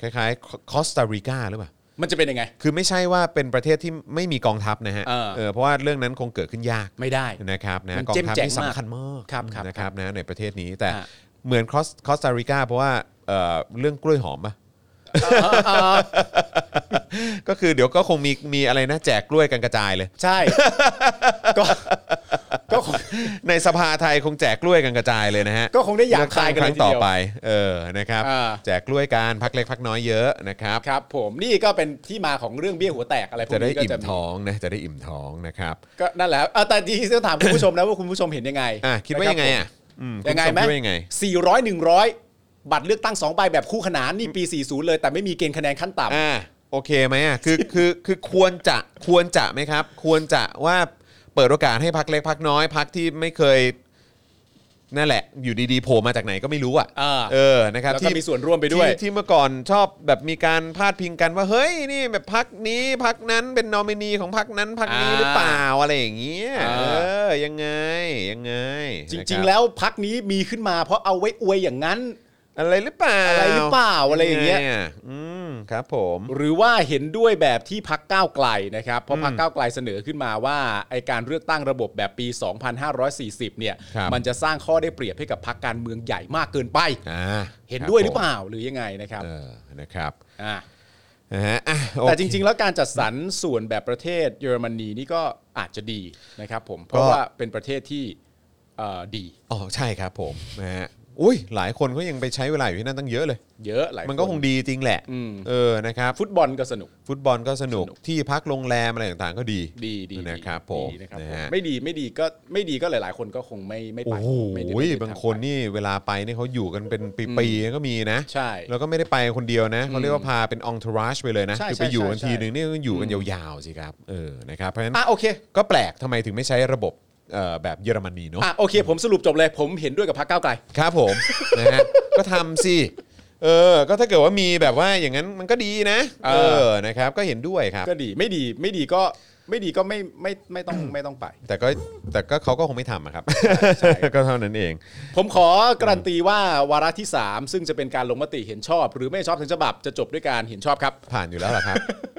[SPEAKER 1] คล้ายๆคอสตาริกาหรือเปล่า
[SPEAKER 2] มันจะเป็นยังไง
[SPEAKER 1] คือไม่ใช่ว่าเป็นประเทศที่ไม่มีกองทัพนะฮะ
[SPEAKER 2] เออ
[SPEAKER 1] เออเพราะว่าเรื่องนั้นคงเกิดขึ้นยาก
[SPEAKER 2] ไม่ได้
[SPEAKER 1] นะครับนะ
[SPEAKER 2] มัน
[SPEAKER 1] กอง
[SPEAKER 2] เจ้ม
[SPEAKER 1] ทัพ
[SPEAKER 2] แจ๋ง
[SPEAKER 1] ที่
[SPEAKER 2] มาก
[SPEAKER 1] สำคัญมาก
[SPEAKER 2] ครับครับ
[SPEAKER 1] นะครับนะในประเทศนี้แต่
[SPEAKER 2] ฮะ
[SPEAKER 1] เหมือนคอสคอสตาริกาเพราะว่าเอ่อเรื่องกล้วยหอมปะ ก็คือเดี๋ยวก็คงมีมีอะไรนะแจกกล้วยกันกระจายเลย
[SPEAKER 2] ใช่ ก็ก็คง
[SPEAKER 1] ในสภาไทยคงแจกกล้วยกันกระจายเลยนะฮะ
[SPEAKER 2] ก็คงได้อยาก
[SPEAKER 1] เลืตั้ง
[SPEAKER 2] คายกัน
[SPEAKER 1] ค
[SPEAKER 2] เลย
[SPEAKER 1] รั้งต่อ
[SPEAKER 2] ทีเดียว
[SPEAKER 1] ไป เออนะครับ
[SPEAKER 2] อ่า
[SPEAKER 1] แจกกล้วยกันพักเล็กพักน้อยเยอะนะครับ
[SPEAKER 2] ครับ ผมนี่ก็เป็นที่มาของเรื่องเบี้ยหัวแตกอะไรพว
[SPEAKER 1] จะ
[SPEAKER 2] ก
[SPEAKER 1] ได้
[SPEAKER 2] นี้ก็
[SPEAKER 1] อิ่ม
[SPEAKER 2] จะมี
[SPEAKER 1] ท้องนะจะได้อิ่มท้องนะครับ
[SPEAKER 2] ก็นั่นแหละครับอ่ะแต่ที่จะถามคุณผู้ชมนะว่าคุณผู้ชมเห็นยังไง
[SPEAKER 1] อ่ะคิดว่ายังไงอ่ะอืม
[SPEAKER 2] นะครับผมยังไงไหม
[SPEAKER 1] คุณผู้ชคิดว่ายังไง
[SPEAKER 2] สี่ร้อยหนึ่งร้อยบัตรเลือกตั้งสองใบแบบคู่ขนานนี่ปี 40 เลย แต่ไม่มีเกณฑ์คะแนนขั้นต่ำ
[SPEAKER 1] อ่าโอเคไหมอ่ะ คือคือคือควรจะควรจะไหมครับ ควรจะว่าเปิดโอกาสให้พักเล็กพักน้อยพักที่ไม่เคยนั่นแหละ อยู่ดีๆโผล่มาจากไหนก็ไม่รู้อ่ะ
[SPEAKER 2] อ่า
[SPEAKER 1] เออนะครับ
[SPEAKER 2] แล้วก็
[SPEAKER 1] ที่
[SPEAKER 2] มีส่วนร่วมไปด้วย
[SPEAKER 1] ที่ที่เมื่อก่อนชอบแบบมีการพาดพิงกันว่าเฮ้ยนี่แบบพักนี้พักนั้นเป็นนอมินีของพักนั้นพักนี้หรือเปล่าอะไรอย่างเงี้ยเออยังไงยังไง
[SPEAKER 2] จ
[SPEAKER 1] นะค
[SPEAKER 2] ริ
[SPEAKER 1] บ
[SPEAKER 2] ง ๆ แล้วพักนี้มีขึ้นมาเพราะเอาไว้อวยอย่างนั้น
[SPEAKER 1] อะไรหรือเปล่า
[SPEAKER 2] อะไรหรือเปล่าอะไรอย่างเงี้ย
[SPEAKER 1] นี่อืมครับผม
[SPEAKER 2] หรือว่าเห็นด้วยแบบที่พักก้าวไกลนะครับ เพราะพักก้าวไกลเสนอขึ้นมาว่าไอการเลือกตั้งระบบแบบปี 2540 เนี่ย
[SPEAKER 1] ครับ
[SPEAKER 2] มันจะสร้างข้อได้เปรียบให้กับพักการเมืองใหญ่มากเกินไป
[SPEAKER 1] อ่า
[SPEAKER 2] เห็น
[SPEAKER 1] คบ
[SPEAKER 2] ด้วยหรือเป
[SPEAKER 1] ผ
[SPEAKER 2] ล่าหรือยังไงนะครับ
[SPEAKER 1] มเออนะครับ
[SPEAKER 2] อ่า
[SPEAKER 1] นะฮะอ่ะโอเค
[SPEAKER 2] แต่จริง ๆ แล้วการจัดสรรส่วนแบบประเทศเยอรมนีนี่ก็อาจจะดีนะครับผมเพราะว่าเป็นประเทศที่เอ่อดี
[SPEAKER 1] อ๋อใช่ครับผมนะฮะอุ้ยหลายคนก็ยังไปใช้เวลาอยู่ที่นั่นตั้งเยอะเลย
[SPEAKER 2] เยอะหลาย
[SPEAKER 1] มันก็คงดีจริงแหละ
[SPEAKER 2] อืม
[SPEAKER 1] เออนะครับ
[SPEAKER 2] ฟุตบอลก็สนุก
[SPEAKER 1] ฟุตบอลก็สนุก
[SPEAKER 2] สนุก
[SPEAKER 1] ที่พักโรงแรมอะไรต่างๆ ก็ดี
[SPEAKER 2] ดีดีดี
[SPEAKER 1] นะครับผม
[SPEAKER 2] ดีนะครับ
[SPEAKER 1] นะ
[SPEAKER 2] ผม
[SPEAKER 1] ฮะ
[SPEAKER 2] ไม่ดีไม่ดีก็ไม่ดีก็หลาย ๆ คนก็คงไม่ไม่
[SPEAKER 1] โอ้
[SPEAKER 2] ไป
[SPEAKER 1] โห
[SPEAKER 2] ไม่ได้ไม่ได้
[SPEAKER 1] บางคน
[SPEAKER 2] ทำไป
[SPEAKER 1] นี่เวลาไปนี่เขาอยู่กันเป็นปีๆก็มีนะ
[SPEAKER 2] ใช่
[SPEAKER 1] แล้วก็ไม่ได้ไปคนเดียวนะเขาเรียกว่าพาเป็นองทราชไปเลยนะ
[SPEAKER 2] ใช่
[SPEAKER 1] คือ
[SPEAKER 2] ใช่
[SPEAKER 1] ไปอยู่กัน
[SPEAKER 2] ใช่
[SPEAKER 1] ที
[SPEAKER 2] ใช่
[SPEAKER 1] นึงนี่ก็อยู่กันยาวๆสิครับเออนะครับเพราะฉะนั้น
[SPEAKER 2] อ่ะโอเค
[SPEAKER 1] ก็แปลกทำไมถึงไม่ใช้ระบบเอ่อแบบเยอรมนีเนาะ
[SPEAKER 2] อ่ะโอเค ผมสรุปจบเลย ผมเห็นด้วยกับพรรคก้าวไกล
[SPEAKER 1] ครับผม นะฮะก็ทำสิเออ ก็ถ้าเกิดว่ามีแบบว่าอย่างนั้นมันก็ดีนะ
[SPEAKER 2] เอ
[SPEAKER 1] เอ
[SPEAKER 2] อ
[SPEAKER 1] อนะครับ ก็เห็นด้วยครับ
[SPEAKER 2] ก็ดีไม่ดีไม่ดีก็ไม่ดีก็ไม่ไม่ไม่ ต้อง ไม่ต้องไป
[SPEAKER 1] แต่ก็แต่ก็เขาก็คงไม่ทำอะครับ
[SPEAKER 2] ใช่
[SPEAKER 1] ก็เท่านั้นเอง
[SPEAKER 2] ผมขอการันตีว่าวาระที่ 3 ซึ่งจะเป็นการลงมติเห็นชอบ หรือไม่ชอบทั้งฉบับจะจบด้วยการเห็นชอบครับ
[SPEAKER 1] ผ่านอยู่แล้วล่ะครับ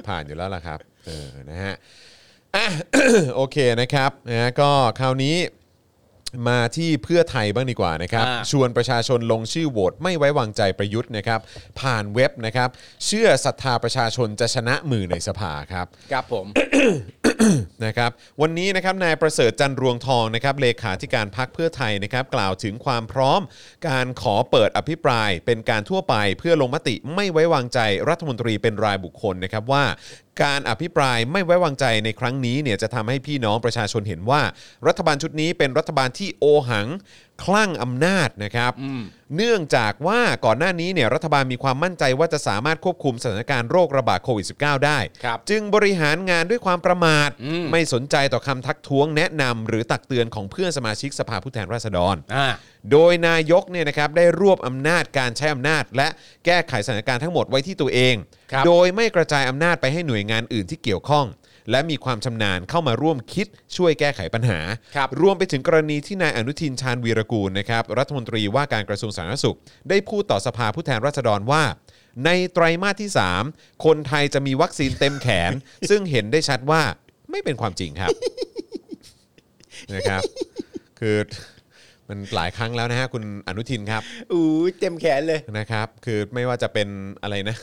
[SPEAKER 1] ผ่านอยู่แล้วล่ะครับ เออ นะฮะ อ่ะ โอเคนะครับ นะฮะก็คราวนี้มาที่เพื่อไทยบ้างดีกว่านะครับ
[SPEAKER 2] อ่า
[SPEAKER 1] ชวนประชาชนลงชื่อโหวตไม่ไว้วางใจประยุทธ์นะครับ ผ่านเว็บนะครับ เชื่อศรัทธาประชาชนจะชนะมือในสภาครับ
[SPEAKER 2] ครับผม
[SPEAKER 1] นะครับวันนี้นะครับนายประเสริฐจันทร์รวงทองนะครับเลขาธิการพักเพื่อไทยนะครับกล่าวถึงความพร้อม การขอเปิดอภิปรายเป็นการทั่วไปเพื่อลงมติไม่ไว้วางใจรัฐมนตรีเป็นรายบุคคลนะครับว่า การอภิปรายไม่ไว้วางใจในครั้งนี้เนี่ยจะทำให้พี่น้องประชาชนเห็นว่า รัฐบาลชุดนี้เป็นรัฐบาลที่โอหัง คลั่งอำนาจนะครับ เนื่องจากว่าก่อนหน้านี้เนี่ยรัฐบาลมีความมั่นใจว่าจะสามารถควบคุมสถานการณ์โรคระบาดโควิด -19 ได้
[SPEAKER 2] ครับ
[SPEAKER 1] จึงบริหารงานด้วยความประมาท
[SPEAKER 2] อืม
[SPEAKER 1] ไม่สนใจต่อคำทักท้วงแนะนำหรือตักเตือนของเพื่อนสมาชิกสภาผู้แทนราษฎร
[SPEAKER 2] อ่า
[SPEAKER 1] โดยนายกเนี่ยนะครับได้รวบอำนาจการใช้อำนาจ และแก้ไขสถานการณ์ทั้งหมดไว้ที่ตัวเอง
[SPEAKER 2] ครับ
[SPEAKER 1] โดยไม่กระจายอำนาจไปให้หน่วยงานอื่นที่เกี่ยวข้อง และมีความชำนาญเข้ามาร่วมคิดช่วยแก้ไขปัญหา
[SPEAKER 2] ครับ
[SPEAKER 1] รวมไปถึงกรณีที่นายอนุทินชาญวีรกูลนะครับรัฐมนตรีว่าการกระทรวงสาธารณสุข ได้พูดต่อสภาผู้แทนราษฎรว่า ในไตรมาสที่ 3 คนไทยจะมีวัคซีนเต็มแข น ซึ่งเห็นได้ชัดว่าไม่เป็นความจริงครับ นะครับ คือมันหลายครั้งแล้วนะฮะคุณอนุทินครับ
[SPEAKER 2] อู้เต็มแขนเลย
[SPEAKER 1] นะครับ คือไม่ว่าจะเป็นอะไรนะ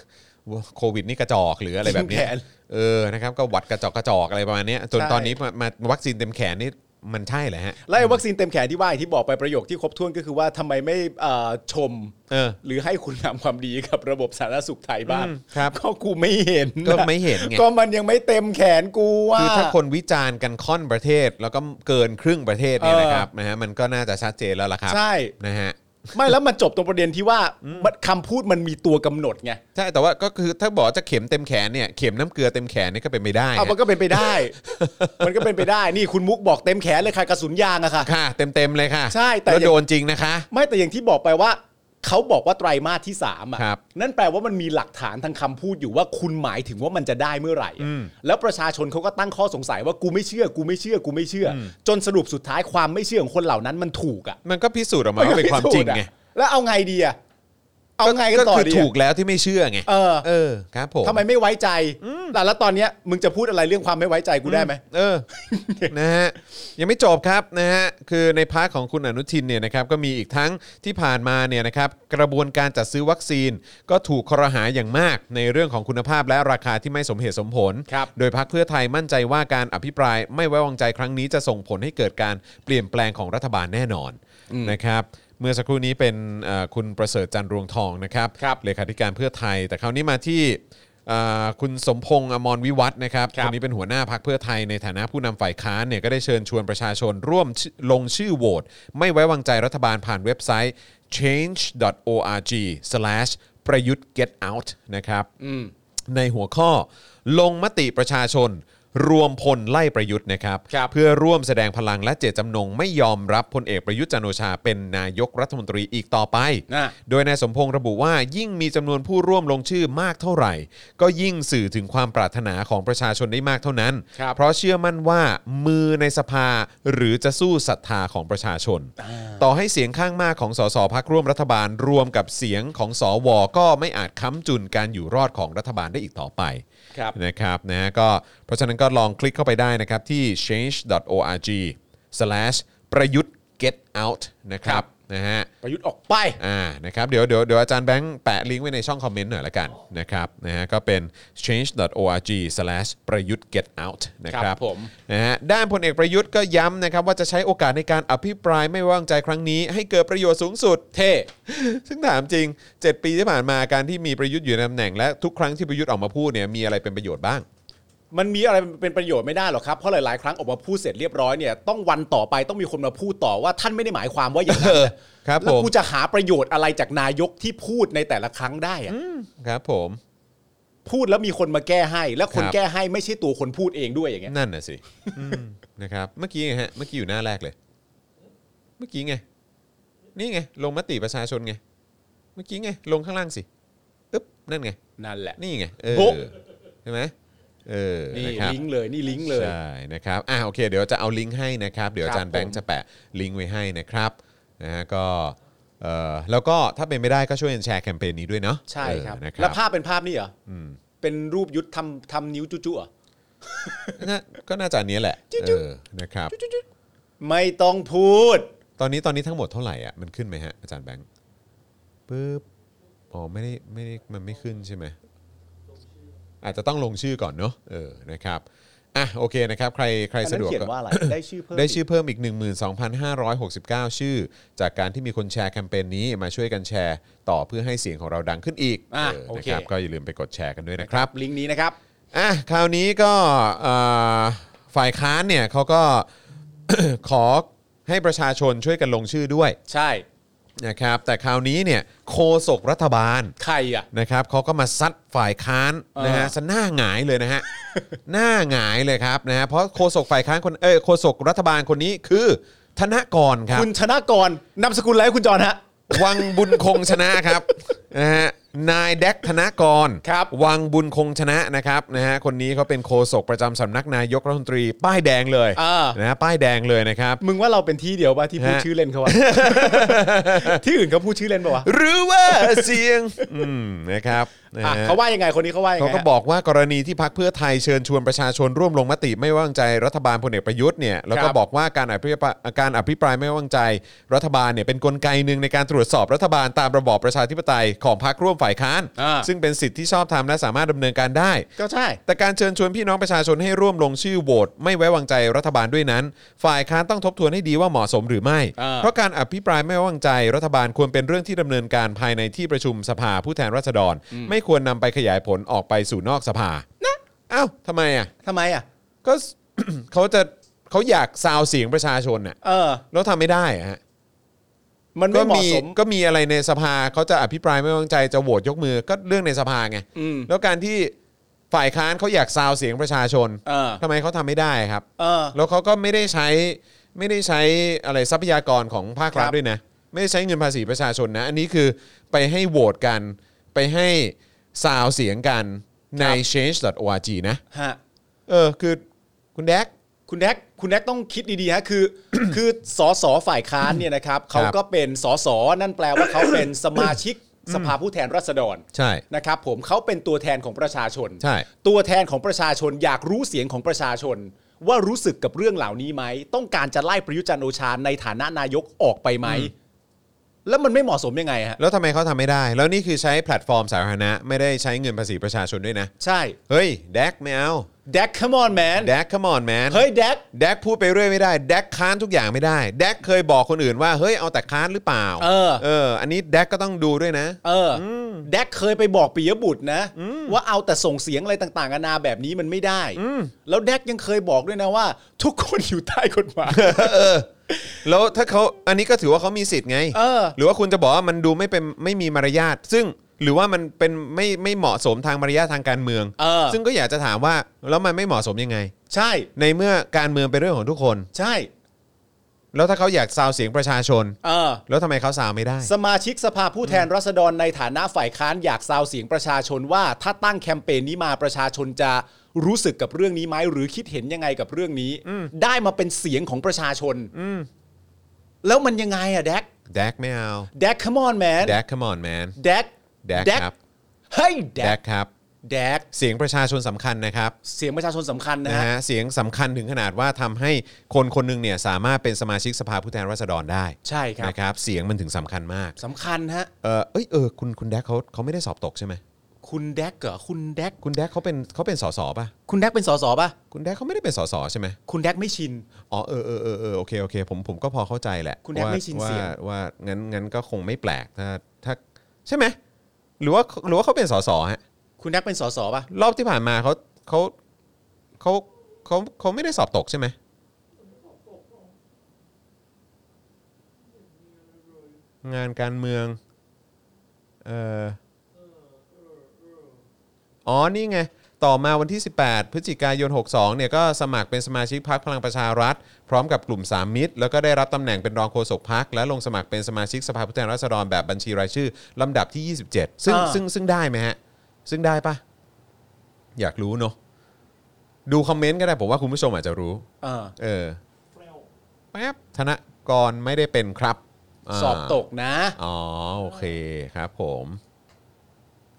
[SPEAKER 1] โควิดนี่กระจอกหรืออะไรแบบเนี้ย
[SPEAKER 2] เต็มแขน
[SPEAKER 1] เออนะครับก็หวัดกระจอกกระจอกอะไรประมาณเนี้ยจน
[SPEAKER 2] ใช่
[SPEAKER 1] ตอนนี้มามาวัคซีนเต็มแขนนี่มันใช่เหรอฮะ
[SPEAKER 2] ไล่วัคซีนเต็มแขนที่ว่าอย่างที่บอกไปประโยคที่ครบถ้วนก็คือว่าทำไมไม่เอ่อชม
[SPEAKER 1] เออ
[SPEAKER 2] หรือให้คุณงามความดีกับระบบสาธารณสุขไทยบ้าง
[SPEAKER 1] อืมครับ
[SPEAKER 2] ก็กูไม่เห็นนะ
[SPEAKER 1] ก็ไม่เห็นไง
[SPEAKER 2] ก็มันยังไม่เต็มแขนกูว่า
[SPEAKER 1] คือถ้าคนวิจารณ์กันค่อนประเทศ แล้วก็เกินครึ่งประเทศเนี่ย
[SPEAKER 2] เออ
[SPEAKER 1] นะครับนะฮะมันก็น่าจะชัดเจนแล้วล่ะครับ
[SPEAKER 2] ใช่
[SPEAKER 1] นะฮะ
[SPEAKER 2] ไม่แล้วมันจบตรงประเด็นที่ว่ามันคำพูดมันมีตัวกำหนดไง
[SPEAKER 1] ใช่แต่ว่าก็คือถ้าบอกว่าจะเข็มเต็มแขนเนี่ยเข็มน้ำเกลือเต็มแขนนี่ก็เป็นไม่ได้
[SPEAKER 2] เอามันก็เป็นไป ได้ มันก็เป็นไปได้นี่คุณมุกบอกเต็มแขนเลยค่ะกระสุนยางอะค่ะ
[SPEAKER 1] ค่ะเต็มเต็มๆเลยค่ะ
[SPEAKER 2] ใช่แต่
[SPEAKER 1] แล้วโดนจริงนะคะ
[SPEAKER 2] ไม่แต่อย่างที่บอกไปว่าเขาบอกว่าไตรมาสที่สามอะ
[SPEAKER 1] ครับ
[SPEAKER 2] นั่นแปลว่ามันมีหลักฐานทางคำพูดอยู่ว่าคุณหมายถึงว่ามันจะได้เมื่อไหร่อะแล้วประชาชนเขาก็ตั้งข้อสงสัยว่ากูไม่เชื่อ กูไม่เชื่อ กูไม่เชื่ออจนสรุปสุดท้ายความไม่เชื่อของคนเหล่านั้นมันถูกอะ
[SPEAKER 1] มันก็พิสูจน์ออกมาว่าเป็นความจริงไง
[SPEAKER 2] อะแล้วเอาไงดีอะเอาไงกันต่อ
[SPEAKER 1] คือ
[SPEAKER 2] ดี
[SPEAKER 1] ถูก
[SPEAKER 2] อะ
[SPEAKER 1] แล้วที่ไม่เชื่อไง
[SPEAKER 2] เออ
[SPEAKER 1] เออครับผม
[SPEAKER 2] ทำไมไม่ไว้ใจแต่แล้วตอนเนี้ยมึงจะพูดอะไรเรื่องความไม่ไว้ใจกูได้ไหม
[SPEAKER 1] เออ นะฮะยังไม่จบครับนะฮะคือในพาร์ทของคุณอนุทินเนี่ยนะครับก็มีอีกทั้งที่ผ่านมาเนี่ยนะครับกระบวนการจัดซื้อวัคซีน ก็ถูกครหาอย่างมาก ในเรื่องของคุณภาพและราคาที่ไม่สมเหตุสมผล
[SPEAKER 2] ครับ
[SPEAKER 1] โดยพักเพื่อไทยมั่นใจว่าการอภิปรายไม่ไว้วางใจครั้งนี้จะส่งผลให้เกิดการเปลี่ยนแปลงของรัฐบาลแน่นอนนะครับเมื่อสักครู่นี้เป็นเอ่อคุณประเสริฐจันทร์รวงทองนะครับ
[SPEAKER 2] ครับ
[SPEAKER 1] เลขาธิการเพื่อไทย แต่คราวนี้มาที่เอ่อคุณสมพงษ์อมรวิวัฒน์นะครับ
[SPEAKER 2] ครับ
[SPEAKER 1] นนี้เป็นหัวหน้าพักเพื่อไทยในฐานะผู้นำฝ่ายค้านเนี่ยก็ได้เชิญชวนประชาชนร่วมชื่อลงชื่อโหวตไม่ไว้วางใจรัฐบาลผ่านเว็บไซต์ change.org/ ประยุทธ์ get out นะครับ ในหัวข้อลงมติประชาชน รวมพลไล่ประยุทธ์นะครับ
[SPEAKER 2] ครับ
[SPEAKER 1] เพื่อร่วมแสดงพลังและเจตจำนง ไม่ยอมรับพลเอกประยุทธ์จันทร์โอชาเป็นนายกรัฐมนตรีอีกต่อไป
[SPEAKER 2] อ่ะ
[SPEAKER 1] โดยนายสมพงษ์ระบุว่ายิ่งมีจำนวนผู้ร่วมลงชื่อมากเท่าไหร่ ก็ยิ่งสื่อถึงความปรารถนาของประชาชนได้มากเท่านั้น
[SPEAKER 2] ครับ
[SPEAKER 1] เพราะเชื่อมั่นว่ามือในสภาหรือจะสู้ศรัทธาของประชาชน ต่อให้เสียงข้างมากของสสพักร่วมรัฐบาล รวมกับเสียงของสวก็ไม่อาจค้ำจุนการอยู่รอดของรัฐบาลได้อีกต่อไป
[SPEAKER 2] ครับ
[SPEAKER 1] นะครับนะฮะก็เพราะฉะนั้นก็ลองคลิกเข้าไปได้นะครับที่ change.org slash ประยุทธ์ get out นะค
[SPEAKER 2] ค
[SPEAKER 1] รั
[SPEAKER 2] รั
[SPEAKER 1] บบ นะฮะ
[SPEAKER 2] ประยุทธ์ออกไป
[SPEAKER 1] อ่านะครับเดี๋ยวเดี๋ยวเดี๋ยวอาจารย์แบงค์แปะลิงก์ไว้ในช่องคอมเมนต์หน่อยละกันนะครับนะฮะก็เป็น change.org slash ประยุทธ์ get out นะค
[SPEAKER 2] ครั
[SPEAKER 1] รับบ
[SPEAKER 2] ผม
[SPEAKER 1] นะฮะด้านพลเอกประยุทธ์ก็ย้ำนะครับว่าจะใช้โอกาสในการอภิปรายไม่ไว้วางใจครั้งนี้ ให้เกิดประโยชน์สูงสุด
[SPEAKER 2] เท่
[SPEAKER 1] ซึ่ง ถามจริง 7 ปีที่ผ่านมาการที่มีประยุทธ์อยู่ในตำแหน่งและทุกครั้งที่ประยุทธ์ออกมาพูดเนี่ยมีอะไรเป็นประโยชน์บ้าง
[SPEAKER 2] มันมีอะไรเป็นประโยชน์ไม่ได้หรอกครับ เพราะหลาย ๆ ครั้งออกมาพูดเสร็จเรียบร้อยเนี่ยต้องวันต่อไปต้องมีคนมาพูดต่อว่าท่านไม่ได้หมายความว่าอย่างนั้นนะครับ แล้ว
[SPEAKER 1] ผม
[SPEAKER 2] กูจะหาประโยชน์อะไรจากนายกที่พูดในแต่ละครั้งได้อะ
[SPEAKER 1] ครับผม
[SPEAKER 2] พูดแล้วมีคนมาแก้ให้ และคน
[SPEAKER 1] ครับ
[SPEAKER 2] แก้ให้ไม่ใช่ตัวคนพูดเองด้วยอย่างเงี้ย
[SPEAKER 1] นั่นน่ะสิอืมนะครับ เมื่อกี้ไงฮะ เมื่อกี้อยู่หน้าแรกเลย เมื่อกี้ไง นี่ไง ลงมติประชาชนไง เมื่อกี้ไง ลงข้างล่างสิอึ๊บ นั่นไง
[SPEAKER 2] นั่นแหละ
[SPEAKER 1] นี่ไง เออ
[SPEAKER 2] บุ๊บ
[SPEAKER 1] ใช่ไหมเออ
[SPEAKER 2] นี่
[SPEAKER 1] ะครับ
[SPEAKER 2] ลิงก์เลยนี่ลิงก์เลย
[SPEAKER 1] ใช่นะครับ อ่าโอเค เดี๋ยวจะเอาลิงก์ให้นะครับ เดี๋ยวอาจารย์
[SPEAKER 2] ครับ
[SPEAKER 1] แบงค์จะแปะลิงก์ไว้ให้นะครับนะฮะก็เอ่อแล้วก็ถ้าเป็นไม่ได้ก็ช่วยกันแชร์แคมเปญนี้ด้วยเนาะ
[SPEAKER 2] ใช่ครับ
[SPEAKER 1] เออนะค
[SPEAKER 2] แล้
[SPEAKER 1] รับ
[SPEAKER 2] วภาพเป็นภาพนี่เหรออเป็นรูปยุทธทำทำนิ้วจุ๊จุ๊เหรอ
[SPEAKER 1] น่าก็น่าจะอันนี้แหละเออนะครับ
[SPEAKER 2] ไม่ต้องพูด
[SPEAKER 1] ตอนนี้ตอนนี้ทั้งหมดเท่าไหร่อ่ะมันขึ้นไหมฮะอาจารย์แบงค์ปึ๊บอ๋อไม่ได้ไม่ได้มันไม่ขึ้นใช่ไหมอาจจะต้องลงชื่อก่อนเนาะเออนะครับอ่ะโอเคนะครับ ใครใคร
[SPEAKER 2] อัน
[SPEAKER 1] สะ
[SPEAKER 2] นั้น
[SPEAKER 1] ดวก
[SPEAKER 2] เขียน
[SPEAKER 1] ก็
[SPEAKER 2] ว่าอะไร ได้ชื่อเพิ่ม
[SPEAKER 1] ได้ชื่อเพิ่มอีก 12,569 ชื่อ จากการที่มีคนแชร์แคมเปญนี้มาช่วยกันแชร์ ต่อเพื่อให้เสียงของเราดังขึ้นอีก
[SPEAKER 2] ะ
[SPEAKER 1] เออ
[SPEAKER 2] โอ
[SPEAKER 1] นะ
[SPEAKER 2] เค
[SPEAKER 1] ครับก็อย่าลืมไปกดแชร์กันด้วยนะครับ
[SPEAKER 2] ลิงก์นี้นะครับ
[SPEAKER 1] อ่ะคราวนี้ก็เอ่อฝ่ายค้านเนี่ยเขาก็ ขอให้ประชาชนช่วยกันลงชื่อด้วย
[SPEAKER 2] ใช่
[SPEAKER 1] นะครับ แต่คราวนี้เนี่ยโคศกรัฐบาล
[SPEAKER 2] ใครอ่ะ
[SPEAKER 1] นะครับเขาก็มาซัดฝ่ายค้าน
[SPEAKER 2] เออ
[SPEAKER 1] นะฮะซะหน้าหงายเลย นะฮะ หน้าหงายเลยครับนะฮะเพราะโฆษกฝ่ายค้านคนเออโฆษกรัฐบาลคนนี้คือธนกรครับ
[SPEAKER 2] คุณ ธนากรนามสกุลอะไรคุณจอนฮะ
[SPEAKER 1] วังบุญคงชนะครับนะฮะนายแดกธนกร
[SPEAKER 2] ครับ
[SPEAKER 1] วังบุญคงชนะนะครับนะฮะคนนี้เขาเป็นโฆษกประจำสำนักนายกรัฐมนตรี ป้ายแดงเลย
[SPEAKER 2] อ่าน
[SPEAKER 1] นะฮะป้ายแดงเลยนะครับ
[SPEAKER 2] มึงว่าเราเป็นที่เดียวป่ะที่พูด
[SPEAKER 1] ฮะ
[SPEAKER 2] ชื่อเล่น เขาวะ ที่อื่นเขาพูดชื่อเล่นป่ะวะ
[SPEAKER 1] หรือว่าเสียง อืมนะครับนะ
[SPEAKER 2] อ่ะ
[SPEAKER 1] ฮะ
[SPEAKER 2] เขาว่ายังไงคนนี้เขาว่ายัง
[SPEAKER 1] เขา
[SPEAKER 2] ไง
[SPEAKER 1] ก็
[SPEAKER 2] ฮะ
[SPEAKER 1] บอกว่ากรณีที่พักเพื่อไทยเชิญชวนประชาชนร่วมลงมติไม่ว่างใจรัฐบาลพลเอกประยุทธ์เนี่ยแล้วก็
[SPEAKER 2] ครับ
[SPEAKER 1] บอกว่าการอภิปรายการอภิปรายไม่ว่างใจรัฐบาลเนี่ยเป็นกลไกหนึ่งในการตรวจสอบรัฐบาลตามระบอบประชาธิปไตยของพรรคร่วมฝ่ายค้าน
[SPEAKER 2] อ่า
[SPEAKER 1] ซึ่งเป็นสิทธิที่ชอบธรรมและสามารถดำเนินการได้
[SPEAKER 2] ก็ใช่
[SPEAKER 1] แต่การเชิญชวนพี่น้องประชาชนให้ร่วมลงชื่อโหวตไม่ไว้วางใจรัฐบาลด้วยนั้น ฝ่ายค้านต้องทบทวนให้ดีว่าเหมาะสมหรือไม่
[SPEAKER 2] อ่า
[SPEAKER 1] เพราะการอภิปรายไม่ไว้วางใจรัฐบาลควรเป็นเรื่องที่ดำเนินการภายในที่ประชุมสภาผู้แทนราษฎร ไม่ควรนำไปขยายผลออกไปสู่นอกสภานะอ้าวทำไมอ่ะ
[SPEAKER 2] ทำไมอ่ะ
[SPEAKER 1] ก็ เขาจะเขาอยากซาวเสียงประชาชนน่ะ
[SPEAKER 2] เออ
[SPEAKER 1] แล้วทำไม่ได้อะฮะ
[SPEAKER 2] มัน
[SPEAKER 1] ก็
[SPEAKER 2] ไม่เหมาะ
[SPEAKER 1] มี
[SPEAKER 2] สม
[SPEAKER 1] ก็มีอะไรในสภาเขาจะอภิปรายไม่ไว้วางใจจะโหวตยกมือก็เรื่องในสภาไง
[SPEAKER 2] อืม
[SPEAKER 1] แล้วการที่ฝ่ายค้านเขาอยากซาวเสียงประชาชน
[SPEAKER 2] เออ
[SPEAKER 1] ทำไมเขาทำไม่ได้ครับ
[SPEAKER 2] เออ
[SPEAKER 1] แล้วเขาก็ไม่ได้ใช้ไม่ได้ใช้อะไรทรัพยากรของภาครัฐ
[SPEAKER 2] ครับ
[SPEAKER 1] ด้วยนะ ไม่ได้ใช้เงินภาษีประชาชนนะ อันนี้คือไปให้โหวตกัน ไปให้ซาวเสียงกันใน change.org นะ
[SPEAKER 2] ฮะ
[SPEAKER 1] เออ คือคุณแดก
[SPEAKER 2] คุณแดกคุณแดกต้องคิดดีๆฮะคือ คือสสฝ่ายค้านเนี่ยนะครับเขาก็เป็นสสนั่นแปลว่าเขาเป็นสมาชิกสภาผู้แทนราษฎร
[SPEAKER 1] ใช่
[SPEAKER 2] นะครับผมเขาเป็นตัวแทนของประชาชน
[SPEAKER 1] ใช่
[SPEAKER 2] ตัวแทนของประชาชนอยากรู้เสียงของประชาชน ว่ารู้สึกกับเรื่องเหล่านี้ไหม ต้องการจะไล่ประยุทธ์จันทร์โอชาในฐานะนายกออกไปไหม แล้วมันไม่เหมาะสมยังไงฮะ
[SPEAKER 1] แล้วทำไมเขาทำไม่ได้ แล้วนี่คือใช้แพลตฟอร์มสาธารณะ ไม่ได้ใช้เงินภาษีประชาชนด้วยนะ
[SPEAKER 2] ใช่
[SPEAKER 1] เฮ้ยแดกไม่เอา
[SPEAKER 2] แดก come on man
[SPEAKER 1] แดก come on man
[SPEAKER 2] เฮ้ยแดก
[SPEAKER 1] แดกพูดไปเรื่อยไม่ได้แดกค้านทุกอย่างไม่ได้แดกเคยบอกคนอื่นว่าเฮ้ยเอาแต่ค้านหรือเปล่า
[SPEAKER 2] เออ
[SPEAKER 1] เออ อันนี้แดกก็ต้องดูด้วยนะ
[SPEAKER 2] เอออแดกเคยไปบอกปิยบุตรนะ ว่าเอาแต่ส่งเสียงอะไรต่างๆนานาแบบนี้มันไม่ได้ แล้วแดกยังเคยบอกด้วยนะว่า ทุกคนอยู่ใต้กฎหมาย
[SPEAKER 1] แล้วถ้าเขาอันนี้ก็ถือว่าเขามีสิทธิ์ไง
[SPEAKER 2] เออ
[SPEAKER 1] หรือว่าคุณจะบอกว่ามันดูไม่เป็นไม่มีมารยาทซึ่งหรือว่ามันเป็นไม่ไม่เหมาะสมทางมารยาททางการเมือง
[SPEAKER 2] เออ
[SPEAKER 1] ซึ่งก็อยากจะถามว่าแล้วมันไม่เหมาะสมยังไง
[SPEAKER 2] ใช่
[SPEAKER 1] ในเมื่อการเมืองเป็นเรื่องของทุกคน
[SPEAKER 2] ใช่
[SPEAKER 1] แล้วถ้าเขาอยากซาวเสียงประชาชน
[SPEAKER 2] เออ
[SPEAKER 1] แล้วทำไมเขาซาวไม่ได้
[SPEAKER 2] สมาชิกสภาผู้แทนราษฎรในฐานะฝ่ายค้านอยากซาวเสียงประชาชนว่า ถ้าตั้งแคมเปญนี้มาประชาชนจะรู้สึกกับเรื่องนี้ไหมหรือคิดเห็นยังไงกับเรื่องนี้ ได้มาเป็นเสียงของประชาชนแล้วมันยังไงอะแดก
[SPEAKER 1] แดกไม่เอา
[SPEAKER 2] แดก come on man
[SPEAKER 1] แดก come on man
[SPEAKER 2] แดก
[SPEAKER 1] แดกครับ
[SPEAKER 2] เฮ้ยแด
[SPEAKER 1] แด
[SPEAKER 2] ก
[SPEAKER 1] กครับ
[SPEAKER 2] แดก
[SPEAKER 1] เสียงประชาชนสำคัญนะครับ
[SPEAKER 2] เสียงประชาชนสำคัญนะ
[SPEAKER 1] นะ
[SPEAKER 2] ฮะ
[SPEAKER 1] ฮะเสียงสำคัญถึงขนาดว่าทำให้คนคนหนึงเนี่ยสามารถเป็นสมาชิกสภาผู้แทนราษฎรได้
[SPEAKER 2] ใช่ครับ
[SPEAKER 1] นะครับ เสียงมันถึงสำคัญมาก
[SPEAKER 2] สำคัญฮะ
[SPEAKER 1] เออเอ้ยเออคุณคุณแดกเขาเขาไม่ได้สอบตกใช่ไหม
[SPEAKER 2] คุณแดกเหรอคุณแดก
[SPEAKER 1] คุณแดกเขาเป็นเขาเป็นสสป่ะ
[SPEAKER 2] คุณแดกเป็นสสป่ะ
[SPEAKER 1] คุณแดกเขาไม่ได้เป็นสสใช่ไหม
[SPEAKER 2] คุณแดกไม่ชิน
[SPEAKER 1] อ๋อเออเออเออเออโอเคโอเคผมผมก็พอเข้าใจแหละ
[SPEAKER 2] คุณแดก
[SPEAKER 1] ว่า
[SPEAKER 2] ไม่ชินเสียง
[SPEAKER 1] ว่าว่างั้นงั้นก็คงไม่แปลกถ้าถ้าใช่ไหมหรือว่าหรือว่าเขาเป็นสสฮะ
[SPEAKER 2] คุณแดกเป็นสสป่ะ
[SPEAKER 1] รอบที่ผ่านมาเขาเขาเขาเขาเขาไม่ได้สอบตกใช่ไหมงานการเมือง เอ่ออ๋อ นี่ไง ต่อมาวันที่ 18 พฤศจิกายน 62 เนี่ยก็สมัครเป็นสมาชิกพรรคพลังประชารัฐ พร้อมกับกลุ่มสามมิตร แล้วก็ได้รับตำแหน่งเป็นรองโฆษกพรรคและลงสมัครเป็นสมาชิกสภาผู้แทนราษฎรแบบบัญชีรายชื่อ ลำดับที่ 27 ซึ่ง
[SPEAKER 2] อ่า
[SPEAKER 1] ซึ่งซึ่งได้ไหมฮะ ซึ่งได้ปะอยากรู้เนอะดูคอมเมนต์ก็ได้ผมว่าคุณผู้ชมอาจจะรู้
[SPEAKER 2] เออ
[SPEAKER 1] เออแป๊บธนกรไม่ได้เป็นครับา
[SPEAKER 2] สอบตกนะ
[SPEAKER 1] อ๋อโอเคครับผม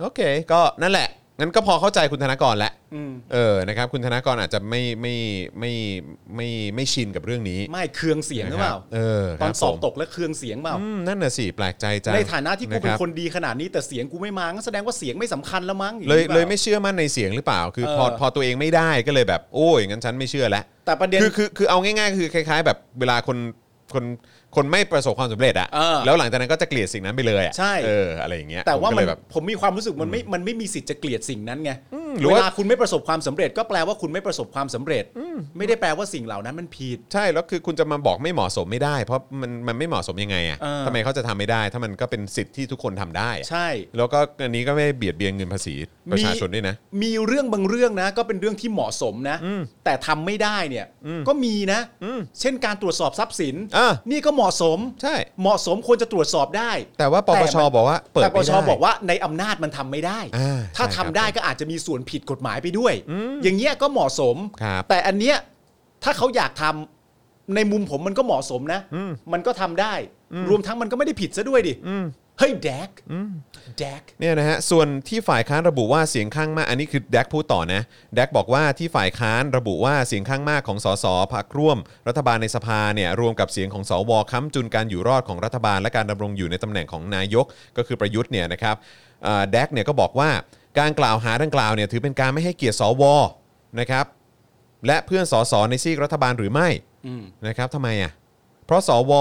[SPEAKER 1] โอเค ก็นั่นแหละ งั้นก็พอเข้าใจคุณธนากรแล้ว
[SPEAKER 2] อืม
[SPEAKER 1] เออนะครับ คุณธนากรอาจจะไม่ไม่ไม่ไม่ไม่ชินกับเรื่องนี้
[SPEAKER 2] ไม่เคืองเสียงหรือเปล่า
[SPEAKER 1] นะคบเออ
[SPEAKER 2] ตอนสอบต
[SPEAKER 1] ก
[SPEAKER 2] กแล้วเคืองเสียงเปล่า
[SPEAKER 1] นั่นน่ะสิแปลกใจจัง
[SPEAKER 2] ในฐานะที่กู
[SPEAKER 1] ะ
[SPEAKER 2] เป็น
[SPEAKER 1] รับ
[SPEAKER 2] คนดีขนาดนี้แต่เสียงกูไม่มางั้นแสดงว่าเสียงไม่สำคัญแล้วมั้งอาง
[SPEAKER 1] เลย
[SPEAKER 2] นี้ปา
[SPEAKER 1] เลยไม่เชื่อมั่นในเสียงหรือเปล่า คือพอ
[SPEAKER 2] เออ
[SPEAKER 1] พอตัวเองไม่ได้ก็เลยแบบ โอ้ยงั้นฉันไม่เชื่อแล้ว
[SPEAKER 2] แต่ประเด็น
[SPEAKER 1] คือคือคือเอาง่ายๆ คือคล้าย ๆ แบบเวลาคนคนคนไม่ประสบความสำเร็จอะ
[SPEAKER 2] เออ
[SPEAKER 1] แล้วหลังจากนั้นก็จะเกลียดสิ่งนั้นไปเลยอะ
[SPEAKER 2] ใช่
[SPEAKER 1] เอออะไรอย่างเงี้ย
[SPEAKER 2] แต่ว่า
[SPEAKER 1] ผก็
[SPEAKER 2] มัน
[SPEAKER 1] เลยบบ
[SPEAKER 2] ผมมีความรู้สึกมันไม่มันไม่มีสิทธิ์จะเกลียดสิ่งนั้นไง
[SPEAKER 1] หรือ
[SPEAKER 2] เว
[SPEAKER 1] ว่า
[SPEAKER 2] ลาคุณไม่ประสบความสำเร็จ ก็แปลว่าคุณไม่ประสบความสำเร็จ ไม่ได้แปลว่าสิ่งเหล่านั้นมันผิด
[SPEAKER 1] ใช่แล้วคือคุณจะมาบอกไม่เหมาะสมไม่ได้ เพราะมันมันไม่เหมาะสมยังไงอ่ะ
[SPEAKER 2] เออ
[SPEAKER 1] ทำไมเขาจะทำไม่ได้ ถ้ามันก็เป็นสิทธิ์ที่ทุกคนทำได้อะ
[SPEAKER 2] ใช่
[SPEAKER 1] แล้วก็อันนี้ก็ไม่เบียดเบียนเงินภาษีประชาชนด้วยนะ
[SPEAKER 2] มีเรื่องบางเรื่องนะ ก็เป็นเรื่องที่เหมาะสมนะ แต่ทำไม่ได้เนี่ยก็มีนะ เช่นการตรวจสอบทรัพย์สิน
[SPEAKER 1] อ่ะ
[SPEAKER 2] นี่ก็เหมาะสม
[SPEAKER 1] ใช่
[SPEAKER 2] เหมาะสมควรจะตรวจสอบได้
[SPEAKER 1] แต่ว่าปปช
[SPEAKER 2] แต่มัน
[SPEAKER 1] บอกว่าเปิด
[SPEAKER 2] แต่ป
[SPEAKER 1] ไม่
[SPEAKER 2] ช
[SPEAKER 1] ได้
[SPEAKER 2] บอกว่าในอำนาจมันทำไม่ได้
[SPEAKER 1] อ่า
[SPEAKER 2] ถ้า
[SPEAKER 1] ใช่ครั
[SPEAKER 2] ทำ
[SPEAKER 1] บ
[SPEAKER 2] ได้ก็อาจจะมีส่วนผิดกฎหมายไปด้วย อย่างเงี้ยก็เหมาะสม
[SPEAKER 1] ครับ
[SPEAKER 2] แต่อันเนี้ยถ้าเขาอยากทำในมุมผมมันก็เหมาะสมนะ มันก็ทำได้ รวมทั้งมันก็ไม่ได้ผิดซะด้วยดิเฮ้ยแดกแดก
[SPEAKER 1] เนี่ยนะฮะส่วนที่ฝ่ายค้านระบุว่าเสียงข้างมากอันนี้คือแดกพูดต่อนะแดกบอกว่าที่ฝ่ายค้านระบุว่าเสียงข้างมากของสสพรรคร่วม รัฐบาลในสภาเนี่ยรวมกับเสียงของสวค้ำจุนการอยู่รอดของรัฐบาล และการดำรงอยู่ในตำแหน่งของนายกก็คือประยุทธ์เนี่ยนะครับเอ่อแดกเนี่ยก็บอกว่าการกล่าวหาดังกล่าวเนี่ยถือเป็นการไม่ให้เกียรติสวนะครับ และเพื่อนสสในซีกรัฐบาลหรือไม่นะครับทำไมอ่ะเพราะสว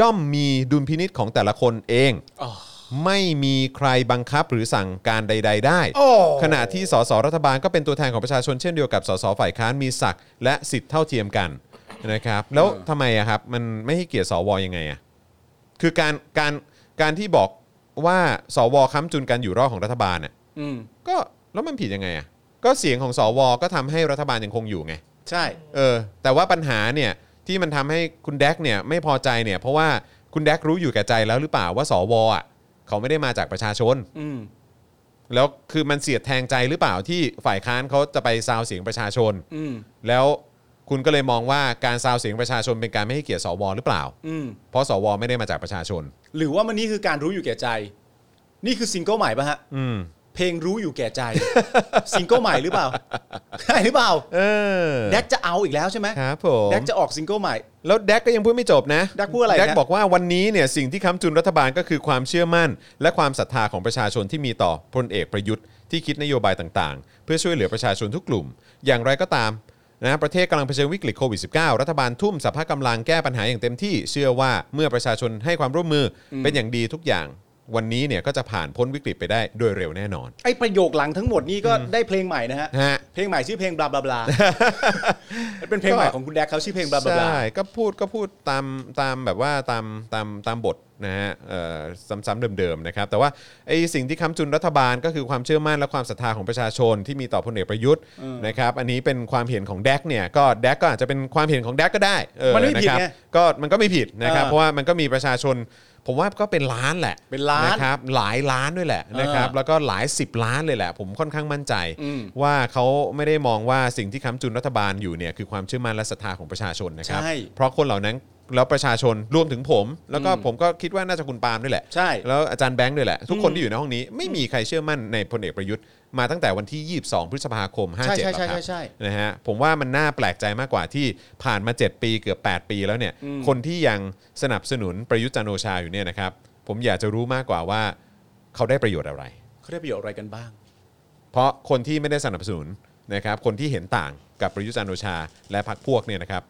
[SPEAKER 1] ย่อมมีดุลพินิษของแต่ละคนเอง
[SPEAKER 2] อ๋อ
[SPEAKER 1] ไม่มีใครบังคับหรือสั่งการใด ๆ ได้ ขณะที่สสรัฐบาลก็เป็นตัวแทนของประชาชนเช่นเดียวกับสสฝ่ายค้านมีศักดิ์และสิทธิ์เท่าเทียมกันนะครับ แล้วทำไมอะครับ มันไม่ให้เกียรติสวยังไงอะคือการการการที่บอกว่าสวค้ำจุนการอยู่รอดของรัฐบาลน่ะ
[SPEAKER 2] อืม
[SPEAKER 1] ก็แล้วมันผิดยังไงอะก็เสียงของสวก็ทำให้รัฐบาลยังคงอยู่ไง
[SPEAKER 2] ใช่
[SPEAKER 1] เออแต่ว่าปัญหาเนี่ยที่มันทำให้คุณแดกเนี่ยไม่พอใจเนี่ยเพราะว่าคุณแดกรู้อยู่แก่ใจแล้วหรือเปล่าว่าสวอ่ะเขาไม่ได้มาจากประชาชน
[SPEAKER 2] อืม
[SPEAKER 1] แล้วคือมันเสียดแทงใจหรือเปล่าที่ฝ่ายค้านเขาจะไปซาวเสียงประชาชน
[SPEAKER 2] อืม
[SPEAKER 1] แล้วคุณก็เลยมองว่าการซาวเสียงประชาชนเป็นการไม่ให้เกียรติสวหรือเปล่า
[SPEAKER 2] อืม
[SPEAKER 1] เพราะสวไม่ได้มาจากประชาชน
[SPEAKER 2] หรือว่ามันนี่คือการรู้อยู่แก่ใจ นี่คือซิงเกิลใหม่ป่ะฮะ
[SPEAKER 1] อืม
[SPEAKER 2] เพลงรู้อยู่แก่ใจ ซิงเกิลใหม่หรือเปล่า ใช่หรือเปล่า
[SPEAKER 1] เออ
[SPEAKER 2] แดกจะเอาอีกแล้วใช่ไหม
[SPEAKER 1] ครับผม
[SPEAKER 2] แดกจะออกซิงเกิลใหม่
[SPEAKER 1] แล้วแดกก็ยังพูดไม่จบนะ
[SPEAKER 2] แดกพูดอะไรนะ
[SPEAKER 1] แดกบอกว่าวันนี้เนี่ยสิ่งที่ค้ำจุนรัฐบาลก็คือความเชื่อมั่น และความศรัทธาของประชาชนที่มีต่อพลเอกประยุทธ์ที่คิดนโยบายต่างๆ เพื่อช่วยเหลือประชาชนทุกกลุ่ม อย่างไรก็ตามนะประเทศกำลังเผชิญวิกฤตโควิด -19 รัฐบาลทุ่มสรรพกำลังแก้ปัญหาอย่างเต็มที่เชื่อว่าเมื่อประชาชนให้ความร่วมมืออเป็นอย่างดีทุกอย่าง วันนี้เนี่ยก็จะผ่านพ้นวิกฤตไปได้โดยเร็วแน่นอน
[SPEAKER 2] ไอประโยคหลังทั้งหมดนี่ก็ได้เพลงใหม่นะฮะ
[SPEAKER 1] นะฮะ
[SPEAKER 2] เพลงใหม่ชื่อเพลงบลาบลา บลา เป็นเพลงใหม่ของคุณแดกเขาชื่อเพลงบลาบลาบลา
[SPEAKER 1] ใช่ก็พูดก็พูดตามตามแบบว่าตามตามตามบทนะฮะเอ่อซ้ำๆเดิมๆนะครับแต่ว่าไอ้สิ่งที่ค้ำจุนรัฐบาลก็คือความเชื่อมั่นและความศรัทธาของประชาชนที่มีต่อพลเอกประยุทธ์นะครับอันนี้เป็นความเห็นของแดกเนี่ยก็แดกก็อาจจะเป็นความเห็นของแดกก็ได้เออ
[SPEAKER 2] มันไม่ผิ
[SPEAKER 1] ะ
[SPEAKER 2] ด
[SPEAKER 1] ครับ
[SPEAKER 2] ไง
[SPEAKER 1] ก็มันก็ไม่ผิดนะครับ
[SPEAKER 2] เออ
[SPEAKER 1] เพราะว่ามันก็มีประชาชน ผมว่าก็เป็นล้านแหละ
[SPEAKER 2] เป็นล้านะครับ
[SPEAKER 1] หลายล้านด้วยแหละนะครับ
[SPEAKER 2] เออ
[SPEAKER 1] แล้วก็หลาย 10 ล้านเลยแหละ ผมค่อนข้างมั่นใจ
[SPEAKER 2] อืม
[SPEAKER 1] ว่าเขาไม่ได้มองว่าสิ่งที่ค้ำจุนรัฐบาลอยู่เนี่ยคือความเชื่อมั่นและศรัทธาของประชาชนนะ นะครับ
[SPEAKER 2] ใช่
[SPEAKER 1] เพราะคนเหล่านั้นแล้วประชาชนรวมถึงผม แล้วก็ผมก็คิดว่าน่าจะคุณปาล์มด้วยแหละ
[SPEAKER 2] ใช่
[SPEAKER 1] แล้วอาจารย์แบงค์ด้วยแหละ ทุกคนที่อยู่ในห้องนี้ไม่มีใครเชื่อมั่นในพลเอกประยุทธ์มาตั้งแต่วันที่ 22 พฤษภาคม 57
[SPEAKER 2] ใช่ใช่
[SPEAKER 1] แล้วครั
[SPEAKER 2] ใช่ใช่ใช่
[SPEAKER 1] นะฮะผมว่ามันน่าแปลกใจมากกว่าที่ผ่านมา 7 ปีเกือบ 8 ปีแล้วเนี่ยคนที่ยังสนับสนุนประยุทธ์จันทร์โอชาอยู่เนี่ยนะครับผมอยากจะรู้มากกว่าว่าเขาได้ประโยชน์อะไร
[SPEAKER 2] เขาได้ประโยชน์อะไรกันบ้าง
[SPEAKER 1] เพราะคนที่ไม่ได้สนับสนุนนะครับ คนที่เห็นต่างกับประยุทธ์จันทร์โอชา และพรรคพวกเนี่ยนะครับ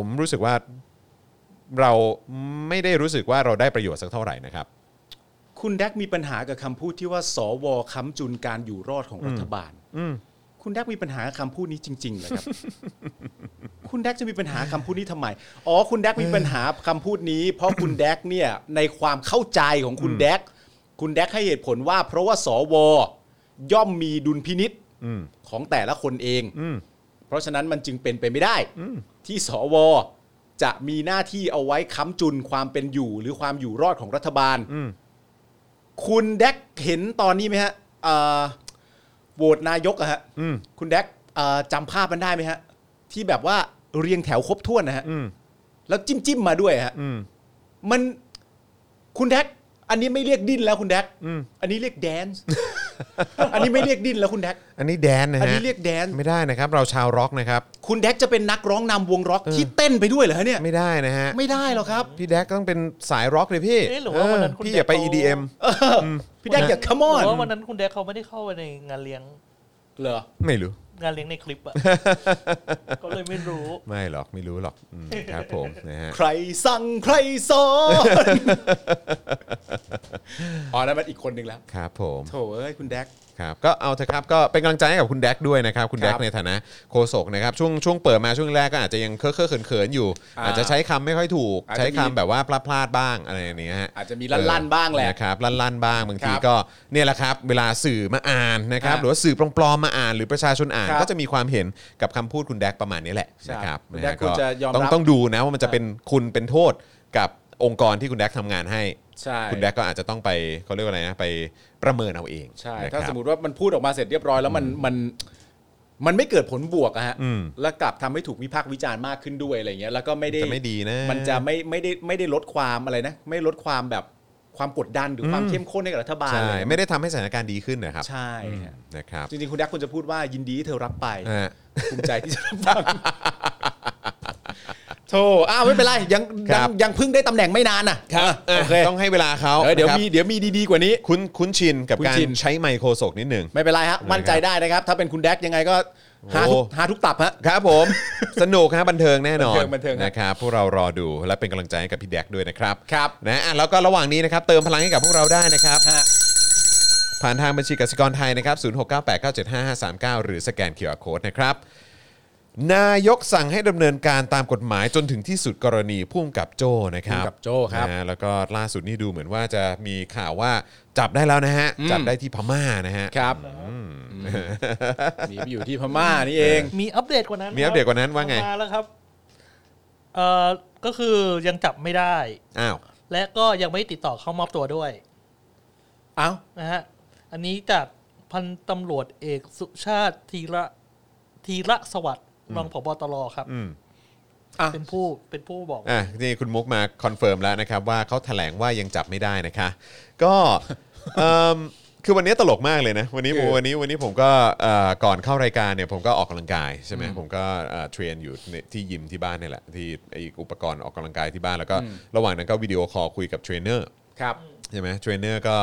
[SPEAKER 1] ผมรู้สึกว่าเราไม่ได้รู้สึกว่าเราได้ประโยชน์สักเท่าไหร่นะครับ
[SPEAKER 2] คุณแดกมีปัญหากับคำพูดที่ว่า สวค้ำจุนการอยู่รอดของรัฐบาล คุณแดกมีปัญหากับคำพูดนี้จริงๆเหรอครับ คุณแดกจะมีปัญหาคำพูดนี้ทำไม อ๋อ คุณแดกมีปัญหาคำพูดนี้ เพราะคุณแดกเนี่ยในความเข้าใจของคุณแดก คุณแดกให้เหตุผลว่า เพราะว่าสว ย่อมมีดุลพินิษ
[SPEAKER 1] อืม
[SPEAKER 2] ของแต่ละคนเอง
[SPEAKER 1] อืม
[SPEAKER 2] เพราะฉะนั้นมันจึงเป็นไปไม่ได้ ที่สว จะมีหน้าที่เอาไว้ค้ำจุนความเป็นอยู่ หรือความอยู่รอดของรัฐบาล
[SPEAKER 1] อืม
[SPEAKER 2] คุณแดกเห็นตอนนี้ไหมฮะเอ่อโหวตนายกอะฮะ
[SPEAKER 1] อืม
[SPEAKER 2] คุณแดกเอ่อจำภาพมันได้ไหมฮะ ที่แบบว่าเรียงแถวครบถ้วนนะฮะ
[SPEAKER 1] อืม
[SPEAKER 2] แล้วจิ้มจิ้มๆมาด้วยฮะ
[SPEAKER 1] อืม
[SPEAKER 2] มันคุณแดกอันนี้ไม่เรียกดิ้นแล้วคุณแดก
[SPEAKER 1] อืม
[SPEAKER 2] อันนี้เรียกแดน ซ์ อันนี้ไม่เรียกดิ้นแล้วคุณแดก
[SPEAKER 1] อันนี้แดนนะฮะ
[SPEAKER 2] อั
[SPEAKER 1] อั
[SPEAKER 2] นนี้เรียกแดนซ์
[SPEAKER 1] ไม่ได้นะครับ เราชาวร็อกนะครับ
[SPEAKER 2] คุณแดกจะเป็นนักร้องนำวงร็อกที่เต้นไปด้วยเหรอฮะเนี่ย
[SPEAKER 1] ไม่ได้นะฮะ
[SPEAKER 2] ไม่ได้หรอกครับ
[SPEAKER 1] พี่แดกต้องเป็นสายร็อกเลยพี่
[SPEAKER 3] เอ๊ะหรือว่าวันนั้น
[SPEAKER 1] เออ
[SPEAKER 3] คุณ
[SPEAKER 1] พี่อย่าไป
[SPEAKER 3] แดกเขา
[SPEAKER 1] EDM
[SPEAKER 2] พี่แดกอย่า come
[SPEAKER 3] เพ
[SPEAKER 2] on
[SPEAKER 3] ราะวันนั้นคุณแดกเขาไม่ได้เข้าไปในงานเลี้ยง
[SPEAKER 2] เหรอ
[SPEAKER 1] ไม่รู้
[SPEAKER 3] งานเลี้ยงในคลิป อะ ก็เลยไม่รู้
[SPEAKER 1] ไม่หรอกไม่รู้หรอกอืมครับผมนะฮะ
[SPEAKER 2] ใครสั่งใครสอน อ๋อนั่นมันอีกคนหนึ่งแล้ว
[SPEAKER 1] ครับผม
[SPEAKER 2] โถเอ้ยคุณแดก
[SPEAKER 1] ครับก็เอาเถอะครับก็เป็นกำลังใจให้กับคุณแดกด้วยนะครับ คุณแดก
[SPEAKER 2] ครับ
[SPEAKER 1] ในฐานะโฆษกนะครับช่วงช่วงเปิดมาช่วงแรกก็อาจจะยังเคอะเคอะเขินเขินๆอยู่
[SPEAKER 2] อ่า
[SPEAKER 1] อาจจะใช้คำไม่ค่อยถูก
[SPEAKER 2] อาจจะ
[SPEAKER 1] ใช้คำ
[SPEAKER 2] มี
[SPEAKER 1] แบบว่าพลาดพลาดๆบ้างอะไรอย่างเนี้ยฮะ
[SPEAKER 2] อาจจะมีลั่นๆบ้างแหละ
[SPEAKER 1] นะครับลั่นลั่นๆบ้างบางที
[SPEAKER 2] ครับ
[SPEAKER 1] ก็เนี่ยแหละครับ เวลาสื่อมาอ่านนะครับ
[SPEAKER 2] อ่า
[SPEAKER 1] หรือว่าสื่อปลอมๆมาอ่าน หรือประชาชนอ่าน
[SPEAKER 2] ครับ
[SPEAKER 1] ก็จะมีความเห็นกับคำพูดคุณแดกประมาณนี้แหละ
[SPEAKER 2] ใช่
[SPEAKER 1] นะครับ
[SPEAKER 2] คุณแดก
[SPEAKER 1] นะฮะ
[SPEAKER 2] คุณจะยอมรับ
[SPEAKER 1] ต้องต้องดูนะว่ามันจะเป็นคุณเป็นโทษกับองค์กรที่คุณแดกทำงานให้
[SPEAKER 2] ใช่
[SPEAKER 1] คุณแดกก็อาจจะต้องไปเขาเรียกว่าอะไรนะไปประเมินเอาเอง
[SPEAKER 2] ใช่
[SPEAKER 1] นะครับ
[SPEAKER 2] ถ้าสมมติว่ามันพูดออกมาเสร็จเรียบร้อยแล้วมันมันมันไม่เกิดผลบวกอะฮะ
[SPEAKER 1] อืม
[SPEAKER 2] แล้วกลับทำให้ถูกวิพากษ์วิจารณ์มากขึ้นด้วยอะไรเงี้ยแล้วก็ไม่ได้
[SPEAKER 1] จะไม่ดีนะ
[SPEAKER 2] มันจะไม่ไม่ได้ไม่ได้ลดความอะไรนะ ไม่ลดความแบบความกดดันหรือความ
[SPEAKER 1] อืม
[SPEAKER 2] เข้มข้นให้กับรัฐบาล
[SPEAKER 1] ใช่
[SPEAKER 2] อะไรเงี้ย
[SPEAKER 1] ไม่ได้ทำให้สถานการณ์ดีขึ้นนะครับ
[SPEAKER 2] ใช่
[SPEAKER 1] อืม
[SPEAKER 2] ฮะ
[SPEAKER 1] นะครับ
[SPEAKER 2] จริงๆ คุณแดกคุณจะพูดว่ายินดีที่เธอรับ ไป
[SPEAKER 1] อ่า
[SPEAKER 2] ภูมิใจที่จะรับฟังโธ่อ้าวไม่เป็นไร ยัง
[SPEAKER 1] ครั
[SPEAKER 2] ยัง
[SPEAKER 1] บ
[SPEAKER 2] ยังเพิ่งได้ตำแหน่งไม่นานน่ะอ่ะโอเค
[SPEAKER 1] ต้องให้เวลาเขา
[SPEAKER 2] เออเดี๋ยว
[SPEAKER 1] นะครับ
[SPEAKER 2] มีเดี๋ยวมีดีๆกว่านี้
[SPEAKER 1] คุ้นคุ้นชินกับ
[SPEAKER 2] คุ้น
[SPEAKER 1] การ
[SPEAKER 2] ชิน
[SPEAKER 1] ใช้ไมโครโศกนิดหนึ่ง
[SPEAKER 2] ไม่เป็นไรฮะมั่นใจได้นะครับ ถ้าเป็นคุณแดกยังไงก็หาทุก
[SPEAKER 1] โอ้
[SPEAKER 2] หาทุกตับฮะ
[SPEAKER 1] ครับผม สนุกครับบันเทิงแน่นอน
[SPEAKER 2] บันเทิงบันเทิงครับ
[SPEAKER 1] นะครับพวกเรารอดูและเป็นกำลังใจให้กับพี่แดกด้วยนะครับ
[SPEAKER 2] ครับ
[SPEAKER 1] นะอ่ะแล้วก็ระหว่างนี้นะครับเติมพลังให้กับพวกเราได้นะครับ
[SPEAKER 2] ฮะ
[SPEAKER 1] ผ่านทางบัญชีกสิกรไทยนะครับ 0698975539 หรือสแกน QR Code นะครับ นายกสั่งให้ดำเนินการตามกฎหมายจนถึงที่สุดกรณีพุ่มกับโจนะครับ
[SPEAKER 2] ภูมิกับโจ้ครับ
[SPEAKER 1] นะฮะแล้วก็ล่าสุดนี่ดูเหมือนว่าจะมีข่าวว่าจับได้แล้วนะฮะ
[SPEAKER 2] อืม
[SPEAKER 1] จับได้ที่พม่านะฮะ
[SPEAKER 2] ครับหนีไปอยู่ที่พม่านี่เอง
[SPEAKER 3] มีอัปเดตกว่านั้น
[SPEAKER 1] มีอัปเดตกว่านั้นว่าไง
[SPEAKER 3] มแล้วครับเอ่อก็คือยังจับไม่ได้
[SPEAKER 1] อ้าว
[SPEAKER 3] และก็ยังไม่ติดต่อเข้ามอบตัวด้วย
[SPEAKER 2] เอ้า
[SPEAKER 3] นะฮะอันนี้จากพันตำรวจเอกสุชาติธีระธีระสวัสดิ์รองผบตรครับ
[SPEAKER 1] อืม
[SPEAKER 2] อ่ะ
[SPEAKER 3] เป็นผู้เป็นผู้บอก
[SPEAKER 1] อ่ะนี่คุณมุกมาคอนเฟิร์มแล้วนะครับ ว่าเขาแถลงว่ายังจับไม่ได้นะคะ ก็เอิ่มคือวันนี้ตลกมากเลยนะ วันนี้
[SPEAKER 2] คือ
[SPEAKER 1] วันนี้วันนี้ผมก็เอ่อก่อนเข้ารายการเนี่ยผมก็ออกกำลังกายใช่ไหมผมก็เอ่อเทรนอยู่ในที่ยิมที่บ้านนี่แหละที่ไอ้อุปกรณ์ออกกำลังกายที่บ้านแล้วก็
[SPEAKER 2] อืม
[SPEAKER 1] ระหว่างนั้นก็วิดีโอคอลคุยกับเทรนเนอร์
[SPEAKER 2] ครับ
[SPEAKER 1] ใช่ไหมเทรนเนอร์ก็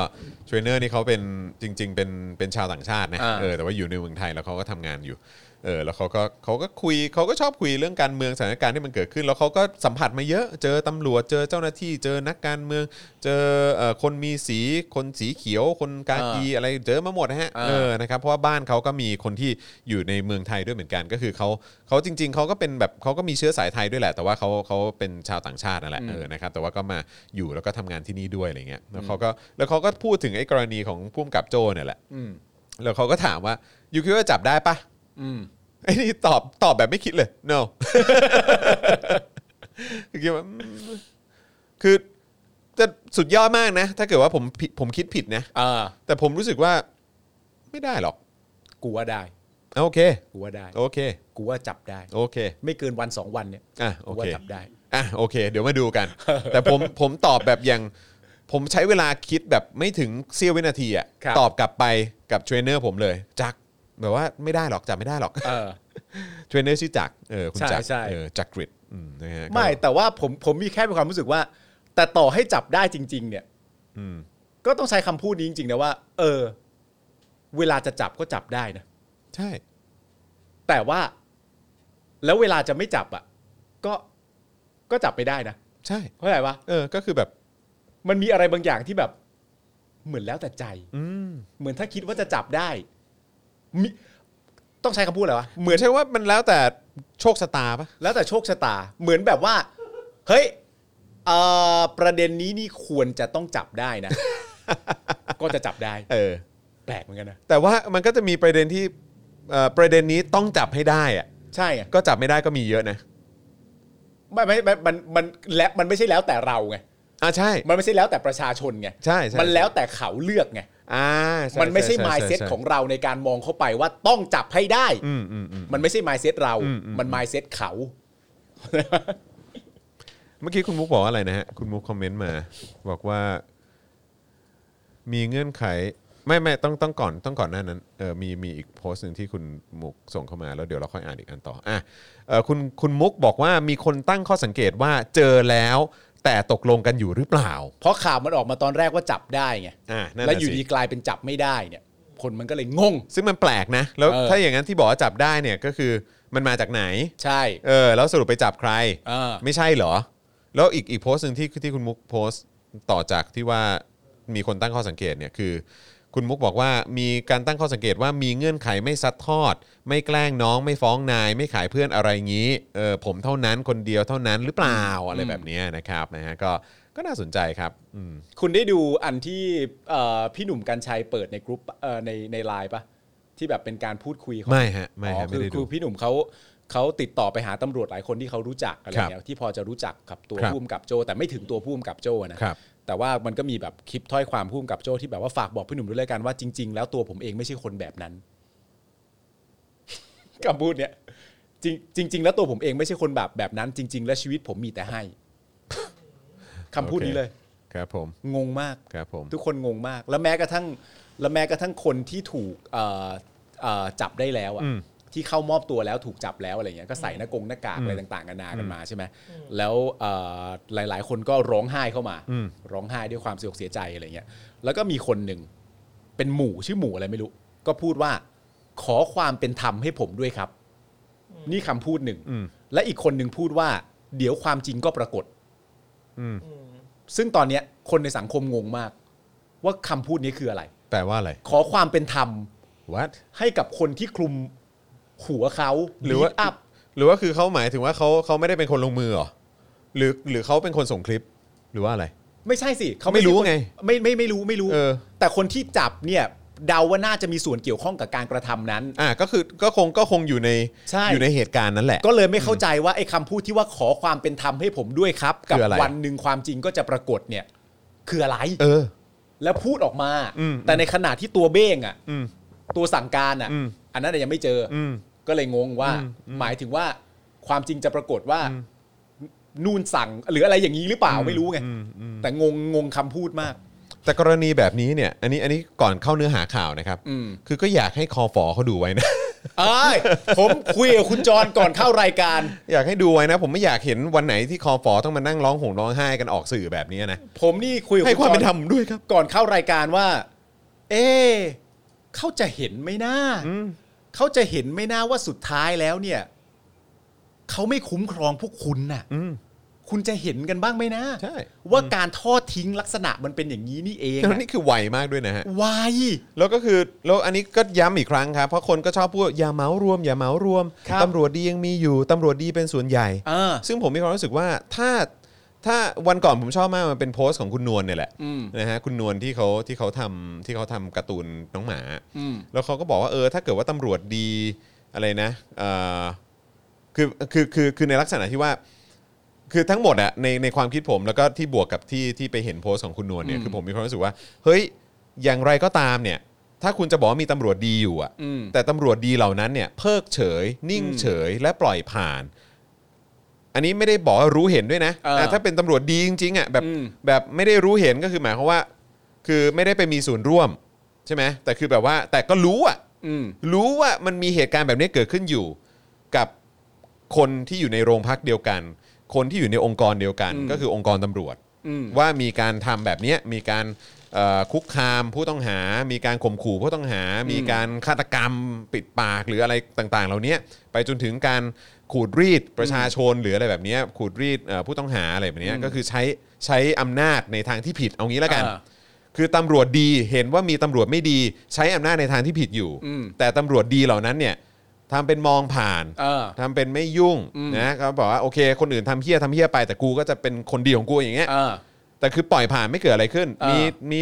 [SPEAKER 1] เทรนเนอร์นี่เขาเป็นจริง ๆ เป็นเป็นชาวต่างชาตินะ
[SPEAKER 2] อ่า
[SPEAKER 1] เออแต่ว่าอยู่ในเมืองไทยแล้วเขาก็ทำงานอยู่เออแล้วเขาก็เขาก็คุยเขาก็ชอบคุยเรื่องการเมืองสถานการณ์ที่มันเกิดขึ้น แล้วเขาก็สัมผัสมาเยอะ เจอตำรวจเจอเจ้าหน้าที่เจอนักการเมือง เจอเอ่อคนมีสีคนสีเขียว คนกากีอะไรเจอมาหมดนะฮะ
[SPEAKER 2] อ่า
[SPEAKER 1] เออนะครับเพราะว่าบ้านเขาก็มีคนที่อยู่ในเมืองไทยด้วยเหมือนกันก็คือเขาเขาจริง ๆเขาก็เป็นแบบเขาก็มีเชื้อสายไทยด้วยแหละ แต่ว่าเขาเขาเป็นชาวต่างชาตินั่นแหละเออ นะครับแต่ว่าก็มาอยู่แล้วก็ทำงานที่นี่ด้วยอะไรเงี้ยแล้วเขาก็แล้วเขาก็พูดถึงไอ้กรณีของพุ่มกับโจเนี่ยแหละ
[SPEAKER 2] อืม
[SPEAKER 1] แล้วเขาก็ถามว่ายูคิดว่าจับได้ปะ
[SPEAKER 2] อืม
[SPEAKER 1] ไอ้นี่ตอบตอบแบบไม่คิดเลย no คือคิดว่าอืมคือจะสุดยอดมากนะ ถ้าเกิดว่าผมผิดผมคิดผิดนะ
[SPEAKER 2] อ่า
[SPEAKER 1] แต่ผมรู้สึกว่าไม่ได้หรอก
[SPEAKER 2] กูว่าได้
[SPEAKER 1] อ่ะโอเค
[SPEAKER 2] กูว่าได้
[SPEAKER 1] โอเค
[SPEAKER 2] กูว่าจับได้
[SPEAKER 1] โอเค
[SPEAKER 2] ไม่เกินวันสองวันเนี่ย
[SPEAKER 1] อ่ะโอ
[SPEAKER 2] กู
[SPEAKER 1] เค
[SPEAKER 2] ว่าจับได้
[SPEAKER 1] อ่ะโอเค เดี๋ยวมาดูกัน แต่ผมผมตอบแบบอย่าง ผมใช้เวลาคิดแบบไม่ถึงเสี้ยววินาทีอะ
[SPEAKER 2] ครับ
[SPEAKER 1] ตอบกลับไปกับเทรนเนอร์ผมเลย จักรแบบว่าไม่ได้หรอกจับไม่ได้หรอก
[SPEAKER 2] เออ
[SPEAKER 1] เทรนเนอร์ชื่อจักรเออคุณจักร
[SPEAKER 2] ใช่ใช่
[SPEAKER 1] เออจักรกริดอืมนะฮะก็
[SPEAKER 2] ไม่แต่ว่าผมผมมีแค่เป็นความรู้สึกว่า แต่ต่อให้จับได้จริง ๆ เนี่ย
[SPEAKER 1] อืม
[SPEAKER 2] ก็ต้องใช้คำพูดนี้จริงๆนะว่า เออ เวลาจะจับก็จับได้นะ
[SPEAKER 1] ใช่
[SPEAKER 2] แต่ว่า แล้วเวลาจะไม่จับอ่ะ ก็ก็จับไม่ได้นะ
[SPEAKER 1] ใช่
[SPEAKER 2] เข้าใจปะ
[SPEAKER 1] เออก็คือแบบ
[SPEAKER 2] มันมีอะไรบางอย่างที่แบบ เหมือนแล้วแต่ใจ
[SPEAKER 1] อืม
[SPEAKER 2] เหมือนถ้าคิดว่าจะจับได้มิต้องใช้คำพูดอะไรวะ
[SPEAKER 1] เหมือนใช่ว่ามันแล้วแต่โชคชะตาปะ
[SPEAKER 2] แล้วแต่โชคชะตา เหมือนแบบว่า เฮ้ยเอ่อประเด็นนี้นี่ควรจะต้องจับได้นะ ก็จะจับได้
[SPEAKER 1] เออ
[SPEAKER 2] แปลกเหมือนกันนะ
[SPEAKER 1] แต่ว่ามันก็จะมีประเด็นที่เอ่อประเด็นนี้ต้องจับให้ได้อะ
[SPEAKER 2] ใช่ไง
[SPEAKER 1] ก็จับไม่ได้ก็มีเยอะนะ
[SPEAKER 2] ไม่ไม่ไม่มันมันและมันไม่ใช่แล้วแต่เราไง
[SPEAKER 1] อ่ะใช่
[SPEAKER 2] มันไม่ใช่แล้วแต่ประชาชนไง
[SPEAKER 1] ใช่ใช่
[SPEAKER 2] มันแล้วแต่เขาเลือกไง
[SPEAKER 1] อ่าใช่
[SPEAKER 2] มันไม่ใช่
[SPEAKER 1] ใช่
[SPEAKER 2] mindset
[SPEAKER 1] ใช่ใช่
[SPEAKER 2] ของเราในการมองเข้าไปว่าต้องจับให้ได้
[SPEAKER 1] อืมอืมอืม
[SPEAKER 2] มันไม่ใช่ mindset เรา
[SPEAKER 1] อืมอืม
[SPEAKER 2] มัน mindset เขา
[SPEAKER 1] เมื่อกี้คุณมุกบอกว่าอะไรนะฮะ คุณมุกคอมเมนต์มา บอกว่า มีเงื่อนไข ไม่ไม่ต้องต้องก่อนต้องก่อนหน้านั้นเออมีมีอีกโพสต์หนึ่งที่คุณมุกส่งเข้ามาแล้วเดี๋ยวเราค่อยอ่านอีกอันต่ออ่ะเออคุณคุณมุกบอกว่ามีคนตั้งข้อสังเกตว่าเจอแล้ว แต่ตกลงกันอยู่หรือเปล่า
[SPEAKER 2] เพราะข่าวมันออกมาตอนแรกว่าจับได้ไง
[SPEAKER 1] อ่ะนั่น
[SPEAKER 2] แล้ว
[SPEAKER 1] น่ะ
[SPEAKER 2] อยู่
[SPEAKER 1] สิ
[SPEAKER 2] ดีกลายเป็นจับไม่ได้เนี่ย คนมันก็เลยงง
[SPEAKER 1] ซึ่งมันแปลกนะ แล้ว
[SPEAKER 2] เออ
[SPEAKER 1] ถ้าอย่างนั้นที่บอกว่าจับได้เนี่ยก็คือมันมาจากไหน
[SPEAKER 2] ใช่
[SPEAKER 1] เออ แล้วสรุปไปจับใคร
[SPEAKER 2] เออ
[SPEAKER 1] ไม่ใช่เหรอ แล้วอีกอีกโพสต์หนึ่งที่ที่คุณมุกโพสต์ต่อจากที่ว่า มีคนตั้งข้อสังเกตเนี่ยคือ คุณมุกบอกว่ามีการตั้งข้อสังเกตว่ามีเงื่อนไขไม่ซัดทอด ไม่แกล้งน้องไม่ฟ้องนาย ไม่ขายเพื่อนอะไรงี้เออผมเท่านั้นคนเดียวเท่านั้นหรือเปล่าอะไรแบบเนี้ยนะครับนะฮะก็ก็น่าสนใจครับอืม
[SPEAKER 2] คุณได้ดูอันที่เอ่อพี่หนุ่มกัญชัยเปิดในกรุ๊ปเอ่อในในไลน์ปะที่แบบเป็นการพูดคุยของ
[SPEAKER 1] ไม่ฮะไม่
[SPEAKER 2] อ๋อ
[SPEAKER 1] ฮะไม่
[SPEAKER 2] คือ
[SPEAKER 1] ได้
[SPEAKER 2] คื
[SPEAKER 1] ดู
[SPEAKER 2] อพี่หนุ่มเขาเขาติดต่อไปหาตำรวจหลายคนที่เขารู้จักอะไร
[SPEAKER 1] ครับ
[SPEAKER 2] เงี้ยที่พอจะรู้จักกับตัว
[SPEAKER 1] ครับ
[SPEAKER 2] ผู้กำกับโจ แต่ไม่ถึงตัวผู้กำกับโจนะครับ แต่ว่ามันก็มีแบบคลิปถ้อยความผู้กำกับโจที่แบบว่าฝากบอกพี่หนุ่มด้วยแล้วกันว่าจริง ๆ แล้วตัวผมเองไม่ใช่คนแบบนั้น คำพูดเนี่ยจริงจริง ๆ แล้วตัวผมเองไม่ใช่คนแบบแบบนั้น จริง ๆ และชีวิตผมมีแต่ให้ คำพูดนี้เลย
[SPEAKER 1] ครับผม
[SPEAKER 2] งงมาก
[SPEAKER 1] ครับผม
[SPEAKER 2] ทุกคนงงมาก แล้วแม้กระทั่งแล้วแม้กระทั่งคนที่ถูกเอ่อเอ่อจับได้แล้วอะ
[SPEAKER 1] อืม
[SPEAKER 2] ที่เข้ามอบตัวแล้วถูกจับแล้วอะไรเงี้ยก็ใส่หน้ากงหน้ากากอะไรต่างๆกันานากันมาใช่ไหมแล้วเอ่อหลาย ๆ คนก็ร้องไห้เข้ามา
[SPEAKER 1] อืม
[SPEAKER 2] ร้องไห้ด้วยความเสียอกเสียใจอะไรเงี้ยแล้วก็มีคนหนึ่งเป็นหมู่ชื่อหมู่อะไรไม่รู้ ก็พูดว่าขอความเป็นธรรมให้ผมด้วยครับ นี่คำพูดหนึ่ง
[SPEAKER 1] อืม
[SPEAKER 2] และอีกคนหนึ่งพูดว่า เดี๋ยวความจริงก็ปรากฏ
[SPEAKER 1] อืม
[SPEAKER 3] อืม
[SPEAKER 2] ซึ่งตอนเนี้ยคนในสังคมงงมาก ว่าคำพูดนี้คืออะไร
[SPEAKER 1] แปลว่าอะไร
[SPEAKER 2] ขอความเป็นธรรม
[SPEAKER 1] what
[SPEAKER 2] ให้กับคนที่คลุมหัวเขา
[SPEAKER 1] หรือว่า
[SPEAKER 2] อัพ
[SPEAKER 1] หรือว่าคือเขาหมายถึงว่าเขาเขาไม่ได้เป็นคนลงมือเหรอหรือหรือเขาเป็นคนส่งคลิปหรือว่าอะไร
[SPEAKER 2] ไม่ใช่สิเขา
[SPEAKER 1] ไม่รู้ไง
[SPEAKER 2] ไม่ไม่ไม่รู้ไม่รู้
[SPEAKER 1] เออ
[SPEAKER 2] แต่คนที่จับเนี่ยเดาว่าน่าจะมีส่วนเกี่ยวข้องกับการกระทำนั้น
[SPEAKER 1] อ่ะก็คือก็คงก็คงอยู่ใน
[SPEAKER 2] ใช่
[SPEAKER 1] อยู่ในเหตุการณ์นั้นแหละ
[SPEAKER 2] ก็เลยไม่เข้าใจว่าไอ้คำพูดที่ว่าขอความเป็นธรรมให้ผมด้วยครับ กั
[SPEAKER 1] คืออะไร
[SPEAKER 2] วันหนึ่งความจริงก็จะปรากฏเนี่ย คืออะไร
[SPEAKER 1] เออ
[SPEAKER 2] แล้วพูดออกมา
[SPEAKER 1] อืม
[SPEAKER 2] แต่ในขณะที่ตัวเบ้งอ่ะ
[SPEAKER 1] อืม
[SPEAKER 2] ตัวสั่งการอ่ะ
[SPEAKER 1] อืม
[SPEAKER 2] อันนั้นนะยังไม่เจออ
[SPEAKER 1] อืม
[SPEAKER 2] ก็เลยงงว่า
[SPEAKER 1] อืมอืม
[SPEAKER 2] หมายถึงว่าความจริงจะปรากฏว่า
[SPEAKER 1] อืม
[SPEAKER 2] นูนสั่งหรืออะไรอย่างนี้หรือเปล่าไม่รู้ไง
[SPEAKER 1] อืมอืม
[SPEAKER 2] แต่งงงงคำพูดมาก
[SPEAKER 1] แต่กรณีแบบนี้เนี่ย อันนี้อันนี้ก่อนเข้าเนื้อหาข่าวนะครับ
[SPEAKER 2] อืม
[SPEAKER 1] คือก็อยากให้คอฟอเขาดูไว้นะ
[SPEAKER 2] เอ้ยผมคุยกับคุณจรก่อนเข้ารายการ
[SPEAKER 1] อยากให้ดูไว้นะ ผมไม่อยากเห็นวันไหนที่คอฟอต้องมานั่งร้องห่มร้องไห้กันออกสื่อแบบนี้นะ
[SPEAKER 2] ผมนี่คุยกับ
[SPEAKER 1] ให้
[SPEAKER 2] คุ
[SPEAKER 1] ความ
[SPEAKER 2] ณ
[SPEAKER 1] เป็น
[SPEAKER 2] จ
[SPEAKER 1] ธ
[SPEAKER 2] ร
[SPEAKER 1] รรมด้วยครับ
[SPEAKER 2] ก่อนเข้ารายการว่า เอ๊ะเขาจะเห็นไหมนะ
[SPEAKER 1] อืม
[SPEAKER 2] เขาจะเห็นไหมนะว่าสุดท้ายแล้วเนี่ยเขาไม่คุ้มครองพวกคุณน่ะ
[SPEAKER 1] อืม
[SPEAKER 2] คุณจะเห็นกันบ้างไหมนะ
[SPEAKER 1] ใช่
[SPEAKER 2] ว่าการทอดทิ้งลักษณะมันเป็นอย่างนี้นี่เอง
[SPEAKER 1] แล้วนี่คือไวมากด้วยนะฮะ
[SPEAKER 2] วาย
[SPEAKER 1] แล้วก็คือแล้วอันนี้ก็ย้ำอีกครั้งครับ เพราะคนก็ชอบพูดอย่าเหมารวม อย่าเหมารวม
[SPEAKER 2] ครับ
[SPEAKER 1] ตำรวจดียังมีอยู่ตำรวจดีเป็นส่วนใหญ่
[SPEAKER 2] อ่า
[SPEAKER 1] ซึ่งผมมีความรู้สึกว่าถ้าถ้าวันก่อนผมชอบมากมันเป็นโพสต์ของคุณนวลเนี่ยแหละ
[SPEAKER 2] อืม
[SPEAKER 1] นะฮะคุณนวลที่เขาที่เขาทำที่เขาทำการ์ตูนน้องหมา
[SPEAKER 2] อืม
[SPEAKER 1] แล้วเขาก็บอกว่าเออถ้าเกิดว่าตำรวจดีอะไรนะเอ่อคือคือคือคือในลักษณะที่ว่า คือทั้งหมดอะในในความคิดผมแล้วก็ที่บวกกับที่ที่ไปเห็นโพสต์ของคุณนวลเนี่ย
[SPEAKER 2] อืม
[SPEAKER 1] คือผมมีความรู้สึกว่า เฮ้ยอย่างไรก็ตามเนี่ย ถ้าคุณจะบอกว่ามีตำรวจดีอยู่อะ
[SPEAKER 2] อืม
[SPEAKER 1] แต่ตำรวจดีเหล่านั้นเนี่ย เพิกเฉย นิ่ง
[SPEAKER 2] อืม
[SPEAKER 1] เฉยและปล่อยผ่าน อันนี้ไม่ได้บอกว่ารู้เห็นด้วยนะ
[SPEAKER 2] เอออ่
[SPEAKER 1] ะถ้าเป็นตำรวจดีจริงๆอะแบบ
[SPEAKER 2] อืม
[SPEAKER 1] แบบไม่ได้รู้เห็นก็คือหมายความว่า คือไม่ได้ไปมีส่วนร่วม ใช่ไหมแต่คือแบบว่าแต่ก็รู้อะ
[SPEAKER 2] อืม
[SPEAKER 1] รู้ว่ามันมีเหตุการณ์แบบนี้เกิดขึ้นอยู่ กับคนที่อยู่ในโรงพักเดียวกัน คนที่อยู่ในองค์กรเดียวกัน
[SPEAKER 2] อืม
[SPEAKER 1] ก็คือองค์กรตำรวจ
[SPEAKER 2] อืม
[SPEAKER 1] ว่ามีการทำแบบเนี้ยมีการเอ่อคุกคามผู้ต้องหา มีการข่มขู่ผู้ต้องหา มีการฆาตกรรมปิดปากหรืออะไรต่างๆ เหล่านี้ไปจนถึงการขูดรีดประชาชนหรืออะไรแบบเนี้ยขูดรีดเอ่อผู้ต้องหาอะไรแบบเนี้ย
[SPEAKER 2] อืม
[SPEAKER 1] ก็คือใช้ใช้อำนาจในทางที่ผิดเอางี้แล้วกัน
[SPEAKER 2] อ่า
[SPEAKER 1] คือตำรวจดีเห็นว่ามีตำรวจไม่ดี ใช้อำนาจในทางที่ผิดอยู่
[SPEAKER 2] อืม
[SPEAKER 1] แต่ตำรวจดีเหล่านั้นเนี่ยทำเป็นมองผ่าน
[SPEAKER 2] เออ
[SPEAKER 1] ทำเป็นไม่ยุ่ง
[SPEAKER 2] อืม
[SPEAKER 1] นะเขาบอกว่าโอเค คนอื่นทำเฮี้ยทำเฮี้ยไปแต่กูก็จะเป็นคนดีของกูอย่างเงี้ย
[SPEAKER 2] เออ
[SPEAKER 1] แต่คือปล่อยผ่านไม่เกิดอะไรขึ้น
[SPEAKER 2] อ่ามี
[SPEAKER 1] มีมี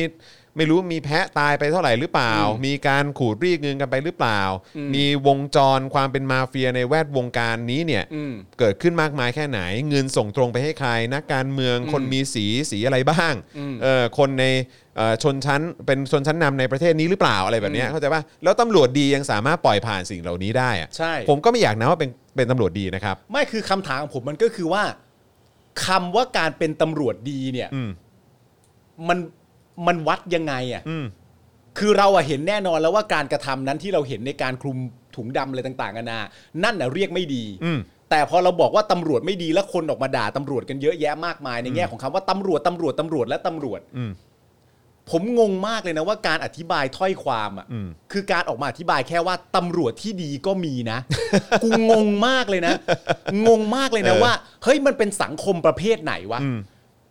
[SPEAKER 1] ไม่รู้มีแพะตายไปเท่าไหร่หรือเปล่า
[SPEAKER 2] อืม
[SPEAKER 1] มีการขูดรีดเงินกันไปหรือเปล่า
[SPEAKER 2] อืม
[SPEAKER 1] มีวงจรความเป็นมาเฟียในแวดวงการนี้เนี่ย
[SPEAKER 2] อืม
[SPEAKER 1] เกิดขึ้นมากมายแค่ไหน เงินส่งตรงไปให้ใคร นักการเมือง
[SPEAKER 2] อืม
[SPEAKER 1] คนมีสีสีอะไรบ้าง
[SPEAKER 2] อืม
[SPEAKER 1] เออคนในเอ่อชนชั้นเป็นชนชั้นนำในประเทศนี้หรือเปล่าอะไรแบบเนี้ย
[SPEAKER 2] อืม
[SPEAKER 1] เข้าใจป่ะแล้วตำรวจดียังสามารถปล่อยผ่านสิ่งเหล่านี้ได้อะ
[SPEAKER 2] ใช่
[SPEAKER 1] ผมก็ไม่อยากนะว่าเป็นเป็นตำรวจดีนะครับ
[SPEAKER 2] ไม่คือคำถามของผมมันก็คือว่าคำว่าการเป็นตำรวจดีเนี่ย
[SPEAKER 1] อืม
[SPEAKER 2] มันมันวัดยังไงอ่ะ
[SPEAKER 1] อืม
[SPEAKER 2] คือเราอะเห็นแน่นอนแล้วว่าการกระทำนั้นที่เราเห็นในการคลุมถุงดำอะไรต่างๆกันานานั่นน่ะเรียกไม่ดี
[SPEAKER 1] อืม
[SPEAKER 2] แต่พอเราบอกว่าตำรวจไม่ดีแล้วคนออกมาด่าตำรวจกันเยอะแยะมากมายในแง่ของคำว่าตำรวจตำรวจตำรวจและตำรวจ
[SPEAKER 1] อืม
[SPEAKER 2] ผมงงมากเลยนะว่าการอธิบายถ้อยความอ่ะ
[SPEAKER 1] อืม
[SPEAKER 2] คือการออกมาอธิบายแค่ว่าตำรวจที่ดีก็มี นะ กูงงมากเลยนะ งงมากเลยนะว่าเฮ้ยมันเป็นสังคมประเภทไหนวะ
[SPEAKER 1] อืม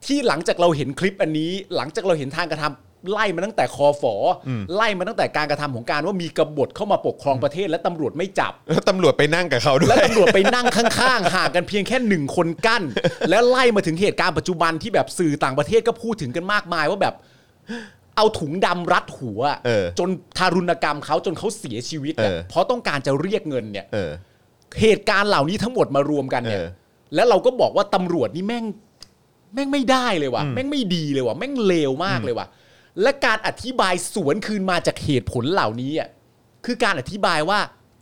[SPEAKER 2] ที่หลังจากเราเห็นคลิปอันนี้ หลังจากเราเห็นทางกระทำ ไล่มาตั้งแต่คอฝออไล่มาตั้งแต่การกระทำของการว่ามีกบฏเข้ามาปกครองประเทศ และตำรวจไม่จับ
[SPEAKER 1] แล้วตำรวจไปนั่งกับเขาด้ว
[SPEAKER 2] แล้ว
[SPEAKER 1] ย
[SPEAKER 2] ตำรวจไปนั่งข้างๆ ห่างกันเพียงแค่หนึ่งคนกั้น แล้วไล่มาถึงเหตุการณ์ปัจจุบันที่แบบสื่อต่างประเทศก็พูดถึงกันมากมายว่าแบบ เอาถุงดำรัดหัว
[SPEAKER 1] เออ
[SPEAKER 2] จนทารุณกรรมเขาจนเขาเสียชีวิตเนี่ย
[SPEAKER 1] เออ
[SPEAKER 2] เพราะต้องการจะเรียกเงินเนี่ย
[SPEAKER 1] เออ
[SPEAKER 2] เหตุการณ์เหล่านี้ทั้งหมดมารวมกันเนี่ย
[SPEAKER 1] เออ
[SPEAKER 2] แล้วเราก็บอกว่าตำรวจนี่แม่ง แม่งไม่ได้เลยว่ะ แม่งไม่ดีเลยว่ะ แม่งเลวมากเลยว่ะ และการอธิบายสวนคืนมาจากเหตุผลเหล่านี้อ่ะ คือการอธิบายว่า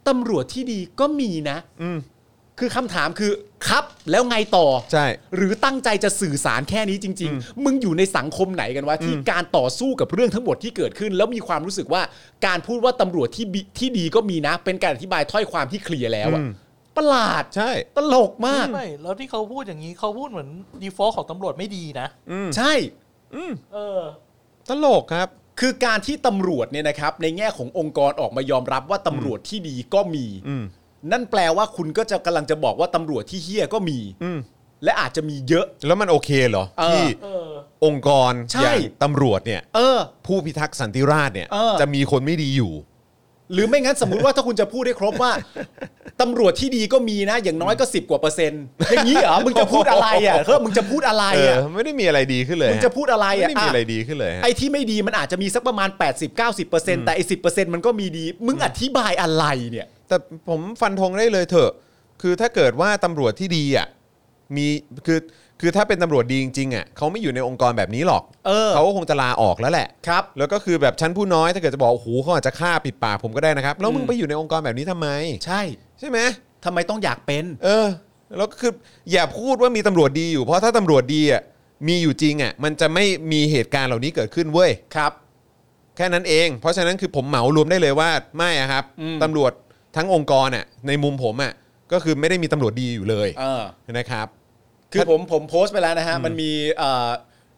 [SPEAKER 2] ตำรวจที่ดีก็มีนะ
[SPEAKER 1] อืม
[SPEAKER 2] คือคำถามคือครับแล้วไงต่อ
[SPEAKER 1] ใช่
[SPEAKER 2] หรือตั้งใจจะสื่อสารแค่นี้จริง ๆ มึงอยู่ในสังคมไหนกันวะที่การต่อสู้กับเรื่องทั้งหมดที่เกิดขึ้น แล้วมีความรู้สึกว่าการพูดว่าตำรวจที่บิที่ดีก็มีนะ เป็นการอธิบายถ้อยความที่เคลียร์แล้วอะ
[SPEAKER 1] อืม
[SPEAKER 2] ประหลาด
[SPEAKER 1] ใช่
[SPEAKER 2] ตลกมาก
[SPEAKER 3] ไม่แล้วที่เขาพูดอย่างนี้เขาพูดเหมือนดีฟอลของตำรวจไม่ดีนะ
[SPEAKER 1] อืม
[SPEAKER 2] ใช่
[SPEAKER 3] เออ
[SPEAKER 1] ตลกครับ
[SPEAKER 2] คือการที่ตำรวจเนี่ยนะครับ ในแง่ขององค์กรออกมายอมรับว่าตำรวจที่ดีก็มี
[SPEAKER 1] อืม
[SPEAKER 2] นั่นแปลว่าคุณก็จะกำลังจะบอกว่าตำรวจที่เฮี้ยก็มี
[SPEAKER 1] อืม
[SPEAKER 2] และอาจจะมีเยอะ
[SPEAKER 1] แล้วมันโอเคเหรอ
[SPEAKER 2] เออ
[SPEAKER 1] ที่
[SPEAKER 3] เออ
[SPEAKER 1] องค์กร
[SPEAKER 2] ใช่
[SPEAKER 1] อย่างตำรวจเนี่ย
[SPEAKER 2] เออ
[SPEAKER 1] ผู้พิทักษ์สันติราษฎร์เนี่ย
[SPEAKER 2] เออ
[SPEAKER 1] จะมีคนไม่ดีอยู่
[SPEAKER 2] หรือไม่งั้นสมมติว่าถ้าคุณจะพูดได้ครบว่า ตำรวจที่ดีก็มีนะ อย่างน้อยก็สิบกว่าเปอร์เซ็นต์ อย่างนี้เหรอมึงจะพูดอะไรอ่ะเฮ้ยมึงจะพูดอะไร
[SPEAKER 1] เออ
[SPEAKER 2] อ่ ะ
[SPEAKER 1] ไม่ได้มีอะไรดีขึ้นเลย
[SPEAKER 2] มึงจะพูดอะไร
[SPEAKER 1] ไม่
[SPEAKER 2] อ่ะ
[SPEAKER 1] ได้มี
[SPEAKER 2] อ่ะ
[SPEAKER 1] อะไรดีขึ้นเลยฮะ
[SPEAKER 2] ไอ้ที่ไม่ดีมันอาจจะมีสักประมาณ 80-90%แต่ไอ้สิมันก็มีดี มึงอธิบายอะไรเนี่ย
[SPEAKER 1] แต่ผมฟันธงได้เลยเถอะ คือถ้าเกิดว่าตำรวจที่ดีอ่ะ มี คือ คือถ้าเป็นตำรวจดีจริงๆอ่ะเขาไม่อยู่ในองค์กรแบบนี้หรอก
[SPEAKER 2] เออ
[SPEAKER 1] ก็คงจะลาออกแล้วแหละ
[SPEAKER 2] ครับ
[SPEAKER 1] แล้วก็คือแบบชั้นผู้น้อยถ้าเกิดจะบอกโอ้โหเขาอาจจะฆ่าปิดปากผมก็ได้นะครับ แล้วมึงไปอยู่ในองค์กรแบบนี้ทำไม
[SPEAKER 2] ใช่
[SPEAKER 1] ใช่ไหม
[SPEAKER 2] ทำไมต้องอยากเป็น
[SPEAKER 1] เออ แล้วก็คืออย่าพูดว่ามีตำรวจดีอยู่ เพราะถ้าตำรวจดีอ่ะมีอยู่จริงอ่ะมันจะไม่มีเหตุการณ์เหล่านี้เกิดขึ้นเว้ย
[SPEAKER 2] ครับ
[SPEAKER 1] แค่นั้นเอง เพราะฉะนั้นคือผมเหมารวมได้เลยว่าไม่อะครับ
[SPEAKER 2] อืม
[SPEAKER 1] ตำรวจทั้งองค์กรอ่ะในมุมผมอ่ะก็คือไม่ได้มีตำรวจดีอยู่เลย
[SPEAKER 2] เออ
[SPEAKER 1] นะครับ
[SPEAKER 2] คือผมผมโพสต์ไปแล้วนะฮะ มันมีเอ่อ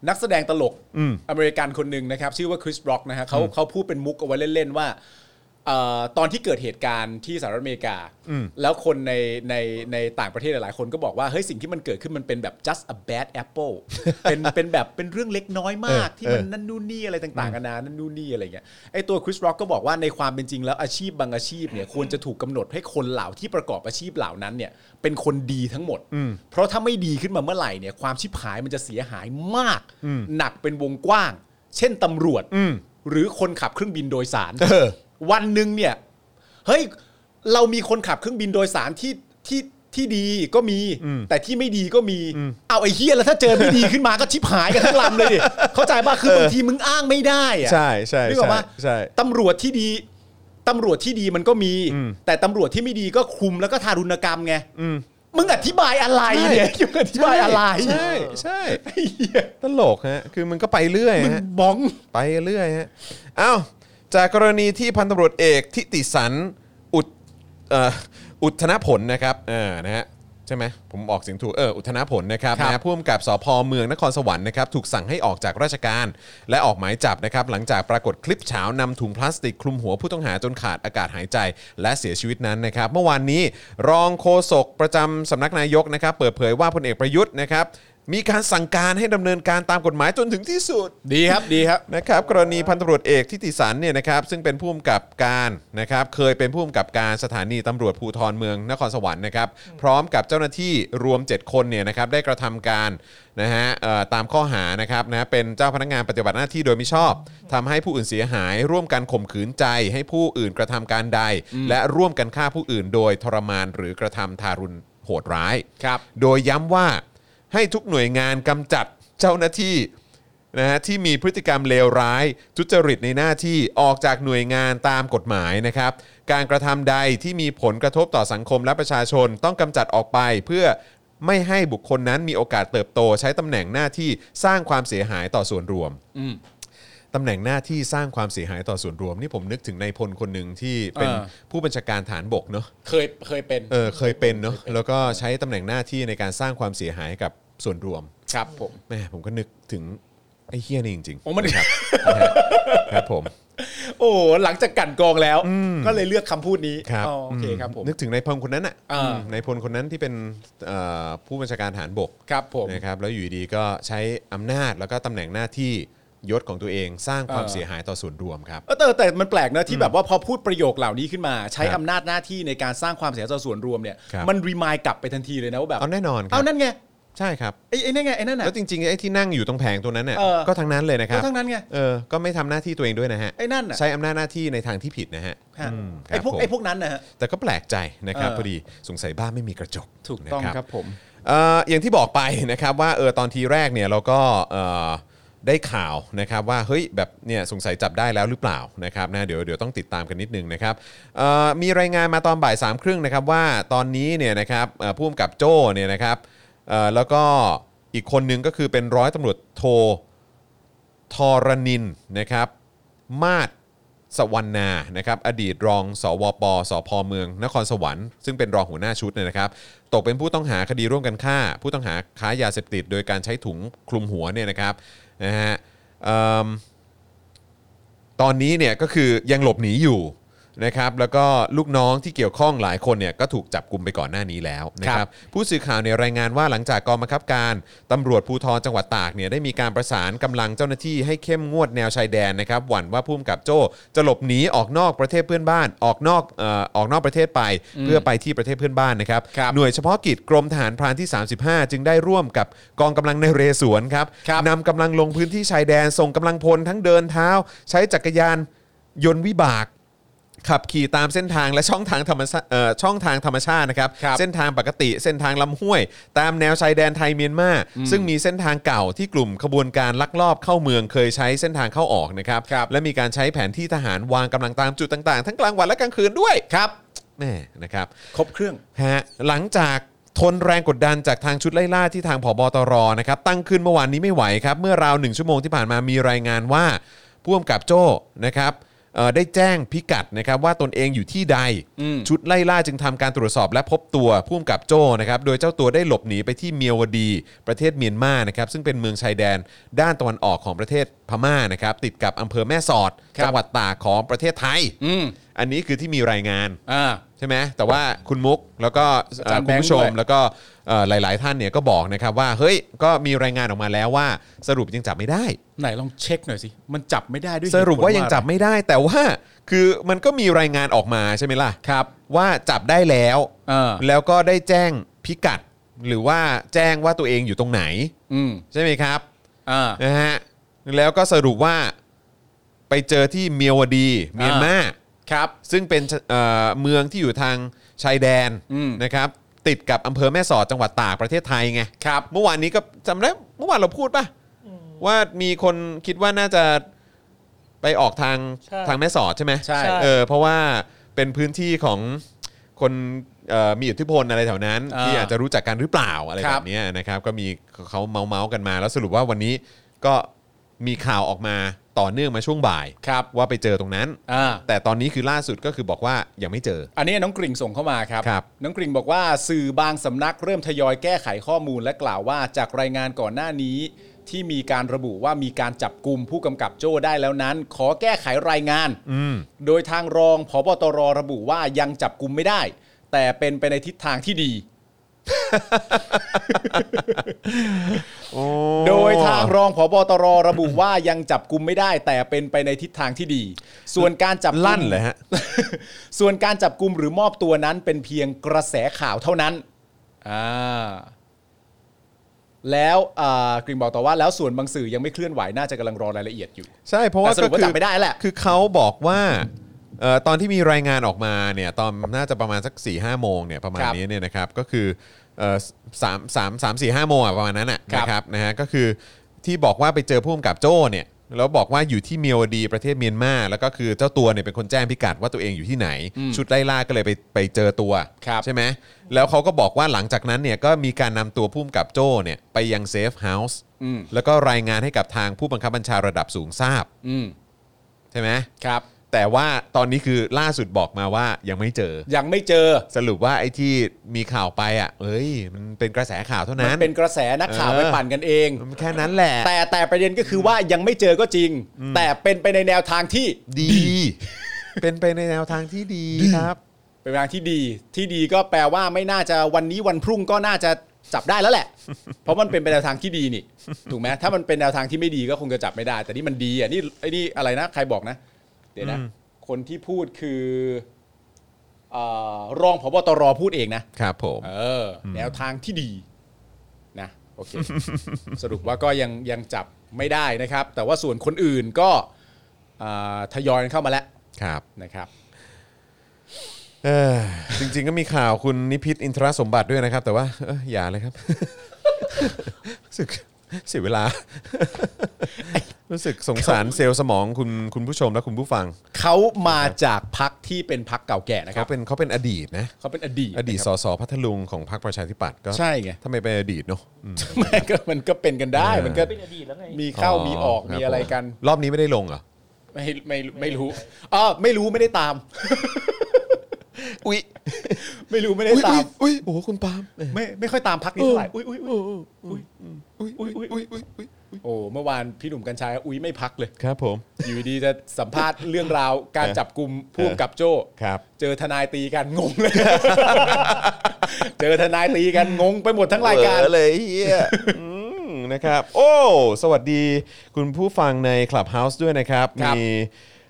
[SPEAKER 2] นักแสดงตลก
[SPEAKER 1] อืม
[SPEAKER 2] อเมริกันคนหนึ่งนะครับ ชื่อว่าคริสบล็อกนะฮะเขาเขาพูดเป็นมุกเอาไว้เล่น ๆ ว่าเอ่อตอนที่เกิดเหตุการณ์ที่สหรัฐอเมริกา
[SPEAKER 1] อืม
[SPEAKER 2] แล้วคนในในในต่างประเทศหลายๆคนก็บอกว่า เฮ้ย สิ่งที่มันเกิดขึ้นมันเป็นแบบ just a bad apple เป็นเป็นแบบเป็นเรื่องเล็กน้อยมาก ที่มันนั่นนู่นนี่อะไรต่างๆกันานานั่นนู่นนี่อะไรเงี้ยไอตัวคริสบล็อกก็บอกว่าในความเป็นจริงแล้วอาชีพบางอาชีพเนี่ยควรจะถูกกำหนดให้คนเหล่าที่ประกอบอาชีพเหล่านั้นเนี่ยเป็นคนดีทั้งหมด เพราะถ้าไม่ดีขึ้นมาเมื่อไหร่เนี่ยความชิบหายมันจะเสียหายมาก หนักเป็นวงกว้าง เช่นตำรวจ
[SPEAKER 1] อืม
[SPEAKER 2] หรือคนขับเครื่องบินโดยสาร
[SPEAKER 1] เออ
[SPEAKER 2] วันหนึ่งเนี่ยเฮ้ยเรามีคนขับเครื่องบินโดยสารที่ที่ที่ดีก็มี แต่ที่ไม่ดีก็มีเอาไอ้เฮียแล้วถ้าเจอไม่ดีขึ้นมาก็ชิบหายกันทั้งลำเลยดิเข้าใจป่ะคือบางทีมึงอ้างไม่ได้อะ
[SPEAKER 1] ใช่ใช่
[SPEAKER 2] นึกออก
[SPEAKER 1] ใช่
[SPEAKER 2] ปะ
[SPEAKER 1] ใช่
[SPEAKER 2] ตำรวจที่ดีตำรวจที่ดีมันก็มี
[SPEAKER 1] อืม
[SPEAKER 2] แต่ตำรวจที่ไม่ดีก็คุมแล้วก็ทารุณกรรมไง
[SPEAKER 1] อืม
[SPEAKER 2] มึงอธิบายอะไรเนี่ย
[SPEAKER 1] ใช่
[SPEAKER 2] มึงอธิบายอะไร
[SPEAKER 1] ใช่ใช่
[SPEAKER 2] ไอ้เหี้ย
[SPEAKER 1] ตลกฮะคือมันก็ไปเรื่อย
[SPEAKER 2] มึง
[SPEAKER 1] ฮะ
[SPEAKER 2] บ้อง
[SPEAKER 1] ไปเรื่อยฮะ อ้าว จากกรณีที่พันตำรวจเอกทิติสันอุดเอ่ออุทธนผลนะครับ เออ นะฮะ ใช่ไหม ผมออกเสียงถูก เออ อุทธนผลนะครับ
[SPEAKER 2] ครับ
[SPEAKER 1] นะฮะ ผู้กำกับสพเมืองนครสวรรค์นะครับถูกสั่งให้ออกจากราชการ และออกหมายจับนะครับหลังจากปรากฏคลิปเฉานำถุงพลาสติกคลุมหัวผู้ต้องหาจนขาดอากาศหายใจ และเสียชีวิตนั้นนะครับ เมื่อวานนี้รองโฆษกประจำสำนักนายกนะครับ เปิดเผยว่าพลเอกประยุทธ์นะครับมีการสั่งการให้ดำเนินการตามกฎหมายจนถึงที่สุด
[SPEAKER 2] ดีครับดีครับ
[SPEAKER 1] นะครับกรณีพันตำรวจเอกทิติสันเนี่ยนะครับซึ่งเป็นผู้กำกับการนะครับเคยเป็นผู้กำกับการสถานีตำรวจภูธรเมืองนครสวรรค์นะครับพร้อมกับเจ้าหน้าที่รวม 7 คนเนี่ยนะครับได้กระทำการนะฮะเอ่อตามข้อหานะครับนะเป็นเจ้าพนักงานปฏิบัติหน้าที่โดยมิชอบทำให้ผู้อื่นเสียหาย ร่วมกันข่มขืนใจ ให้ผู้อื่นกระทำการใด และร่วมกันฆ่าผู้อื่น โดยทรมานหรือกระทำทารุณโหดร้าย
[SPEAKER 2] ครับ
[SPEAKER 1] โดยย้ำว่าให้ทุกหน่วยงานกำจัดเจ้าหน้าที่นะฮะที่มีพฤติกรรมเลวร้าย ทุจริตในหน้าที่ออกจากหน่วยงานตามกฎหมายนะครับ การกระทำใดที่มีผลกระทบต่อสังคมและประชาชนต้องกำจัดออกไปเพื่อไม่ให้บุคคลนั้นมีโอกาสเติบโต ใช้ตำแหน่งหน้าที่สร้างความเสียหายต่อส่วนรวม
[SPEAKER 2] อืม
[SPEAKER 1] ตำแหน่งหน้าที่สร้างความเสียหายต่อส่วนรวม นี่ผมนึกถึงนายพลคนหนึ่งที่เป็น
[SPEAKER 2] อ่า
[SPEAKER 1] ผู้บัญชาการฐานบกเนาะ
[SPEAKER 2] เคยเคยเป็น
[SPEAKER 1] เออเคยเป็นเนาะแล้วก็ใช้ตำแหน่งหน้าที่ในการสร้างความเสียหายกับส่วนรวม
[SPEAKER 2] ครับผม
[SPEAKER 1] แม่ผมก็นึกถึงไอ้เฮี้ยนี่จริง
[SPEAKER 2] โอ้มัน
[SPEAKER 1] ๆนะฮะครับผม
[SPEAKER 2] โอ้หลังจากกลั่นกรองแล้ว ก็เลยเลือกคำพูดนี้
[SPEAKER 1] ครับ
[SPEAKER 2] อ๋อโอเคครับผม
[SPEAKER 1] นึกถึงนายพลคนนั้นอ่ะ
[SPEAKER 2] อ่า
[SPEAKER 1] อืมนายพลคนนั้นที่เป็นเอ่อผู้บัญชาการฐานบก
[SPEAKER 2] ครับผม
[SPEAKER 1] นะครับแล้วอยู่ดีๆก็ใช้อำนาจแล้วก็ตำแหน่งหน้าที่ ยศของตัวเองสร้างความ
[SPEAKER 2] เออ
[SPEAKER 1] เสียหายต่อส่วนรวมครับ
[SPEAKER 2] เออแต่แต่มันแปลกนะที่แบบว่าพอพูดประโยคเหล่านี้ขึ้นมา ใช้
[SPEAKER 1] ครับ
[SPEAKER 2] อำนาจหน้าที่ในการสร้างความเสียหายต่อส่วนรวมเนี่ย
[SPEAKER 1] ครับ
[SPEAKER 2] มันรีมายกลับไปทันทีเลยนะว่าแบบ
[SPEAKER 1] เอาแน่นอนครั
[SPEAKER 2] เอานั่นไง
[SPEAKER 1] ใช่ครับ
[SPEAKER 2] ไอ้ไอ้นั่นไงไอ้นั่นน่ะ
[SPEAKER 1] แล้วจริงๆไอ้ที่นั่งอยู่ตรงแผงตัวนั้นเนี่ย
[SPEAKER 2] เออ
[SPEAKER 1] ก็ทั้งนั้นเลยนะค
[SPEAKER 2] ก็
[SPEAKER 1] รับ
[SPEAKER 2] ทั้งนั้นไง
[SPEAKER 1] เออก็ไม่ทำหน้าที่ตัวเองด้วยนะฮะ
[SPEAKER 2] ไอ้นั่นน่ะ
[SPEAKER 1] ใช้อำนาจหน้าที่ในทางที่ผิดนะฮะ
[SPEAKER 2] ฮะ
[SPEAKER 1] อืมครับ
[SPEAKER 2] ไอ้พวก
[SPEAKER 1] ผม
[SPEAKER 2] ไอ้พวกนั้นนะฮะ
[SPEAKER 1] แต่ก็แปลกใจนะครับ
[SPEAKER 2] เออ
[SPEAKER 1] พอดีสงสัยบ้านไม่มีกระจก
[SPEAKER 2] ถูกต้อง
[SPEAKER 1] นะครับ
[SPEAKER 2] ผม
[SPEAKER 1] เอ่ออย่างที่บอกไปนะครับว่าเออตอนทีแรกเนี่ยเราก็เอ่อได้ข่าวนะครับว่าเฮ้ยแบบเนี่ยสงสัยจับได้แล้วหรือเปล่านะครับนะเดี๋ยวเดี๋ยวต้องติดตามกันนิดนึงนะครับเอ่อมีรายงานมาตอนบ่ายสามครึ่งนะครับว่าตอนนี้เนี่ยนะครับเอ่อผู้กำกับโจ้เนี่ยนะครับเอ่อแล้วก็อีกคนนึงก็คือเป็นร้อยตำรวจโท ทรนินนะครับ มาศสวรรณานะครับ อดีตรองสวปสพเมือง นครสวรรค์ซึ่งเป็นรองหัวหน้าชุดเนี่ยนะครับ ตกเป็นผู้ต้องหาคดีร่วมกันฆ่า ผู้ต้องหาค้ายาเสพติด โดยการใช้ถุงคลุมหัวเนี่ยนะครับนะฮะเอิ่มตอนนี้เนี่ยก็คือยังหลบหนีอยู่นะครับแล้วก็ลูกน้องที่เกี่ยวข้องหลายคนเนี่ยก็ถูกจับกลุ่มไปก่อนหน้านี้แล้วนะค
[SPEAKER 2] ครั
[SPEAKER 1] รับ
[SPEAKER 2] บ
[SPEAKER 1] ผู้สื่อข่าวเนี่ยรายงานว่าหลังจากกองบังคับการตำรวจภูธรจังหวัดตากเนี่ยได้มีการประสานกำลังเจ้าหน้าที่ให้เข้มงวดแนวชายแดนนะครับหวั่นว่าผู้กำกับโจ้จะหลบหนีออกนอกประเทศเพื่อนบ้านออกนอกเอ่อออกนอกประเทศไปเพื่อไปที่ประเทศเพื่อนบ้านนะครับ
[SPEAKER 2] ครับ
[SPEAKER 1] หน่วยเฉพาะกิจกรมทหารพรานที่ 35 จึงได้ร่วมกับกองกำลังในเรสวนครับ
[SPEAKER 2] ครับ
[SPEAKER 1] นำกำลังลงพื้นที่ชายแดนส่งกำลังพลทั้งเดินเท้า ใช้จักรยานยนต์วิบาก ขับขี่ตามเส้นทางและช่องทางธรรมชาเอ่อช่องทางธรรมชาตินะครับ
[SPEAKER 2] ครับ
[SPEAKER 1] เส้นทางปกติเส้นทางลำห้วย ตามแนวชายแดนไทยเมียนมาซึ่งมีเส้นทางเก่าที่กลุ่มขบวนการลักลอบเข้าเมืองเคยใช้เส้นทางเข้าออกนะครับ
[SPEAKER 2] ครับ
[SPEAKER 1] และมีการใช้แผนที่ทหารวางกำลังตามจุดต่างๆ ทั้งกลางวันและกลางคืนด้วย
[SPEAKER 2] ครับ
[SPEAKER 1] แม่นะครับ
[SPEAKER 2] ครบเครื่อง
[SPEAKER 1] ฮะหลังจากทนแรงกดดันจากทางชุดไล่ล่าที่ทางผบตรนะครับตั้งขึ้นเมื่อวานนี้ไม่ไหวครับ เมื่อราวหนึ่งชั่วโมงที่ผ่านมามีรายงานว่าผู้กำกับโจ้นะครับเอ่อได้แจ้งพิกัดนะครับว่าตนเองอยู่ที่ใด
[SPEAKER 2] อืม
[SPEAKER 1] ชุดไล่ล่าจึงทำการตรวจสอบและพบตัวผู้กำกับโจ้นะครับโดยเจ้าตัวได้หลบหนีไปที่เมียวดี ประเทศเมียนมานะครับซึ่งเป็นเมืองชายแดนด้านตะวันออกของประเทศพม่านะครับติดกับอำเภอแม่สอด
[SPEAKER 2] ครับ
[SPEAKER 1] จังหวัดตากของประเทศไทย
[SPEAKER 2] อืม
[SPEAKER 1] อันนี้คือที่มีรายงาน
[SPEAKER 2] อ่า
[SPEAKER 1] ใช่ไหมแต่ว่าคุณมุกแล้วก็เอ่อ
[SPEAKER 2] อาจารย์
[SPEAKER 1] คุณผู้ชม
[SPEAKER 2] แบงค์ด้วย
[SPEAKER 1] แล้วก็เอ่อหลาย ๆ ท่านเนี่ยก็บอกนะครับว่าเฮ้ยก็มีรายงานออกมาแล้วว่าสรุปยังจับไม่ได้
[SPEAKER 2] ไหนลองเช็คหน่อยสิ มันจับไม่ได้ด้วย
[SPEAKER 1] สรุปว่ายังจับ
[SPEAKER 2] เหตุผล
[SPEAKER 1] ไม่ได้ แต่ว่าคือมันก็มีรายงานออกมาใช่ไหมล่ะ
[SPEAKER 2] อะไรครับ
[SPEAKER 1] ว่าจับได้แล้ว
[SPEAKER 2] เออ
[SPEAKER 1] แล้วก็ได้แจ้งพิกัด หรือว่าแจ้งว่าตัวเองอยู่ตรงไหน
[SPEAKER 2] อืม
[SPEAKER 1] ใช่ไหมครับ
[SPEAKER 2] อ่า
[SPEAKER 1] นะฮะแล้วก็สรุปว่าไปเจอที่เมียวดีเมียนมา
[SPEAKER 2] ครับ
[SPEAKER 1] ซึ่งเป็นเอ่อเมืองที่อยู่ทางชายแดน
[SPEAKER 2] อืม
[SPEAKER 1] นะครับ ติดกับอำเภอแม่สอดจังหวัดตากประเทศไทยไง
[SPEAKER 2] ครับ
[SPEAKER 1] เมื่อวานนี้ก็จำได้เมื่อวานเราพูดป่ะว่ามีคนคิดว่าน่าจะไปออกทาง
[SPEAKER 3] ใช่
[SPEAKER 1] ทางแม่สอดใช่ไหม
[SPEAKER 2] ใช่
[SPEAKER 1] เออเพราะว่าเป็นพื้นที่ของคนเอ่อมีอิทธิพลอะไรแถวนั้น
[SPEAKER 2] อ่า
[SPEAKER 1] ที่อาจจะรู้จักกันหรือเปล่าอะไร
[SPEAKER 2] ค
[SPEAKER 1] แบ
[SPEAKER 2] รับบ
[SPEAKER 1] เนี้ยนะครับ ก็มีเขาเมาเมาๆกันมา แล้วสรุปว่าวันนี้ก็มีข่าวออกมาต่อเนื่องมาช่วงบ่าย
[SPEAKER 2] ครับ
[SPEAKER 1] ว่าไปเจอตรงนั้น
[SPEAKER 2] อ่า
[SPEAKER 1] แต่ตอนนี้คือล่าสุดก็คือบอกว่ายังไม่เจอ
[SPEAKER 2] อันนี้น้องกริ่งส่งเข้ามาครับ
[SPEAKER 1] ครับ
[SPEAKER 2] น้องกริ่งบอกว่าสื่อบางสำนักเริ่มทยอยแก้ไขข้อมูลและกล่าวว่าจากรายงานก่อนหน้านี้ ที่มีการระบุว่ามีการจับกลุ่มผู้กำกับโจ้ได้แล้วนั้น ขอแก้ไขรายงาน
[SPEAKER 1] อืม
[SPEAKER 2] โดยทางรองพบตรระบุว่ายังจับกลุ่มไม่ได้ แต่เป็นไปในทิศทางที่ดี โดยทางรองผบตรระบุว่ายังจับกลุ่มไม่ได้ แต่เป็นไปในทิศทางที่ดี ส่วนการจับกุม
[SPEAKER 1] ลั่นเลยฮะ
[SPEAKER 2] ส่วนการจับกลุ่มหรือมอบตัวนั้นเป็นเพียงกระแสข่าวเท่านั้นอ่าแล้วอ่ากริงบอกต่อว่าแล้วส่วนบางสื่อยังไม่เคลื่อนไหวน่าจะกำลังรอรายละเอียดอยู่
[SPEAKER 1] ใช่เพราะว่า
[SPEAKER 2] แต่สรุปว่า
[SPEAKER 1] ก็คือ
[SPEAKER 2] จับไม่ได้แหละ
[SPEAKER 1] คือเขาบอกว่าเอ่อตอนที่มีรายงานออกมาเนี่ยตอนน่าจะประมาณสัก4ี่ห้าโมงเนี่ยประมาณ
[SPEAKER 2] ครับ
[SPEAKER 1] นี้เนี่ยนะครับก็คือเอ่อสามสามสามสี่ห้าโมงอ่ะประมาณนั้นอ่ะ
[SPEAKER 2] ครับ
[SPEAKER 1] นะครับนะฮะก็คือที่บอกว่าไปเจอผู้กำกับโจ้เนี่ยแล้วบอกว่าอยู่ที่เมียวดีประเทศเมียนมาแล้วก็คือเจ้าตัวเนี่ยเป็นคนแจ้งพิกัดว่าตัวเองอยู่ที่ไหน ชุดไล่ล่าก็เลยไปไปเจอตัว
[SPEAKER 2] ครับ
[SPEAKER 1] ใช่ไหมแล้วเขาก็บอกว่าหลังจากนั้นเนี่ยก็มีการนำตัวผู้กำกับโจ้เนี่ยไปยังเซฟเฮาส์
[SPEAKER 2] อืม
[SPEAKER 1] แล้วก็รายงานให้กับทางผู้บังคับบัญชาระดับสูงทราบ
[SPEAKER 2] อืม
[SPEAKER 1] ใช่ไหม
[SPEAKER 2] ครับ
[SPEAKER 1] แต่ว่าตอนนี้คือล่าสุดบอกมาว่ายังไม่เจอ
[SPEAKER 2] ยังไม่เจอ
[SPEAKER 1] สรุปว่าไอ้ที่มีข่าวไปอ่ะเอ้ย มันเป็นกระแสข่าวเท่า
[SPEAKER 2] มั
[SPEAKER 1] นั้น น
[SPEAKER 2] เป็นกระแสนักข่าว
[SPEAKER 1] เออ
[SPEAKER 2] ไปปั่นกันเอง
[SPEAKER 1] มันแค่นั้นแหละ
[SPEAKER 2] แต่แต่ประเด็นก็คือว่ายังไม่เจอก็จริง แต่เป็นไปในแนวทางที่
[SPEAKER 1] ดี เป็นไปในแนวทางที่ดีครับ
[SPEAKER 2] เป็นทางที่ดี ที่ดีก็แปลว่าไม่น่าจะวันนี้วันพรุ่งก็น่าจะ จับได้แล้วแหละ เพราะมันเป็นไปแนวทางที่ดีนี่ ถูกไหมถ้ามันเป็นแนวทางที่ไม่ดีก็คงจะจับไม่ได้ แต่นี่มันดีอ่ะนี่ไอ้นี่อะไรนะ ใครบอกนะ เดี๋ยวนะ คนที่พูดคือเออรองพบตรพูดเองนะ
[SPEAKER 1] ครับผม
[SPEAKER 2] เออแนวทางที่ดีนะโอเค สรุปว่าก็ยังยังจับไม่ได้นะครับ แต่ว่าส่วนคนอื่นก็อ่าทยอยกันเข้ามาแล้ว
[SPEAKER 1] ครับ
[SPEAKER 2] นะครับ
[SPEAKER 1] เออจริงๆก็มีข่าวคุณนิพิษอินทรสมบัติด้วยนะครับ แต่ว่าเอออย่าเลยครับ รู้สึกเสียเวลา รู้สึกสงสารเซลล์สมองคุณคุณผู้ชมและคุณผู้ฟัง
[SPEAKER 2] เขามาจากพักที่เป็นพักเก่าแก่นะค
[SPEAKER 1] เขา
[SPEAKER 2] รับ
[SPEAKER 1] เป็นเขาเป็นอดีตนะ
[SPEAKER 2] เขาเป็นอดีต
[SPEAKER 1] อดีต
[SPEAKER 2] นะค
[SPEAKER 1] ส
[SPEAKER 2] รับ
[SPEAKER 1] สพัทลุงของพรรคประชาธิปัตย์ก็
[SPEAKER 2] ใช่ไง
[SPEAKER 1] ทำไมเป็นอดีตเนาะอืม
[SPEAKER 2] ไม่ก็มันก็เป็นกันได้มันก็
[SPEAKER 3] เป็นอดีตแล้วไง
[SPEAKER 2] มีเข้ามีออก
[SPEAKER 1] คบ
[SPEAKER 2] มีอะไรกัน
[SPEAKER 1] ผมรอบนี้ไม่ได้ลงเหรอ
[SPEAKER 2] ไม่ไม่ไม่รู้อ๋อไม่รู้ไม่ได้ตาม
[SPEAKER 1] อุ๊ย
[SPEAKER 2] ไม่รู้ไม่ได้
[SPEAKER 1] อุ๊ย
[SPEAKER 2] ตาม
[SPEAKER 1] อุ๊ยโอ้โหคุณปาล์ม
[SPEAKER 2] ไม่ไม่ค่อยตามพักนี้เท่าไหร่อุ้ยอุ้ยอุ๊ย
[SPEAKER 1] อุ๊ยอุ๊ยอุ๊ยอุ๊ยอุ๊ยอุ๊ย
[SPEAKER 2] โอ้เมื่อวานพี่หนุ่มกัญชัยอุ้ยไม่พักเลย
[SPEAKER 1] ครับผม
[SPEAKER 2] อยู่ดีจะสัมภาษณ์เรื่องราวการจับกลุ่มผู้กำกับโจ้
[SPEAKER 1] ครับ
[SPEAKER 2] เจอทนายตีกันงงเลย เจอทนายตีกันงงไปหมดทั้งรายการ
[SPEAKER 1] เออเลยเฮียอืมนะครับ โอ้ สวัสดีคุณผู้ฟังใน Clubhouse ด้วยนะครับ
[SPEAKER 2] ครับ
[SPEAKER 1] มี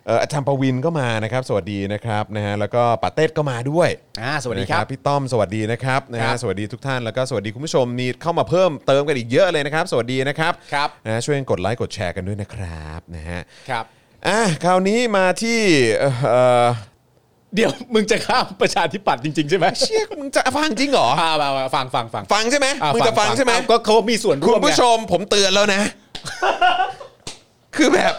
[SPEAKER 1] เอ่ออาจารย์ประวินก็มานะครับ สวัสดีนะครับนะฮะแล้วก็ป้าเต้ก็มาด้วย
[SPEAKER 2] อ่าสวัสดีครับ
[SPEAKER 1] นะพี่ต้อมสวัสดีนะครับนะ
[SPEAKER 2] ครั
[SPEAKER 1] ฮะ
[SPEAKER 2] บ
[SPEAKER 1] สวัสดีทุกท่านแล้วก็สวัสดีคุณผู้ชมมีเข้ามาเพิ่มเติมกันอีกเยอะเลยนะครับ สวัสดีนะครับ
[SPEAKER 2] ครับ
[SPEAKER 1] นะฮะช่วยกดไลค์กดแชร์กันด้วยนะครับนะฮะ
[SPEAKER 2] ครับ
[SPEAKER 1] อ่ะคราวนี้มาที่เอ่อเอ่อ
[SPEAKER 2] เดี๋ยวมึงจะข้ามประชาธิปัตย์จริง ๆ ใช่ไหม
[SPEAKER 1] เชี่ยมึงจะฟังจริงเหรอ
[SPEAKER 2] พามามาฟังฟังฟัง
[SPEAKER 1] ฟังใช่ไหม
[SPEAKER 2] อ่า
[SPEAKER 1] มึงจะฟังใช่ไหม
[SPEAKER 2] ก็เขามีส่วน
[SPEAKER 1] คุ
[SPEAKER 2] ร่
[SPEAKER 1] ณ
[SPEAKER 2] วมไง
[SPEAKER 1] ผู้ชมผมเตือนแล้วนะ คือแบบ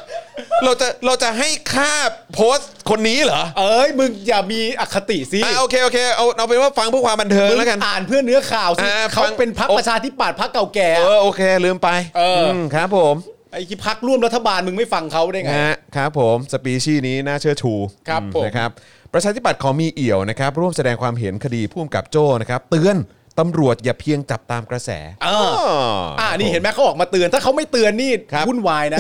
[SPEAKER 1] เราจะเราจะให้ค่าโพสต์คนนี้เหรอ
[SPEAKER 2] เอ้ยมึงอย่ามีอคติสิ
[SPEAKER 1] อ่าโอเคโอเคเอาเอาเป็นว่าฟังเพื่อความบันเทิง
[SPEAKER 2] มึง
[SPEAKER 1] แล้วกัน
[SPEAKER 2] อ่านเพื่อเนื้อข่าวสิ
[SPEAKER 1] อ่า
[SPEAKER 2] เขา
[SPEAKER 1] ฟัง
[SPEAKER 2] เป็นพักประชาธิปัตย์พักเก่าแก่
[SPEAKER 1] เออโอเค ลืมไป
[SPEAKER 2] เอออื
[SPEAKER 1] มครับผม
[SPEAKER 2] ไอ้ที่พักร่วมรัฐบาลมึงไม่ฟังเขาได้ไง
[SPEAKER 1] นะฮะครับผมสปีชีส์นี้น่าเชื่อชู
[SPEAKER 2] ครับ
[SPEAKER 1] อื
[SPEAKER 2] ผม
[SPEAKER 1] นะครับประชาธิปัตย์ขอมีเอี่ยวนะครับ ร่วมแสดงความเห็นคดีผู้กำกับโจ้นะครับ เตือนตำรวจอย่าเพียงจับตามกระแส
[SPEAKER 2] เออ อ่า
[SPEAKER 1] ครับ
[SPEAKER 2] นี่
[SPEAKER 1] ผ
[SPEAKER 2] เห็นไหมเขาออกมาเตือนถ้าเขาไม่เตือนนี่
[SPEAKER 1] ครับ
[SPEAKER 2] วุ่นวาย นะ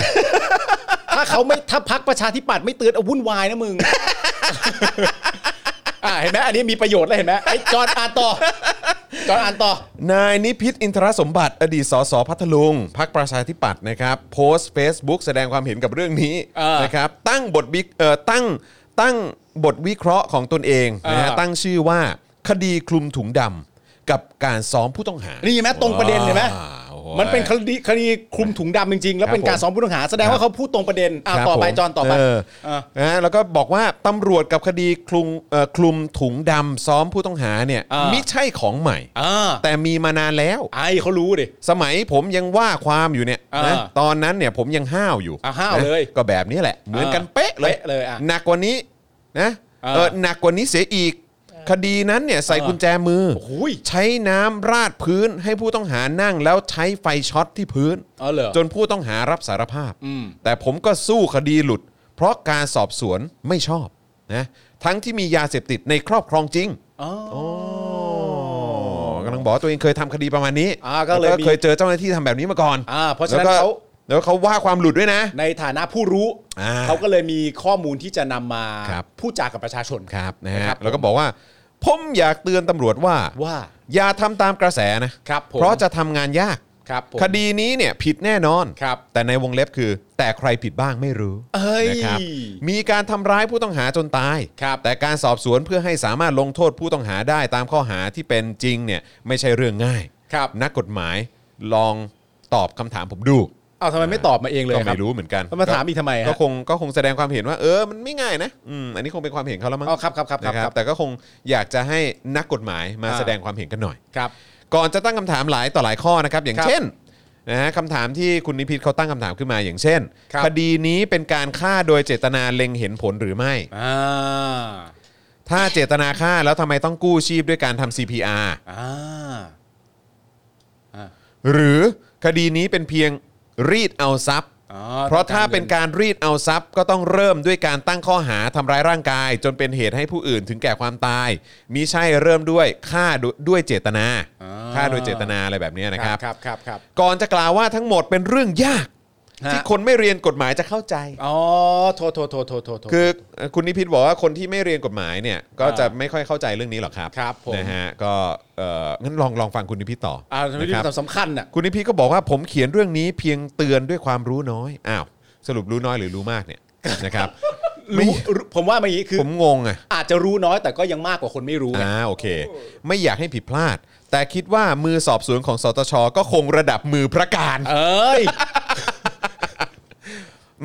[SPEAKER 2] ถ้าเขาไม่ถ้าพักประชาธิปัตย์ไม่เตือนเอาวุ่นวายนะ มึง อ่าเห็นไหมอันนี้มีประโยชน์แล้วเห็นไหมไอ้จอนอ่านต่อจอนอ่านต่อ
[SPEAKER 1] นายนิพิษอินทรสมบัติ อดีตสสพัทลุงพักประชาธิปัตย์นะครับ โพสต์ Facebook แสดงความเห็นกับเรื่องนี้
[SPEAKER 2] เออ
[SPEAKER 1] นะครับตั้งบทวิเอ่อตั้งตั้งบทวิเคราะห์ของตนเองนะฮะ
[SPEAKER 2] เออ
[SPEAKER 1] ตั้งชื่อว่าคดีคลุมถุงดำกับการซ้อมผู้ต้องหา
[SPEAKER 2] นี่เห็นไหมตรงประเด็นเห็นไหม
[SPEAKER 1] ว้าว
[SPEAKER 2] มันเป็นคดีคดีคลุมถุงดำจริงๆ แล้วเป็
[SPEAKER 1] ค
[SPEAKER 2] น
[SPEAKER 1] รับผม
[SPEAKER 2] การซ้อมผู้ต้องหา แสดงว่าเขาพูดตรงประเด็นอ่า
[SPEAKER 1] ครับ
[SPEAKER 2] ต่อไป
[SPEAKER 1] ผม
[SPEAKER 2] จอนต่อไป
[SPEAKER 1] เออ
[SPEAKER 2] เออ
[SPEAKER 1] นะฮะแล้วก็บอกว่าตำรวจกับคดีคลุมเอ่อคลุมถุงดำซ้อมผู้ต้องหาเนี่ย
[SPEAKER 2] เออ
[SPEAKER 1] ไม่ใช่ของใหม่
[SPEAKER 2] อ่า
[SPEAKER 1] แต่มีมานานแล้ว
[SPEAKER 2] ไอ้เขารู้ดิ
[SPEAKER 1] สมัยผมยังว่าความอยู่เนี่ย
[SPEAKER 2] อ่า
[SPEAKER 1] นะตอนนั้นเนี่ยผมยังห้าวอยู่
[SPEAKER 2] อ่ะห้าว
[SPEAKER 1] นะ
[SPEAKER 2] เลย
[SPEAKER 1] ก็แบบนี้แหละ เหมือนกันเป๊ะเลย
[SPEAKER 2] เป๊ะเลยอ่ะ
[SPEAKER 1] หนักกว่านี้นะ
[SPEAKER 2] อ่า
[SPEAKER 1] เออหนักกว่านี้เสียอีก คดีนั้นเนี่ยใส่
[SPEAKER 2] อ่า
[SPEAKER 1] กุญแจมือ
[SPEAKER 2] โอ้โห้ย
[SPEAKER 1] ใช้น้ำราดพื้นให้ผู้ต้องหานั่งแล้วใช้ไฟช็อตที่พื้น
[SPEAKER 2] อ๋อเหรอ
[SPEAKER 1] จนผู้ต้องหารับสารภาพ
[SPEAKER 2] อืม
[SPEAKER 1] แต่ผมก็สู้คดีหลุด เพราะการสอบสวนไม่ชอบนะทั้งที่มียาเสพติดในครอบครองจริง
[SPEAKER 2] อ๋อ
[SPEAKER 1] อ๋อกำลังบอกว่าตัวเองเคยทำคดีประมาณนี้
[SPEAKER 2] อ่าก็เลย
[SPEAKER 1] แว
[SPEAKER 2] มี
[SPEAKER 1] เคยเจอเจ้าหน้าที่ทำแบบนี้มาก่อน
[SPEAKER 2] อ่าเพราะฉะนั้น
[SPEAKER 1] แล้วก็
[SPEAKER 2] เขา
[SPEAKER 1] แล้วเขาว่าความหลุดด้วยนะ
[SPEAKER 2] ในฐานะผู้รู้
[SPEAKER 1] อ่า
[SPEAKER 2] เขาก็เลยมีข้อมูลที่จะนำมา
[SPEAKER 1] ครับ
[SPEAKER 2] พูดจากับประชาชน
[SPEAKER 1] ครับนะ
[SPEAKER 2] ครั
[SPEAKER 1] ฮะ
[SPEAKER 2] บ
[SPEAKER 1] แล้วก็บอกว่า ผมอยากเตือนตำรวจว่า
[SPEAKER 2] ว่า
[SPEAKER 1] อย่าทำตามกระแสนะ
[SPEAKER 2] ครับผม
[SPEAKER 1] เพราะจะทำงานยาก
[SPEAKER 2] ครับผม
[SPEAKER 1] คดีนี้เนี่ยผิดแน่นอน
[SPEAKER 2] ครับ
[SPEAKER 1] แต่ในวงเล็บคือ แต่ใครผิดบ้างไม่รู้
[SPEAKER 2] เอ้ย
[SPEAKER 1] นะครับมีการทำร้ายผู้ต้องหาจนตาย
[SPEAKER 2] ครับ
[SPEAKER 1] แต่การสอบสวนเพื่อให้สามารถลงโทษผู้ต้องหาได้ตามข้อหาที่เป็นจริงเนี่ยไม่ใช่เรื่องง่าย
[SPEAKER 2] ครับ
[SPEAKER 1] นักกฎหมายลองตอบคำถามผมดู
[SPEAKER 2] เอาทำไมไม่ตอบมาเองเลย
[SPEAKER 1] ก็
[SPEAKER 2] ครับ
[SPEAKER 1] ไม่รู้เหมือนกัน
[SPEAKER 2] แล้วมาถามอีกทำไมฮะ
[SPEAKER 1] ก็คงก็คงแสดงความเห็นว่า เออมันไม่ง่ายนะอืมอันนี้คงเป็นความเห็นเขาแล้วมั้ง
[SPEAKER 2] อ๋อครับครับครับค
[SPEAKER 1] นะ
[SPEAKER 2] รับ
[SPEAKER 1] ค
[SPEAKER 2] ค
[SPEAKER 1] รั
[SPEAKER 2] รั
[SPEAKER 1] บบ แต่ก็คงอยากจะให้นักกฎหมายมา
[SPEAKER 2] อ่า
[SPEAKER 1] แสดงความเห็นกันหน่อย
[SPEAKER 2] ครับ
[SPEAKER 1] ก่อนจะตั้งคำถามหลายต่อหลายข้อนะครับ อย่าง
[SPEAKER 2] ครับ
[SPEAKER 1] เช่นนะฮะคำถามที่คุณนิพิษเขาตั้งคำถามขึ้นมาอย่างเช่น
[SPEAKER 2] ครับ
[SPEAKER 1] คดีนี้เป็นการฆ่าโดยเจตนาเล็งเห็นผลหรือไม่
[SPEAKER 2] อ่า
[SPEAKER 1] ถ้าเจตนาฆ่าแล้วทำไมต้องกู้ชีพด้วยการทำ CPR
[SPEAKER 2] อ่าอ่า
[SPEAKER 1] หรือคดีนี้เป็นเพียงรีดเอาทรัพย์
[SPEAKER 2] อ๋อ
[SPEAKER 1] เพราะถ้าเป็นการรีดเอาทรัพย์ก็ต้องเริ่มด้วยการตั้งข้อหาทำร้ายร่างกาย จนเป็นเหตุให้ผู้อื่นถึงแก่ความตายมิใช่เริ่มด้วยฆ่าด้วยเจตนาฆ่าโดยเจตนาอะไรแบบเนี้ยนะครับ
[SPEAKER 2] ครับครับครับ
[SPEAKER 1] ก่อนจะกล่าวว่าทั้งหมดเป็นเรื่องยาก
[SPEAKER 2] ฮะ
[SPEAKER 1] ที่คนไม่เรียนกฎหมายจะเข้าใจ
[SPEAKER 2] อ๋อโทษโทษโทษโทษโทษโทษ
[SPEAKER 1] คือคุณนิพิษบอกว่าคนที่ไม่เรียนกฎหมายเนี่ยก็จะ
[SPEAKER 2] อ่า
[SPEAKER 1] ไม่ค่อยเข้าใจเรื่องนี้หรอกครับ
[SPEAKER 2] ครับผม
[SPEAKER 1] นะฮะก็เอองั้นลองลองฟังคุณนิพิษต่อ
[SPEAKER 2] อ่าทำไม
[SPEAKER 1] นะ
[SPEAKER 2] ที่
[SPEAKER 1] ครับ
[SPEAKER 2] มันสำคัญอ่ะ
[SPEAKER 1] คุณนิพิษก็บอกว่าผมเขียนเรื่องนี้เพียงเตือนด้วยความรู้น้อย อ้าว สรุปรู้น้อยหรือรู้มาก เนี่ย นะครับไม่
[SPEAKER 2] รู้รู้ผมว่ามันอย่างนี้คือ
[SPEAKER 1] ผมงง อ่ะ
[SPEAKER 2] อาจจะรู้น้อยแต่ก็ยังมากกว่าคนไม่รู้ไง
[SPEAKER 1] อ่าโอเค ไม่อยากให้ผิดพลาด แต่คิดว่ามือสอบสวนของสตชก็คงระดับมือพระการ
[SPEAKER 2] เอ้ย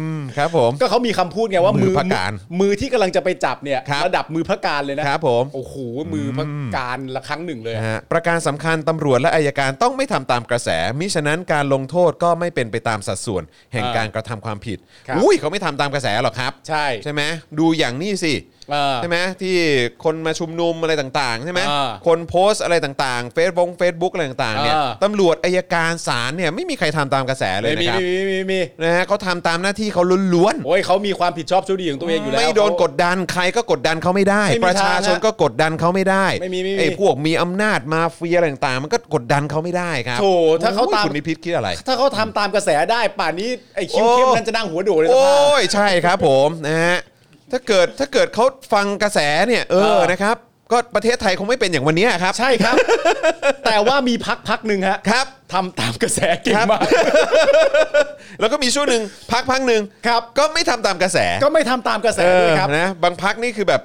[SPEAKER 1] อืมครับผม
[SPEAKER 2] ก็เขามีคำพูดไงว่า
[SPEAKER 1] มื
[SPEAKER 2] มื
[SPEAKER 1] อพระการ
[SPEAKER 2] มือที่กำลังจะไปจับเนี่ย
[SPEAKER 1] ครับ
[SPEAKER 2] ดับมือพระการเลยนะครับ
[SPEAKER 1] ผม
[SPEAKER 2] โอ้โหมือพระการละครั้งหนึ่งเลย
[SPEAKER 1] นะฮะประการสำคัญตำรวจและอายการต้องไม่ทำตามกระแส มิฉะนั้นการลงโทษก็ไม่เป็นไปตามสัดส่วน แห่ง
[SPEAKER 2] อ่า
[SPEAKER 1] การกระทำความผิด
[SPEAKER 2] ครับ
[SPEAKER 1] อุ้ยเขาไม่ทำตามกระแสหรอกครับ
[SPEAKER 2] ใช่
[SPEAKER 1] ใช่ไหมดูอย่างนี้สิ
[SPEAKER 2] เออ
[SPEAKER 1] ใช่ไหมที่คนมาชุมนุมอะไรต่างๆใช่ไหม
[SPEAKER 2] อ่า
[SPEAKER 1] คนโพสต์อะไรต่างๆเฟซบุ๊กเฟซบุ๊กอะไรต่างๆเนี่ย
[SPEAKER 2] อ่า
[SPEAKER 1] ตำรวจอายการศาลเนี่ยไม่มีใครทำตามกระแสเลย
[SPEAKER 2] ไม่มี
[SPEAKER 1] นะครับ
[SPEAKER 2] ไม่มีไม่มีไม่มี
[SPEAKER 1] นะฮะเขาทำตามหน้าที่เขาล้วน
[SPEAKER 2] โอ้ยเขามีความผิดชอบชั่วดีของตัวเองอ
[SPEAKER 1] ๆ
[SPEAKER 2] ยู่แล้ว
[SPEAKER 1] ไม่โดนกดดันใครก็กดดันเขาไม่ได้
[SPEAKER 2] ไม่มี
[SPEAKER 1] ประชาชน
[SPEAKER 2] ทางฮะ
[SPEAKER 1] ก็กดดันเขาไม่ได้
[SPEAKER 2] ไม่มีไม่มี
[SPEAKER 1] ไอ้พวกมีอำนาจมาเฟียอะไรต่างๆ มันก็กดดันเขาไม่ได้ครับ
[SPEAKER 2] โถถ้าเขา
[SPEAKER 1] โอ้ย
[SPEAKER 2] ตาม
[SPEAKER 1] คุณนิพิษคิดอะไร
[SPEAKER 2] ถ้าเขาทำตามกระแสได้ป่านนี้ไอ้คิวเข้ม
[SPEAKER 1] โอ้
[SPEAKER 2] นั่นจะนั่งหัวโดดเลยส
[SPEAKER 1] โอ้
[SPEAKER 2] ภาพ
[SPEAKER 1] ยใช่ครับผมนะฮะถ้าเกิดถ้าเกิดเขาฟังกระแสเนี่ยเอ
[SPEAKER 2] เอ
[SPEAKER 1] อ
[SPEAKER 2] อ
[SPEAKER 1] นะครับ ก็ประเทศไทยคงไม่เป็นอย่างวันเนี้ยครับ
[SPEAKER 2] ใช่ ครับ แต่ว่ามีพักพักหนึ่งฮะ
[SPEAKER 1] ครับ
[SPEAKER 2] ทำตามกระแสเก่ง
[SPEAKER 1] ครับ
[SPEAKER 2] มาก
[SPEAKER 1] แล้วก็มีช่วงหนึ่งพักพักหนึ่ง
[SPEAKER 2] ครับ
[SPEAKER 1] ก็ไม่ทำตามกระแส
[SPEAKER 2] ก็ไม่ทำตามกระแส
[SPEAKER 1] เอ
[SPEAKER 2] ด้
[SPEAKER 1] อ
[SPEAKER 2] วยครับ
[SPEAKER 1] นะบางพักนี่คือแบบ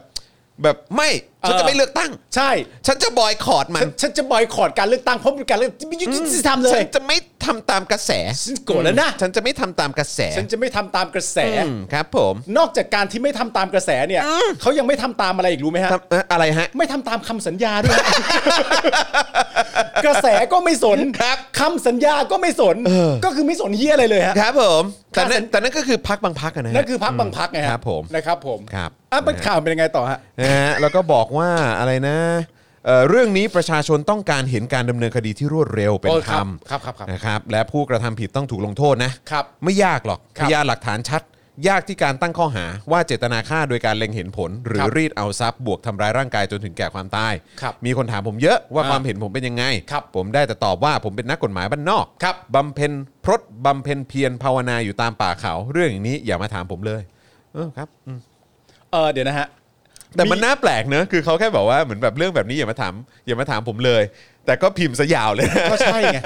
[SPEAKER 1] แบบไม่ฉัน
[SPEAKER 2] เออ
[SPEAKER 1] จะไม่เลือกตั้ง
[SPEAKER 2] ใช่
[SPEAKER 1] ฉันจะบอยคอรดมัน
[SPEAKER 2] ฉันฉันจะบอยคอรดการเลือกตั้งเพราะเป็นการเลือกที่ไม่ยุติธรรมเล
[SPEAKER 1] ฉั
[SPEAKER 2] ย
[SPEAKER 1] นจะไม่ทำตามกระแส
[SPEAKER 2] ฉันโกรธแล้วนะ
[SPEAKER 1] ฉันจะไม่ทำตามกระแส
[SPEAKER 2] ฉันจะไม่ทำตามกระแส
[SPEAKER 1] อืมครับ ผม
[SPEAKER 2] นอกจากการที่ไม่ทำตามกระแสเนี่ยเขายังไม่ทำตามอะไรอีกรู้ไหมฮะ
[SPEAKER 1] ทำเอ่ออะไรฮะ
[SPEAKER 2] ไม่ทำตามคำสัญญาด้วย กระแสก็ไม่สน
[SPEAKER 1] ครับ
[SPEAKER 2] คำสัญญาก็ไม่สน
[SPEAKER 1] อ
[SPEAKER 2] ก็คือไม่สนเฮียอะไรเลยฮะ
[SPEAKER 1] ครับผมแต่นั่น
[SPEAKER 2] ค่ะ
[SPEAKER 1] แต่นั่นก็คือพักบางพักอะนะฮะ
[SPEAKER 2] นั่นคือพักบางพักไงฮะ
[SPEAKER 1] ครับผม
[SPEAKER 2] นะครับ ผม
[SPEAKER 1] ครับ
[SPEAKER 2] อ่ะเป็น
[SPEAKER 1] นะฮะ
[SPEAKER 2] ข่าวเป็นยังไงต่อฮะ
[SPEAKER 1] นะฮะแล้วก็บอกว่าอะไรนะเอ่อเรื่องนี้ประชาชนต้องการเห็นการดำเนินคดีที่รวดเร็วเป็น
[SPEAKER 2] โอ้
[SPEAKER 1] ธ
[SPEAKER 2] ค
[SPEAKER 1] ร
[SPEAKER 2] รั
[SPEAKER 1] ร
[SPEAKER 2] บ
[SPEAKER 1] ม
[SPEAKER 2] ครับครับครับ
[SPEAKER 1] นะครับและผู้กระทำผิดต้องถูกลงโทษนะครับ ไม่ยากหรอก
[SPEAKER 2] ค
[SPEAKER 1] พ
[SPEAKER 2] รับ
[SPEAKER 1] ยานหลักฐานชัด ยากที่การตั้งข้อหาว่าเจตนาฆ่าโดยการเล็งเห็นผล หรื
[SPEAKER 2] ค
[SPEAKER 1] อ
[SPEAKER 2] รับ
[SPEAKER 1] รีดเอาทรัพย์บวกทำร้ายร่างกายจนถึงแก่ความตาย
[SPEAKER 2] ครับ
[SPEAKER 1] มีคนถามผมเยอะว่า
[SPEAKER 2] อ่า
[SPEAKER 1] ความเห็นผมเป็นยังไง
[SPEAKER 2] ครับ
[SPEAKER 1] ผมได้แต่ตอบว่าผมเป็นนักกฎหมายบ้านนอก
[SPEAKER 2] ครับ
[SPEAKER 1] บำเพ็ญพรตบำเพ็ญเพียรภาวนาอยู่ตามป่าเขา เรื่องอย่างนี้อย่ามาถามผมเลยเออครับ
[SPEAKER 2] เออเดี๋ยวนะฮะ
[SPEAKER 1] แต่มันน่าแปลกเนอะคือเขาแค่บอกว่าเหมือนแบบเรื่องแบบนี้อย่ามาถามอย่ามาถามผมเลย แต่ก็พิมพ์ซะยาวเลย
[SPEAKER 2] ก็ใช่ไง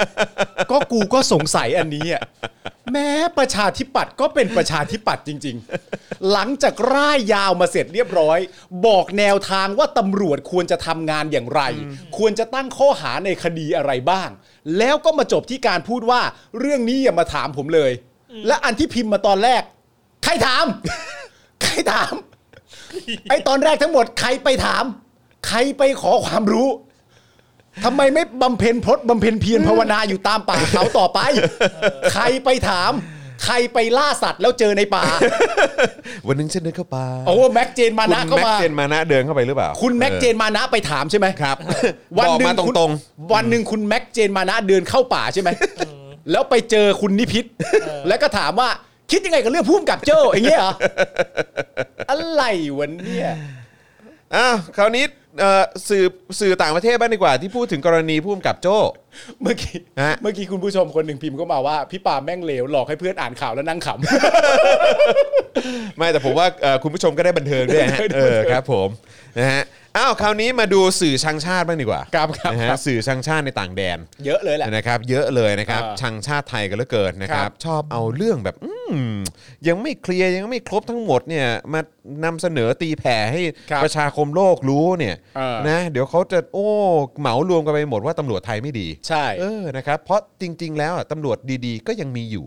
[SPEAKER 2] ก็กูก็สงสัยอันนี้อ่ะ แม้ประชาธิปัตย์ก็เป็นประชาธิปัตย์จริง ๆ หลังจากร่ายยาวมาเสร็จเรียบร้อย บอกแนวทางว่าตำรวจควรจะทำงานอย่างไร ควรจะตั้งข้อหาในคดีอะไรบ้าง แล้วก็มาจบที่การพูดว่า เรื่องนี้อย่ามาถามผมเลย และอันที่พิมพ์มาตอนแรก ใครถาม ใครถาม ไอตอนแรกทั้งหมดใครไปถาม ใครไปขอความรู้ทำไมไม่บำเพ็ญพจน์บำเพ็ญเพียรภาวนาอยู่ตามป่าเขาต่อไป ใครไปถาม ใครไปล่าสัตว์แล้วเจอในป่า
[SPEAKER 1] วันหนึงฉันเดินเข้าไป
[SPEAKER 2] โอ้แม็กเจนมา
[SPEAKER 1] คุณ
[SPEAKER 2] นะเข้า
[SPEAKER 1] แม็ก
[SPEAKER 2] มา
[SPEAKER 1] เจนมานะเดินเข้าไปหรือเปล่า
[SPEAKER 2] คุณแม็กเจนมานะไปถามใช่ไหม
[SPEAKER 1] ครับ
[SPEAKER 2] วัน
[SPEAKER 1] บอก
[SPEAKER 2] หนึ่
[SPEAKER 1] มางต
[SPEAKER 2] คุณ
[SPEAKER 1] รง
[SPEAKER 2] วันหนึ่งคุณแม็กเจนมานะเดินเข้าป่าใช่ไหมแล้วไปเจอคุณนิพิษแล้วก็ถามว่าคิดยังไงกับเรื่องพุ่มกับโจ้อย่างเงี้ยเหรออะไรวันเนี้ย
[SPEAKER 1] ๆอ้าวคราวนี้เอ่อสื่อสื่อต่างประเทศบ้างดีกว่าที่พูดถึงกรณีพุ่มกับโจ้
[SPEAKER 2] เมื่อกี้
[SPEAKER 1] ฮะ
[SPEAKER 2] เมื่อกี้คุณผู้ชมคนหนึ่งพิมพ์ก็มาว่า พี่ปาล์มแม่งเลวหลอกให้เพื่อนอ่านข่าวแล้วนั่งข
[SPEAKER 1] ไม่แต่ผมว่าเอ่อคุณผู้ชมก็ได้บันเทิงด้วยฮะเออครับผมนะฮะอ้าวคราวนี้มาดูสื่อชังชาติบ้างดีกว่า
[SPEAKER 2] ครับครับ
[SPEAKER 1] นะฮะ
[SPEAKER 2] ครับ
[SPEAKER 1] สื่อชังชาติในต่างแดน
[SPEAKER 2] ำ เยอะเลยแหละ
[SPEAKER 1] นะครับเยอะเลยนะครับ
[SPEAKER 2] เออ
[SPEAKER 1] ชังชาติไทยกันเหลือเกินนะครั
[SPEAKER 2] ครับ บ
[SPEAKER 1] ชอบเอาเรื่องแบบ อืมยังไม่เคลียร์ยังไม่ครบทั้งหมดเนี่ยมานำเสนอตีแผ่ให้
[SPEAKER 2] ครับ
[SPEAKER 1] ประชาคมโลกรู้เนี่ย
[SPEAKER 2] เออ
[SPEAKER 1] นะเดี๋ยวเขาจะโอ้เหมารวมกันไปหมดว่าตำรวจไทยไม่ดี
[SPEAKER 2] ใช่
[SPEAKER 1] เออนะครับเพราะจริง ๆ แล้วอะตำรวจดีๆ ก็ยังมี อยู่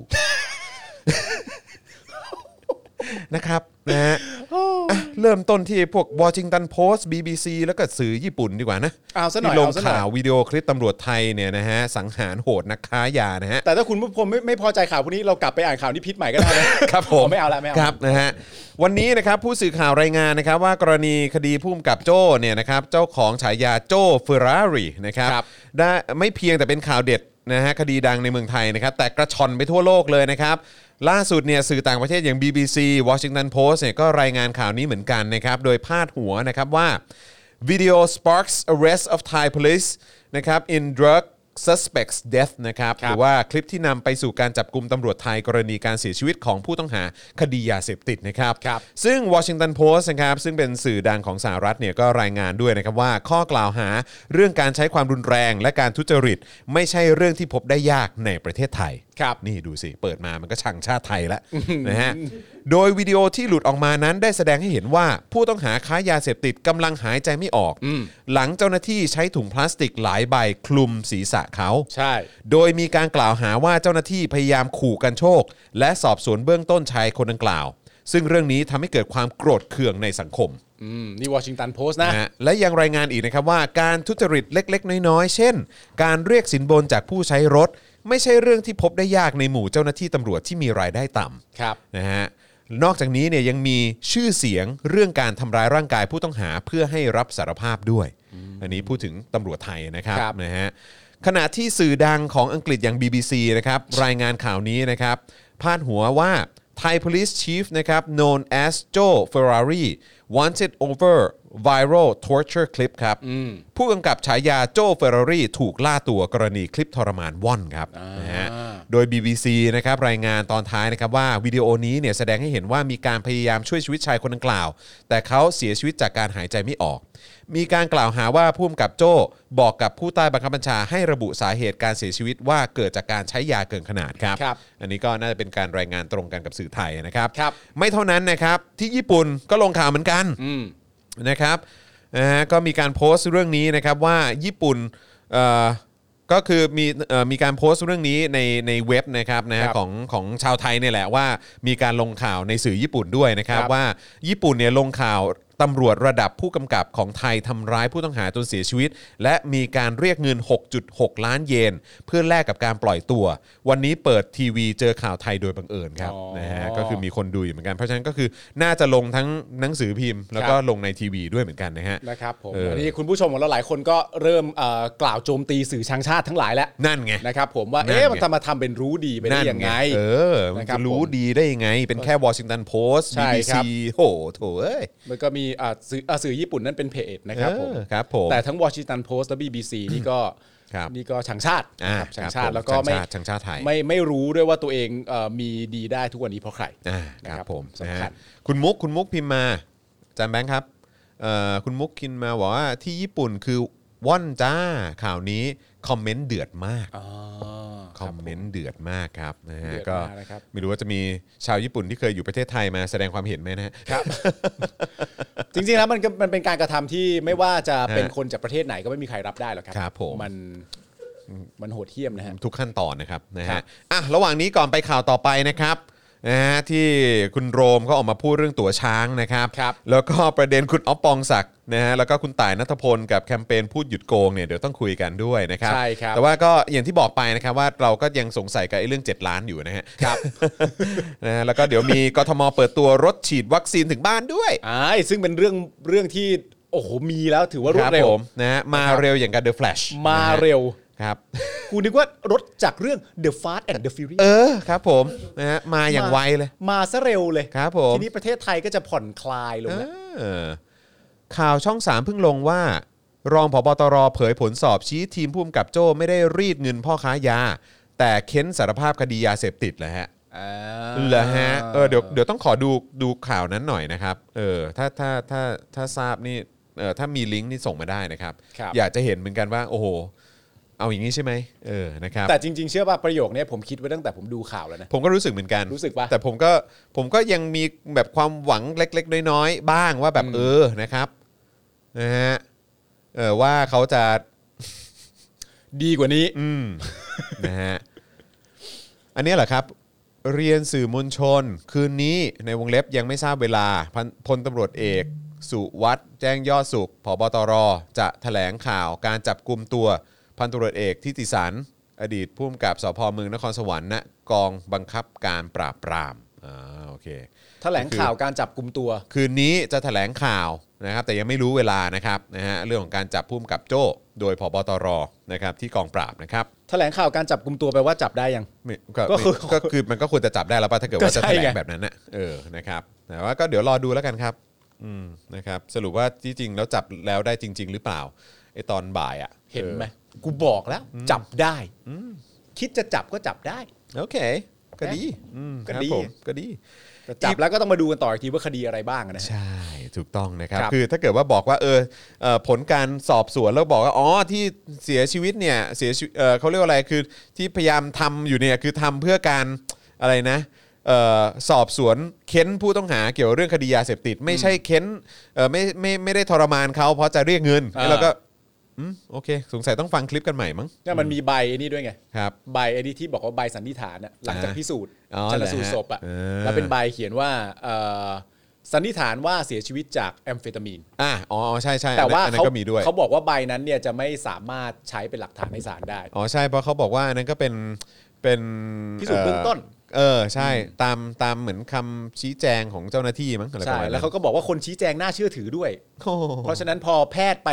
[SPEAKER 1] นะครับนะฮะอ่ะเริ่มต้นที่พวกวอชิงตันโพสต์ BBC แล้วก็สื่อญี่ปุ่นดีกว่านะ
[SPEAKER 2] เอาซะหน่อย
[SPEAKER 1] ที่ลง
[SPEAKER 2] เอาซะหน่อย
[SPEAKER 1] ข่าววิดีโอคลิปตำรวจไทยเนี่ยนะฮะสังหารโหดนักค้ายานะฮะ
[SPEAKER 2] แต่ถ้าคุณผู้ชมไม่ไม่พอใจข่าวพวกนี้เรากลับไปอ่านข่าวนิพิษใหม่ก็ได้นะ
[SPEAKER 1] ครับผม
[SPEAKER 2] เอาไม่เอาละไม่เอา
[SPEAKER 1] ครับนะฮะวันนี้นะครับผู้สื่อข่าวรายงานนะครับว่ากรณีคดีพุ่มกับโจ้เนี่ยนะครับเจ้าของฉายาโจ้เฟอร์รารีนะครับ
[SPEAKER 2] ครับ
[SPEAKER 1] ได้ไม่เพียงแต่เป็นข่าวเด็ดนะฮะคดีดังในเมืองไทยนะครับแต่กระชอนไปทั่วโลกเลยนะครับ ล่าสุดเนี่ยสื่อต่างประเทศอย่าง BBC Washington Post เนี่ยก็รายงานข่าวนี้เหมือนกันนะครับโดยพาดหัวนะครับว่า Video sparks arrest of Thai police นะครับ in drug suspects death นะครับ
[SPEAKER 2] ค
[SPEAKER 1] ห
[SPEAKER 2] รับ
[SPEAKER 1] รือว่าคลิปที่นำไปสู่การจับกลุ่มตำรวจไทยกรณีการเสียชีวิตของผู้ต้องหาคดียาเสพติดนะครับ
[SPEAKER 2] ครับ
[SPEAKER 1] ซึ่ง Washington Post นะครับซึ่งเป็นสื่อดังของสหรัฐเนี่ยก็รายงานด้วยนะครับว่าข้อกล่าวหาเรื่องการใช้ความรุนแรงและการทุจริต ไม่ใช่เรื่องที่พบได้ยากในประเทศไทย
[SPEAKER 2] ครับ
[SPEAKER 1] นี่ดูสิ เปิดมามันก็ชังชาติไทยแล้วนะฮะ โดยวิดีโอที่หลุดออกมานั้นได้แสดงให้เห็นว่าผู้ต้องหาค้ายาเสพติดกำลังหายใจไม่ออก หลังเจ้าหน้าที่ใช้ถุงพลาสติกหลายใบคลุมศีรษะเขา
[SPEAKER 2] ใช่
[SPEAKER 1] โดยมีการกล่าวหาว่าเจ้าหน้าที่พยายามขู่กันโชค และสอบสวนเบื้องต้นชายคนดังกล่าว ซึ่งเรื่องนี้ทำให้เกิดความโกรธเคืองในสังคม
[SPEAKER 2] อืม นี่วอชิงตันโพสต์นะ
[SPEAKER 1] นะฮะและยังรายงานอีกนะครับว่าการทุจริตเล็ก ๆ น้อย ๆ เช่น การเรียกสินบนจากผู้ใช้รถ ไม่ใช่เรื่องที่พบได้ยากในหมู่เจ้าหน้าที่ตำรวจที่มีรายได้ต่ำ
[SPEAKER 2] ครับ
[SPEAKER 1] นะฮะนอกจากนี้เนี่ยยังมีชื่อเสียงเรื่องการทำร้ายร่างกายผู้ต้องหาเพื่อให้รับสารภาพด้วย อันนี้พูดถึงตำรวจไทยนะครับ
[SPEAKER 2] ครับ
[SPEAKER 1] นะฮะขณะที่สื่อดังของอังกฤษอย่าง BBC นะครับรายงานข่าวนี้นะครับพาดหัวว่า Thai Police Chief นะครับ known as Joe Ferrari wanted over viral torture clip ครับผู้กำกับฉายาโจเฟอร์รารี่ถูกล่าตัวกรณีคลิปทรมานว่อนครับนะฮะโดย BBC นะครับรายงานตอนท้ายนะครับว่าวิดีโอนี้เนี่ยแสดงให้เห็นว่ามีการพยายามช่วยชีวิตชายคนดังกล่าว แต่เขาเสียชีวิตจากการหายใจไม่ออก มีการกล่าวหาว่าผู้กำกับโจ้บอกกับผู้ใต้บังคับบัญชาให้ระบุสาเหตุการเสียชีวิตว่าเกิดจากการใช้ยาเกินขนาดครับ
[SPEAKER 2] ครับ
[SPEAKER 1] อันนี้ก็น่าจะเป็นการรายงานตรงกันกับสื่อไทยนะครับ
[SPEAKER 2] ครับ
[SPEAKER 1] ไม่เท่านั้นนะครับที่ญี่ปุ่นก็ลงข่าวเหมือนกัน
[SPEAKER 2] อืม
[SPEAKER 1] นะครับนะฮะก็มีการโพสต์เรื่องนี้นะครับว่าญี่ปุ่นเอ่อก็คือมีเอ่อมีการโพสต์เรื่องนี้ในในเว็บนะครับนะฮะ
[SPEAKER 2] ครับ
[SPEAKER 1] ของของชาวไทยเนี่ยแหละว่ามีการลงข่าวในสื่อญี่ปุ่นด้วยนะครับ
[SPEAKER 2] ครับ
[SPEAKER 1] ว่าญี่ปุ่นเนี่ยลงข่าวตำรวจระดับผู้กำกับของไทยทำร้ายผู้ต้องหาจนเสียชีวิต และมีการเรียกเงิน 6.6 ล้านเยน เพื่อแลกกับการปล่อยตัว วันนี้เปิดทีวีเจอข่าวไทยโดยบังเอิญครับ
[SPEAKER 2] อ๋อ
[SPEAKER 1] นะฮะก็คือมีคนดูอยู่เหมือนกันเพราะฉะนั้นก็คือน่าจะลงทั้งหนังสือพิมพ์ แล้วก็
[SPEAKER 2] ครับ
[SPEAKER 1] ลงในทีวีด้วยเหมือนกันนะฮะ
[SPEAKER 2] นะครับผม
[SPEAKER 1] เอออั
[SPEAKER 2] นนี้คุณผู้ชมของเราหลายคนก็เริ่มเอ่อกล่าวโจมตีสื่อชังชาติทั้งหลายแล้ว
[SPEAKER 1] นั่นไง
[SPEAKER 2] นะครับผมว่า
[SPEAKER 1] นั่น
[SPEAKER 2] เอ๊ะ
[SPEAKER 1] ไง
[SPEAKER 2] มันจะมาทำเป็นรู้ดีไปได้
[SPEAKER 1] นั่น
[SPEAKER 2] ยังไง
[SPEAKER 1] เออมัน
[SPEAKER 2] นะครับ
[SPEAKER 1] จะรู้
[SPEAKER 2] ผม
[SPEAKER 1] ดีได้ยังไง เป็นแค่วอชิงตันโพสต์
[SPEAKER 2] ใช่
[SPEAKER 1] บีบี
[SPEAKER 2] ครั
[SPEAKER 1] ซี
[SPEAKER 2] บ
[SPEAKER 1] โหโถเอ้ย
[SPEAKER 2] มันก็มีอ่าสื่ออ่าสื่อญี่ปุ่นนั่นเป็นเพจนะครับผม
[SPEAKER 1] เออครับผม
[SPEAKER 2] แต่ทั้งวอชิงตันโพสต์และ BBC นี่ก็
[SPEAKER 1] ครับ
[SPEAKER 2] นี่ก็ชังชาติ
[SPEAKER 1] อ่า
[SPEAKER 2] ครับชัง
[SPEAKER 1] ครับผ
[SPEAKER 2] ชาติ
[SPEAKER 1] ม
[SPEAKER 2] แล้วก็ไม่
[SPEAKER 1] ชังชาติชังชาติไทย
[SPEAKER 2] ไม่ไม่รู้ด้วยว่าตัวเองเอ่อมีดีได้ทุกวันนี้เพราะใคร
[SPEAKER 1] อ่าค
[SPEAKER 2] นะ
[SPEAKER 1] รั
[SPEAKER 2] ครับ
[SPEAKER 1] บผม
[SPEAKER 2] สำคัญ
[SPEAKER 1] นะฮะคุณมุกคุณมุกพิมพ์มาอาจานแบงค์ครับเอ่อคุณมุกคินมาบอกว่าที่ญี่ปุ่นคือว่อนจ้าข่าวนี้คอมเมนต์เดือดมากคอมเมนต์เดือดมากครับนะฮะ
[SPEAKER 2] เดือด
[SPEAKER 1] ก็
[SPEAKER 2] มากนะครับ
[SPEAKER 1] ไม่รู้ว่าจะมีชาวญี่ปุ่นที่เคยอยู่ประเทศไทยมาแสดงความเห็นไหมนะฮะ
[SPEAKER 2] จริงๆแล้วมันก็มันเป็นการกระทำที่ไม่ว่าจะเป็น
[SPEAKER 1] ฮะ
[SPEAKER 2] คนจากประเทศไหนก็ไม่มีใครรับได้หรอกครั
[SPEAKER 1] ครับผม
[SPEAKER 2] มันมันโหดเหี้ยมนะฮะ
[SPEAKER 1] ทุกขั้นตอนนะครับนะ
[SPEAKER 2] ครั
[SPEAKER 1] ฮะ
[SPEAKER 2] บ
[SPEAKER 1] อ่ะระหว่างนี้ก่อนไปข่าวต่อไปนะครับนะฮะที่คุณโรมก็ออกมาพูดเรื่องตั๋วช้างนะครับ
[SPEAKER 2] ครับ
[SPEAKER 1] แล้วก็ประเด็นคุณอ๊อฟปองศักดิ์นะฮะแล้วก็คุณต่ายนัทพลกับแคมเปญพูดหยุดโกงเนี่ยเดี๋ยวต้องคุยกันด้วยนะครับ
[SPEAKER 2] ใช่ครับ
[SPEAKER 1] แต่ว่าก็อย่างที่บอกไปนะครับว่าเราก็ยังสงสัยกับไอ้เรื่อง 7 ล้านอยู่นะฮะ
[SPEAKER 2] ครับ
[SPEAKER 1] นะฮะแล้วก็เดี๋ยวมีกทมเปิดตัวรถฉีดวัคซีนถึงบ้านด้วย
[SPEAKER 2] อ่าซึ่งเป็นเรื่องเรื่องที่โอ้โหมีแล้วถือว่ารวดเร็
[SPEAKER 1] คบ
[SPEAKER 2] ว
[SPEAKER 1] ผมนะฮะมา
[SPEAKER 2] ครับ
[SPEAKER 1] เร็วอย่างกับเดอะแฟลช
[SPEAKER 2] มาเร็ว
[SPEAKER 1] ครับ
[SPEAKER 2] กูนึกว่ารถจากเรื่อง The Fast and the Furious
[SPEAKER 1] เออครับผมนะฮะมาอย่างไวเลย
[SPEAKER 2] มาซะเร็วเลย
[SPEAKER 1] ครับผม
[SPEAKER 2] ทีนี้ประเทศไทยก็จะผ่อนคลายลงแล้ว
[SPEAKER 1] เออข่าวช่องสามเพิ่งลงว่า รองผบตรเผยผลสอบชี้ทีมผู้กำกับโจ้ไม่ได้รีดเงินพ่อค้ายา แต่เค้นสารภาพคดียาเสพติดแหละฮะเหรอฮะเออเดี๋ยวเดี๋ยวต้องขอดูดูข่าวนั้นหน่อยนะครับเออถ้าถ้าถ้าถ้าทราบนี่เออถ้ามีลิงก์นี่ส่งมาได้นะครับ
[SPEAKER 2] ครับ
[SPEAKER 1] อยากจะเห็นเหมือนกันว่า โอ้โห เอาอย่างนี้ใช่ไหมเออนะครับ
[SPEAKER 2] แต่จริง ๆ เชื่อป่ะประโยคเนี้ยผมคิดไว้ตั้งแต่ผมดูข่าวแล้วนะ
[SPEAKER 1] ผมก็รู้สึกเหมือนกัน
[SPEAKER 2] รู้สึกปะ
[SPEAKER 1] แต่ผมก็ผมก็ยังมีแบบความหวังเล็ก ๆ น้อยๆบ้างว่าแบบเออนะครับนะฮะเออว่าเขาจะ
[SPEAKER 2] ดีกว่านี้
[SPEAKER 1] อืม นะฮะอันนี้แหละครับ เรียนสื่อมวลชน คืนนี้ในวงเล็บยังไม่ทราบเวลาพันพลตำรวจเอก สุวัตแจ้งยอดสุขผบตร จะแถลงข่าวการจับกลุ่มตัวพันตำรวจเอกทิติสันอดีตผู้กำกับสพเมืองนครสวรรค์ณกองบังคับการปราบปรามอ่าโอเค
[SPEAKER 2] แถลงข่าวการจับกลุ่มตัว
[SPEAKER 1] คืนนี้จะแถลงข่าวนะครับ แต่ยังไม่รู้เวลานะครับนะฮะเรื่องของการจับผู้กำกับโจ้ โดยพบตรนะครับ ที่กองปราบนะครับ
[SPEAKER 2] แถลงข่าวการจับกลุ่มตัวแปลว่าจับได้ยัง
[SPEAKER 1] ไม่ก็
[SPEAKER 2] ก็คือ
[SPEAKER 1] ก็คือมันก็ควรจะจับได้แล้วป่ะถ้าเกิดว่า
[SPEAKER 2] ก็
[SPEAKER 1] จะ
[SPEAKER 2] ใช่
[SPEAKER 1] แถลง
[SPEAKER 2] ไง
[SPEAKER 1] แบบนั้นนะเออนะครับแต่ว่าก็เดี๋ยวรอดูแล้วกันครับ อืมนะครับ สรุปว่าที่จริงแล้วจับแล้วได้จริง ๆ หรือเปล่าไอตอนบ่ายอ่ะ
[SPEAKER 2] เห็นไหม
[SPEAKER 1] ออ
[SPEAKER 2] กูบอกแล้ว จับได้คิดจะจับก็จับได้
[SPEAKER 1] โอเค ก็ดีอืม
[SPEAKER 2] ก็
[SPEAKER 1] ครับ
[SPEAKER 2] ดี
[SPEAKER 1] ผมก็ดี
[SPEAKER 2] แต่จับแล้วก็ต้องมาดูกันต่ออีกทีว่าคดีอะไรบ้างนะฮะ
[SPEAKER 1] ใช่ถูกต้องนะครับ
[SPEAKER 2] ครับ
[SPEAKER 1] คือถ้าเกิดว่าบอกว่าเออเอ่อผลการสอบสวนแล้วบอกว่าอ๋อที่เสียชีวิตเนี่ยเสียชีวิตเอ่อเขาเรียกว่าอะไรคือที่พยายามทำอยู่เนี่ยคือทำเพื่อการอะไรนะเอ่อสอบสวนเค้นผู้ต้องหาเกี่ยวเรื่องคดียาเสพติด ไม่ใช่เค้นเอ่อไม่ไม่ไม่ได้ทรมานเขาเพราะจะเรียกเงิน
[SPEAKER 2] อ่า
[SPEAKER 1] แล้วก็อืมโอเค สงสัยต้องฟังคลิปกันใหม่มั้ง
[SPEAKER 2] เนี่ยมันมีใบไอ้นี่ด้วยไง
[SPEAKER 1] ครับ
[SPEAKER 2] ใบไอ้นี่ที่บอกว่าใบสันนิษฐานอะหลังจากพิสูจน์
[SPEAKER 1] อ๋อ
[SPEAKER 2] ชันสูตรศพอะ
[SPEAKER 1] เหรอฮะ
[SPEAKER 2] แล้วเป็นใบเขียนว่าเอ่อสันนิษฐานว่าเสียชีวิตจากแอมเฟตามีน
[SPEAKER 1] อ่ะอ๋อใช่ใช่
[SPEAKER 2] แต่ว่า
[SPEAKER 1] อันนั้
[SPEAKER 2] เขา
[SPEAKER 1] นก็มีด้วย
[SPEAKER 2] เขาบอกว่าใบนั้นเนี่ยจะไม่สามารถใช้เป็นหลักฐานในศาลได้
[SPEAKER 1] อ๋อใช่เพราะเขาบอกว่าอันนั้นก็เป็นเป็น
[SPEAKER 2] พิสูจน์เบื้องต้น
[SPEAKER 1] เออใช่ตามตามเหมือนคำชี้แจงของเจ้าหน้าที่มั้งอะไรประ
[SPEAKER 2] ใช่
[SPEAKER 1] มาณนั้น
[SPEAKER 2] แล้วเขาก็บอกว่าคนชี้แจงน่าเชื่อถือด้วย
[SPEAKER 1] โอ้โห
[SPEAKER 2] เพราะฉะนั้นพอแพทย์ไป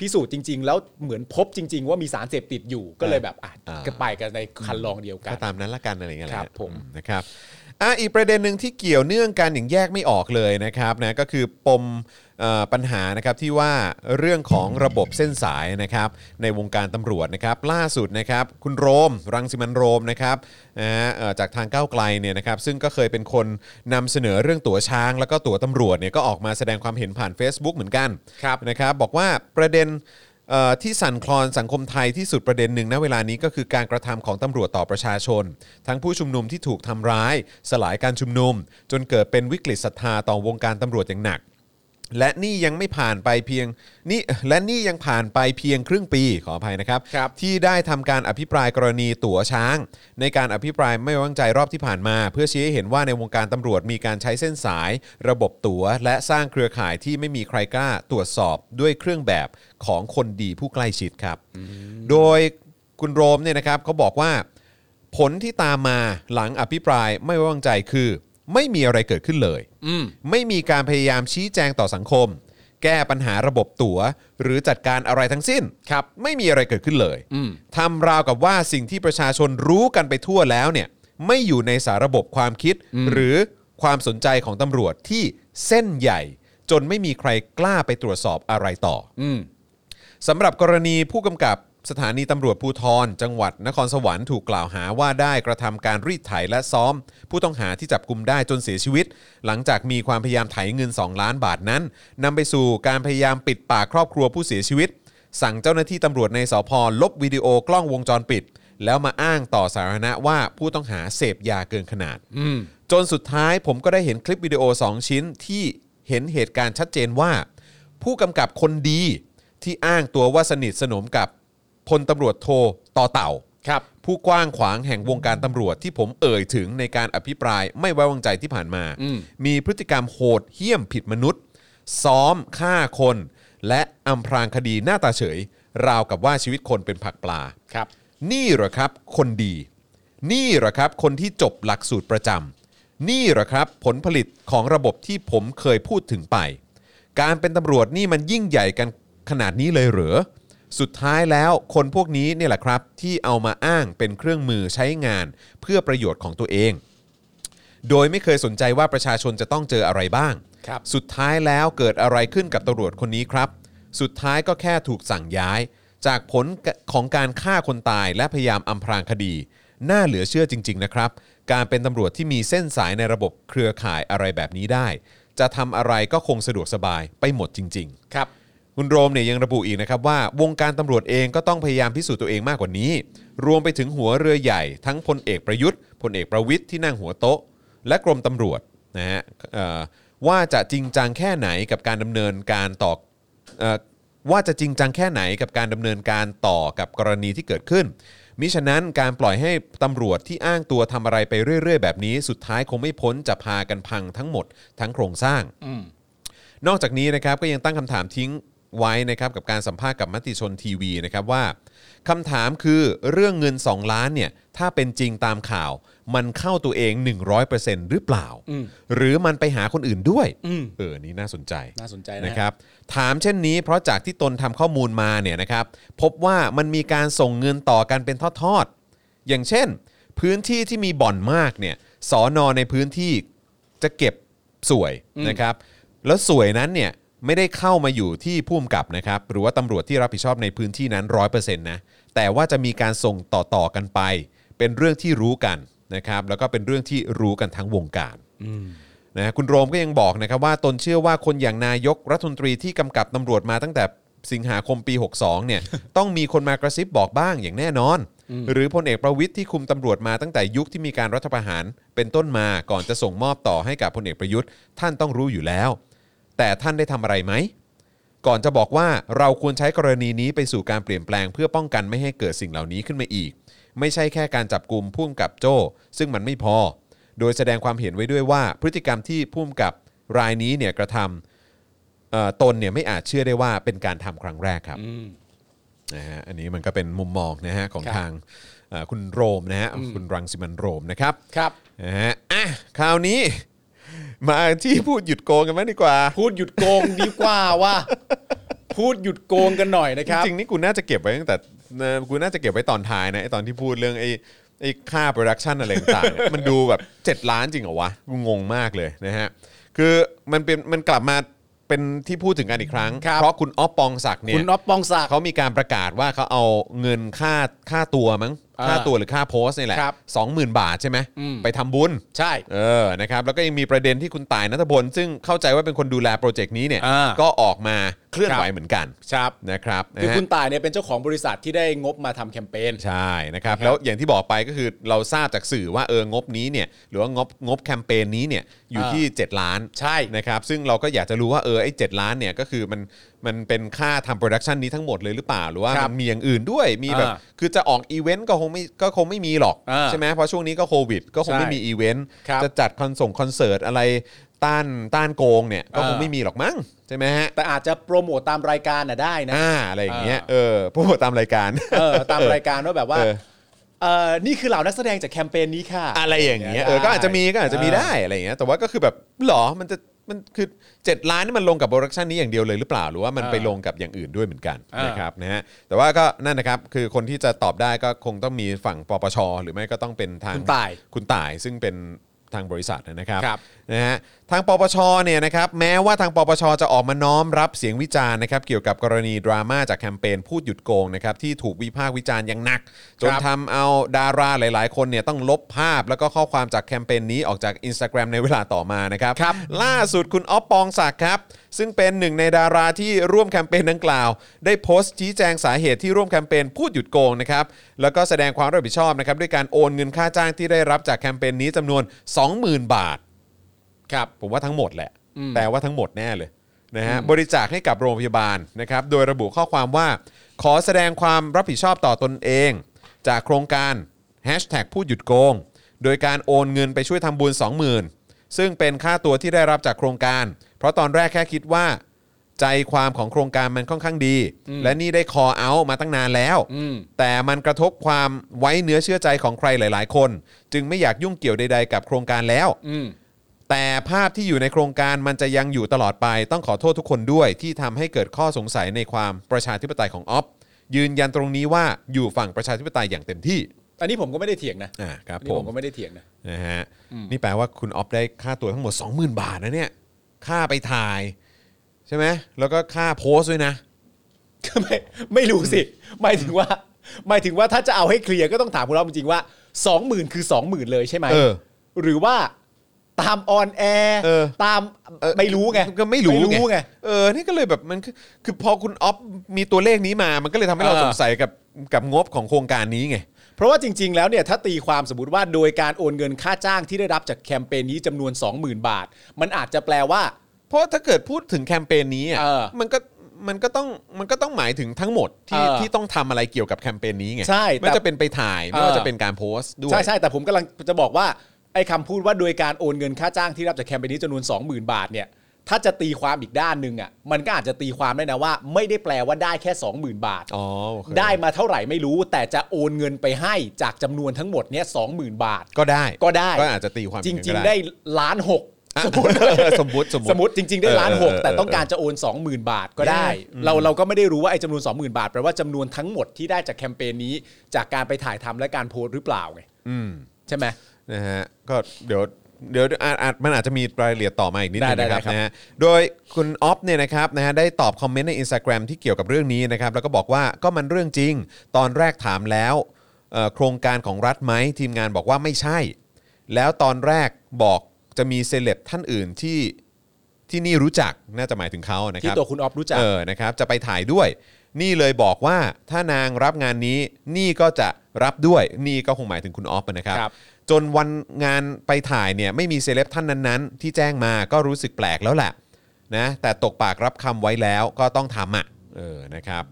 [SPEAKER 2] พิสูจน์จริง ๆ แล้วเหมือนพบจริง ๆ ว่ามีสารเสพติดอยู่ก็เลยแบบอ่ะ
[SPEAKER 1] อ่า
[SPEAKER 2] ก็ไปกันในคันลองเดียวกัน
[SPEAKER 1] ก็ตามนั้นละกันอะไรอย่างเงี้ยแหละ
[SPEAKER 2] ครับผม
[SPEAKER 1] อืนะครับอ่ะอีกประเด็นหนึ่งที่เกี่ยวเนื่องกันอย่างแยกไม่ออกเลยนะครับนะก็คือปมเอ่อปัญหานะครับที่ว่าเรื่องของระบบเส้นสายนะครับในวงการตำรวจนะครับล่าสุดนะครับคุณโรม รังสิมันต์โรมนะครับนะฮะเอ่อจากทางก้าวไกลเนี่ยนะครับซึ่งก็เคยเป็นคนนำเสนอเรื่องตั๋วช้าง แล้วก็ตั๋วตำรวจเนี่ยก็ออกมาแสดงความเห็นผ่าน Facebook เหมือนกันนะครับบอกว่าประเด็น เอ่อที่สั่นคลอนสังคมไทยที่สุดประเด็นหนึ่งณเวลานี้ก็คือการกระทำของตำรวจต่อประชาชน ทั้งผู้ชุมนุมที่ถูกทำร้าย สลายการชุมนุม จนเกิดเป็นวิกฤตศรัทธาต่อวงการตำรวจอย่างหนัก และนี่ยังไม่ผ่านไปเพียงนี่และนี่ยังผ่านไปเพียงครึ่งปีขออภัยนะครับ
[SPEAKER 2] ครับ
[SPEAKER 1] ที่ได้ทำการอภิปรายกรณีตั๋วช้าง ในการอภิปรายไม่ไว้วางใจรอบที่ผ่านมา เพื่อชี้ให้เห็นว่าในวงการตำรวจมีการใช้เส้นสาย ระบบตั๋ว และสร้างเครือข่ายที่ไม่มีใครกล้าตรวจสอบด้วยเครื่องแบบของคนดีผู้ใกล้ชิดครับ โดยคุณโรมเนี่ยนะครับเขาบอกว่า ผลที่ตามมาหลังอภิปรายไม่ไว้วางใจคือ ไม่มีอะไรเกิดขึ้นเลย ไม่มีการพยายามชี้แจงต่อสังคม แก้ปัญหาระบบตัว๋ว หรือจัดการอะไรทั้งสิ้นครับ ไม่มีอะไรเกิดขึ้นเลยทำราวกับว่าสิ่งที่ประชาชนรู้กันไปทั่วแล้วเนี่ย ไม่อยู่ในสาระบบความคิด หรือความสนใจของตำรวจที่เส้นใหญ่ จนไม่มีใครกล้าไปตรวจสอบอะไรต่อ
[SPEAKER 2] อืม
[SPEAKER 1] สำหรับกรณีผู้กำกับสถานีตำรวจภูทรจังหวัดนครสวรรค์ถูกกล่าวหาว่าได้กระทำการรีดไถและซ้อม ผู้ต้องหาที่จับกลุมได้จนเสียชีวิต หลังจากมีความพยายามไถเงิน 2 ล้านบาทนั้นนำไปสู่การพยายามปิดปากครอบครัวผู้เสียชีวิต สั่งเจ้าหน้าที่ตำรวจในสพลบวิดีโอกล้องวงจรปิด แล้วมาอ้างต่อสาธารณะว่าผู้ต้องหาเสพยาเกินขนาด จนสุดท้ายผมก็ได้เห็นคลิปวิดีโอ 2 ชิ้นที่เห็นเหตุการณ์ชัดเจนว่า ผู้กำกับคนดีที่อ้างตัวว่าสนิทสนมกับพลตำรวจโทต่อเต่า
[SPEAKER 2] ครับ
[SPEAKER 1] ผู้กว้างขวางแห่งวงการตำรวจที่ผมเอ่ยถึงในการอภิปรายไม่ไว้วางใจที่ผ่านมา มีพฤติกรรมโหดเหี้ยมผิดมนุษย์ ซ้อมฆ่าคน และอำพรางคดีหน้าตาเฉย ราวกับว่าชีวิตคนเป็นผักปลา
[SPEAKER 2] ครับ
[SPEAKER 1] นี่เหรอครับคนดี นี่เหรอครับคนที่จบหลักสูตรประจำนี่เหรอครับผลผลิตของระบบที่ผมเคยพูดถึงไป การเป็นตำรวจนี่มันยิ่งใหญ่กันขนาดนี้เลยเหรอสุดท้ายแล้วคนพวกนี้เนี่ยแหละครับ ที่เอามาอ้างเป็นเครื่องมือใช้งานเพื่อประโยชน์ของตัวเอง โดยไม่เคยสนใจว่าประชาชนจะต้องเจออะไรบ้าง
[SPEAKER 2] ครับ
[SPEAKER 1] สุดท้ายแล้วเกิดอะไรขึ้นกับตำรวจคนนี้ครับ สุดท้ายก็แค่ถูกสั่งย้าย จากผลของการฆ่าคนตายและพยายามอำพรางคดี น่าเหลือเชื่อจริง ๆ นะครับ การเป็นตำรวจที่มีเส้นสายในระบบเครือข่ายอะไรแบบนี้ได้ จะทำอะไรก็คงสะดวกสบายไปหมดจริง ๆ
[SPEAKER 2] ครับ
[SPEAKER 1] คุณโรมเนี่ยยังระบุอีกนะครับว่าวงการตำรวจเองก็ต้องพยายามพิสูจน์ตัวเองมากกว่านี้ รวมไปถึงหัวเรือใหญ่ทั้งพลเอกประยุทธ์พลเอกประวิทย์ที่นั่งหัวโต๊ะ และกรมตำรวจนะฮะเอ่อว่าจะจริงจังแค่ไหนกับการดำเนินการต่อเอ่อว่าจะจริงจังแค่ไหนกับการดำเนินการต่อกับกรณีที่เกิดขึ้น มิฉะนั้นการปล่อยให้ตำรวจที่อ้างตัวทำอะไรไปเรื่อย ๆ แบบนี้ สุดท้ายคงไม่พ้นจะพากันพังทั้งหมดทั้งโครงสร้าง นอกจากนี้นะครับก็ยังตั้งคำถามทิ้งไว้นะครับกับการสัมภาษณ์กับมติชนทีวีนะครับว่าคำถามคือเรื่องเงิน 2 ล้านเนี่ยถ้าเป็นจริงตามข่าว มันเข้าตัวเอง 100%หรือเปล่า หรือมันไปหาคนอื่นด้วยเออนี่น่าสนใจ
[SPEAKER 2] น่าสนใจนะ
[SPEAKER 1] นะครับถามเช่นนี้เพราะจากที่ตนทำข้อมูลมาเนี่ยนะครับพบว่ามันมีการส่งเงินต่อกันเป็นทอดๆ อย่างเช่น พื้นที่ที่มีบ่อนมากเนี่ยสอนอในพื้นที่จะเก็บสวยนะครับแล้วสวยนั้นเนี่ยไม่ได้เข้ามาอยู่ที่ผู้กำกับนะครับหรือว่าตำรวจที่รับผิดชอบในพื้นที่นั้น 100%นะ แต่ว่าจะมีการส่งต่อๆกันไป เป็นเรื่องที่รู้กันนะครับ แล้วก็เป็นเรื่องที่รู้กันทั้งวงการ นะคุณโรมก็ยังบอกนะครับว่าตนเชื่อว่าคนอย่างนายกรัฐมนตรีที่กำกับตำรวจมาตั้งแต่สิงหาคมปี 62 เนี่ย ต้องมีคนมากระซิบบอกบ้างอย่างแน่นอน หรือพลเอกประวิทย์ที่คุมตำรวจมาตั้งแต่ยุคที่มีการรัฐประหารเป็นต้นมาก่อนจะส่งมอบต่อให้กับพลเอกประยุทธ์ท่านต้องรู้อยู่แล้ว แต่ท่านได้ทำอะไรไหม ก่อนจะบอกว่าเราควรใช้กรณีนี้ไปสู่การเปลี่ยนแปลง เพื่อป้องกันไม่ให้เกิดสิ่งเหล่านี้ขึ้นมาอีก ไม่ใช่แค่การจับกลุ่มพุ่มกับโจ้ ซึ่งมันไม่พอ โดยแสดงความเห็นไว้ด้วยว่า พฤติกรรมที่พุ่มกับรายนี้เนี่ยกระทำเอ่อตนเนี่ยไม่อาจเชื่อได้ว่าเป็นการทำครั้งแรกครับนะฮะอันนี้มันก็เป็นมุมมองนะฮะของ
[SPEAKER 2] ครับ
[SPEAKER 1] ทางเอ่อคุณโรมนะฮะคุณรังสิมันต์โรมนะครับ
[SPEAKER 2] ครับ
[SPEAKER 1] นะฮะอ่ะคราวนี้ มาที่พูดหยุดโกงกันบ้างดีกว่า
[SPEAKER 2] พูดหยุดโกงดีกว่าว่า พูดหยุดโกงกันหน่อยนะครับ
[SPEAKER 1] จริงๆนี่กูน่าจะเก็บไว้ตั้งแต่เอ่อกูน่าจะเก็บไว้ตอนท้ายนะไอตอนที่พูดเรื่องไอไอค่าโปรดักชันอะไรต่างๆเนี่ย มันดูแบบ 7 ล้านจริงเหรอวะ กูงงมากเลยนะฮะ คือมันเป็นมันกลับมาเป็นที่พูดถึงกันอีกครั้ง
[SPEAKER 2] ครับ
[SPEAKER 1] เพราะคุณอ๊อฟปองศักดิ์เนี่
[SPEAKER 2] คุ
[SPEAKER 1] ย
[SPEAKER 2] ณน็อปปองศักดิ์
[SPEAKER 1] เขามีการประกาศว่าเขาเอาเงินค่าค่าตัวมั้ง
[SPEAKER 2] อ่า
[SPEAKER 1] ค่าตัวหรือค่าโพสต์นี่แหละ
[SPEAKER 2] ครับ
[SPEAKER 1] สองหมื่นบาทใช่ไหม
[SPEAKER 2] อืม
[SPEAKER 1] ไปทำบุญ
[SPEAKER 2] ใช่
[SPEAKER 1] เออ นะครับ แล้วก็ยังมีประเด็นที่คุณต่ายนัทพลซึ่งเข้าใจว่าเป็นคนดูแลโปรเจกต์นี้เนี่ย
[SPEAKER 2] อ่า
[SPEAKER 1] ก็ออกมาเคลื่อนไหว
[SPEAKER 2] ครับ
[SPEAKER 1] เหมือนกัน
[SPEAKER 2] ครับ
[SPEAKER 1] นะครับนะ
[SPEAKER 2] คือ
[SPEAKER 1] ฮะ
[SPEAKER 2] คุณตายเนี่ยเป็นเจ้าของบริษัทที่ได้งบมาทำแคมเปญ
[SPEAKER 1] ใช่นะครับ
[SPEAKER 2] นะครับ
[SPEAKER 1] แล้วอย่างที่บอกไปก็คือเราทราบจากสื่อว่าเอองบนี้เนี่ย หรือว่างบงบแคมเปญนี้เนี่ยอยู่
[SPEAKER 2] อ่า
[SPEAKER 1] ที่ 7 ล้าน
[SPEAKER 2] ใช่
[SPEAKER 1] นะครับ ซึ่งเราก็อยากจะรู้ว่าเออไอ้เล้านเนี่ยก็คือมันมันเป็นค่าทำโปรดักชันนี้ทั้งหมดเลยหรือเปล่า หรือว่า
[SPEAKER 2] ครับ
[SPEAKER 1] มันมีอย่างอื่นด้วย มีแบบ
[SPEAKER 2] อ่า
[SPEAKER 1] คือจะออกอีเวนต์ก็คงไม่ก็คงไม่มีหรอก
[SPEAKER 2] อ่า
[SPEAKER 1] ใช่ไหมเพราะช่วงนี้ก็โควิด ก็คงไม่
[SPEAKER 2] ใช่
[SPEAKER 1] มีอีเวนต์
[SPEAKER 2] ครับ
[SPEAKER 1] จะ จัดคอนส่งคอนเสิร์ตอะไรต้านต้านโกงเนี่ยก็
[SPEAKER 2] เออ
[SPEAKER 1] คงไม่มีหรอกมั้งใช่ไหมฮะ
[SPEAKER 2] แต่อาจจะโปรโมตตามรายการน่ะได้นะ
[SPEAKER 1] อ่าอะไรอย่างเงี้ย
[SPEAKER 2] เออ
[SPEAKER 1] เออพวกตามรายการ
[SPEAKER 2] เออตามรายการว่าแบบว่า
[SPEAKER 1] เออ
[SPEAKER 2] เออนี่คือเหล่านักแสดงจากแคมเปญนี้ค่ะ
[SPEAKER 1] อะไรอย่างเงี้ยเออก็อาจจะมีก็อาจจะมีได้อะไรอย่างเงี้ยแต่ว่าก็คือแบบหรอมันจะมันคือ7ล้านนี่มันลงกับโปรดักชันนี้อย่างเดียวเลยหรือเปล่าหรือว่ามัน
[SPEAKER 2] เออ
[SPEAKER 1] ไปลงกับอย่างอื่นด้วยเหมือนกัน
[SPEAKER 2] เออ
[SPEAKER 1] นะครับนะฮะแต่ว่าก็นั่นนะครับคือคนที่จะตอบได้ก็คงต้องมีฝั่งปปชหรือไม่ก็ต้องเป็นทาง
[SPEAKER 2] คุณตาย
[SPEAKER 1] คุณต่ายซึ่งเป็นทางบริษัทนะครับ
[SPEAKER 2] ครับ
[SPEAKER 1] นะฮะทางปปชเนี่ยนะครับแม้ว่าทางปปชจะออกมาน้อมรับเสียงวิจารณ์นะครับเกี่ยวกับกรณีดราม่าจากแคมเปญพูดหยุดโกงนะครับที่ถูกวิพากษ์วิจารณ์อย่างหนัก จน
[SPEAKER 2] ครับ
[SPEAKER 1] ทำเอาดาราหลาย ๆ คนเนี่ยต้องลบภาพแล้วก็ข้อความจากแคมเปญนี้ออกจาก Instagram ในเวลาต่อมานะครับ
[SPEAKER 2] ครับ
[SPEAKER 1] ล่าสุดคุณอ๊อฟปองศักดิ์ครับ ซึ่งเป็นหนึ่งในดาราที่ร่วมแคมเปญดังกล่าว ได้โพสต์ชี้แจงสาเหตุที่ร่วมแคมเปญพูดหยุดโกงนะครับ แล้วก็แสดงความรับผิดชอบนะครับด้วยการโอนเงินค่าจ้างที่ได้รับจากแคมเปญนี้จำนวน 20,000 บาท ครับ ผมว่าทั้งหมดแหละ แต่ว่าทั้งหมดแน่เลยนะฮะบริจาคให้กับโรงพยาบาลนะครับโดยระบุข้อความว่า ขอแสดงความรับผิดชอบต่อตนเอง จากโครงการ hashtag พูดหยุดโกง โดยการโอนเงินไปช่วยทำบุญ20,000 ซึ่งเป็นค่าตัวที่ได้รับจากโครงการ เพราะตอนแรกแค่คิดว่า ใจความของโครงการมันค่อนข้างดี และนี่ได้คอเอามาตั้งนานแล้ว
[SPEAKER 2] อืม
[SPEAKER 1] แต่มันกระทบความไว้เนื้อเชื่อใจของใครหลาย ๆ คน จึงไม่อยากยุ่งเกี่ยวใด ๆ กับโครงการแล้ว
[SPEAKER 2] อืม
[SPEAKER 1] แต่ภาพที่อยู่ในโครงการมันจะยังอยู่ตลอดไป ต้องขอโทษทุกคนด้วยที่ทำให้เกิดข้อสงสัยในความประชาธิปไตยของออฟยืนยันตรงนี้ว่าอยู่ฝั่งประชาธิปไตยอย่างเต็มที่
[SPEAKER 2] อันนี้ผมก็ไม่ได้เถียงนะ
[SPEAKER 1] อ่าครับ
[SPEAKER 2] อัน
[SPEAKER 1] ผ
[SPEAKER 2] นี้ผม มก็ไม่ได้เถียงนะ
[SPEAKER 1] นะฮะนี่แปลว่าคุณออฟได้ค่าตัวทั้งหมด 20,000 บาทนะเนี่ยค่าไปถ่าย ใช่ไหมแล้วก็ค่าโพสต์ด้วยนะ
[SPEAKER 2] ไม่ไม่รู้สิหมายถึงว่าหมายถึงว่าถ้าจะเอาให้เคลียร์ก็ต้องถามคุณรอบจริงๆว่าสองหมื่นคือสองหมื่นเลยใช่ไหม
[SPEAKER 1] เออ
[SPEAKER 2] หรือว่าตามออนแอร์
[SPEAKER 1] เออ
[SPEAKER 2] ตาม
[SPEAKER 1] เออ
[SPEAKER 2] ไม่รู้ไง
[SPEAKER 1] ก็ไม่รู้
[SPEAKER 2] ไม่รู้ไง
[SPEAKER 1] เออนี่ก็เลยแบบมันคือคือพอคุณออฟมีตัวเลขนี้มา มันก็เลยทำให้เรา
[SPEAKER 2] เออ
[SPEAKER 1] สงสัยกับกับงบของโครงการนี้ไง
[SPEAKER 2] เพราะว่าจริง ๆ แล้วเนี่ยถ้าตีความสมมติว่าโดยการโอนเงินค่าจ้างที่ได้รับจากแคมเปญนี้จำนวน 20,000 บาท มันอาจจะแปลว่า
[SPEAKER 1] เพราะถ้าเกิดพูดถึงแคมเปญนี้อ่ะ
[SPEAKER 2] เออ
[SPEAKER 1] มันก็มันก็ต้องมันก็ต้องหมายถึงทั้งหมดที่
[SPEAKER 2] เออ
[SPEAKER 1] ที่ต้องทำอะไรเกี่ยวกับแคมเปญนี้ไง
[SPEAKER 2] ใช่แต่
[SPEAKER 1] ไม่ว่าจะเป็นไปถ่าย ไม่
[SPEAKER 2] เอ
[SPEAKER 1] ว่า
[SPEAKER 2] อ
[SPEAKER 1] จะเป็นการโพสต์ด้วย
[SPEAKER 2] ใช่ใช่แต่ผมกำลังจะบอกว่าไอ้คำพูดว่าโดยการโอนเงินค่าจ้างที่รับจากแคมเปญนี้จำนวน 20,000 บาทเนี่ยถ้าจะตีความอีกด้านหนึ่งอ่ะมันก็อาจจะตีความได้นะว่า ไม่ได้แปลว่าได้แค่ 20,000 บาท
[SPEAKER 1] อ๋อโอเค
[SPEAKER 2] ได้มาเท่าไหร่ไม่รู้ แต่จะโอนเงินไปให้จากจำนวนทั้งหมดเนี่ยสองหมื่นบาท
[SPEAKER 1] ก็ได้
[SPEAKER 2] ก็ได้
[SPEAKER 1] ก็อาจจะตีความอ
[SPEAKER 2] จ
[SPEAKER 1] ย่าง
[SPEAKER 2] ริ
[SPEAKER 1] นั้น
[SPEAKER 2] ง
[SPEAKER 1] ก็
[SPEAKER 2] ๆ ได้ล้านหก
[SPEAKER 1] อ่ะ
[SPEAKER 2] สมมติ
[SPEAKER 1] สมมติสมมติ
[SPEAKER 2] สมมติจริง ๆ ได้ล้านหก
[SPEAKER 1] เออเออเออ
[SPEAKER 2] แต่ต้องการจะโอน 20,000 บาทก็ได้
[SPEAKER 1] ใช่อืม
[SPEAKER 2] เราเราก็ไม่ได้รู้ว่าไอ้จำนวน 20,000 บาทแปลว่าจำนวนทั้งหมดที่ได้จากแคมเปญนี้ จากการไปถ่ายทำและการโพสต์หรือเปล่าไง
[SPEAKER 1] อืม
[SPEAKER 2] ใช่ไหม
[SPEAKER 1] นะฮะก็เดี๋ยว เดี๋ยวอาจอาจมันอาจจะมีรายละเอียดต่อมาอีกนิดนึง
[SPEAKER 2] ได้
[SPEAKER 1] นะค
[SPEAKER 2] ได้
[SPEAKER 1] รับ
[SPEAKER 2] ได้ครับ
[SPEAKER 1] นะฮะโดยคุณออฟเนี่ยนะครับนะฮะได้ตอบคอมเมนต์ใน Instagram ที่เกี่ยวกับเรื่องนี้นะครับแล้วก็บอกว่าก็มันเรื่องจริง ตอนแรกถามแล้วเอ่อโครงการของรัฐไหมทีมงานบอกว่าไม่ใช่ แล้วตอนแรกบอกจะมีเซเลบท่านอื่นที่ที่นี่รู้จักน่าจะหมายถึงเขานะค
[SPEAKER 2] ที่
[SPEAKER 1] รับ
[SPEAKER 2] ตัวคุณออฟรู้จัก
[SPEAKER 1] เออ นะครับ จะไปถ่ายด้วย นี่เลยบอกว่าถ้านางรับงานนี้ นี่ก็จะรับด้วย นี่ก็คงหมายถึงคุณออฟนะครับ
[SPEAKER 2] ครับ
[SPEAKER 1] จนวันงานไปถ่ายเนี่ยไม่มีเซเลบท่านนั้นๆ ที่แจ้งมาก็รู้สึกแปลกแล้วแหละนะแต่ตกปากรับคำไว้แล้วก็ต้องทำอ่ะเออนะครับ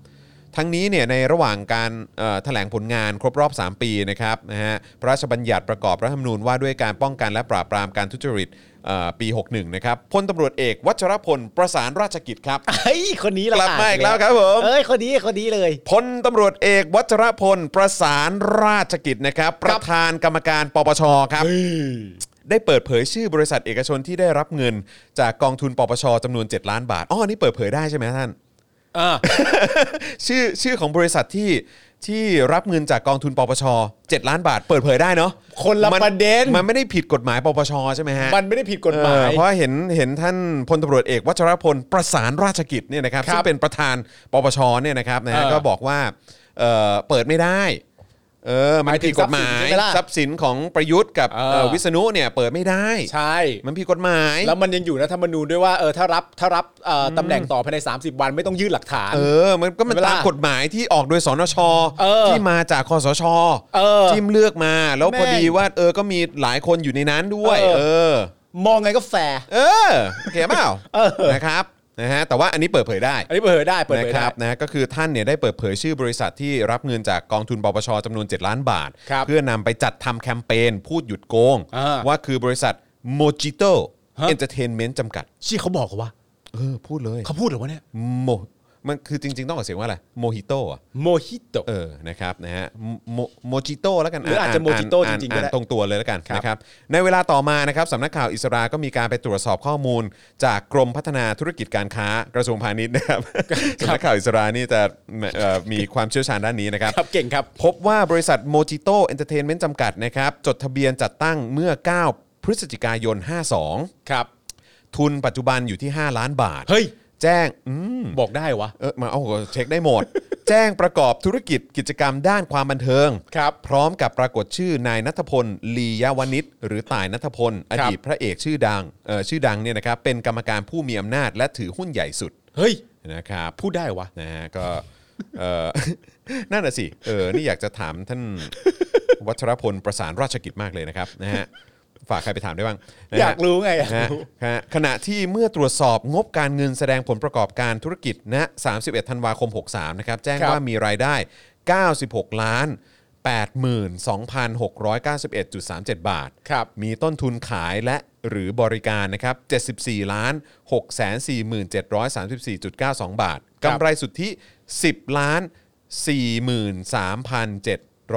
[SPEAKER 1] ทั้งนี้เนี่ยในระหว่างการเอ่อแถลงผลงานครบรอบ 3 ปีนะครับนะฮะพระราชบัญญัติประกอบรัฐธรรมนูญว่าด้วยการป้องกันและปราบปรามการทุจริตเอ่อปี 61 นะครับพลตำรวจเอกวัชรพลประสานราชกิจครับ
[SPEAKER 2] เฮ้ยคนนี้เรา
[SPEAKER 1] กลับมา
[SPEAKER 2] อ่น
[SPEAKER 1] อีกแล้วครับผม
[SPEAKER 2] เอ้ยคนนี้คนนี้เลย
[SPEAKER 1] พลตำรวจเอกวัชรพลประสานราชกิจนะครับ ประธานกรรมการปปชครับ ได้เปิดเผยชื่อบริษัทเอกชนที่ได้รับเงิน จากกองทุนปปชจำนวน 7 ล้านบาทอ๋ออันนี่เปิดเผยได้ใช่ไหมท่าน
[SPEAKER 2] อ่า
[SPEAKER 1] ชื่อชื่อของบริษัทที่ที่รับเงินจากกองทุนปปช 7 ล้านบาท เปิดเผยได้เนาะ
[SPEAKER 2] คนละ
[SPEAKER 1] มั
[SPEAKER 2] ประเด็น
[SPEAKER 1] มันไม่ได้ผิดกฎหมายปปชใช่ไหมฮะ
[SPEAKER 2] มันไม่ได้ผิดกฎหมาย
[SPEAKER 1] เออเพราะเห็นเห็นท่านพลตำรวจเอกวัชรพลประสานราชกิจเนี่ยนะครับ
[SPEAKER 2] ครับ
[SPEAKER 1] ซึ่งเป็นประธานปปชเนี่ยนะครับนะฮะ
[SPEAKER 2] เออ
[SPEAKER 1] ก็บอกว่าเอ่อเปิดไม่ได้เออมันผิดกฎหมา
[SPEAKER 2] หมาย
[SPEAKER 1] ย
[SPEAKER 2] ถึงทรัพย์สินใช่ไหมล่ะ
[SPEAKER 1] ทรัพย์สินของประยุทธ์กับ
[SPEAKER 2] เออ
[SPEAKER 1] เอ่อวิษณุเนี่ยเปิดไม่ได้
[SPEAKER 2] ใช่
[SPEAKER 1] มันผิดกฎหมาย
[SPEAKER 2] แล้วมันยังอยู่รัฐธรรมนูญด้วยว่าเออถ้ารับถ้ารับเอ่อตำแหน่งต่อภายใน 30 วันไม่ต้องยื่นหลักฐาน
[SPEAKER 1] เออมันก็มัน
[SPEAKER 2] เวลา
[SPEAKER 1] ตามกฎหมายที่ออกโดยสนช
[SPEAKER 2] เออ
[SPEAKER 1] ที่มาจากคอสช
[SPEAKER 2] เออ
[SPEAKER 1] จิ้มเลือกมาแล้วพอ
[SPEAKER 2] แม่ง
[SPEAKER 1] ดีว่าเออก็มีหลายคนอยู่ในนั้นด้วย
[SPEAKER 2] เออ
[SPEAKER 1] เออ
[SPEAKER 2] มองไงก็แฟร์
[SPEAKER 1] เออโอเคเปล่า
[SPEAKER 2] เออ
[SPEAKER 1] นะครับนะฮะแต่ว่าอันนี้เปิดเผยได้
[SPEAKER 2] อันนี้เปิดเผยได้เปิด
[SPEAKER 1] นะ
[SPEAKER 2] เผย
[SPEAKER 1] ค
[SPEAKER 2] ได้
[SPEAKER 1] รับนะก็คือท่านเนี่ยได้เปิดเผยชื่อบริษัทที่รับเงินจากกองทุนปปชจำนวน 7 ล้านบาท
[SPEAKER 2] ครับ
[SPEAKER 1] เพื่อนำไปจัดทำแคมเปญพูดหยุดโกง
[SPEAKER 2] อ่า
[SPEAKER 1] ว่าคือบริษัทโมจิโต
[SPEAKER 2] ฮะ
[SPEAKER 1] เอนเตอร์เทนเมนต์จำกัด
[SPEAKER 2] ชี่เขาบอกเหรอว่า
[SPEAKER 1] เออ พูดเลย
[SPEAKER 2] เขาพูดเหรือว่าเนี่ย
[SPEAKER 1] โมมันคือจริง ๆ ต้องออกเสียงว่าอะไรโมฮิโตอ่ะ
[SPEAKER 2] โมฮิโต
[SPEAKER 1] เออ นะครับนะฮะโมโมจิโตแล้วกัน
[SPEAKER 2] หรืออาจจะโมจิโต้
[SPEAKER 1] อ่าน
[SPEAKER 2] จริงๆก็
[SPEAKER 1] อ่าน
[SPEAKER 2] ได้
[SPEAKER 1] ตรงตัวเลยแล้วกัน
[SPEAKER 2] ครับ
[SPEAKER 1] นะครับ ในเวลาต่อมานะครับสำนักข่าวอิสราก็มีการไปตรวจสอบข้อมูล จากกรมพัฒนาธุรกิจการค้ากระทรวงพาณิชย์ นะครับสำนักข่าวอิสรานี่จะเอ่อมีความเชี่ยวชาญด้านนี้นะครับ
[SPEAKER 2] ครับเก่งครับ
[SPEAKER 1] พบว่าบริษัทโมจิโตเอนเตอร์เทนเมนต์จำกัดนะครับ จดทะเบียนจัดตั้งเมื่อ 9 พฤศจิกายน 52
[SPEAKER 2] ครับ
[SPEAKER 1] ทุนปัจจุบันอยู่ที่ 5 ล้านบาท
[SPEAKER 2] เฮ้ย
[SPEAKER 1] แจ้งอืม
[SPEAKER 2] บอกได้วะ
[SPEAKER 1] เออมาเอาก็เช็คได้หม ด แจ้งประกอบธุรกิจกิจกรรมด้านความบันเทิง
[SPEAKER 2] ครับ
[SPEAKER 1] พร้อมกับปรากฏชื่อนายนัทพล ลียาวนิชหรือต่ายนัทพล อ
[SPEAKER 2] ครับ
[SPEAKER 1] ดีตพระเอกชื่อดังเอ่อชื่อดังเนี่ยนะครับเป็นกรรมการผู้มีอำนาจและถือหุ้นใหญ่สุด
[SPEAKER 2] เฮ้ย
[SPEAKER 1] นะครับ
[SPEAKER 2] พูดได้วะ
[SPEAKER 1] นะฮะก็เอ่ อ นั่นน่ะสิเออนี่อยากจะถาม ท่าน วัชรพลประสานราชกิจมากเลยนะครับนะฮะฝากใครไปถามได้บ้างนะฮะ
[SPEAKER 2] อยากรู้ไงอะ
[SPEAKER 1] นะฮะฮะขณะที่เมื่อตรวจสอบงบการเงินแสดงผลประกอบการธุรกิจณ31 ธันวาคม 63 นะครับ แจ้ง
[SPEAKER 2] ครับ
[SPEAKER 1] ว่ามีรายได้ 96 ล้าน 82,691.37 บาท
[SPEAKER 2] ครับ
[SPEAKER 1] มีต้นทุนขายและหรือบริการนะครับ 74 ล้าน 647,334.92 บาท
[SPEAKER 2] ครับ
[SPEAKER 1] กำไรสุทธิ 10 ล้าน 43,703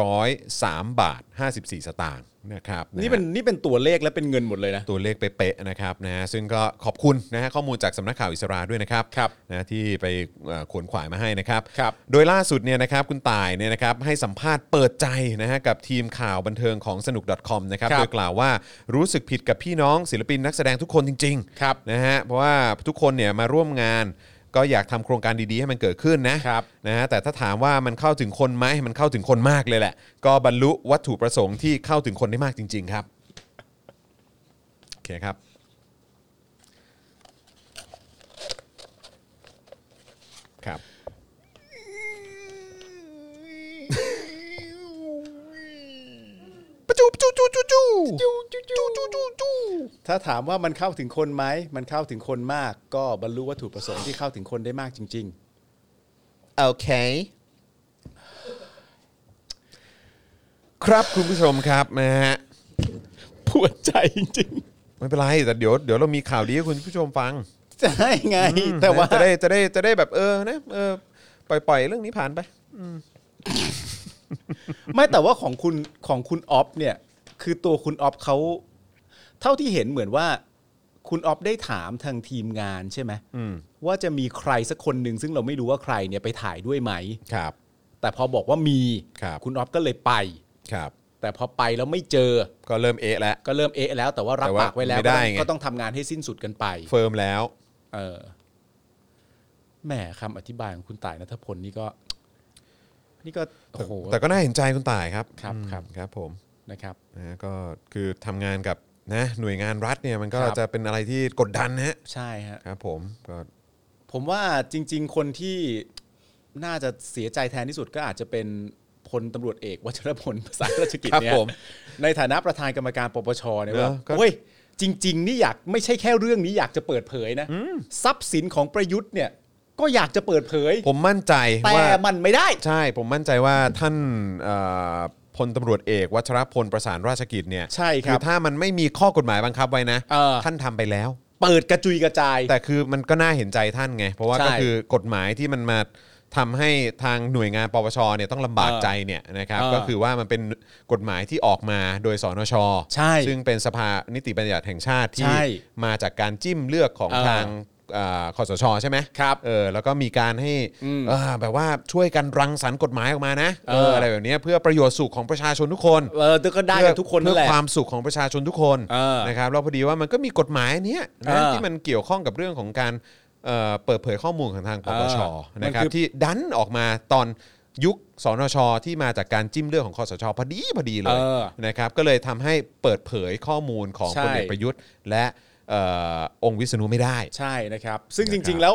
[SPEAKER 1] บาท 54 สตางค์นะครับะฮะ
[SPEAKER 2] นี่เป็นนี่เป็นตัวเลขและเป็นเงินหมดเลยนะ
[SPEAKER 1] ตัวเลขเป๊ะๆนะครับนะฮะซึ่งก็ขอบคุณนะฮะข้อมูลจากสำนักข่าวอิสราด้วยนะครับ
[SPEAKER 2] ครับ
[SPEAKER 1] นะที่ไปเอ่อขวนขวายมาให้นะครับ
[SPEAKER 2] ครับ
[SPEAKER 1] โดยล่าสุดเนี่ยนะครับคุณต่ายเนี่ยนะครับให้สัมภาษณ์เปิดใจนะฮะกับทีมข่าวบันเทิงของสนุก .com นะครับ
[SPEAKER 2] ครับ
[SPEAKER 1] โดยกล่าวว่ารู้สึกผิดกับพี่น้องศิลปินนักแสดงทุกคนจริงๆ
[SPEAKER 2] ครับ
[SPEAKER 1] นะฮะเพราะว่าทุกคนเนี่ยมาร่วมงานก็อยากทำโครงการดีๆให้มันเกิดขึ้นนะครับ นะฮะแต่ถ้าถามว่ามันเข้าถึงคนไหมมันเข้าถึงคนมากเลยแหละ ก็บรรลุวัตถุประสงค์ที่เข้าถึงคนได้มากจริง ๆ ครับโอเคครับ ครับปะจูปะจูจูจูจูจูจูจูจูจูจู
[SPEAKER 2] ถ้าถามว่ามันเข้าถึงคนไหม มันเข้าถึงคนมาก ก็บรรลุวัตถุประสงค์ที่เข้าถึงคนได้มากจริง
[SPEAKER 1] โอเค ครับคุณผู้ชมครับนะฮะ
[SPEAKER 2] ๆ ปวดใจจริง
[SPEAKER 1] ไม่เป็นไรแต่เดี๋ยวเดี๋ยวเรามีข่าวดีให้คุณผู้ชมฟัง
[SPEAKER 2] ๆใช่ไง แต่ว่า
[SPEAKER 1] จะได้จะได้จะได้แบบเออนะเออปล่อยปล่อยเรื่องนี้ผ่านไป
[SPEAKER 2] ไม่แต่ว่าของคุณของคุณออฟเนี่ย คือตัวคุณออฟเขาเท่าที่เห็นเหมือนว่า คุณออฟได้ถามทางทีมงานใช่ไหม
[SPEAKER 1] อืม
[SPEAKER 2] ว่าจะมีใครสักคนหนึ่งซึ่งเราไม่รู้ว่าใครเนี่ยไปถ่ายด้วยไหม
[SPEAKER 1] ครับ
[SPEAKER 2] แต่พอบอกว่ามี
[SPEAKER 1] ครับ
[SPEAKER 2] ณออฟก็เลยไป
[SPEAKER 1] ครับ
[SPEAKER 2] แต่พอไปแล้วไม่เจอ
[SPEAKER 1] ก็เริ่มเอะแล้ว
[SPEAKER 2] ก็เริ่มเอะแล้วแต่ว่ารับ
[SPEAKER 1] แต่ว่า
[SPEAKER 2] ปากไว้แล้ว
[SPEAKER 1] ไม่ได้ไง
[SPEAKER 2] ก็ต้องทำงานให้สิ้นสุดกันไป
[SPEAKER 1] เฟิร์มแล้ว
[SPEAKER 2] เออแหมคำอธิบายของคุณต่ายนัทพลนี่ก็ นี่ก็โอ้โห
[SPEAKER 1] แต่ก็น่าเห็นใจคุณต่ายครับ
[SPEAKER 2] ครับ
[SPEAKER 1] อืม
[SPEAKER 2] ครับ
[SPEAKER 1] ครับผม
[SPEAKER 2] นะครับ
[SPEAKER 1] นะฮะก็คือทำงานกับนะหน่วยงานรัฐเนี่ยมันก็
[SPEAKER 2] ครับ
[SPEAKER 1] จะเป็นอะไรที่กดดันนะฮะ
[SPEAKER 2] ใช่ฮะ
[SPEAKER 1] ครับผมก็
[SPEAKER 2] ผมว่าจริง ๆ คนที่น่าจะเสียใจแทนที่สุดก็อาจจะเป็นพลตำรวจเอกวัชรพล ภาษาราชกิจ
[SPEAKER 1] ครับ
[SPEAKER 2] เนี่ย
[SPEAKER 1] ผม
[SPEAKER 2] ในฐานะประธานกรรมการปปชเนี่ย
[SPEAKER 1] เนอะ
[SPEAKER 2] ว่า
[SPEAKER 1] ก็
[SPEAKER 2] โอ้ยจริง ๆ นี่อยากไม่ใช่แค่เรื่องนี้อยากจะเปิดเผยนะทรัพย์สินของประยุทธ์เนี่ย ก็อยากจะเปิดเผย
[SPEAKER 1] ผมมั่นใจ
[SPEAKER 2] แต่
[SPEAKER 1] ว่า
[SPEAKER 2] มันไม่ได้
[SPEAKER 1] ใช่ ผมมั่นใจว่าท่านเอ่อพลตำรวจเอก วัชรพลประสานราชกิจเนี่ย
[SPEAKER 2] ใช่ครับ
[SPEAKER 1] อถ้ามันไม่มีข้อกฎหมายบังคับไว้นะ
[SPEAKER 2] เออ
[SPEAKER 1] ท่านทำไปแล้ว
[SPEAKER 2] เปิดกระจุยกระจาย
[SPEAKER 1] แต่คือมันก็น่าเห็นใจท่านไง เพราะว่า
[SPEAKER 2] ใช่
[SPEAKER 1] ก็คือกฎหมายที่มันมาทำให้ทางหน่วยงานปปชเนี่ยต้องลำบาก
[SPEAKER 2] เออ
[SPEAKER 1] ใจเนี่ยนะครับ
[SPEAKER 2] เออ
[SPEAKER 1] ก็คือว่ามันเป็นกฎหมายที่ออกมาโดยสนช
[SPEAKER 2] ใช่
[SPEAKER 1] ซึ่งเป็นสภานิติบัญญัติแห่งชาติที่
[SPEAKER 2] ใช่
[SPEAKER 1] มาจากการจิ้มเลือกของ
[SPEAKER 2] เออ
[SPEAKER 1] ทางเอ่อคอสชใช่ไหม
[SPEAKER 2] ครับ
[SPEAKER 1] เออแล้วก็มีการให้
[SPEAKER 2] อืม
[SPEAKER 1] เอ่อแบบว่าช่วยกันรังสรรค์กฎหมายออกมานะ
[SPEAKER 2] เอออ
[SPEAKER 1] ไรแบบเนี้ยเพื่อประโยชน์สุขของประชาชนทุกคน
[SPEAKER 2] เออแต่ก็ได้กันทุกคนนั่นแหละ
[SPEAKER 1] เพื่อความสุขของประชาชนทุกคน
[SPEAKER 2] เออ
[SPEAKER 1] นะครับแล้วพอดีว่ามันก็มีกฎหมายเนี้ย
[SPEAKER 2] เอ
[SPEAKER 1] นะ
[SPEAKER 2] อ
[SPEAKER 1] ที่มันเกี่ยวข้องกับเรื่องของการเอ่อเปิดเผยข้อมูลของทางปปช
[SPEAKER 2] เออ
[SPEAKER 1] นะครับ
[SPEAKER 2] มันคือ
[SPEAKER 1] ที่ดันออกมาตอนยุคสนชที่มาจากการจิ้มเรื่องของคอสชพอดีพอดีเล
[SPEAKER 2] เอย อ
[SPEAKER 1] นะครับก็เลยทำให้เปิดเผยข้อมูลของ
[SPEAKER 2] ใช่
[SPEAKER 1] พลเอกประยุทธ์ และเอ่อองค์วิษณุไม่ได้
[SPEAKER 2] ใช่นะครับ ซึ่ง
[SPEAKER 1] นะค
[SPEAKER 2] จ
[SPEAKER 1] รับ
[SPEAKER 2] ริง ๆ แล้ว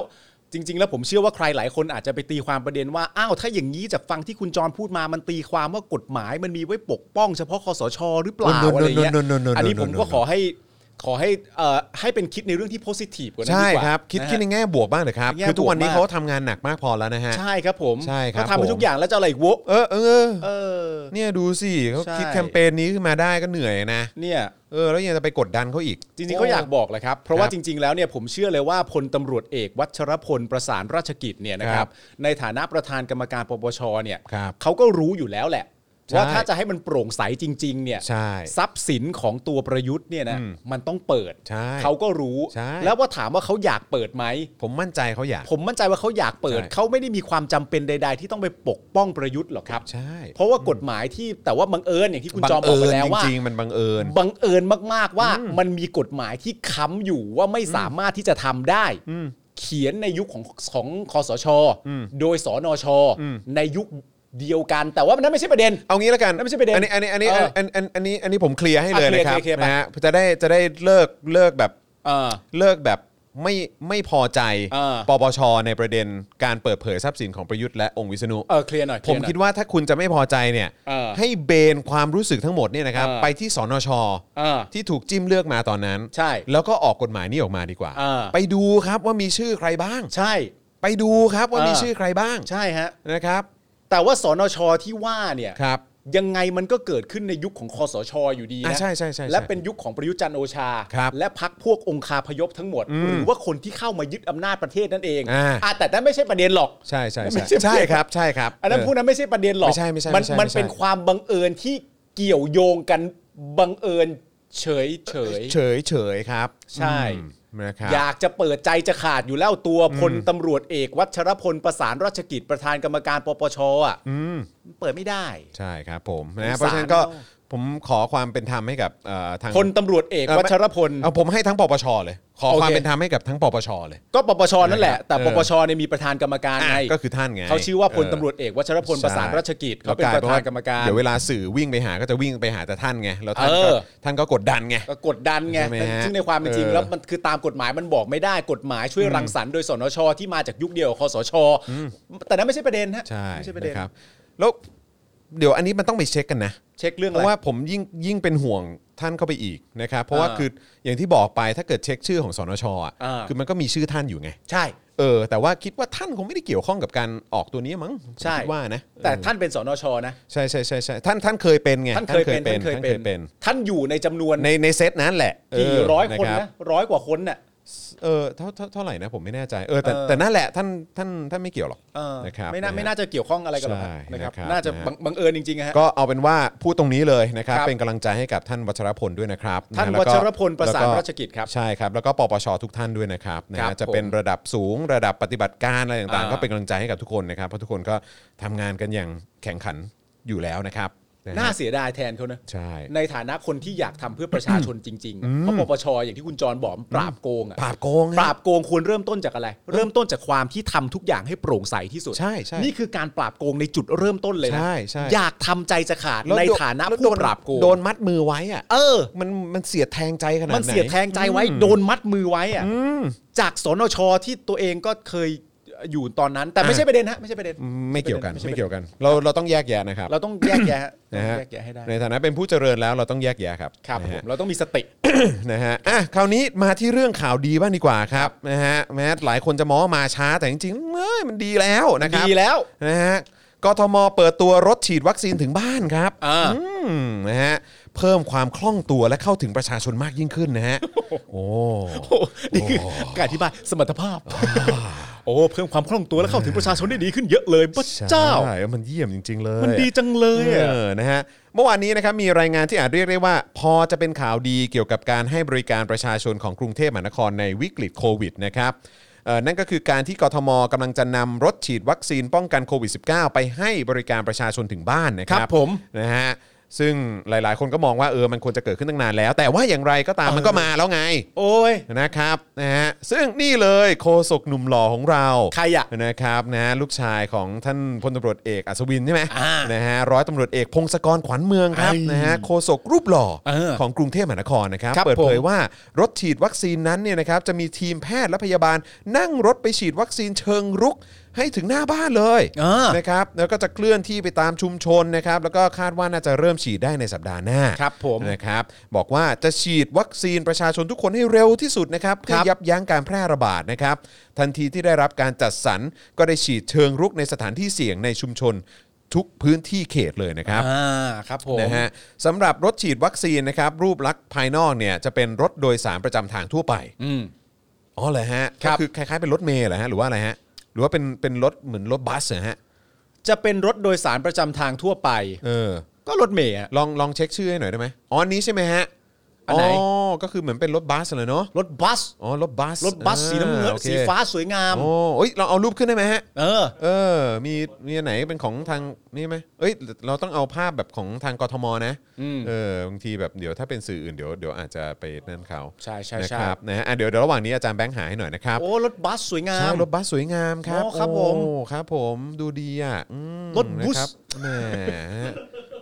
[SPEAKER 2] จริง ๆ แล้วผมเชื่อว่าใครหลายคนอาจจะไปตีความประเด็นว่าอ้าวถ้าอย่างนี้จากฟังที่คุณจรพูดมามันตีความว่ากฎหมายมันมีไว้ปกป้องเฉพาะคอสชหรือเปล่า
[SPEAKER 1] No, no, no,
[SPEAKER 2] อะไรเงี้ย
[SPEAKER 1] no, no, no, no,
[SPEAKER 2] อันนี้
[SPEAKER 1] no, no,
[SPEAKER 2] ผมก็
[SPEAKER 1] no,
[SPEAKER 2] ขอให้ขอให้เอ่อให้เป็นคิดในเรื่องที่โพสิทีฟกว่านั้น
[SPEAKER 1] ใช่
[SPEAKER 2] ดีกว่า
[SPEAKER 1] ครับคิด
[SPEAKER 2] นะฮะ
[SPEAKER 1] คิดในแง่บวกบ้างเลยครับ
[SPEAKER 2] ในแง่
[SPEAKER 1] คือทุกวันนี้
[SPEAKER 2] บวก
[SPEAKER 1] เขา
[SPEAKER 2] มาก
[SPEAKER 1] ทำงานหนักมากพอแล้วนะฮะ
[SPEAKER 2] ใช่ครับผม
[SPEAKER 1] ใช่ครับ
[SPEAKER 2] เขาทำไป
[SPEAKER 1] ผม
[SPEAKER 2] ทุกอย่างแล้วจะอะไรอีกโว้
[SPEAKER 1] เออเออ
[SPEAKER 2] เออ
[SPEAKER 1] เนี่ยดูสิเขา
[SPEAKER 2] ใช่
[SPEAKER 1] คิดแคมเปญนี้ขึ้นมาได้ก็เหนื่อยนะ
[SPEAKER 2] เนี่ย
[SPEAKER 1] เออแล้วยังจะไปกดดันเขาอีก
[SPEAKER 2] จริงๆก็อยากบอกแหละครับ เพราะว่าจริง ๆ แล้วเนี่ยผมเชื่อเลยว่าพลตำรวจเอกวัชรพลประสานราชกิจเนี่ยนะค
[SPEAKER 1] ครั
[SPEAKER 2] รั
[SPEAKER 1] บบ
[SPEAKER 2] ในฐานะประธานกรรมการปปชเนี่ย
[SPEAKER 1] ครับ
[SPEAKER 2] เขาก็รู้อยู่แล้วแหละ
[SPEAKER 1] ใช่
[SPEAKER 2] ว่าถ้าจะให้มันโปร่งใสจริง ๆ เนี่ย
[SPEAKER 1] ใช่
[SPEAKER 2] ทรัพย์สินของตัวประยุทธ์เนี่ยนะ
[SPEAKER 1] อืม
[SPEAKER 2] มันต้องเปิด
[SPEAKER 1] ใช่
[SPEAKER 2] เขาก็รู้
[SPEAKER 1] ใช่
[SPEAKER 2] แล้วว่าถามว่าเขาอยากเปิดไหม
[SPEAKER 1] ผมมั่นใจเขาอยาก
[SPEAKER 2] ผมมั่นใจว่าเขาอยากเปิด
[SPEAKER 1] ใช่
[SPEAKER 2] เขาไม่ได้มีความจำเป็นใด ๆ ที่ต้องไปปกป้องประยุทธ์หรอกครับ
[SPEAKER 1] ใช่
[SPEAKER 2] เพราะว่ากฎหมายที่แต่ว่าบังเอิญอย่างที่คุณจอมบ
[SPEAKER 1] เอิ
[SPEAKER 2] อกไปแล้ว
[SPEAKER 1] จ
[SPEAKER 2] ว่า
[SPEAKER 1] ริงๆมันบังเอิญ
[SPEAKER 2] บังเอิญมาก ๆ ว่ามันมีกฎหมายที่ค้ำอยู่ว่าไม่สามารถที่จะทำได้ เขียนในยุคของของคอสช โดยสนช ในยุคเดียวกัน แต่ว่ามันนั้นไม่ใช่ประเด็น
[SPEAKER 1] เอางี้ละกัน
[SPEAKER 2] นั่นไม่ใช่ประเด็น
[SPEAKER 1] อันนี้อันนี้อันนี้
[SPEAKER 2] เออ
[SPEAKER 1] อันอันอันนี้อันนี้ผมเคลียร์ให้เลย
[SPEAKER 2] อ่ะเคลี
[SPEAKER 1] นะครั
[SPEAKER 2] ยร์
[SPEAKER 1] บ
[SPEAKER 2] เคลียร์ไป
[SPEAKER 1] นะฮะจะได้จะได้เลิกเลิกแบบ
[SPEAKER 2] เออ
[SPEAKER 1] เลิกแบบไม่ไม่พอใจ
[SPEAKER 2] เออ
[SPEAKER 1] ปปชในประเด็นการเปิดเผยทรัพย์สินของประยุทธ์และองค์วิษณุ
[SPEAKER 2] เออเคลียร์หน่อย
[SPEAKER 1] ผม
[SPEAKER 2] เลียร์หน่อย
[SPEAKER 1] คิดว่าถ้าคุณจะไม่พอใจเนี่ย
[SPEAKER 2] เออ
[SPEAKER 1] ให้เบนความรู้สึกทั้งหมดเนี่ยนะครับ
[SPEAKER 2] เออ
[SPEAKER 1] ไปที่สนช
[SPEAKER 2] เออ
[SPEAKER 1] ที่ถูกจิ้มเลือกมาตอนนั้น
[SPEAKER 2] ใช่
[SPEAKER 1] แล้วก็ออกกฎหมายนี้ออกมาดีกว่า
[SPEAKER 2] เออ
[SPEAKER 1] ไปดูครับว่ามีชื่อใครบ้าง
[SPEAKER 2] ใช่
[SPEAKER 1] ไปดูครับว่า
[SPEAKER 2] เออ
[SPEAKER 1] มีชื่อใครบ้าง
[SPEAKER 2] ใช่ฮะ
[SPEAKER 1] นะครับ
[SPEAKER 2] แต่ว่าสนช ที่ว่าเนี่ย
[SPEAKER 1] ครับ
[SPEAKER 2] ยังไงมันก็เกิดขึ้นในยุคของคอสช อยู่ดี
[SPEAKER 1] อ่ะ
[SPEAKER 2] นะ
[SPEAKER 1] ใช่ใช่ใช่ใช่
[SPEAKER 2] และเป็นยุคของประยุทธ์จันทร์โอชา
[SPEAKER 1] ครับ
[SPEAKER 2] และพักพวกองคาพยพทั้งหมด หรือว่าคนที่เข้ามายึดอำนาจประเทศนั่นเอง
[SPEAKER 1] อ่า
[SPEAKER 2] ะแต่นั่นไม่ใช่ประเด็นหรอก
[SPEAKER 1] ใช่ใช่
[SPEAKER 2] ไม่
[SPEAKER 1] ใช่
[SPEAKER 2] ใช่
[SPEAKER 1] ใช่ครับใช่ครับ
[SPEAKER 2] อันนั้น
[SPEAKER 1] เ
[SPEAKER 2] พูดนั้นไม่ใช่ประเด็นหรอก
[SPEAKER 1] ไม่ใช่ไม่ใช่
[SPEAKER 2] มั
[SPEAKER 1] ไม่
[SPEAKER 2] น
[SPEAKER 1] ใช่
[SPEAKER 2] มัน
[SPEAKER 1] ไม่ใช่
[SPEAKER 2] เป็นความบังเอิญที่เกี่ยวโยงกันบังเอิญเฉยเฉย
[SPEAKER 1] เฉยเฉยครับ
[SPEAKER 2] ใช่
[SPEAKER 1] อืมนะครับ
[SPEAKER 2] อยากจะเปิดใจจะขาดอยู่แล้วตัวพลตำรวจเอก วัชรพลประสานราชกิจประธานกรรมการปปชอ่ะ
[SPEAKER 1] ม
[SPEAKER 2] เปิดไม่ได้
[SPEAKER 1] ใช่ครับผมนะ
[SPEAKER 2] สงสาร
[SPEAKER 1] เพราะฉะนั้นก็
[SPEAKER 2] เนอะ
[SPEAKER 1] ผมขอความเป็นธรรมให้กับเอ่อทาง
[SPEAKER 2] พลตำรวจเอก
[SPEAKER 1] เอ่อ
[SPEAKER 2] วัชรพล
[SPEAKER 1] เอาผมให้ทั้งปปชเลย ขอ
[SPEAKER 2] โอเค
[SPEAKER 1] ความเป็นธรรมให้กับทั้งปปชเลย
[SPEAKER 2] ก็ปปชนั่นแหละ แต่
[SPEAKER 1] เออ
[SPEAKER 2] ปปชเนี่ยมีประธานกรรมการ
[SPEAKER 1] อ่ะ
[SPEAKER 2] ไง
[SPEAKER 1] ก็คือท่านไง
[SPEAKER 2] เขาชื่อว่าพล
[SPEAKER 1] เ
[SPEAKER 2] ตำรวจเอก วัชรพลประสานราชกิจเขาเป็น
[SPEAKER 1] แล้ว
[SPEAKER 2] ประ
[SPEAKER 1] ว่
[SPEAKER 2] ธานกรรมการ
[SPEAKER 1] เดี๋ยวเวลาสื่อวิ่งไปหาก็จะวิ่งไปหาแต่ท่านไงแล้วท่านก็
[SPEAKER 2] เออ
[SPEAKER 1] ท่านก็กดดันไง
[SPEAKER 2] ก็กดดันไง
[SPEAKER 1] ใช่ไหมฮะ
[SPEAKER 2] ซึ่งในความเป็นจริง
[SPEAKER 1] เออ
[SPEAKER 2] แล้วมันคือตามกฎหมายมันบอกไม่ได้กฎหมายช่วยรังสรรค์โดยสนชที่มาจากยุคเดียวกับคอสช แต่นั้นไม่ใช่ประเด็นฮะ
[SPEAKER 1] ใช่
[SPEAKER 2] ไม่ใช่ประเด็น
[SPEAKER 1] นะครับแล้วเดี๋ยวอันนี้มันต้องไปเช็คกันนะ
[SPEAKER 2] เช็คเรื่อง
[SPEAKER 1] เพ
[SPEAKER 2] อะไร
[SPEAKER 1] ราะว่าผมยิ่งยิ่งเป็นห่วงท่านเข้าไปอีกนะครับเพราะว่า
[SPEAKER 2] อ่า
[SPEAKER 1] คืออย่างที่บอกไปถ้าเกิดเช็คชื่อของสนชอ่ะ
[SPEAKER 2] อ่า
[SPEAKER 1] คือมันก็มีชื่อท่านอยู่ไง
[SPEAKER 2] ใช่
[SPEAKER 1] เออ แต่ว่าคิดว่าท่านคงไม่ได้เกี่ยวข้องกับการออกตัวนี้มั้งผม
[SPEAKER 2] ใช่
[SPEAKER 1] คิดว่านะ
[SPEAKER 2] แต่
[SPEAKER 1] เออ
[SPEAKER 2] ท่านเป็นสนชนะ
[SPEAKER 1] ใช่ใช่ใช่ใช่ท่านท่านเคยเป็นไง
[SPEAKER 2] ท่านเคยเป็นท่านเคย
[SPEAKER 1] ท่าน
[SPEAKER 2] เป็
[SPEAKER 1] เคน ยเป็น
[SPEAKER 2] ท่านอยู่ในจำนวน
[SPEAKER 1] ในในเซตนั้นแหละเ
[SPEAKER 2] กี่ร้อยคน
[SPEAKER 1] รับ
[SPEAKER 2] นะร้อยกว่าคนน่ะ
[SPEAKER 1] เออเท่าเท่าเท่าไหร่นะผมไม่แน่ใจเออแต่
[SPEAKER 2] เออ
[SPEAKER 1] แต่นั่นแหละท่านท่านท่านไม่เกี่ยวหรอก
[SPEAKER 2] เออ
[SPEAKER 1] นะครับ
[SPEAKER 2] ไม่น่า
[SPEAKER 1] ะฮะ
[SPEAKER 2] ไม่น่าจะเกี่ยวข้องอะไรกันหรอก
[SPEAKER 1] ใช่
[SPEAKER 2] นะครับ
[SPEAKER 1] นะครับ
[SPEAKER 2] น่าจะ
[SPEAKER 1] นะฮะ
[SPEAKER 2] บังบังเอิญจริงๆฮะ
[SPEAKER 1] ก็เอาเป็นว่าพูดตรงนี้เลยนะครับ
[SPEAKER 2] ครับ
[SPEAKER 1] เป็นกำลังใจให้กับท่านวัชรพลด้วยนะครับ
[SPEAKER 2] ท่านะ
[SPEAKER 1] แล้วก็
[SPEAKER 2] วัชรพลประสาน
[SPEAKER 1] แว
[SPEAKER 2] ราชกิจครับ
[SPEAKER 1] ใช่ครับ แล้วก็ปปชทุกท่านด้วยนะครับนะ
[SPEAKER 2] ครั
[SPEAKER 1] ฮะ
[SPEAKER 2] บ
[SPEAKER 1] จะเป็นระดับสูงระดับปฏิบัติการอะไรต่างๆ
[SPEAKER 2] อ่า
[SPEAKER 1] ก็เป็นกำลังใจให้กับทุกคนนะครับเพราะทุกคนก็ทำงานกันอย่างแข่งขันอยู่แล้วนะครับ ะฮะ
[SPEAKER 2] น่าเสียดายแทนเขานะ
[SPEAKER 1] ใช่
[SPEAKER 2] ในฐานะคนที่อยากทำเพื่อประชาชนจริงๆอะเพราะปปชอย่างที่คุณจรบอกมันปราบโกงอะ
[SPEAKER 1] ปราบโกงนะ
[SPEAKER 2] ปราบโกงควรเริ่มต้นจากอะไร เริ่มต้นจากความที่ทำทุกอย่างให้โปร่งใสที่สุด
[SPEAKER 1] ใช่ใช่
[SPEAKER 2] นี่คือการปราบโกงในจุดเริ่มต้นเลยนะ
[SPEAKER 1] ใช่ใช่
[SPEAKER 2] อยากทำใจจะขาด
[SPEAKER 1] แล้ว
[SPEAKER 2] ใน
[SPEAKER 1] โด
[SPEAKER 2] ฐานะ
[SPEAKER 1] แล้ว
[SPEAKER 2] ผู้
[SPEAKER 1] โดน
[SPEAKER 2] ปราบโกง
[SPEAKER 1] โดนมัดมือไว้อ่ะ
[SPEAKER 2] เออ
[SPEAKER 1] มันมันเสียดแทงใจขนาดไหน
[SPEAKER 2] มันเสียแทงใจไว้โดนมัดมือไว้อะจากสนชที่ตัวเองก็เคยอยู่ตอนนั้น แต่ไม่ใช่ประเด็นฮะไม่ใช่ประเด็น
[SPEAKER 1] ไม่เกี่ยวกัน
[SPEAKER 2] ประ
[SPEAKER 1] ไม่
[SPEAKER 2] ด็
[SPEAKER 1] เกี่ยวกัน เราเราต้องแยกแยะนะครับ
[SPEAKER 2] เราต้องแยกแยะฮะ
[SPEAKER 1] นะฮะ
[SPEAKER 2] แยกแยะให้ได้
[SPEAKER 1] ในฐานะเป็นผู้เจริญแล้วเราต้องแยกแยะครับ
[SPEAKER 2] ครับ
[SPEAKER 1] นะ
[SPEAKER 2] ผ
[SPEAKER 1] ฮะ
[SPEAKER 2] มเราต้องมีสติ
[SPEAKER 1] นะฮะ อ่ะ คราวนี้มาที่เรื่องข่าวดีบ้างดีกว่าครับ นะฮะ แม้หลายคนจะมองว่ามาช้าแต่จริงๆเอ้ยมันดีแล้วนะครับ
[SPEAKER 2] ดีแล้ว
[SPEAKER 1] นะฮะ กทม เปิดตัวรถฉีดวัคซีนถึงบ้านครับ
[SPEAKER 2] อ่า
[SPEAKER 1] อืม นะฮะ เพิ่มความคล่องตัวและเข้าถึงประชาชนมากยิ่งขึ้นนะฮะ โอ้
[SPEAKER 2] โอ้นี่คือการอธิบายสมรรถภาพ โอ้เพิ่มความคล่องตัวและเข้าถึงประชาชนได้ดีขึ้นเยอะเลยพระเจ้า
[SPEAKER 1] ใช่มันเยี่ยมจริง ๆ เลย
[SPEAKER 2] มันดีจังเลย
[SPEAKER 1] เอ
[SPEAKER 2] อะ
[SPEAKER 1] อนะฮะ เมื่อวานนี้นะครับมีรายงานที่อาจเรียกได้ว่า พอจะเป็นข่าวดีเกี่ยวกับการให้บริการประชาชนของกรุงเทพมหานครในวิกฤตโควิดนะครับเอ่อนั่นก็คือการที่กทมกำลังจะนำรถฉีดวัคซีนป้องกันโควิด -19 ไปให้บริการประชาชนถึงบ้านนะครั
[SPEAKER 2] ครับ บผม
[SPEAKER 1] นะฮะซึ่งหลายๆ คนก็มองว่าเออมันควรจะเกิดขึ้นตั้งนานแล้ว แต่ว่าอย่างไรก็ตามมันก็มาแล้วไง
[SPEAKER 2] โอ้ย
[SPEAKER 1] นะครับนะฮะซึ่งนี่เลยโคศกหนุ่มหล่อของเรา
[SPEAKER 2] ใครอะ
[SPEAKER 1] นะครับนะฮะลูกชายของท่านพลตำรวจเอกอัศวินใช่ไหม
[SPEAKER 2] อ่า
[SPEAKER 1] นะฮะร้อยตำรวจเอกพงศกรขวัญเมืองครับ
[SPEAKER 2] ไอ้
[SPEAKER 1] นะฮะโคศกรูปหล่อ
[SPEAKER 2] เออ
[SPEAKER 1] ของกรุงเทพมหานครนะครับ
[SPEAKER 2] ครับ
[SPEAKER 1] เปิดเผย
[SPEAKER 2] ผม
[SPEAKER 1] ว่ารถฉีดวัคซีนนั้นเนี่ยนะครับจะมีทีมแพทย์และพยาบาล นั่งรถไปฉีดวัคซีนเชิงรุกให้ถึงหน้าบ้านเลย
[SPEAKER 2] อ่าน
[SPEAKER 1] นะครับแล้วก็จะเคลื่อนที่ไปตามชุมชนนะครับแล้วก็คาดว่าน่าจะเริ่มฉีดได้ในสัปดาห์หน้า
[SPEAKER 2] ครับผม
[SPEAKER 1] นะครับบอกว่าจะฉีดวัคซีนประชาชนทุกคนให้เร็วที่สุดนะครับเพื่อยับยั้งการแพร่ระบาดนะครับ ทันทีที่ได้รับการจัดสรรก็ได้ฉีดเชิงรุกในสถานที่เสี่ยงในชุมชนทุกพื้นที่เขตเลยนะครับ
[SPEAKER 2] อ่าครับผม
[SPEAKER 1] นะฮะสำหรับรถฉีดวัคซีนนะครับรูปลักษณ์ภายนอกเนี่ยจะเป็นรถโดยสารประจำทางทั่วไป
[SPEAKER 2] อืม
[SPEAKER 1] อ๋อเหรอฮะ
[SPEAKER 2] ครับ
[SPEAKER 1] ก็คือคล้ายๆเป็นรถเมล์เหรอฮะหรือว่าอะไรฮะหรือว่าเป็นเป็นรถเหมือนรถบัสเหรอฮะ
[SPEAKER 2] จะเป็นรถโดยสารประจำทางทั่วไป
[SPEAKER 1] เออ
[SPEAKER 2] ก็รถเมล์อะ
[SPEAKER 1] ลองลองเช็คชื่อให้หน่อยได้ไหมอ๋ออันนี้ใช่ไหมฮะ
[SPEAKER 2] อันไหน
[SPEAKER 1] อ๋อก็คือเหมือนเป็นรถบัสเหรอเนาะ
[SPEAKER 2] รถบัส
[SPEAKER 1] อ๋อรถบัส
[SPEAKER 2] รถบัส
[SPEAKER 1] อ่า
[SPEAKER 2] สีน้ำเงิน
[SPEAKER 1] โอค
[SPEAKER 2] สีฟ้าสวยงาม
[SPEAKER 1] โอ้เอ้ยเราเอารูปขึ้นได้ไหมฮะ
[SPEAKER 2] เออ
[SPEAKER 1] เออ มีมีอันไหนเป็นของทางนี่ไหมเอ้ยเราต้องเอาภาพแบบของทางกทมนะเออบางทีแบบเดี๋ยวถ้าเป็นสื่ออื่นเดี๋ยวเดี๋ยวอาจจะไปนั่นเขา
[SPEAKER 2] ใช่ใช่
[SPEAKER 1] นะ
[SPEAKER 2] ใช่
[SPEAKER 1] ครับนะฮะอ่ะเดี๋ยวเดี๋ยวระหว่างนี้อาจารย์แบงค์หาให้หน่อยนะครับ
[SPEAKER 2] โอ้รถบัสสวยงา
[SPEAKER 1] ใช่
[SPEAKER 2] ม
[SPEAKER 1] รถบัสสวยงามครับ
[SPEAKER 2] โอ้ครับผม
[SPEAKER 1] โอ้ครับผมดูดีอ่ะอืม
[SPEAKER 2] รถบุส
[SPEAKER 1] นะคแหม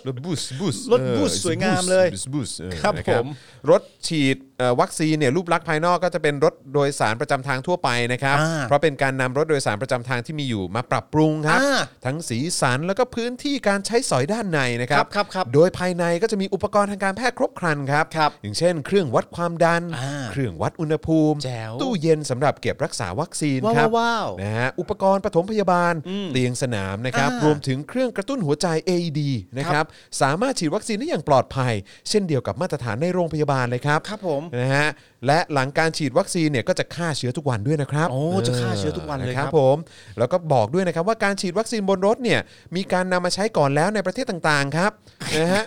[SPEAKER 1] รถบุสบุส
[SPEAKER 2] รถ
[SPEAKER 1] เออ
[SPEAKER 2] บุส
[SPEAKER 1] it's
[SPEAKER 2] สวยงามเลย
[SPEAKER 1] it's bus เออ
[SPEAKER 2] ครับ
[SPEAKER 1] นะ
[SPEAKER 2] ผม
[SPEAKER 1] รถฉีดเอ่อวัคซีนเนี่ยรูปลักษณ์ภายนอกก็จะเป็นรถโดยสารประจำทางทั่วไปนะครับ
[SPEAKER 2] อ่า
[SPEAKER 1] เพราะเป็นการนำรถโดยสารประจำทางที่มีอยู่มาปรับปรุงครับ
[SPEAKER 2] อ่า
[SPEAKER 1] ทั้งสีสันแล้วก็พื้นที่การใช้สอยด้านในนะครับ
[SPEAKER 2] ครับครับครับ
[SPEAKER 1] โดยภายในก็จะมีอุปกรณ์ทางการแพทย์ครบครันครับ
[SPEAKER 2] ครับ
[SPEAKER 1] อย่างเช่น เครื่องวัดความดัน
[SPEAKER 2] อ่า
[SPEAKER 1] เครื่องวัดอุณหภูมิ
[SPEAKER 2] แจ๋ว
[SPEAKER 1] ตู้เย็นสำหรับเก็บรักษาวัคซีน
[SPEAKER 2] ว้าว
[SPEAKER 1] ครับ
[SPEAKER 2] ว้าว
[SPEAKER 1] นะฮะอุปกรณ์ปฐมพยาบาล เตียงสนามนะครับ
[SPEAKER 2] อ่าร ร
[SPEAKER 1] วมถึงเครื่องกระตุ้นหัวใจ AED นะครับสามารถฉีดวัคซีนได้อย่างปลอดภัย เช่นเดียวกับมาตรฐานในโรงพยาบาลเลยครับ
[SPEAKER 2] ครับผม
[SPEAKER 1] นะฮะและหลังการฉีดวัคซีนเนี่ยก็จะฆ่าเชื้อทุกวันด้วยนะครับ
[SPEAKER 2] โอ้จะฆ่าเชื้อทุกวันเลยครับ
[SPEAKER 1] ะผมแล้วก็บอกด้วยนะครับว่าการฉีดวัคซีนบนรถเนี่ยมีการนำมาใช้ก่อนแล้วในประเทศต่างๆครับ นะฮะ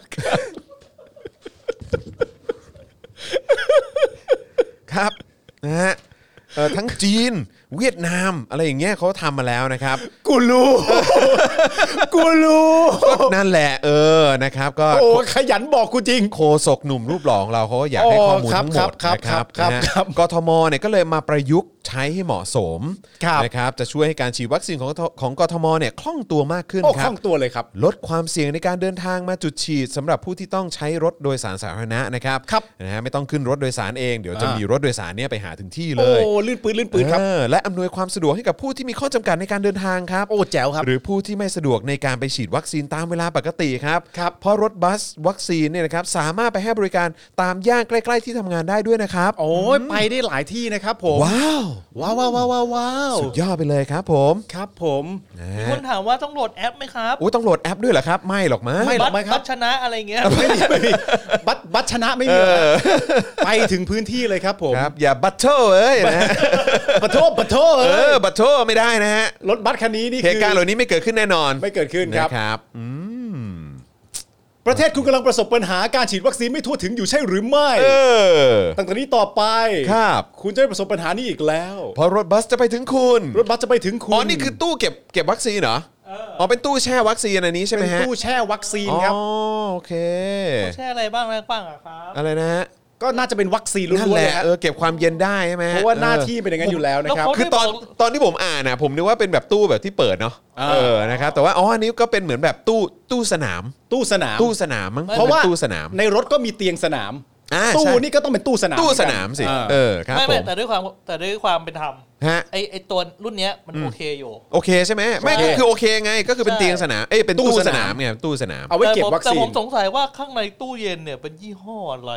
[SPEAKER 1] ครับนะฮะเอ่อทั้งจีนเวียดนามอะไรอย่างเงี้ยเขาทำมาแล้วนะครับ
[SPEAKER 2] กูรู้ กูรู้
[SPEAKER 1] นั่นแหละเออนะครับก็
[SPEAKER 2] โอ้ขยันบอกกูจริง
[SPEAKER 1] โคศกหนุ่มรูปหล่อของเราเขาก็อยากให้
[SPEAKER 2] โอ้
[SPEAKER 1] ข้อมูล
[SPEAKER 2] ครับ
[SPEAKER 1] ทั้งหมด
[SPEAKER 2] ครับ
[SPEAKER 1] นะครับ
[SPEAKER 2] ครับ
[SPEAKER 1] นะฮะ
[SPEAKER 2] ครับ
[SPEAKER 1] กทมเนี่ยก็เลยมาประยุกต์ใช้ให้เหมาะสม
[SPEAKER 2] ครับ
[SPEAKER 1] นะครับจะช่วยให้การฉีดวัคซีนของของกทมเนี่ยคล่องตัวมากขึ้น
[SPEAKER 2] โอ้
[SPEAKER 1] ค
[SPEAKER 2] คล่
[SPEAKER 1] รั
[SPEAKER 2] อบ งตัวเลยครับ
[SPEAKER 1] ลดความเสี่ยงในการเดินทางมาจุดฉีดสำหรับผู้ที่ต้องใช้รถโดยสารสาธารณะนะครับ
[SPEAKER 2] ครับ
[SPEAKER 1] นะฮะไม่ต้องขึ้นรถโดยสารเองเดี๋ยวจะ
[SPEAKER 2] อ่ามี
[SPEAKER 1] มีรถโดยสารเนี่ยไปหาถึงที่เล
[SPEAKER 2] โอ้
[SPEAKER 1] ย
[SPEAKER 2] ลื่นปืนลื่นปืนครับ
[SPEAKER 1] เออและอำนวยความสะดวกให้กับผู้ที่มีข้อจำกัดในการเดินทางครับ
[SPEAKER 2] โอ้แจ๋วครับ
[SPEAKER 1] หรือผู้ที่ไม่สะดวกในการไปฉีดวัคซีนตามเวลาปกติครับ
[SPEAKER 2] ครับ
[SPEAKER 1] เพราะรถบัสวัคซีนเนี่ยนะครับสามารถไปให้บริการตามย่านใกล้ ๆ ที่ทำงานได้ด้วยนะครับ
[SPEAKER 2] โอ้ยไปได้หลายที่นะครับผม
[SPEAKER 1] ว้าว
[SPEAKER 2] ว้าวว้าวว้าวว้าวว้าว
[SPEAKER 1] สุดยอดไปเลยครับผม
[SPEAKER 2] ครับผม
[SPEAKER 1] นะ
[SPEAKER 3] มี
[SPEAKER 1] ฮะ
[SPEAKER 3] คนถามว่าต้องโหลดแอปไหมครับ
[SPEAKER 1] โอ้ยต้องโหลดแอปด้วยเหรอครับ ไม่หรอกมั้ง
[SPEAKER 2] ไม่หรอก
[SPEAKER 3] บั
[SPEAKER 2] ไม่
[SPEAKER 3] ต
[SPEAKER 2] ครับ
[SPEAKER 3] ชนะอะไรเงี้ย
[SPEAKER 2] ไม่มีไม่มีบัตรบัตรชนะไม่มีหรอกนะไปถึงพื้นที่เลยครับผม
[SPEAKER 1] ครับ อย่าบัตเทอร์เอ้ยนะฮะ
[SPEAKER 2] ปะโทษปะโทษ
[SPEAKER 1] เอ
[SPEAKER 2] เอ้ย
[SPEAKER 1] อบัตเทอร์ไม่ได้นะฮะ
[SPEAKER 2] รถบัสคันนี้นี่
[SPEAKER 1] เห
[SPEAKER 2] คื
[SPEAKER 1] ตุการณ์เหล่านี้ไม่เกิดขึ้นแน่นอน
[SPEAKER 2] ไม่เกิดขึ้นครับ
[SPEAKER 1] นะครับอืม
[SPEAKER 2] ประเทศคุณกำลังประสบปัญหาการฉีดวัคซีนไม่ทั่วถึงอยู่ใช่หรือไม่
[SPEAKER 1] เออ
[SPEAKER 2] ตั้งแต่นี้ต่อไป
[SPEAKER 1] ครับ
[SPEAKER 2] คุณจะไม่ประสบปัญหานี้อีกแล้ว
[SPEAKER 1] พอรถบัสจะไปถึงคุณ
[SPEAKER 2] รถบัสจะไปถึงคุณ
[SPEAKER 1] อ๋อนี่คือตู้เก็บเก็บวัคซีนเหรอ
[SPEAKER 3] เออ
[SPEAKER 1] อ๋อเป็นตู้แช่วัคซีนอันนี้ใช่ไหม
[SPEAKER 2] เป็น
[SPEAKER 1] ฮะ
[SPEAKER 2] ตู้แช่วัคซีนครับ
[SPEAKER 1] อ๋อโอเค
[SPEAKER 3] แช่อะไรบ้างอะไรบ้างอะครับ
[SPEAKER 1] อะไรนะฮะ
[SPEAKER 2] ก็น่าจะเป็นวัคซีนล้
[SPEAKER 1] นั่น
[SPEAKER 2] วน
[SPEAKER 1] แหละ
[SPEAKER 2] ๆนะฮะ
[SPEAKER 1] เออเก็บความเย็นได้ใช่ไหมฮ
[SPEAKER 2] เพราะว่าหน้า
[SPEAKER 1] ออ
[SPEAKER 2] ที่เป็นอย่างนั้นอยู่แล้วนะครับ
[SPEAKER 1] คือตอนตอนที่ผมอ่านนะผมนึกว่าเป็นแบบตู้แบบที่เปิดเนาะ
[SPEAKER 2] อ่า
[SPEAKER 1] เออนะครับแต่ว่าอ๋ออันนี้ก็เป็นเหมือนแบบตู้ตู้สนาม
[SPEAKER 2] ตู้สนาม
[SPEAKER 1] ตู้สนามมั้ง
[SPEAKER 2] เพราะว่า
[SPEAKER 1] ป็นตู้สนาม
[SPEAKER 2] ในรถก็มีเตียงสนาม
[SPEAKER 1] อ่า
[SPEAKER 2] ตู้
[SPEAKER 1] ใช่
[SPEAKER 2] นี่ก็ต้องเป็นตู้สนาม
[SPEAKER 1] ตู้สนามสิ
[SPEAKER 2] เหอนกัน
[SPEAKER 1] เอ
[SPEAKER 2] อ่า
[SPEAKER 1] อครับ
[SPEAKER 3] ไม่
[SPEAKER 1] ผ
[SPEAKER 3] ไม่
[SPEAKER 1] ม
[SPEAKER 3] แต่ด้วยความแต่ด้วยความเป็นธรรม
[SPEAKER 1] ฮะ
[SPEAKER 3] ไอไอตัวรุ่นเนี้ยมันโอเคอยู่
[SPEAKER 1] โอเคใช่ไหมไม่
[SPEAKER 3] ใช่
[SPEAKER 1] ก็คือโอเคไงก็คือเป็น
[SPEAKER 3] ใช่
[SPEAKER 1] เตียงสนามเอ้ยเป็นตู้สนามไงตู้สนาม
[SPEAKER 2] เอาไว้เก็บ
[SPEAKER 3] แต่ผม
[SPEAKER 2] วัค
[SPEAKER 3] แต่
[SPEAKER 2] ซี
[SPEAKER 3] ผ
[SPEAKER 2] น
[SPEAKER 3] มสงสัยว่าข้างในตู้เย็นเนี่ยเป็นยี่ห้ออะไร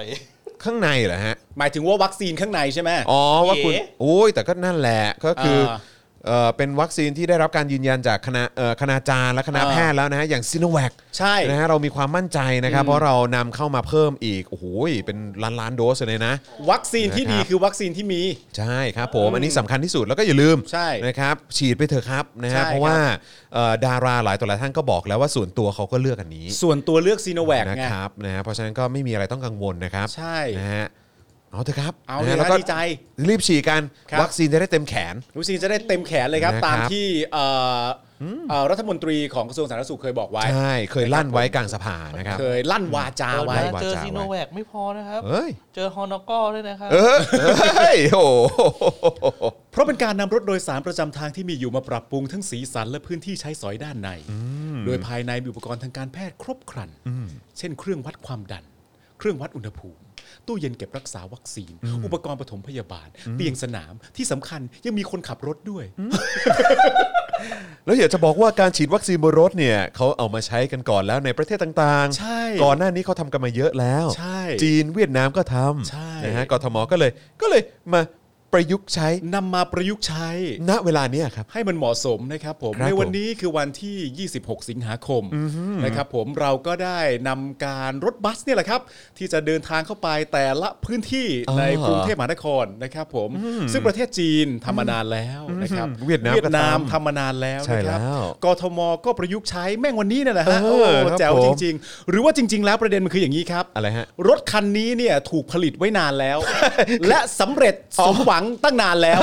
[SPEAKER 1] ข้างในเหรอฮะ
[SPEAKER 2] หมายถึงว่าวัคซีนข้างในใช่ไหม
[SPEAKER 1] อ๋อว่าคุณ
[SPEAKER 3] เอ๋
[SPEAKER 1] โอ้ยแต่ก็นั่นแหละก็คืออา เออเป็นวัคซีนที่ได้รับการยืนยันจากคณะเอ่อคณาจารย์และคณะ
[SPEAKER 2] อ่า
[SPEAKER 1] แพทย์แล้วนะฮะอย่างซีโนแวค
[SPEAKER 2] ใช่
[SPEAKER 1] นะฮะเรามีความมั่นใจนะครับ เพราะเรานำเข้ามาเพิ่มอีกโอ้โหเป็นล้านล้านๆโดสเลยนะ
[SPEAKER 2] วัคซีนที่ดี
[SPEAKER 1] นะครับ
[SPEAKER 2] คือวัคซีนที่มี
[SPEAKER 1] ใช่ครับผมอันนี้สำคัญที่สุดแล้วก็อย่าลืม
[SPEAKER 2] ใช่
[SPEAKER 1] นะครับฉีดไปเถอะครับนะฮะ
[SPEAKER 2] ใช่ครับ
[SPEAKER 1] เพราะว่าเอ่อดาราหลายต่อหลายท่านก็บอกแล้วว่าส่วนตัวเขาก็เลือกอันนี้
[SPEAKER 2] ส่วนตัวเลือกซีโนแวค
[SPEAKER 1] นะ
[SPEAKER 2] ไง
[SPEAKER 1] ครับนะฮะเพราะฉะนั้นก็ไม่มีอะไรต้องกังวลนะครับ
[SPEAKER 2] ใช่
[SPEAKER 1] นะฮะเอาเถอะครับ
[SPEAKER 2] เอา
[SPEAKER 1] นะ
[SPEAKER 2] เล
[SPEAKER 1] ฮะ
[SPEAKER 2] ย
[SPEAKER 1] แล้ว
[SPEAKER 2] ฮะ
[SPEAKER 1] ก็
[SPEAKER 2] ดีใจ
[SPEAKER 1] รีบฉีดกัน
[SPEAKER 2] ครับ
[SPEAKER 1] วัคซีนจะได้เต็มแขน
[SPEAKER 2] วัคซีนจะได้เต็มแขนเลยครับ
[SPEAKER 1] นะครับ
[SPEAKER 2] ตามที่เอ่ออเอ่อรัฐมนตรีของกระทรวงสาธารณสุขเคยบอกไว้
[SPEAKER 1] ใช่เคยลั่นไว้กลางสภานะครับ
[SPEAKER 2] เคยลั่นวาจาไว้
[SPEAKER 1] เออ
[SPEAKER 3] เจอซีโนแวคไม่พอนะครับ
[SPEAKER 1] เอ้ย
[SPEAKER 3] เจอฮอนอก้ด้วยนะครับ
[SPEAKER 1] เอ้ยเอ้ยโอ้โห
[SPEAKER 2] เพราะเป็นการนำรถโดยสารประจำทางที่มีอยู่มาปรับปรุงทั้งสีสันและพื้นที่ใช้สอยด้านใน โดยภายในมีอุปกรณ์ทางการแพทย์ครบครัน เช่นเครื่องวัดความดัน เครื่องวัดอุณหภูมิ ตู้เย็นเก็บรักษาวัคซีน อุปกรณ์ปฐมพยาบาล เตียงสนามที่สำคัญยังมีคนขับรถด้วย
[SPEAKER 1] แล้วอยากจะบอกว่าการฉีดวัคซีนบนรถเนี่ยเขาเอามาใช้กันก่อนแล้วในประเทศต่างๆ
[SPEAKER 2] ใช่
[SPEAKER 1] ก่อนหน้านี้เขาทำกันมาเยอะแล้ว
[SPEAKER 2] ใช่
[SPEAKER 1] จีนเวียดนามก็ท
[SPEAKER 2] ใช่
[SPEAKER 1] ำนะฮะกทมก็เลยก็เลยมาประยุกต์ใช้
[SPEAKER 2] นำมาประยุกต์ใช้
[SPEAKER 1] ณเวลาเนี้ยครับ
[SPEAKER 2] ให้มันเหมาะสมนะครับผม
[SPEAKER 1] ครับ
[SPEAKER 2] ในวันนี้คือวันที่ 26 สิงหาคมนะครับผมเราก็ได้นำการรถบัสเนี่ยแหละครับ ที่จะเดินทางเข้าไปแต่ละพื้นที่
[SPEAKER 1] อ๋อ
[SPEAKER 2] ในกรุงเทพมหานครนะครับผมซึ่งประเทศจีนทำมานานแล้วนะครับ
[SPEAKER 1] เวียดนามก็
[SPEAKER 2] เวียดนาม
[SPEAKER 1] ทำ
[SPEAKER 2] ทำมานานแล้ว
[SPEAKER 1] ใช่
[SPEAKER 2] นะครับ
[SPEAKER 1] แล้ว
[SPEAKER 2] กทมก็ประยุกต์ใช้แม่งวันนี้เนี่ยแหละฮะ
[SPEAKER 1] เอ
[SPEAKER 2] โอ้
[SPEAKER 1] อครับ
[SPEAKER 2] แจ๋ว
[SPEAKER 1] ผม
[SPEAKER 2] จริง ๆ หรือว่าจริง ๆ แล้วประเด็นมันคืออย่างนี้ครับ
[SPEAKER 1] อะไรฮะ
[SPEAKER 2] รถคันนี้เนี่ยถูกผลิตไว้นาน แล้ว และสำเร็จสมหวังตั้งนานแล้ว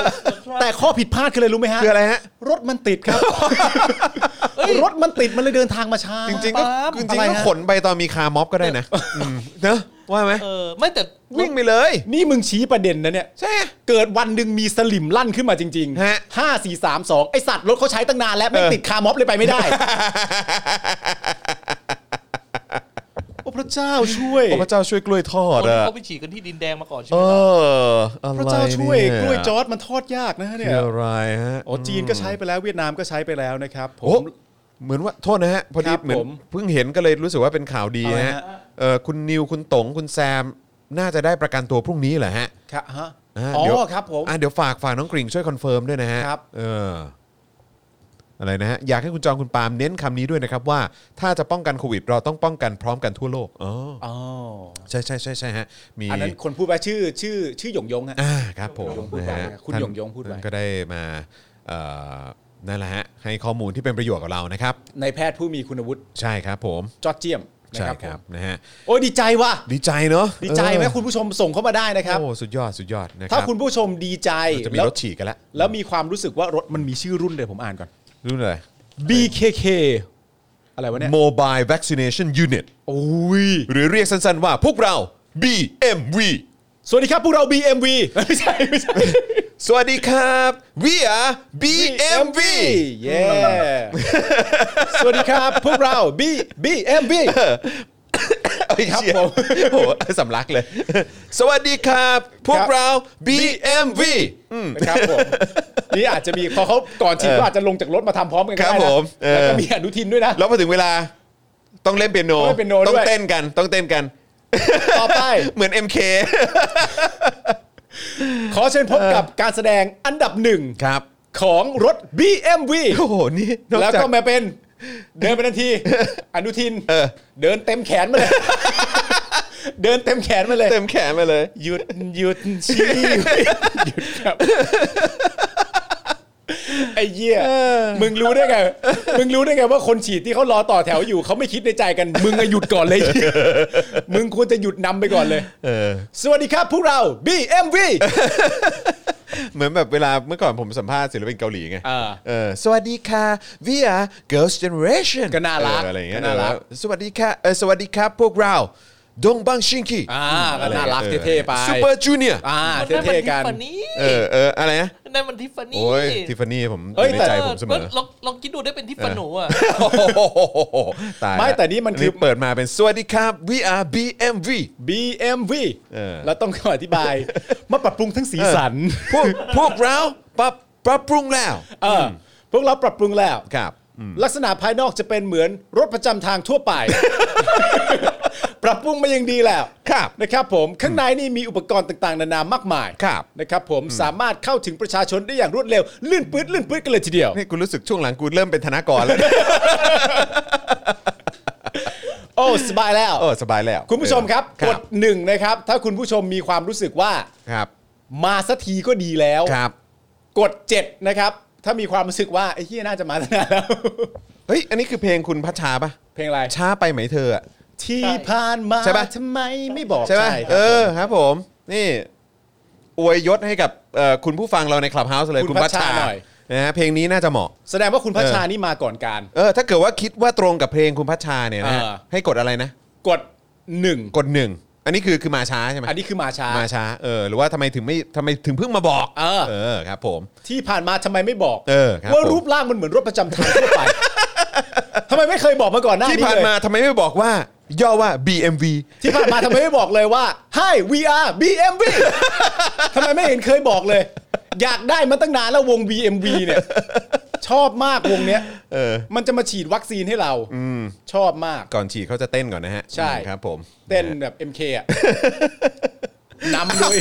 [SPEAKER 2] แต่ข้อผิดพลาดคืออะไรรู้ไหมฮะ
[SPEAKER 1] คืออะไรฮะ
[SPEAKER 2] รถมันติดครับ
[SPEAKER 3] เอ้ย
[SPEAKER 2] รถมันติดมันเลยเดินทางมาช้า
[SPEAKER 1] จริงๆก็
[SPEAKER 3] ปาล์ม
[SPEAKER 1] จริงๆก็
[SPEAKER 2] อะไรฮะ
[SPEAKER 1] ขนไปตอนมีคาร์ม็อบก็ได้นะมเนอะว่าไหม
[SPEAKER 3] เออไม่แต่รถ
[SPEAKER 1] วิ่งไปเลย
[SPEAKER 2] นี่มึงชี้ประเด็นนะเนี่ย
[SPEAKER 1] ใช่
[SPEAKER 2] เกิดวันหนึ่งมีสลิมลั่นขึ้นมาจริง
[SPEAKER 1] ฮะ
[SPEAKER 2] ห้าสี่สามสองไอสัตว์รถเขาใช้ตั้งนานแล้วไม่ติดคาร์ม็อบเลยไปไม่ได้ โอ้พระเจ้าช่วย
[SPEAKER 1] โอ้พระเจ้าช่วยกล้วยทอ
[SPEAKER 3] ค
[SPEAKER 1] ด
[SPEAKER 3] น
[SPEAKER 1] อ่ะ
[SPEAKER 3] เขาไปฉีดกันที่ดินแดงมาก่อนใช่
[SPEAKER 1] เอ
[SPEAKER 3] ไหม
[SPEAKER 1] ออะไร
[SPEAKER 2] พระเจ้าช่วย
[SPEAKER 1] เนี่
[SPEAKER 2] กล้วยจอร์ดมันทอดยากนะฮะ
[SPEAKER 1] คื
[SPEAKER 2] เนี่
[SPEAKER 1] อย อะไรฮะ
[SPEAKER 2] อ๋อจีนก็ใช้ไปแล้วเวียดนามก็ใช้ไปแล้วนะครับผ
[SPEAKER 1] โอ้
[SPEAKER 2] ม
[SPEAKER 1] เหมือนว่าโทษนะฮะพอดี
[SPEAKER 2] ครับ
[SPEAKER 1] เหมือน
[SPEAKER 2] ผม
[SPEAKER 1] เพิ่งเห็นก็เลยรู้สึกว่าเป็นข่าวดี
[SPEAKER 2] อะไร
[SPEAKER 1] ฮะ
[SPEAKER 2] ฮะ
[SPEAKER 1] เออคุณนิวคุณต๋งคุณแซมน่าจะได้ประกันตัวพรุ่งนี้เหรอฮะ
[SPEAKER 2] ครับฮะ
[SPEAKER 1] อ่ะ
[SPEAKER 2] อ๋
[SPEAKER 1] เดี๋ยว
[SPEAKER 2] อครับผม
[SPEAKER 1] อ่ะเดี๋ยวฝากฝากน้องกริ่งช่วยคอนเฟิร์มด้วยนะฮะ
[SPEAKER 2] ครับ
[SPEAKER 1] เอออะไรนะฮะ อยากให้คุณจองคุณปาล์มเน้นคำนี้ด้วยนะครับว่าถ้าจะป้องกันโควิด เราต้องป้องกันพร้อมกันทั่วโลกอ๋อ
[SPEAKER 2] อ๋อ
[SPEAKER 1] ใช่ใช่ใช่ใช่ฮะมี
[SPEAKER 2] อันนั้นคนพูดไปชื่อชื่อชื่อหยงยงฮะ
[SPEAKER 1] อ่าครับผม
[SPEAKER 2] หยงพูด
[SPEAKER 1] นะ
[SPEAKER 2] ไป
[SPEAKER 1] ฮะ
[SPEAKER 2] คุณ
[SPEAKER 1] ท่าน
[SPEAKER 2] หยงยงพูดไป
[SPEAKER 1] ท่านก็ได้มาเอ่อนั่นแหละฮะให้ข้อมูลที่เป็นประโยชน์กับเรานะครับ
[SPEAKER 2] ในแพทย์ผู้มีคุณวุฒิ
[SPEAKER 1] ใช่ครับผม
[SPEAKER 2] จอดเจียมนะ
[SPEAKER 1] ใช่
[SPEAKER 2] ครับ
[SPEAKER 1] ครับ
[SPEAKER 2] ผม
[SPEAKER 1] นะฮะ
[SPEAKER 2] โอ้ยดีใจว่ะ
[SPEAKER 1] ดีใจเนาะ
[SPEAKER 2] ดีใจไหม
[SPEAKER 1] เออ
[SPEAKER 2] คุณผู้ชมส่งเข้ามาได้นะครับ
[SPEAKER 1] โอ้สุดยอดสุดยอดนะครั
[SPEAKER 2] ถ้าคุณผู้ชมดีใจ
[SPEAKER 1] จะมี
[SPEAKER 2] แล้ว
[SPEAKER 1] รถฉีกกันแล้ว
[SPEAKER 2] แล้วมีความรู้สึกว่ารถมันมีชื่อรุ่นเดี๋ยวผมอ่านก่อน
[SPEAKER 1] รุ่นอะไร
[SPEAKER 2] BKK อะไรวะเนี่ย
[SPEAKER 1] Mobile Vaccination Unit
[SPEAKER 2] โอ้ย
[SPEAKER 1] หรือเรียกสั้นๆว่าพวกเรา BMV
[SPEAKER 2] สวัสดีครับพวกเรา BMV ไม่ใช่ไม่ใช่
[SPEAKER 1] สวัสดีครับ we are BMV
[SPEAKER 2] เย้สวัสดีครับ พวกเรา B BMV
[SPEAKER 1] ครับผมโห สำลักเลย สวัสดีครับ พวกเรา BMV
[SPEAKER 2] นะครับผมนี่อาจจะมีพอเขาก่อนฉีดก็อาจจะลงจากรถมาทำพร้อมกันก็
[SPEAKER 1] ครับ
[SPEAKER 2] ได้
[SPEAKER 1] ผ
[SPEAKER 2] นะ
[SPEAKER 1] มเออ
[SPEAKER 2] แล้วก็มีอนุทินด้วยนะ
[SPEAKER 1] แล้วพอถึงเวลาต้องเล่นเปียโน
[SPEAKER 2] ต้องเล่นเปียโนด้วย
[SPEAKER 1] ต้องเต้นกัน ต้องเต้นกัน
[SPEAKER 2] ต่อไป
[SPEAKER 1] เหมือน MK
[SPEAKER 2] ขอเชิญพบกับการแสดงอันดับหนึ่ง
[SPEAKER 1] ครับ
[SPEAKER 2] ของรถ BMW
[SPEAKER 1] โอ้โห นี่นอ
[SPEAKER 2] แล้ว
[SPEAKER 1] จา
[SPEAKER 2] ก็มาเป็นเดินไปทันที อนุทิน
[SPEAKER 1] เออ
[SPEAKER 2] เดินเต็มแขนมาเลย เดินเต็มแขนมาเลย
[SPEAKER 1] เต็มแขนมาเลย
[SPEAKER 2] หยุดหยุดชี้หยุดครับไอ้เหี้ยมึงรู้ได้ไงมึงรู้ได้ไงว่าคนฉีดที่เขารอต่อแถวอยู่เขาไม่คิดในใจกัน มึงอะหยุดก่อนเลย มึงควรจะหยุดนำไปก่อนเลย
[SPEAKER 1] เออ
[SPEAKER 2] สวัสดีครับพวกเรา BMV
[SPEAKER 1] เหมือนแบบเวลาเมื่อก่อนผมสัมภาษณ์ศิลปินเกาหลีไง
[SPEAKER 2] เออ
[SPEAKER 1] เออสวัสดีค่ะ we are girls generation
[SPEAKER 2] ก็น่ารัก
[SPEAKER 1] เอออะไรอย่งเงี้ย
[SPEAKER 2] ก็น่ารัก
[SPEAKER 1] เออสวัสดีค่ะเออสวัสดีครับพวกเราดงบังชิงคี
[SPEAKER 2] อ่าก็น่ารักเท่ๆไป
[SPEAKER 1] ซูเปอร์จูเนีย
[SPEAKER 2] อ่า
[SPEAKER 3] มันได้มัน
[SPEAKER 2] เท่ๆ
[SPEAKER 3] ทิ
[SPEAKER 2] กั
[SPEAKER 3] ฟ
[SPEAKER 2] น
[SPEAKER 3] ฟานี่
[SPEAKER 1] เออเอออะไรนะ
[SPEAKER 3] ได้มันทิฟฟานี่
[SPEAKER 1] โอ้ยทิฟฟานี่ผมอ
[SPEAKER 2] เอ้ย
[SPEAKER 1] ยู่ใน
[SPEAKER 2] แต่
[SPEAKER 1] ใจผมเสมอ
[SPEAKER 3] ลองลองคิดดูได้เป็นทิฟฟานูอ่ะ
[SPEAKER 1] ตายละ
[SPEAKER 2] ไม่แต่นี่มันคือ
[SPEAKER 1] เปิดมาเป็นสวัสดีครับ we are BMV
[SPEAKER 2] BMV
[SPEAKER 1] เออ
[SPEAKER 2] แล้วต้องอธิบ าย มาปรับปรุงทั้งสีสัน
[SPEAKER 1] พวก พวกเราปรับปรับปรุงแล้ว
[SPEAKER 2] เออพวกเราปรับปรุงแล้ว
[SPEAKER 1] ครับอืม
[SPEAKER 2] ลักษณะภายนอกจะเป็นเหมือนรถประจำทางทั่ว ไป ปรับปรุงมาอย่างดีแล้ว
[SPEAKER 1] ครับ
[SPEAKER 2] นะครับผมข้างในนี่มีอุปกรณ์ต่างๆ นานามากมาย
[SPEAKER 1] ครับ
[SPEAKER 2] นะครับผมสามารถเข้าถึงประชาชนได้อย่างรวดเร็ว ลื่นปื๊ดลื่นปื๊ดกันเลยทีเดียว
[SPEAKER 1] นี่กูรู้สึกช่วงหลังกูเริ่มเป็นธนากรแล้วเนี่ย
[SPEAKER 2] โอ้สบายแล้ว
[SPEAKER 1] เออสบายแล้ว
[SPEAKER 2] คุณผู้ชมครับ
[SPEAKER 1] ค
[SPEAKER 2] ก
[SPEAKER 1] รั
[SPEAKER 2] ด
[SPEAKER 1] บ
[SPEAKER 2] หนึ่งนะครับ ถ้าคุณผู้ชมมีความรู้สึกว่า
[SPEAKER 1] ครับ
[SPEAKER 2] มาสักทีก็ดีแล้ว
[SPEAKER 1] ครับ
[SPEAKER 2] กด 7 นะครับ ถ้ามีความรู้สึกว่าไอ้เฮียน่าจะมาตั้งนานแล้ว
[SPEAKER 1] เฮ้ยอันนี้คือเพลงคุณพัชชาปะ
[SPEAKER 2] เพลงอะไร
[SPEAKER 1] ช้าไปไหมเธออะ
[SPEAKER 2] ที่ผ่านมา
[SPEAKER 1] ใช่ปะ
[SPEAKER 2] ทำไมไม่บอก
[SPEAKER 1] ใช่ปะ
[SPEAKER 2] ครับ
[SPEAKER 1] เออครับผม นี่ อวยยศให้กับเอ่อคุณผู้ฟังเราในคลับเฮาส์เลย
[SPEAKER 2] คุ
[SPEAKER 1] คุณ
[SPEAKER 2] ณ
[SPEAKER 1] พัชชา
[SPEAKER 2] พัชชาหน่อย
[SPEAKER 1] นะฮะเพลงนี้น่าจะเหมาะ
[SPEAKER 2] แสดงว่าคุณพัชชา
[SPEAKER 1] เออ
[SPEAKER 2] นี่มาก่อนการ
[SPEAKER 1] เออถ้าเกิดว่าคิดว่าตรงกับเพลงคุณพัชชาเนี่ยนะฮะ
[SPEAKER 2] เออ
[SPEAKER 1] ให้กดอะไรนะ
[SPEAKER 2] กดหนึ่ง
[SPEAKER 1] กดหนึ่งอันนี้คือคือมาช้าใช่ไหม
[SPEAKER 2] อันนี้คือมาช้า
[SPEAKER 1] มาช้าเออหรือว่าทำไมถึงไม่ทำไมถึงเพิ่งมาบอก
[SPEAKER 2] เออ
[SPEAKER 1] ครับผม
[SPEAKER 2] ที่ผ่านมาทำไมไม่บอก
[SPEAKER 1] เออครับ
[SPEAKER 2] ว่า
[SPEAKER 1] ผม
[SPEAKER 2] รูปร่างมันเหมือนรถประจำทาง ทั่วไปทำไมไม่เคยบอกมาก่อนหน้า
[SPEAKER 1] ที่
[SPEAKER 2] นี้
[SPEAKER 1] ผ่าน
[SPEAKER 2] เลย
[SPEAKER 1] มาทำไมไม่บอกว่า ย่อว่า BMV
[SPEAKER 2] ที่ผ่านมาทำไมไม่บอกเลยว่า Hi we are BMV ทำไมไม่เห็นเคยบอกเลย อยากได้มาตั้งนานแล้ววง BMV เนี่ย ชอบมากวงเนี้ย
[SPEAKER 1] เออ
[SPEAKER 2] มันจะมาฉีดวัคซีนให้เราชอบมาก
[SPEAKER 1] ก่อนฉีดเขาจะเต้นก่อนนะฮะ
[SPEAKER 2] ใช่
[SPEAKER 1] ครับผม
[SPEAKER 2] เต้นแบบ MK อ่ะ นำเลย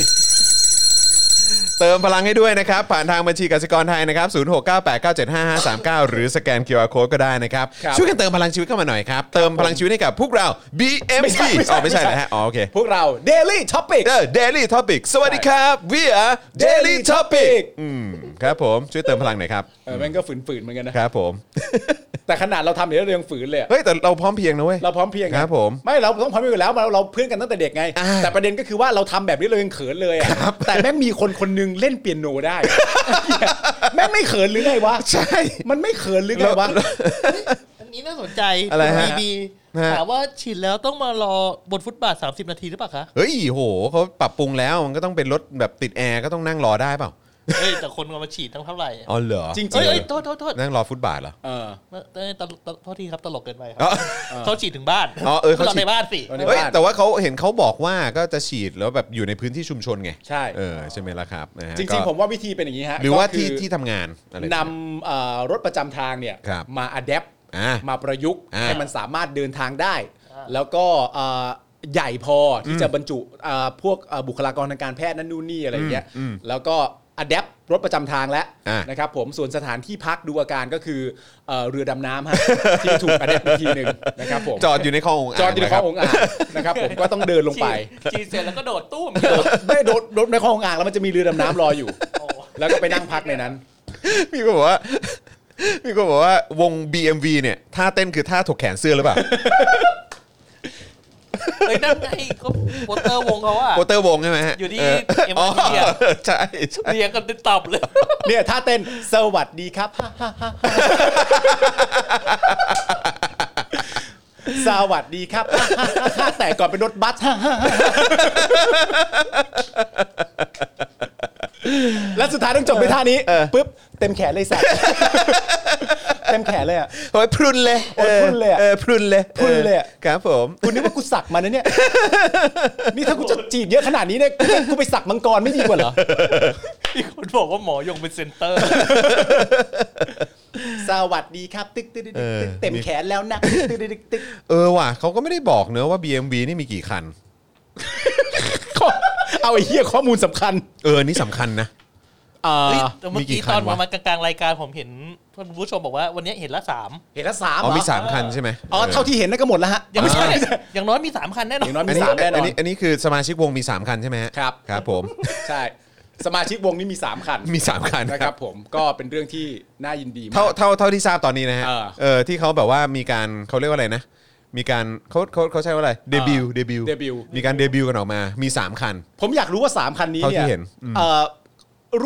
[SPEAKER 1] เติมพลังให้ด้วยนะครับ ผ่านทางบัญชีกสิกรไทยนะครับ 0698975539 หรือสแกน QR Code ก็ได้นะครับ
[SPEAKER 2] ครับ
[SPEAKER 1] ช่วยกันเติมพลังชีวิตเข้ามาหน่อยครับ เติมพลังชีวิตให้กับพวกเรา
[SPEAKER 2] ไม่
[SPEAKER 1] BMC
[SPEAKER 2] ใช่ไม่ใช่
[SPEAKER 1] อ๋อไม่ใช่
[SPEAKER 2] ไม่ใช่
[SPEAKER 1] นะฮะอ๋อโอเค
[SPEAKER 2] พวกเรา Daily Topic
[SPEAKER 1] เออ Daily Topic สวัสดีครับ we are Daily Topic อืมครับผมช่วยเติมพลังหน่อยครับ
[SPEAKER 2] เออแม่งก็ฝืนๆเหมือนกันนะ
[SPEAKER 1] ครับผม
[SPEAKER 2] แต่ขนาดเราทำเนี่ยเรายังฝืนเลยอะ
[SPEAKER 1] เฮ้ยแต่เราพร้อมเพรียงนะเว้ย
[SPEAKER 2] เราพร้อมเพรียงไง
[SPEAKER 1] ครับผม
[SPEAKER 2] ไม่เราต้องพร้อมเพรียงอยู่แล้วเราเราเพื่อนกันตั้งแต่เด็กไง
[SPEAKER 1] อ่า
[SPEAKER 2] แต่ประเด็นก็คือว่าเราทำแบบนี้เรายังเขินเลยอะแต่แม่งมีคนคนหนึงเล่นเปียโนได้ แม่งไม่เขินหรือไงวะ
[SPEAKER 1] ใช่
[SPEAKER 2] มันไม่เขินหรือไงวะ
[SPEAKER 3] อันนี้น่าสนใจ
[SPEAKER 1] อะไรฮะ
[SPEAKER 3] บี
[SPEAKER 1] ฮะ
[SPEAKER 3] ถามว่าฉีดแล้วต้องมารอบนฟุตบาท 30 นาทีหรือเปล่าคะ
[SPEAKER 1] เฮ้ยโหเขาปรับปรุงแล้วมันก็ต้องเป็นรถแบบติดแอร์ก็ต้องนั่งรอได้เปล่า
[SPEAKER 3] เฮ้ย แต่คนเอามาฉีดตั้งเท่าไหร่อะ
[SPEAKER 1] อ๋อเหรอ
[SPEAKER 2] จริง
[SPEAKER 3] เฮ้ยเอ้ยโทษโทษโทษ
[SPEAKER 1] นั่งรอฟุตบาทเหรอ
[SPEAKER 2] เออ
[SPEAKER 3] เอ้ยตลตลโทษทีครับตลกเกินไปครั
[SPEAKER 1] อ๋อบ
[SPEAKER 3] เขาฉีดถึงบ้าน
[SPEAKER 1] อ๋อเออเขาฉีด
[SPEAKER 3] รในบ้านสิ
[SPEAKER 2] เออ
[SPEAKER 1] เฮ้ย
[SPEAKER 2] ในบ้าน
[SPEAKER 1] แต่ว่าเขาเห็นเขาบอกว่าก็จะฉีดแล้วแบบอยู่ในพื้นที่ชุมชนไง
[SPEAKER 2] ใช่
[SPEAKER 1] เออใช่ไหมล่ะครับนะฮะ
[SPEAKER 2] จริง
[SPEAKER 1] ก็
[SPEAKER 2] ๆ ผมว่าวิธีเป็นอย่างนี้ฮะ
[SPEAKER 1] หรือว่า
[SPEAKER 2] ก็คื
[SPEAKER 1] ที่ที่ทำงานอะไร
[SPEAKER 2] นำเอ่อรถประจำทางเนี่ย
[SPEAKER 1] ครับ
[SPEAKER 2] มาอัดแอป
[SPEAKER 1] อ่า
[SPEAKER 2] มาประยุกต์
[SPEAKER 1] อ่า
[SPEAKER 2] ให้มันสามารถเดินทางได้
[SPEAKER 3] อ่า
[SPEAKER 2] แล้วก็เอ่อใหญ่พอที่จะบรรจุเอ่อพวกเอ่อบุคลากรทางการแพทย์นั่นนู่นนี่อะไรอย่างเงี้ยแล้วก็อัดแอปรถประจำทางแล้ว
[SPEAKER 1] อ่า
[SPEAKER 2] นะครับผมส่วนสถานที่พักดูอาการก็คือเอ่อเรือดำน้ำฮะ ที่ถูกอัดแอปอีกทีหนึ่งนะครับผม
[SPEAKER 1] จอดอยู่ในคลององาง
[SPEAKER 2] จอดอยู่ในคลอง
[SPEAKER 1] ะ
[SPEAKER 2] องอ่างนะครับผมก็ต้องเดินลงไป
[SPEAKER 3] ฉีดฉีดเสร็จแล้วก็โดดตู้ม
[SPEAKER 2] ไม่โดดโดดในคลององอ่างแล้วมันจะมีเรือดำน้ำรออยู่ แล้วก็ไปนั่งพักในนั้น
[SPEAKER 1] ครับมีคนบอกว่า มีคนบอกว่าวง BMV เนี่ยท่าเต้นคือท่าถกแขนเสื้อหรือเปล่า
[SPEAKER 3] เฮ้ยนั่นไงก็โปสเตอร์วงเขาอะ
[SPEAKER 1] โปเตอร์วงใช่ไหมฮะ
[SPEAKER 3] อยู่ที่
[SPEAKER 1] เออ
[SPEAKER 3] MRT อะ
[SPEAKER 1] ใช่ใช่
[SPEAKER 3] เรียงกันเป็นตับเลย
[SPEAKER 2] เนี่ยถ้าเต้นสวัสดีครับ สวัสดีครับ แต่ก่อนเป็นรถบัส และสุดท้ายต้องจบไปท่านี้ปุ๊บเต็มแขนเลยสัตว์เต็มแขนเลยอ่ะ
[SPEAKER 1] โอ้ยพรุนเลย
[SPEAKER 2] โอ้ยพรุนเลยอะ
[SPEAKER 1] เออพรุนเลย
[SPEAKER 2] พรุนเลยอะ
[SPEAKER 1] ออครับผม
[SPEAKER 2] คุณนึกว่ากูสักมานะเนี่ย นี่ถ้ากูจะจีบเยอะขนาดนี้เนี่ยกูไปสักมังกรไม่ดีกว่าเหรอ
[SPEAKER 3] มีคนบอกว่าหมอยงเป็นเซนเตอร์
[SPEAKER 2] สวัสดีครับ ตึกตึกตึกตึกเต็มแขนแล้วนะตึกตึกตึกตึก
[SPEAKER 1] เออว่ะเขาก็ไม่ได้บอกเนอะว่า BMW นี่มีกี่คัน
[SPEAKER 2] ข้อเอาไอ้เหี้ยข้อมูลสำคัญ
[SPEAKER 1] เออนี่สำคัญนะ
[SPEAKER 2] อ่า
[SPEAKER 3] เฮ้ยแต่เมื่อ
[SPEAKER 1] มีกี่
[SPEAKER 3] กี้
[SPEAKER 1] คั
[SPEAKER 3] ต
[SPEAKER 1] น
[SPEAKER 3] อน
[SPEAKER 1] วะ
[SPEAKER 3] ประมาณกลางๆรายการผมเห็นท่านผู้ชมบอกว่าวันนี้เห็นละสาม
[SPEAKER 2] เห็นละสาม
[SPEAKER 1] อ๋อมี
[SPEAKER 2] เหร
[SPEAKER 1] สามคันใช่ไหม
[SPEAKER 2] อ๋อเท่าที่เห็นนั่นก็หมดแล้วฮะ
[SPEAKER 3] ยังไม่ใช่
[SPEAKER 2] อ่า
[SPEAKER 3] อย่างน้อยมีสามคันแน่น
[SPEAKER 2] อ
[SPEAKER 3] อน
[SPEAKER 2] ย่างน้อย
[SPEAKER 1] อั
[SPEAKER 2] มี
[SPEAKER 1] นนี้
[SPEAKER 2] สามแน่น
[SPEAKER 1] อั
[SPEAKER 2] อน น
[SPEAKER 1] นี้อันนี้คือสมาชิกวงมี 3 คันใช่ไหมฮะ
[SPEAKER 2] ครับ
[SPEAKER 1] ครับผม
[SPEAKER 2] ใช่ สมาชิกวงนี้มีสามคัน
[SPEAKER 1] มี 3 คัน
[SPEAKER 2] นะ
[SPEAKER 1] ค
[SPEAKER 2] ค
[SPEAKER 1] รั
[SPEAKER 2] รั
[SPEAKER 1] บบ
[SPEAKER 2] ผมก็เป็นเรื่องที่น่ายินดีมา
[SPEAKER 1] เท่าก เท่าเท่าที่ทราบตอนนี้นะฮะ
[SPEAKER 2] เออ
[SPEAKER 1] เออที่เขาแบบว่ามีการเขาเรียกว่าอะไรนะ มีการเขาเขาเขาใช้ว่าอะไรเดบิวเดบิว
[SPEAKER 2] debut
[SPEAKER 1] มีการเดบิวกันออกมามี 3 คัน
[SPEAKER 2] ผมอยากรู้ว่าสามคันนี้
[SPEAKER 1] เท่าที่
[SPEAKER 2] เนี่ย
[SPEAKER 1] เห็นอืม
[SPEAKER 2] เอ่อ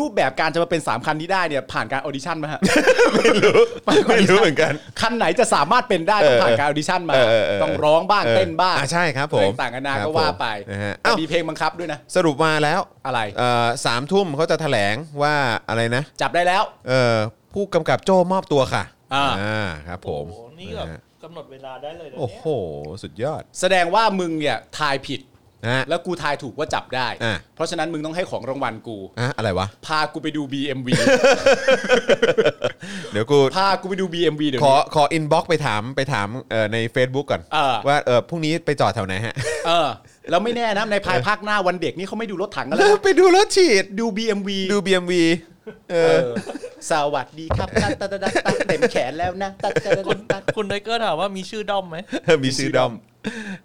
[SPEAKER 2] รูปแบบการจะมาเป็น 3 คันนี้ได้เนี่ยผ่านการออดิชั่นมาฮะ
[SPEAKER 1] ไม่รู้ไม่รู้เหมือนกัน
[SPEAKER 2] คันไหนจะสามารถเป็นได้ต้องผ่านการออดิชั่นมา
[SPEAKER 1] เออเออเออ
[SPEAKER 2] ต้องร้องบ้างเต้นบ้าง
[SPEAKER 1] อ่ะใช่ครับผม
[SPEAKER 2] ต่างกันานา
[SPEAKER 1] ครับ
[SPEAKER 2] ก็ว่าไป
[SPEAKER 1] ผมนะฮะ
[SPEAKER 2] แต่
[SPEAKER 1] อ้าว
[SPEAKER 2] มีเพลงบังคับด้วยนะ
[SPEAKER 1] สรุปมาแล้ว
[SPEAKER 2] อะไร
[SPEAKER 1] เอ่อสามทุ่มเขาจะแถลงว่าอะไรนะ
[SPEAKER 2] จับได้แล้ว
[SPEAKER 1] เอ่อผู้กำกับโจ้มอบตัวค่ะ
[SPEAKER 2] อ่า
[SPEAKER 1] ครับผ
[SPEAKER 3] โอ้
[SPEAKER 1] ม
[SPEAKER 3] โหนี่แบบ
[SPEAKER 1] ะฮะ
[SPEAKER 3] กำหนดเวลาได้เลยนะ
[SPEAKER 1] โอ้
[SPEAKER 3] เนี่ย
[SPEAKER 1] โห สุดยอด
[SPEAKER 2] แสดงว่ามึงเนี่ยทายผิด
[SPEAKER 1] นะฮะ
[SPEAKER 2] แล้วกูทายถูกว่าจับได้
[SPEAKER 1] อ่ะ
[SPEAKER 2] เพราะฉะนั้นมึงต้องให้ของรางวัลกู
[SPEAKER 1] อ่ะอะไรวะ
[SPEAKER 2] พากูไปดู BMV
[SPEAKER 1] เดี๋ยวกู
[SPEAKER 2] พากูไปดู BMV เดี๋ยว
[SPEAKER 1] ขอ
[SPEAKER 2] นี้
[SPEAKER 1] ขออินบ็อกไปถามไปถามเอ่อใน Facebook ก่อน
[SPEAKER 2] เออ
[SPEAKER 1] ว่าเออพรุ่งนี้ไปจอดแถวไหนฮะ
[SPEAKER 2] เออแล้วไม่แน่นะในภายภาคหน้าวันเด็กนี่เขาไม่ดูรถถังกัน
[SPEAKER 1] แล้
[SPEAKER 2] แล้ว ว
[SPEAKER 1] ไปดูรถฉีด
[SPEAKER 2] ดู BMV
[SPEAKER 1] ดู BMV เอ
[SPEAKER 2] เอ
[SPEAKER 1] อ
[SPEAKER 2] อสวัสดีครับตัดตัดตัดตัดเต็มแขนแล้วนะตัดตัดตัดตัด
[SPEAKER 3] คุณไดเกอร์ถามว่ามีชื่อด้อมไหม
[SPEAKER 1] มีชื่อด้อม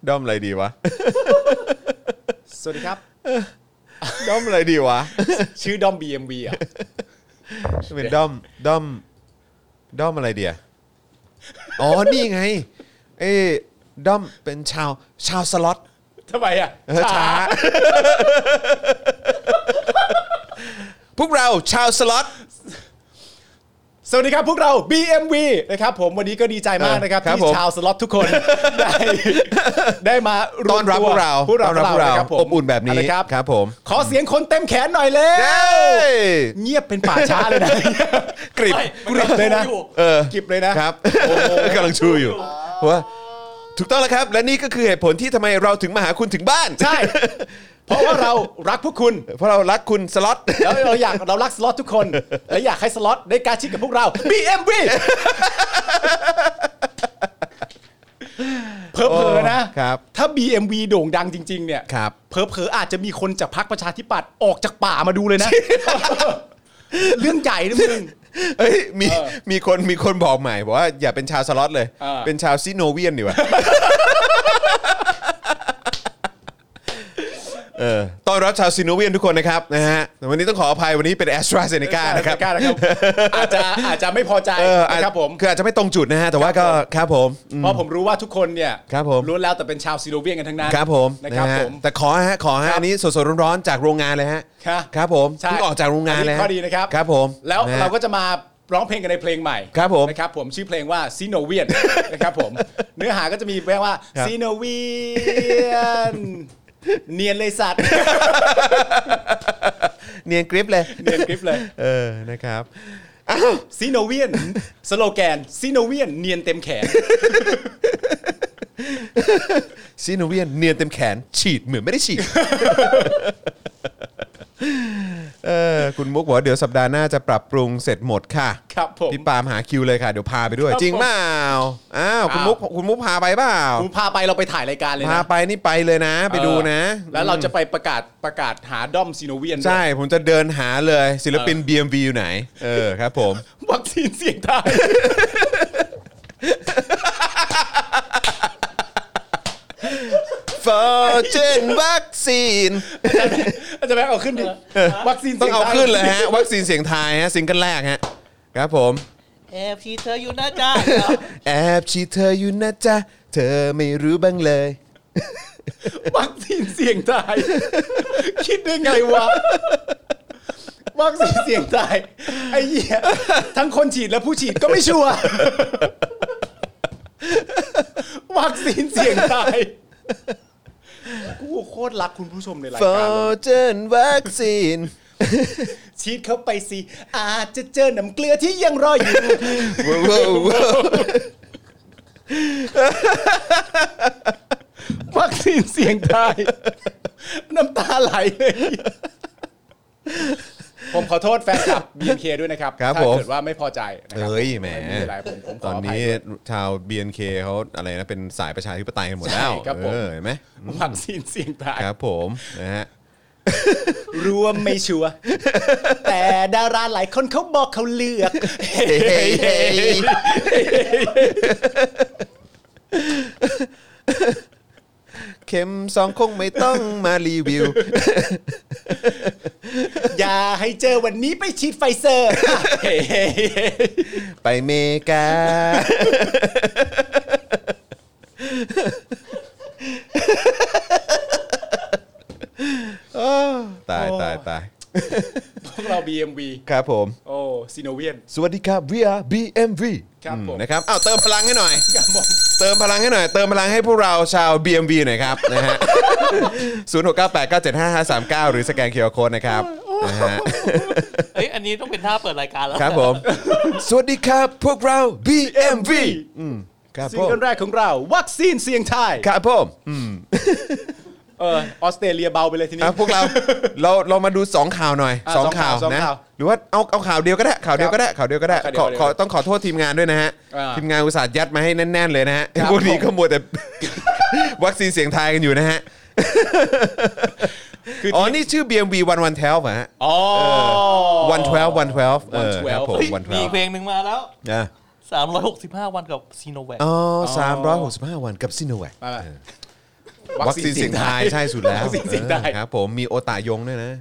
[SPEAKER 1] ด้อมอะไรดีวะ
[SPEAKER 2] สวัสดีครับ
[SPEAKER 1] ด้อมอะไรดีวะ
[SPEAKER 2] ชื่อดอม BMV อ่ะ
[SPEAKER 1] เป็นด้อมด้อมด้อมอะไรเดียอ๋อ นี่ไง เอ้ด้อมเป็นชาวชาวสล็อต
[SPEAKER 2] ทำไมอ่ะ
[SPEAKER 1] เออช้า พวกเราชาวสล็อต
[SPEAKER 2] สวัสดีครับพวกเรา BMV นะครับผมวันนี้ก็ดีใจมากนะครับ
[SPEAKER 1] เออครับ
[SPEAKER 2] ที่
[SPEAKER 1] ผม
[SPEAKER 2] ชาวสล็อตทุกคน ได้ได้มาวม
[SPEAKER 1] ต้อนรับพวกเรา
[SPEAKER 2] พวกเรา
[SPEAKER 1] ต้อนรับพวกเรา
[SPEAKER 2] ะคผม
[SPEAKER 1] อบอุ่นแบบนี้
[SPEAKER 2] ะครับ
[SPEAKER 1] ครับผม
[SPEAKER 2] ขอเสียงคนเต็มแขนหน่อยเลย
[SPEAKER 1] เย้
[SPEAKER 2] เงียบเป็นป่าช้าเลยนะ
[SPEAKER 1] กริบ
[SPEAKER 3] ไม่
[SPEAKER 2] กริบเลยนะ
[SPEAKER 3] อยู่
[SPEAKER 1] เออ
[SPEAKER 2] กิบเลยนะครับ
[SPEAKER 1] กำลังชูอยู่ว่าถูกต้องแล้วครับ และนี่ก็คือเหตุผลที่ทำไมเราถึงมาหาคุณถึงบ้าน
[SPEAKER 2] ใช่ เพราะว่าเรารักพวกคุณ
[SPEAKER 1] เพราะเรารักคุณสล็อต
[SPEAKER 2] แล้วเราอยากเรารักสล็อตทุกคน และอยากให้สล็อตได้การชิดกับพวกเรา BMV เพอเพอๆนะครับ ถ้า BMV โด่งดังจริง ๆ เนี่ย
[SPEAKER 1] ครับ
[SPEAKER 2] เพอเพอๆอาจจะมีคนจากพรรคประชาธิปัตย์ออกจากป่ามาดูเลยนะ เรื่องใหญ่นะมึง
[SPEAKER 1] เอ้ยมี
[SPEAKER 2] เออ
[SPEAKER 1] มีคนมีคนบอกใหม่บอกว่าอย่าเป็นชาวสล็อตเลย
[SPEAKER 2] เออ
[SPEAKER 1] เป็นชาวซิโนเวียนดีกว่า เออต้อนรับชาวซิโนเวียนทุกคนนะครับนะฮะแต่วันนี้ต้องขออภัยวันนี้เป็นแอสตราเซเนกานะครับ
[SPEAKER 2] กล้านะครับ อาจจะอาจจะไม่พอใจ
[SPEAKER 1] เอออาจ
[SPEAKER 2] นะครับผม
[SPEAKER 1] คืออาจจะไม่ตรงจุดนะฮะ แต่ว่าก็ครับผมอืม
[SPEAKER 2] เพราะผมรู้ว่าทุกคนเนี่ย
[SPEAKER 1] ครับผม
[SPEAKER 2] ล้วนแล้วแต่เป็นชาวซีโรเวียนกันทั้งนั้น
[SPEAKER 1] ครับผม
[SPEAKER 2] นะครับ
[SPEAKER 1] นะฮะ
[SPEAKER 2] ผม
[SPEAKER 1] แต่ขอฮะขอฮะอันนี้สดๆร้อนๆจากโรงงานเลยฮะ
[SPEAKER 2] ค่ะ
[SPEAKER 1] ครับผม
[SPEAKER 2] ใช่
[SPEAKER 1] เพิ่งออกจากโรงงานเลย
[SPEAKER 2] อันนี้ข้อดีนะครับ
[SPEAKER 1] ครับผม
[SPEAKER 2] แล้ว
[SPEAKER 1] นะฮะ
[SPEAKER 2] เราก็จะมาร้องเพลงกันในเพลงใหม่
[SPEAKER 1] ครับผม
[SPEAKER 2] นะครับผมชื่อเพลงว่าซีโนเวียน นะครับผมเนื้อหาก็จะมีแปลว่า
[SPEAKER 1] ครับ
[SPEAKER 2] ซีโนเวียนเนียนเลยสัตว์
[SPEAKER 1] เนียนกริปเลย
[SPEAKER 2] เนียนกริปเลย
[SPEAKER 1] เออนะครับ
[SPEAKER 2] ซีโนเวียนสโลแกนซีโนเวียนเนียนเต็มแขน
[SPEAKER 1] ซีโนเวียนเนียนเต็มแขน ฉีดเหมือนไม่ได้ ฉีด เออคุณมุกบอกว่าเดี๋ยวสัปดาห์หน้าจะปรับปรุงเสร็จหมดค่ะ
[SPEAKER 2] ครับผม
[SPEAKER 1] พี่ปาล์มหาคิวเลยค่ะ เดี๋ยวพาไปด้วย จริงเปล่าอ้าวคุณมุกคุณมุกพาไปเปล่า
[SPEAKER 2] ผมพาไปเราไปถ่ายรายการเลย
[SPEAKER 1] พา
[SPEAKER 2] นะ
[SPEAKER 1] ไปนี่ไปเลยนะ ไปดูนะ
[SPEAKER 2] เออแล้วเราจะไปประกาศประกาศหาด้อมซีโนเวียนด้วย
[SPEAKER 1] ใช่ผมจะเดินหาเลยศิลปิน BMV อยู่ไหน เออครับผม
[SPEAKER 2] วัคซีนเสี่ยงตาย
[SPEAKER 1] Fortune วัคซีน
[SPEAKER 2] อาจารย์แบงค์เอาขึ้นดิวัคซีน
[SPEAKER 1] ต้อ
[SPEAKER 2] สี่
[SPEAKER 1] ง
[SPEAKER 2] ย
[SPEAKER 1] เอา
[SPEAKER 2] ตย
[SPEAKER 1] ขึ้นเลยฮะ วัคซีนเสียงไทายฮะซิงเกิลแรกฮะ ครับผม
[SPEAKER 3] แอบชีเธออยู่นะจ๊ะ
[SPEAKER 1] แอบชีเธออยู่นะจ๊ะ เธอไม่รู้บ้างเลย
[SPEAKER 2] วัคซีนเสี่ยงต าย คิดได้ไงวะวัคซีนเสี่ยงตายไอ้เหี้ยทั้งคนฉีดและผู้ฉีดก็ไม่ชัวร์วัคซีนเสี่ยงตาย กูโคตรรักคุณผู้ชมในรายการเลย
[SPEAKER 1] Fortune วัคซีน
[SPEAKER 2] ฉีดเข้าไปสิอาจจะเจอน้ำเกลือที่ยังรออยู่ วัคซีนเสี่ยงตาย น้ำตาไหลเลย ผมขอโทษแฟนคลับ BNK ด้วยนะครับ
[SPEAKER 1] ครับ
[SPEAKER 2] ถ้า
[SPEAKER 1] ผม
[SPEAKER 2] เกิดว่าไม่พอใจนะครั
[SPEAKER 1] เฮ้ยแหม
[SPEAKER 2] ไม่เป็นไรผมผมข
[SPEAKER 1] ต
[SPEAKER 2] อ
[SPEAKER 1] อน
[SPEAKER 2] อภัย
[SPEAKER 1] นี้
[SPEAKER 2] ด้วย
[SPEAKER 1] ชาว BNK เขาอะไรนะ เป็นสายประชาธิปไตยกันหมดแล้ว
[SPEAKER 2] ใช่ครับผม
[SPEAKER 1] เออเห็นไหม
[SPEAKER 2] วัคซีนเสี่ยงตาย
[SPEAKER 1] ครับผมนะ ฮะ
[SPEAKER 2] รวมไม่ ชัวร์แต่ดาราหลายคนเขาบอกเขาเลือก
[SPEAKER 1] เข็มสองคงไม่ต้องมารีวิว
[SPEAKER 2] อย่าให้เจอวันนี้ไปฉีดไฟเซอร์
[SPEAKER 1] ไปเมกา ตายตายตาย
[SPEAKER 2] พวกเรา BMV
[SPEAKER 1] ครับผม
[SPEAKER 2] โอ้ซีโนเวียน
[SPEAKER 1] สวัสดีครับ we are BMV
[SPEAKER 2] ครับผม
[SPEAKER 1] อืนะครับอ้าวเติมพลังให้หน่อย
[SPEAKER 2] ครับผม
[SPEAKER 1] เติมพลังให้หน่อย เติมพลังให้พวกเราชาว BMV หน่อยครับ นะ ฮะ 0 6 9 8 9 7 5 5 3 9 หรือสแกนเคอร์โคนะครับ นะฮะ
[SPEAKER 3] เอ้ยอันนี้ต้องเป็นท่าเปิดรายการแล้ว
[SPEAKER 1] ครับผม สวัสดีครับพวกเรา BMV อืมครับ
[SPEAKER 2] ซิ
[SPEAKER 1] ผ
[SPEAKER 2] ง
[SPEAKER 1] ม
[SPEAKER 2] เกิลแรกของเรา วัคซีนเสียงไทย
[SPEAKER 1] ครับผมอืม
[SPEAKER 2] เออออสเตรเลียเบาไปเลยทีนี้
[SPEAKER 1] อ่ะพวก เรา เรา เรามาดู 2 ข่าวหน่อย
[SPEAKER 2] อ่ะสอง
[SPEAKER 1] 2 ข่าว
[SPEAKER 2] ข่าวสอง
[SPEAKER 1] นะ
[SPEAKER 2] ข่าว
[SPEAKER 1] หรือว่า เอา เอาข่าวเดียวก็ได้ ข่าวเดียวก็ได้ ข่าวเดียวก็ได้
[SPEAKER 2] ข่าวเดี
[SPEAKER 1] ขอ
[SPEAKER 2] ยวข่าวเดี
[SPEAKER 1] ขอ
[SPEAKER 2] ยว
[SPEAKER 1] ต้องขอโทษทีมงานด้วยนะฮะ
[SPEAKER 2] อ่า
[SPEAKER 1] ทีมงานอุตส่าห์ยัดมาให้แน่น ๆ เลยนะฮะ
[SPEAKER 2] ครับ
[SPEAKER 1] พวกนี้
[SPEAKER 2] ผม
[SPEAKER 1] ก็มัวแต่ วัคซีนเสียงไทายกันอยู่นะฮะ
[SPEAKER 2] คือ
[SPEAKER 1] อ๋อ
[SPEAKER 2] ที่
[SPEAKER 1] นี่ชื่อ BMV วันวันแทลเหรอฮะ
[SPEAKER 2] อ๋อ
[SPEAKER 1] วันทเวลวันทเวลเออครับผม
[SPEAKER 2] เฮ้ย
[SPEAKER 1] วันทเว
[SPEAKER 3] มี
[SPEAKER 1] ล
[SPEAKER 3] เพลงหนึ่งมาแล้ว
[SPEAKER 1] นะ
[SPEAKER 3] 365 วันกับซีโนแวค
[SPEAKER 1] อ๋อสามร้อยหกสิบห้าวันกับซิโนแวค
[SPEAKER 2] มาๆ
[SPEAKER 1] วัคซีนเสียงไทยใช่สุดแล้ว
[SPEAKER 2] วัคซีนเสียงไทย
[SPEAKER 1] ออครับผมมีโอตายงด้วยนะ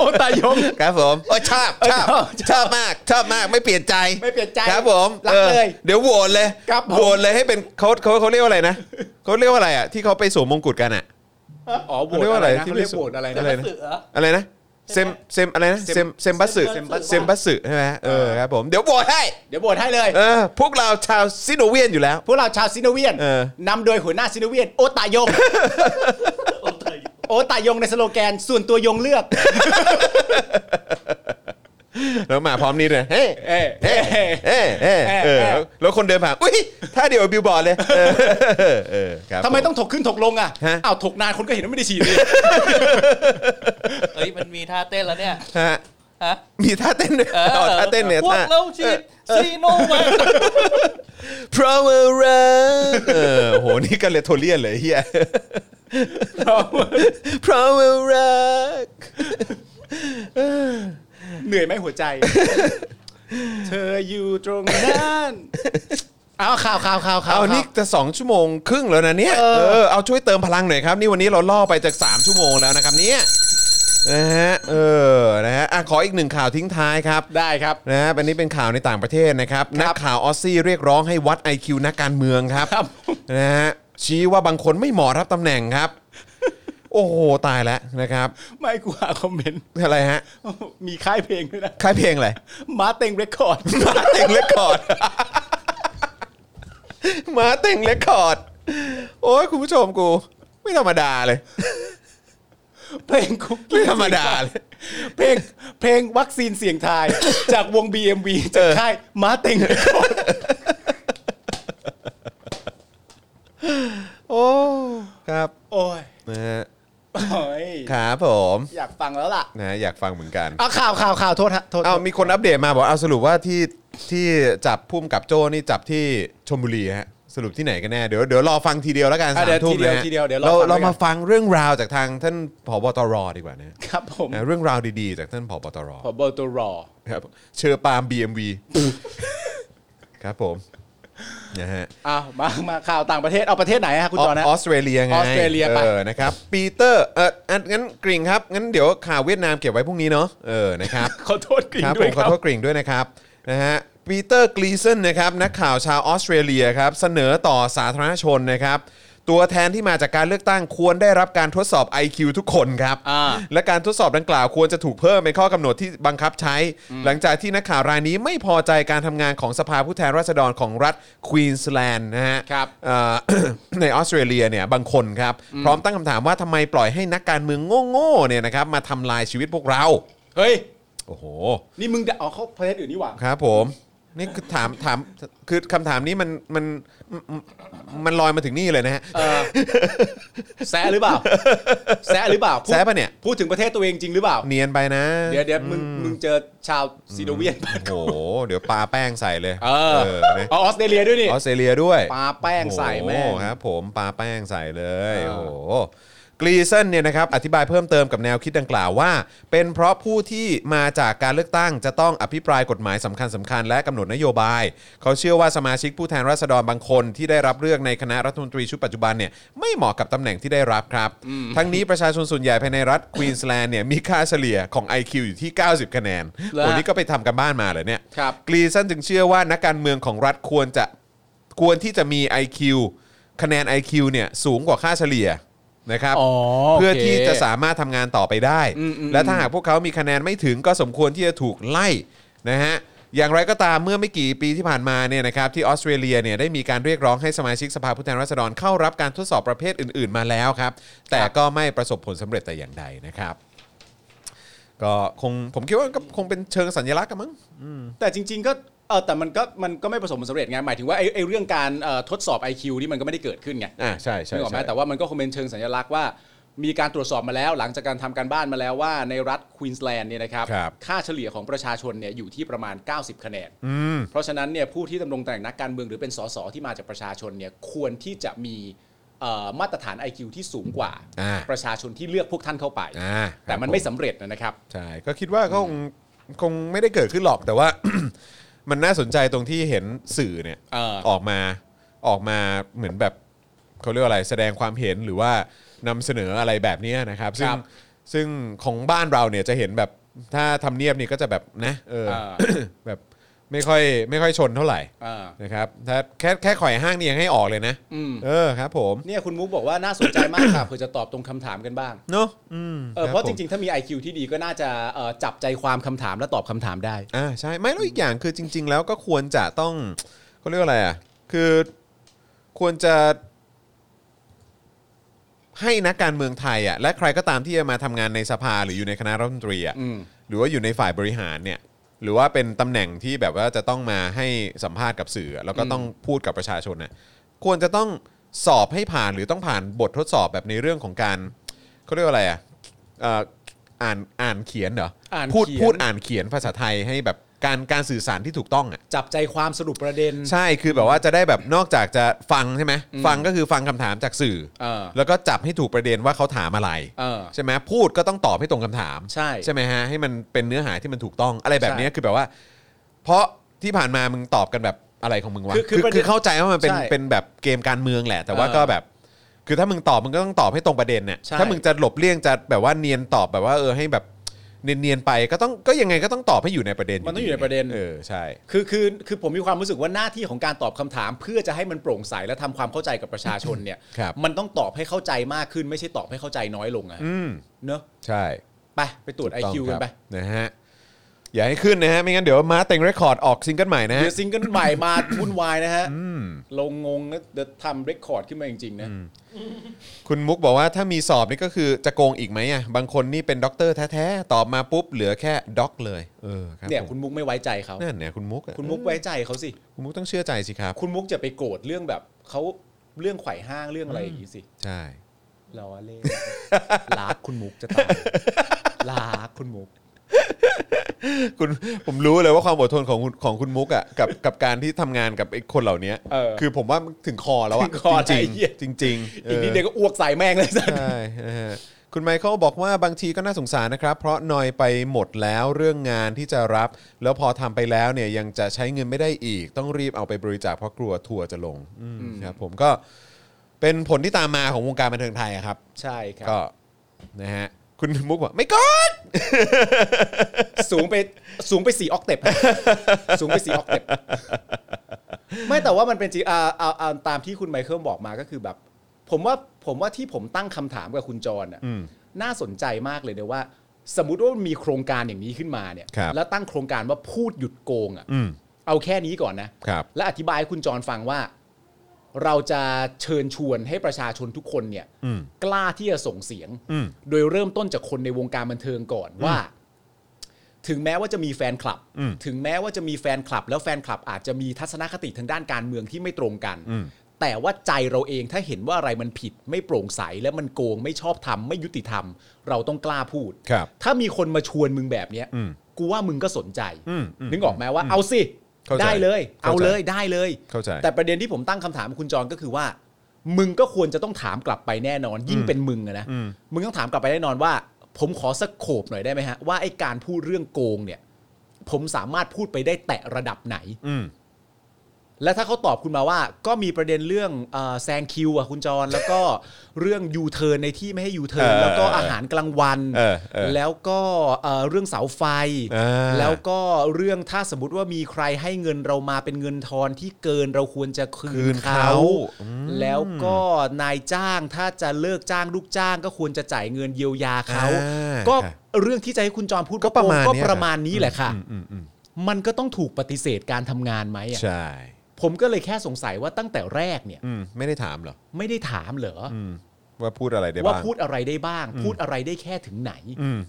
[SPEAKER 2] โอ้ตายยง
[SPEAKER 1] ครับผมโอ้ยชอบชอบ
[SPEAKER 2] ชอบ
[SPEAKER 1] ชอบมากชอบมากไม่เปลี่ยนใจ
[SPEAKER 2] ไม่เปลี่ยนใจ
[SPEAKER 1] ครับผม
[SPEAKER 2] รัก
[SPEAKER 1] ออ
[SPEAKER 2] เลย
[SPEAKER 1] เดี๋ยวโหวตเลย
[SPEAKER 2] ครับผม
[SPEAKER 1] โหวตเลยให้เป็นเขาเขาเขาเรียกว่าอะไรนะเขาเรียกว่าอะไรอ่ะที่เขาไปสวมมงกุฎกันอ่ะ
[SPEAKER 2] อ๋อโหว
[SPEAKER 1] เขา
[SPEAKER 2] ต
[SPEAKER 1] เรียกว่า
[SPEAKER 2] อะ
[SPEAKER 1] อะไร ไร
[SPEAKER 2] นะ
[SPEAKER 1] ที่
[SPEAKER 2] เขาเรียกโหวตอะไรนะ
[SPEAKER 1] อะไรนะ
[SPEAKER 3] เสือ
[SPEAKER 1] อะไรนะเซมเซมอะไรนะเซมเซมบัสสึ
[SPEAKER 3] เซมบัสสึ
[SPEAKER 1] เซมบัสสึใช่ไหมเออครับผมเดี๋ยวโหวตให้
[SPEAKER 2] เดี๋ยวโหวตให้เลย
[SPEAKER 1] เออพวกเราชาวซิโนเวียนอยู่แล้ว
[SPEAKER 2] พวกเราชาวซิโนเวียน
[SPEAKER 1] เออ
[SPEAKER 2] นำโดยหัวหน้าซิโนเวียน โอตายง โอตายงในสโลแกน ส่วนตัวยงเลื อก
[SPEAKER 1] แล้วมาพร้อมนี้เลยเฮ้
[SPEAKER 2] เอ้ย
[SPEAKER 1] เฮ้
[SPEAKER 2] เอ้ย
[SPEAKER 1] เฮ้เฮ้เออ
[SPEAKER 2] เอ้ย
[SPEAKER 1] แล้วแล้วคนเดินผ่านอุ้ยถ้าเดี๋ยวบิวบอร์ดเลยเออเออครับ
[SPEAKER 2] ทำไมต้องถกขึ้นถกลงอ่ะ
[SPEAKER 1] ฮะ
[SPEAKER 2] อ้าวถกนานคนก็เห็นว่าไม่ได้ฉีด เลย
[SPEAKER 3] เฮ้ยมันมีท่าเต้นแล้วเนี่ย
[SPEAKER 1] ฮะ
[SPEAKER 3] ฮะ
[SPEAKER 1] มีท่าเต้นด้วย
[SPEAKER 3] เออ
[SPEAKER 1] อ๋อท่าเต้นเนี่ย
[SPEAKER 3] พว
[SPEAKER 1] ท่าก
[SPEAKER 3] เราฉีดซีโนแวค
[SPEAKER 1] เพราะว่ารักเออโหนี่กันเลยโทเลียนเลยเฮียเพราะว่ารัก
[SPEAKER 2] เหนื่อยไหมหัว ใจ เธออยู่ตรง นั้นเอาข่าวข่าวข่าวข่าว
[SPEAKER 1] เอานี่จะสองชั่วโมงครึ่งแล้วนะเนี่ยเออเอาช่วยเติมพลังหน่อยครับ นี่วันนี้เราล่อไปจากสามชั่วโมงแล้วนะครับเนี่ยนะฮะเออนะฮะอ่ะขออีกหนึ่งข่าวทิ้งท้ายครับ
[SPEAKER 2] ได้ครับ
[SPEAKER 1] นะครับอันนี้เป็นข่าวในต่างประเทศนะครับ นักข่าวออสซี่เรียกร้องให้วัด IQ นักการเมืองครับ
[SPEAKER 2] ครับ
[SPEAKER 1] นะฮะชี้ว่าบางคนไม่เหมาะรับตำแหน่งครับ โอ้โห ตายแล้วนะครับ
[SPEAKER 2] ไม่กูหาคอมเมนต์
[SPEAKER 1] อะไรฮะ
[SPEAKER 2] มีค่ายเพลงด้วยนะ
[SPEAKER 1] ค่ายเพลงอะไร
[SPEAKER 2] มาเต็งเรคคอร์ด
[SPEAKER 1] มาเต็งเลคคอร์ด มาเต็งเลคคอร์ด โอ้ยคุณผู้ชมกู ไม่ธรรมดาเลย
[SPEAKER 2] เพลงคุก
[SPEAKER 1] ไม่
[SPEAKER 2] กี้
[SPEAKER 1] ธรรมดาเลย
[SPEAKER 2] เพลงเพลงวัคซีนเสียงทาย จากวง BMV จากค่ายมาเต็งเรคคอร์ด
[SPEAKER 1] โอ้ครับ
[SPEAKER 2] โอ้ย
[SPEAKER 1] นะฮะ
[SPEAKER 2] โอ้ย
[SPEAKER 1] ครับผม
[SPEAKER 2] อยากฟังแล้วล่ะ
[SPEAKER 1] นะฮะอยากฟังเหมือนกัน
[SPEAKER 2] เอาข่าวข่าวข่าวโทษฮะโทษ
[SPEAKER 1] เอามีคนอัปเดตมาบอกเอาสรุปว่าที่ที่จับพุ่มกับโจ้นี่จับที่ชมบุรีฮะสรุปที่ไหนกันแน่เดี๋ยวเดี๋ยวรอฟังทีเดียวแล้วกัน
[SPEAKER 2] อ่ะ
[SPEAKER 1] สาม
[SPEAKER 2] เดี๋ยว
[SPEAKER 1] ทุ่
[SPEAKER 2] ที
[SPEAKER 1] ม
[SPEAKER 2] เดี
[SPEAKER 1] นะ
[SPEAKER 2] ยว
[SPEAKER 1] ฮะ
[SPEAKER 2] ทีเดียวเดี๋ยว
[SPEAKER 1] เรา
[SPEAKER 2] ฟัง
[SPEAKER 1] เรามา
[SPEAKER 2] ด้วยกัน
[SPEAKER 1] ฟังเรื่องราวจากทางท่านผบตรดีกว่านะฮะ
[SPEAKER 2] ครับผม
[SPEAKER 1] นะเรื่องราวดีๆ จากท่านผบตร
[SPEAKER 2] ผบตร
[SPEAKER 1] ครับเชอปาล์ม BMV ครับผมนะฮะ
[SPEAKER 2] อ้าวมามาข่าวต่างประเทศเอาประเทศไหนฮะคุณ
[SPEAKER 1] อ
[SPEAKER 2] จอนะ
[SPEAKER 1] อสเตรเลียไง
[SPEAKER 2] ออสเตรเลียไป
[SPEAKER 1] อนะครับปีเตอร์เอออันงั้นกริ่งครับงั้นเดี๋ยวข่าวเวียดนามเก็บไว้พรุ่งนี้เนาะเออนะครับ
[SPEAKER 2] ขอโทษกริ่ง
[SPEAKER 1] ครับ
[SPEAKER 2] ด้
[SPEAKER 1] ผ
[SPEAKER 2] วย
[SPEAKER 1] ม
[SPEAKER 2] ค
[SPEAKER 1] ขอ
[SPEAKER 2] รับ
[SPEAKER 1] โทษกริ่งด้วยนะครับนะฮะปีเตอร์กลีเซนนะครับนักข่าวชาวออสเตรเลียครับเสนอต่อสาธารณชนนะครับตัวแทนที่มาจากการเลือกตั้งควรได้รับการทดสอบ IQ ทุกคนครับ
[SPEAKER 2] อ่า
[SPEAKER 1] และการทดสอบดังกล่าวควรจะถูกเพิ่มเป็นข้อกำหนดที่บังคับใช้ หลังจากที่นักข่าวรายนี้ไม่พอใจการทำงานของสภาผู้แทนราษฎรของรัฐควีนสแลนด์นะฮะ
[SPEAKER 2] ครับ
[SPEAKER 1] เอ่อ ในออสเตรเลียเนี่ยบางคนครับ พร้อมตั้งคำถามว่าทำไมปล่อยให้นักการเมืองโง่ๆเนี่ยนะครับมาทำลายชีวิตพวกเรา
[SPEAKER 2] เฮ้ย
[SPEAKER 1] โอ้โห
[SPEAKER 2] นี่มึงจะเอาเข้าประเทศอื่นนี่หว่า
[SPEAKER 1] ครับผมนี่คือถามถามคือคำถามนี้มันมันมันมันลอยมาถึงนี่เลยนะฮะ
[SPEAKER 2] เออแซะหรือเปล่า แซะหรือเปล่าพูด
[SPEAKER 1] แซะปะเนี่ย
[SPEAKER 2] พูดถึงประเทศตัวเองจริงหรือเปล่า
[SPEAKER 1] เนียนไปนะ
[SPEAKER 2] เดี๋ยวเดี๋ยวมึงมึงเจอชาวซีโดเวียนปะ
[SPEAKER 1] โอ้โห เดี๋ยวปาแป้งใส่เลย
[SPEAKER 2] เออ
[SPEAKER 1] นะ
[SPEAKER 2] ออออสเตรเลียด้วยนี่
[SPEAKER 1] ออสเตรเลียด้วย
[SPEAKER 2] ปาแป้งใส่แม่ง
[SPEAKER 1] โอ้โหครับผมปาแป้งใส่เลย
[SPEAKER 2] เออ
[SPEAKER 1] โอ้โหกรีเซนเนี่ยนะครับอธิบายเพิ่มเติมกับแนวคิดดังกล่าวว่า เป็นเพราะผู้ที่มาจากการเลือกตั้งจะต้องอภิปรายกฎหมายสำคัญสคัญๆและกำหนดนโยบาย เขาเชื่อว่าสมาชิกผู้แทนราษฎรบางคนที่ได้รับเลือกในคณะรัฐมนตรีชุดปัจจุบันเนี่ยไม่เหมาะกับตำแหน่งที่ได้รับครับ ทั้งนี้ประชาชนส่วนใหญ่ภายในรัฐควีนสแลนด์เนี่ยมีค่าเฉลี่ยของ IQ อยู่ที่ 90 คะแนน
[SPEAKER 2] เหรอ
[SPEAKER 1] โอ้นี่ก็ไปทำกันบ้านมาเลยเนี่ย
[SPEAKER 2] ครับ
[SPEAKER 1] กรีซันจึงเชื่อว่านักการเมืองของรัฐควรจะควรที่จะมี IQ คะแนน IQ เนี่ยสูงกว่าค่าเฉลี่ย นะครับ
[SPEAKER 2] อ๋อ
[SPEAKER 1] เพื่อที่จะ
[SPEAKER 2] โอเค
[SPEAKER 1] สามารถทำงานต่อไปได้
[SPEAKER 2] อืมอืม
[SPEAKER 1] และถ้าหากพวกเขามีคะแนนไม่ถึงก็สมควรที่จะถูกไล่นะฮะอย่างไรก็ตามเมื่อไม่กี่ปีที่ผ่านมาเนี่ยนะครับที่ออสเตรเลียเนี่ยได้มีการเรียกร้องให้สมาชิกสภาผู้แทนราษฎรเข้ารับการทดสอบประเภทอื่น ๆ มาแล้วครับ แต่ก็ไม่ประสบผลสำเร็จแต่อย่างใดนะครับ ก็คงผมคิดว่าก็คงเป็นเชิงสัญลักษณ์กันมั้ง
[SPEAKER 2] แต่จริง ๆ ก็เออแต่มันก็มันก็ไม่ประสบผลสำเร็จไงหมายถึงว่าไอ้ไอ้เรื่องการเอ่อทดสอบ IQ นี่มันก็ไม่ได้เกิดขึ้นไง
[SPEAKER 1] อ่าใช่ใช่
[SPEAKER 2] นึกออกไหม
[SPEAKER 1] ใช่
[SPEAKER 2] แต่ว่ามันก็คงเป็นเชิงสัญลักษณ์ว่า มีการตรวจสอบมาแล้ว หลังจากการทำการบ้านมาแล้วว่าในรัฐควีนสแลนด์เนี่ยนะครับ
[SPEAKER 1] ครับ
[SPEAKER 2] ค่าเฉลี่ยของประชาชนเนี่ยอยู่ที่ประมาณ 90 คะแนน
[SPEAKER 1] อืม
[SPEAKER 2] เพราะฉะนั้นเนี่ยผู้ที่ดำรงตำแหน่งนักการเมืองหรือเป็นสสที่มาจากประชาชนเนี่ยควรที่จะมีเอ่อมาตรฐาน IQ ที่สูงกว่า
[SPEAKER 1] อ่า
[SPEAKER 2] ประชาชนที่เลือกพวกท่านเข้าไป
[SPEAKER 1] อ่า
[SPEAKER 2] แต่มันไม่สำเร็จนะครับ
[SPEAKER 1] ใช่ก็คิดว่าก็คงคงไม่ได้เกิดขึ้นหรอกแต่ว่า มันน่าสนใจตรงที่เห็นสื่อเนี่ย
[SPEAKER 2] เออ
[SPEAKER 1] ออกมาออกมาเหมือนแบบเขาเรียกว่าอะไรแสดงความเห็นหรือว่านำเสนออะไรแบบเนี้ยนะครับ ซึ่ง
[SPEAKER 2] ครับ
[SPEAKER 1] ซึ่งของบ้านเราเนี่ยจะเห็นแบบถ้าทำเนียบนี่ก็จะแบบนะเออ
[SPEAKER 2] เออ
[SPEAKER 1] แบบไม่ค่อยไม่ค่อยชนเท่าไหร่
[SPEAKER 2] อ่า
[SPEAKER 1] นะครับถ้าแค่แค่ข่อยห้างนี่ยังให้ออกเลยนะ
[SPEAKER 2] อืม
[SPEAKER 1] เออครับ ผม
[SPEAKER 2] เนี่ยคุณมุกบอกว่าน่าสนใจ มากค่ะ เผื่อจะตอบตรงคำถามกันบ้าง
[SPEAKER 1] เนาะอืม
[SPEAKER 2] เออเพ
[SPEAKER 1] ค
[SPEAKER 2] ราะจ
[SPEAKER 1] บผม
[SPEAKER 2] ริงๆ ถ้ามี IQ ที่ดีก็น่าจะเอ่อจับใจความคำถามและตอบคำถามได้
[SPEAKER 1] อ่าใช่ไม่แล้วอีกอย่างคือจริง ๆ แล้วก็ควรจะต้องเขาเรียกว่าอะไรอ่ะคือควรจะให้นักการเมืองไทยอ่ะและใครก็ตามที่จะมาทำงานในสภาหรืออยู่ในคณะรัฐมนตรีอ่ะ
[SPEAKER 2] อืม
[SPEAKER 1] หรือว่าอยู่ในฝ่ายบริหารเนี่ยหรือว่าเป็นตำแหน่งที่แบบว่าจะต้องมาให้สัมภาษณ์กับสื่ออะแล้วก็ต้องพูดกับประชาชนน่ะควรจะต้องสอบให้ผ่านหรือต้องผ่านบททดสอบแบบในเรื่องของการเขาเรียกว่าอะไรอ่ะเอ่ออ่านอ่านเขียนเหรอ
[SPEAKER 2] อ่าน
[SPEAKER 1] พูด
[SPEAKER 2] เขียน
[SPEAKER 1] พูด อ่านเขียนภาษาไทยให้แบบการการสื่อสารที่ถูกต้องอ่ะ
[SPEAKER 2] จับใจความสรุปประเด็น
[SPEAKER 1] ใช่คือแบบว่าจะได้แบบนอกจากจะฟังใช่ไหมฟังก็คือฟังคำถามจากสื่อ
[SPEAKER 2] เออ
[SPEAKER 1] แล้วก็จับให้ถูกประเด็นว่าเขาถามอะไร
[SPEAKER 2] เออ
[SPEAKER 1] ใช่ไหมพูดก็ต้องตอบให้ตรงคำถาม
[SPEAKER 2] ใช่
[SPEAKER 1] ใช่ไหมฮะให้มันเป็นเนื้อหาที่มันถูกต้องอะไรแบบเนี้ย
[SPEAKER 2] ใช่
[SPEAKER 1] คือแบบว่า เพราะที่ผ่านมามึงตอบกันแบบอะไรของมึงวะ
[SPEAKER 2] คือคือประเด็น
[SPEAKER 1] เข้าใจว่ามันเป็น
[SPEAKER 2] ใช่
[SPEAKER 1] เป็นแบบเกมการเมืองแหละ แต่ว่า
[SPEAKER 2] เออ
[SPEAKER 1] ก็แบบ คือถ้ามึงตอบมึงก็ต้องตอบให้ตรงประเด็นเนี่ย
[SPEAKER 2] ใช่
[SPEAKER 1] ถ้ามึงจะหลบเลี่ยงจะแบบว่าเนียนตอบแบบว่าเออให้แบบเนียนๆไปก็ต้องก็ยังไงก็ต้องตอบให้อยู่ในประเด็น
[SPEAKER 2] มันต้องอยู่ในประเด็น
[SPEAKER 1] เออใช่
[SPEAKER 2] คือคือคือผมมีความรู้สึกว่าหน้าที่ของการตอบคำถาม เพื่อจะให้มันโปร่งใสและทำความเข้าใจกับประชาชนเนี่ย
[SPEAKER 1] ครับ
[SPEAKER 2] มันต้องตอบให้เข้าใจมากขึ้นไม่ใช่ตอบให้เข้าใจน้อยลงอะ
[SPEAKER 1] อืม
[SPEAKER 2] เนอะ
[SPEAKER 1] ใช่
[SPEAKER 2] ไปไปตรวจ
[SPEAKER 1] ถูต้อง
[SPEAKER 2] IQ
[SPEAKER 1] ค
[SPEAKER 2] กัน
[SPEAKER 1] รับ
[SPEAKER 2] ไป
[SPEAKER 1] นะฮะอย่าให้ขึ้นนะฮะไม่งั้นเดี๋ยวมาเต็งเรคคอร์ดออกซิงเกิลใหม่นะฮะ
[SPEAKER 2] เดี๋ยวซิงเกิลใหม่มา วุ่นวายนะฮะลงงงนะเดี๋ยวทำเรคคอร์ดขึ้นมาจริงๆนะ
[SPEAKER 1] คุณมุกบอกว่าถ้ามีสอบนี่ก็คือจะโกงอีกไหมอ่ะบางคนนี่เป็นด็อกเตอร์แท้ๆตอบมาปุ๊บเหลือแค่ด็อกเลยเออครับ
[SPEAKER 2] เนี่ย
[SPEAKER 1] ผม
[SPEAKER 2] คุณมุกไม่ไว้ใจเขา
[SPEAKER 1] นั่นเนี่ยคุณมุกอะ
[SPEAKER 2] คุณมุกไว้ใจเขาสิ
[SPEAKER 1] คุณมุกต้องเชื่อใจสิครับ
[SPEAKER 2] คุณมุกจะไปโกรธเรื่องแบบเขาเรื่องไขว่ห้างเรื่องอะไรอย่างนี้สิ
[SPEAKER 1] ใช่
[SPEAKER 2] ล้อเล่นรักคุณมุกจะตายรักคุณมุก
[SPEAKER 1] คุณผมรู้เลยว่าความอดทนของคุณของคุณมุกอ่ะกับกับการที่ทำงานกับไอ้คนเหล่านี้
[SPEAKER 2] เออ
[SPEAKER 1] คือผมว่ามันถึงคอแล้วอ่ะ
[SPEAKER 2] ถึงคอ
[SPEAKER 1] จริ
[SPEAKER 2] ไอ้
[SPEAKER 1] ง
[SPEAKER 2] เหี้ย
[SPEAKER 1] ๆจริงจริงๆเอ
[SPEAKER 2] อีก
[SPEAKER 1] อ
[SPEAKER 2] นิดเดียวก็อ้วกใส่แม่งเลยสัส
[SPEAKER 1] ใช่นะฮะคุณไมเคิลบอกว่าบางทีก็น่าสงสารนะครับ เพราะนอยไปหมดแล้วเรื่องงานที่จะรับ แล้วพอทำไปแล้วเนี่ยยังจะใช้เงินไม่ได้อีก ต้องรีบเอาไปบริจาคเพราะกลัวทัวร์จะลงอืมครับผมก็ เป็นผลที่ตามมาของวงการบันเทิงไทยอะครับ
[SPEAKER 2] ใช่ครับ
[SPEAKER 1] ก็นะฮะคุณมุกบอกไม่กอด
[SPEAKER 2] สูงไปสูงไปสี่ออกเต็ป ฮะสูงไปสี่ออกเต็ปไม่แต่ว่ามันเป็นจริงอ่าเอาเอาตามที่คุณไมเคิลบอกมาก็คือแบบ ผมว่าผมว่าที่ผมตั้งคำถามกับคุณจรน่ะ
[SPEAKER 1] อืม
[SPEAKER 2] น่าสนใจมากเลยนะว่า สมมติว่ามีโครงการอย่างนี้ขึ้นมาเนี่ย
[SPEAKER 1] ครับ
[SPEAKER 2] แล้วตั้งโครงการว่าพูดหยุดโกงอ่ะ
[SPEAKER 1] อืม
[SPEAKER 2] เอาแค่นี้ก่อนนะ
[SPEAKER 1] ครับ
[SPEAKER 2] และอธิบายให้คุณจรฟังว่า เราจะเชิญชวนให้ประชาชนทุกคนเนี่ย
[SPEAKER 1] อืม
[SPEAKER 2] กล้าที่จะส่งเสียง
[SPEAKER 1] อืม
[SPEAKER 2] โดยเริ่มต้นจากคนในวงการบันเทิงก่อนว่า ถึงแม้ว่าจะมีแฟนคลับ
[SPEAKER 1] อืม
[SPEAKER 2] ถึงแม้ว่าจะมีแฟนคลับ แล้วแฟนคลับอาจจะมีทัศนคติทางด้านการเมืองที่ไม่ตรงกัน
[SPEAKER 1] อืม
[SPEAKER 2] แต่ว่าใจเราเองถ้าเห็นว่าอะไรมันผิด ไม่โปร่งใสและมันโกง ไม่ชอบธรรมไม่ยุติธรรม เราต้องกล้าพูด
[SPEAKER 1] ครับ
[SPEAKER 2] ถ้ามีคนมาชวนมึงแบบเนี้ย
[SPEAKER 1] อืม
[SPEAKER 2] กูว่ามึงก็สนใจ
[SPEAKER 1] อืมอืม
[SPEAKER 2] นึกออกไหมว่าเอาสิ
[SPEAKER 1] เข้าใจ
[SPEAKER 2] ได้เลย เอา
[SPEAKER 1] เข้าใจ
[SPEAKER 2] เลยได้เลย
[SPEAKER 1] เข้าใจ
[SPEAKER 2] แต่ประเด็นที่ผมตั้งคำถามคุณจรก็คือว่า มึงก็ควรจะต้องถามกลับไปแน่นอน ยิ่งเป็นมึงอะนะ
[SPEAKER 1] อืม
[SPEAKER 2] มึงต้องถามกลับไปแน่นอนว่า ผมขอสักโขบหน่อยได้ไหมฮะ ว่าไอ้การพูดเรื่องโกงเนี่ย ผมสามารถพูดไปได้แตะระดับไหน
[SPEAKER 1] อืม
[SPEAKER 2] และถ้าเขาตอบคุณมาว่า ก็มีประเด็นเรื่องเอ่อแซงคิวอ่ะคุณจร แล้วก็ เรื่องยูเทิร์นในที่ไม่ให้ยูเทิร์น
[SPEAKER 1] เออ
[SPEAKER 2] แล้วก็อาหารกลางวัน
[SPEAKER 1] เออเออ
[SPEAKER 2] แล้วก็เอ่อเรื่องเสาไฟ
[SPEAKER 1] อ่า
[SPEAKER 2] แล้วก็เรื่องถ้าสมมติว่ามีใครให้เงินเรามาเป็นเงินทอนที่เกินเราควรจะคื
[SPEAKER 1] คื
[SPEAKER 2] น
[SPEAKER 1] น
[SPEAKER 2] เข
[SPEAKER 1] เขา
[SPEAKER 2] า
[SPEAKER 1] อืม
[SPEAKER 2] แล้วก็นายจ้างถ้าจะเลิกจ้างลูกจ้างก็ควรจะจ่ายเงินเยียวยาเขา
[SPEAKER 1] อ่า
[SPEAKER 2] ก็
[SPEAKER 1] ค่ะ
[SPEAKER 2] เรื่องที่จะให้คุณจอมพูด
[SPEAKER 1] ก็
[SPEAKER 2] ว่โง
[SPEAKER 1] ประมาณ
[SPEAKER 2] ก็
[SPEAKER 1] เนี้ย
[SPEAKER 2] ประมาณนี้แหละค่ะ
[SPEAKER 1] อืมอืมอืม
[SPEAKER 2] มันก็ต้องถูกปฏิเสธการทำงานไหมอะ
[SPEAKER 1] ใช่
[SPEAKER 2] ผมก็เลยแค่สงสัยว่าตั้งแต่แรกเนี่ย
[SPEAKER 1] อืมไม่ได้ถามเหรอ
[SPEAKER 2] ไม่ได้ถามเหรออ
[SPEAKER 1] อืมว่าพูดอะไรได้บ้าง
[SPEAKER 2] ว่าพูดอะไรได้บ้าง พูดอะไรได้แค่ถึงไหน
[SPEAKER 1] อืม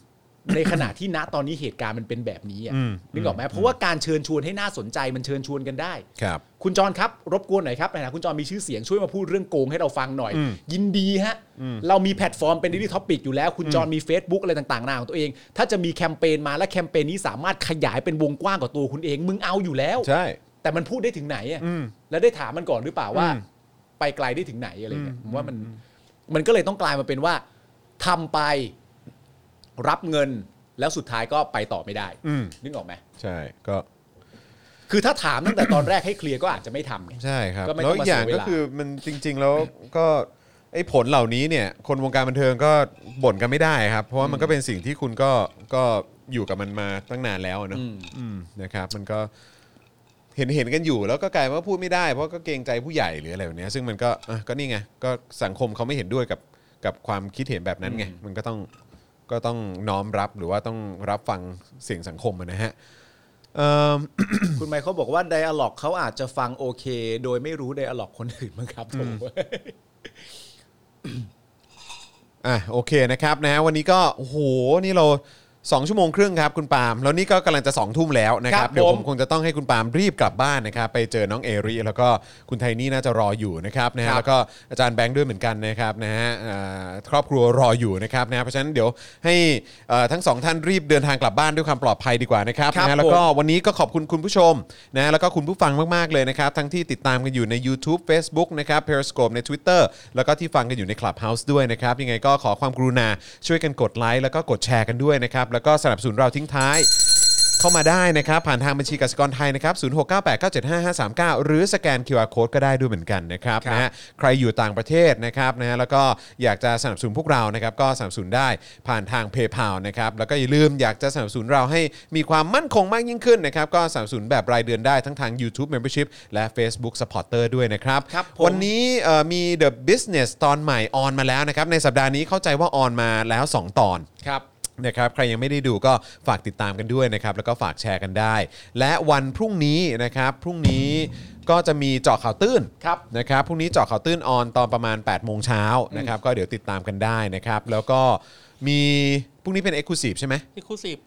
[SPEAKER 2] ในขณะที่ณตอนนี้เหตุการณ์มันเป็นแบบนี้อะ
[SPEAKER 1] อืม
[SPEAKER 2] นึกออกไหมเพราะว่าการเชิญชวนให้น่าสนใจมันเชิญชวนกันได้
[SPEAKER 1] ครับ
[SPEAKER 2] คุณจรครับ รบกวนหน่อยครับในฐานะคุณจรมีชื่อเสียงช่วยมาพูดเรื่องโกงให้เราฟังหน่อย
[SPEAKER 1] อืม
[SPEAKER 2] ยินดีฮะ เรามีแพลตฟอร์มเป็นดิจิทัลปิกอยู่แล้ว คุณจรมี Facebook อะไรต่างๆนานาของตัวเอง ถ้าจะมีแคมเปญมาและแคมเปญนี้สามารถขยายเป็นวงกว้างกว่าตัวคุณเอง มึงเอาอยู่แล้ว
[SPEAKER 1] ใช่
[SPEAKER 2] แต่มันพูดได้ถึงไหนอะ
[SPEAKER 1] อืม
[SPEAKER 2] แล้วได้ถามมันก่อนหรือเปล่าว่า
[SPEAKER 1] อืม
[SPEAKER 2] ไปไกลได้ถึงไหนอะไรเงี้ยผมว่ามันมันก็เลยต้องกลายมาเป็นว่าทำไปรับเงินแล้วสุดท้ายก็ไปต่อไม่ได้
[SPEAKER 1] อืม
[SPEAKER 2] นึกออกไหม
[SPEAKER 1] ใช่ก็
[SPEAKER 2] คือถ้าถามตั้งแต่ตอนแรกให้เคลียร์ก็อาจจะไม่ทำไง
[SPEAKER 1] ใช่ครับ
[SPEAKER 2] ก็ไม่
[SPEAKER 1] แล้ว
[SPEAKER 2] ต้องมา
[SPEAKER 1] อย่าง
[SPEAKER 2] เสียเว
[SPEAKER 1] ก็
[SPEAKER 2] ลา
[SPEAKER 1] คือมันจริง ๆ แล้วก็ไอ้ผลเหล่านี้เนี่ย คนวงการบันเทิงก็บ่นกันไม่ได้ครับ เพราะว่ามันก็เป็นสิ่งที่คุณก็ก็อยู่กับมันมาตั้งนานแล้วอะเนอะ
[SPEAKER 2] อืม
[SPEAKER 1] อืมนะครับ มันก็เห็นเห็นกันอยู่แล้วก็กลายเป็นว่าพูดไม่ได้เพราะก็เกรงใจผู้ใหญ่หรืออะไรแบบเนี้ยซึ่งมันก็อ่ะก็นี่ไงก็สังคมเขาไม่เห็นด้วยกับกับความคิดเห็นแบบนั้นไงมันก็ต้องก็ต้องน้อมรับหรือว่าต้องรับฟังเสียงสังคมอะนะฮะเอิ่ม
[SPEAKER 2] คุณไมเคิลบอกว่าไดอะล็อกเขาอาจจะฟังโอเค โดยไม่รู้ไดอะล็อกคนอื่นมั้งครับผม
[SPEAKER 1] อ่ะโอเคนะครับนะวันนี้ก็โอ้โหนี่เรา 2 ชั่วโมงครึ่งครับคุณปาล์มแล้วนี่ก็กำลังจะ2ทุ่มแล้วนะครับเดี๋ยวผมคงจะต้องให้คุณปาล์มรีบกลับบ้านนะครับไปเจอน้องเอริแล้วก็คุณไทนี่น่าจะรออยู่นะครับนะฮะแล้วก็อาจารย์แบงค์ด้วยเหมือนกันนะครับนะฮะอ่าครอบครัวรออยู่นะครับนะฮะเพราะฉะนั้นเดี๋ยวให้เอ่อทั้งสองท่านรีบเดินทางกลับบ้านด้วยความปลอดภัยดีกว่านะครับ
[SPEAKER 2] ครับ
[SPEAKER 1] นะฮะแล้วก็
[SPEAKER 2] ผม
[SPEAKER 1] ก็วันนี้ก็ขอบคุณคุณผู้ชมนะแล้วก็คุณผู้ฟังมาก ๆ เลยนะครับ ทั้งที่ติดตามกันอยู่ใน YouTube Facebook นะครับ Periscope ใน Twitter แล้วก็ที่ฟังกันอยู่ใน Clubhouse ด้วยนะครับ ยังไงก็ขอความกรุณาช่วยกันกดไลค์แล้วก็กดแชร์กันด้วยนะครับ แล้วก็สนับสนุนเราทิ้งท้าย เข้ามาได้นะครับ ผ่านทางบัญชีกสิกรไทยนะครับ 0698975539 หรือสแกน QR Code ก็ได้ด้วยเหมือนกันนะครับ
[SPEAKER 2] ครับ
[SPEAKER 1] นะฮะใครอยู่ต่างประเทศนะครับนะฮะแล้วก็อยากจะสนับสนุนพวกเรานะครับ ก็สนับสนุนได้ผ่านทาง PayPal นะครับ แล้วก็อย่าลืมอยากจะสนับสนุนเราให้มีความมั่นคงมากยิ่งขึ้นนะครับ ก็สนับสนุนแบบรายเดือนได้ทั้งทาง YouTube Membership และ Facebook Supporter ด้วยนะครับ
[SPEAKER 2] ครับผม
[SPEAKER 1] วันนี้เอ่อมี The Business ตอนใหม่ออนมาแล้วนะครับในสัปดาห์นี้เข้าใจว่าออนมาแล้ว 2 ตอน
[SPEAKER 2] ครับ
[SPEAKER 1] นะครับใครยังไม่ได้ดูก็ฝากติดตามกันด้วยนะครับ แล้วก็ฝากแชร์กันได้ และวันพรุ่งนี้นะครับ พรุ่งนี้ก็จะมีเจาะข่าวตื้น
[SPEAKER 2] ครับ
[SPEAKER 1] นะครับพรุ่งนี้เจาะข่าวตื้นออนตอนประมาณ8ปดโมงเช้านะครับก็เดี๋ยวติดตามกันได้นะครับ แล้วก็มีพรุ่งนี้เป็น e x c l u s i v e ใช่ไหม
[SPEAKER 3] ที่ครูสิบ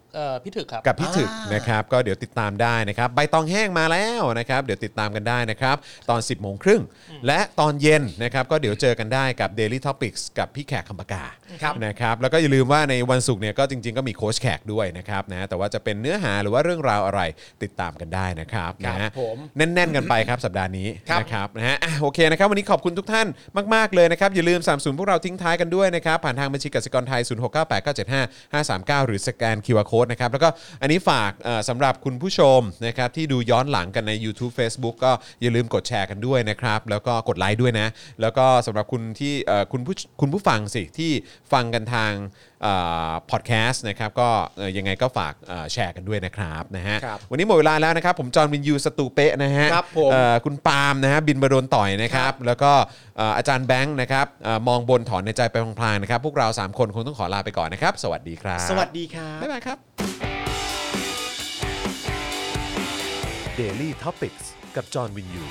[SPEAKER 3] พี่ถึกครับ
[SPEAKER 1] กับพี่ถึก
[SPEAKER 2] อ่าน
[SPEAKER 1] นะครับก็เดี๋ยวติดตามได้นะครับใบตองแห้งมาแล้วนะครับเดี๋ยวติดตามกันได้นะครับตอน 10บโมงครึ่งและตอนเย็นนะครับก็เดี๋ยวเจอกันได้กับ Daily Topics กับพี่แขกคำปากา
[SPEAKER 2] ครับ
[SPEAKER 1] นะครับแล้วก็อย่าลืมว่าในวันศุกร์เนี่ยก็จริง ๆ ก็มีโค้ชแขกด้วยนะครับนะแต่ว่าจะเป็นเนื้อหาหรือว่าเรื่องราวอะไรติดตามกันได้นะครับ
[SPEAKER 2] ครับ
[SPEAKER 1] นะฮะ
[SPEAKER 2] ผม
[SPEAKER 1] แน่น ๆ กันไปครับ สัปดาห์นี้
[SPEAKER 2] ครับ
[SPEAKER 1] นะครับนะฮะอ่ะโอเคนะครับวันนี้ขอบคุณทุกท่านมาก ๆ เลยนะครับ อย่าลืมสามสูนพวกเราทิ้งท้ายกันด้วยนะครับ ผ่านทางบัญชีกสิกรไทย 0698975539 หรือสแกน QR Code นะครับแล้วก็อันนี้ฝากเอ่อสำหรับคุณผู้ชมนะครับที่ดูย้อนหลังกันใน YouTube Facebook ก็อย่าลืมกดแชร์กันด้วยนะครับแล้วก็กดไลค์ด้วยนะ แล้วก็สำหรับคุณที่เอ่อคุณผู้คุณผู้ฟังสิที่ฟังกันทางพอดแคสต์นะครับก็เอ่อยังไงก็ฝากเอ่อแชร์กันด้วยนะครับนะฮะ
[SPEAKER 2] ครับ
[SPEAKER 1] วันนี้หมดเวลาแล้วนะครับ ผมจอห์นวินยูสตูเปะนะฮะ
[SPEAKER 2] ครับผม
[SPEAKER 1] เอ่อคุณปาล์มนะฮะบินบโดนต่อยนะครับ แล้วก็เอ่ออาจารย์แบงค์นะครับเอ่อมองบนถอนในใจไปพลางๆนะครับ พวกเรา 3 คนคงต้องขอลาไปก่อนนะครับ สวัสดีครับ
[SPEAKER 2] สวัสดีครับ
[SPEAKER 1] บ๊ายบายครับ
[SPEAKER 4] Daily t o p i c กกับจอห์นวินยู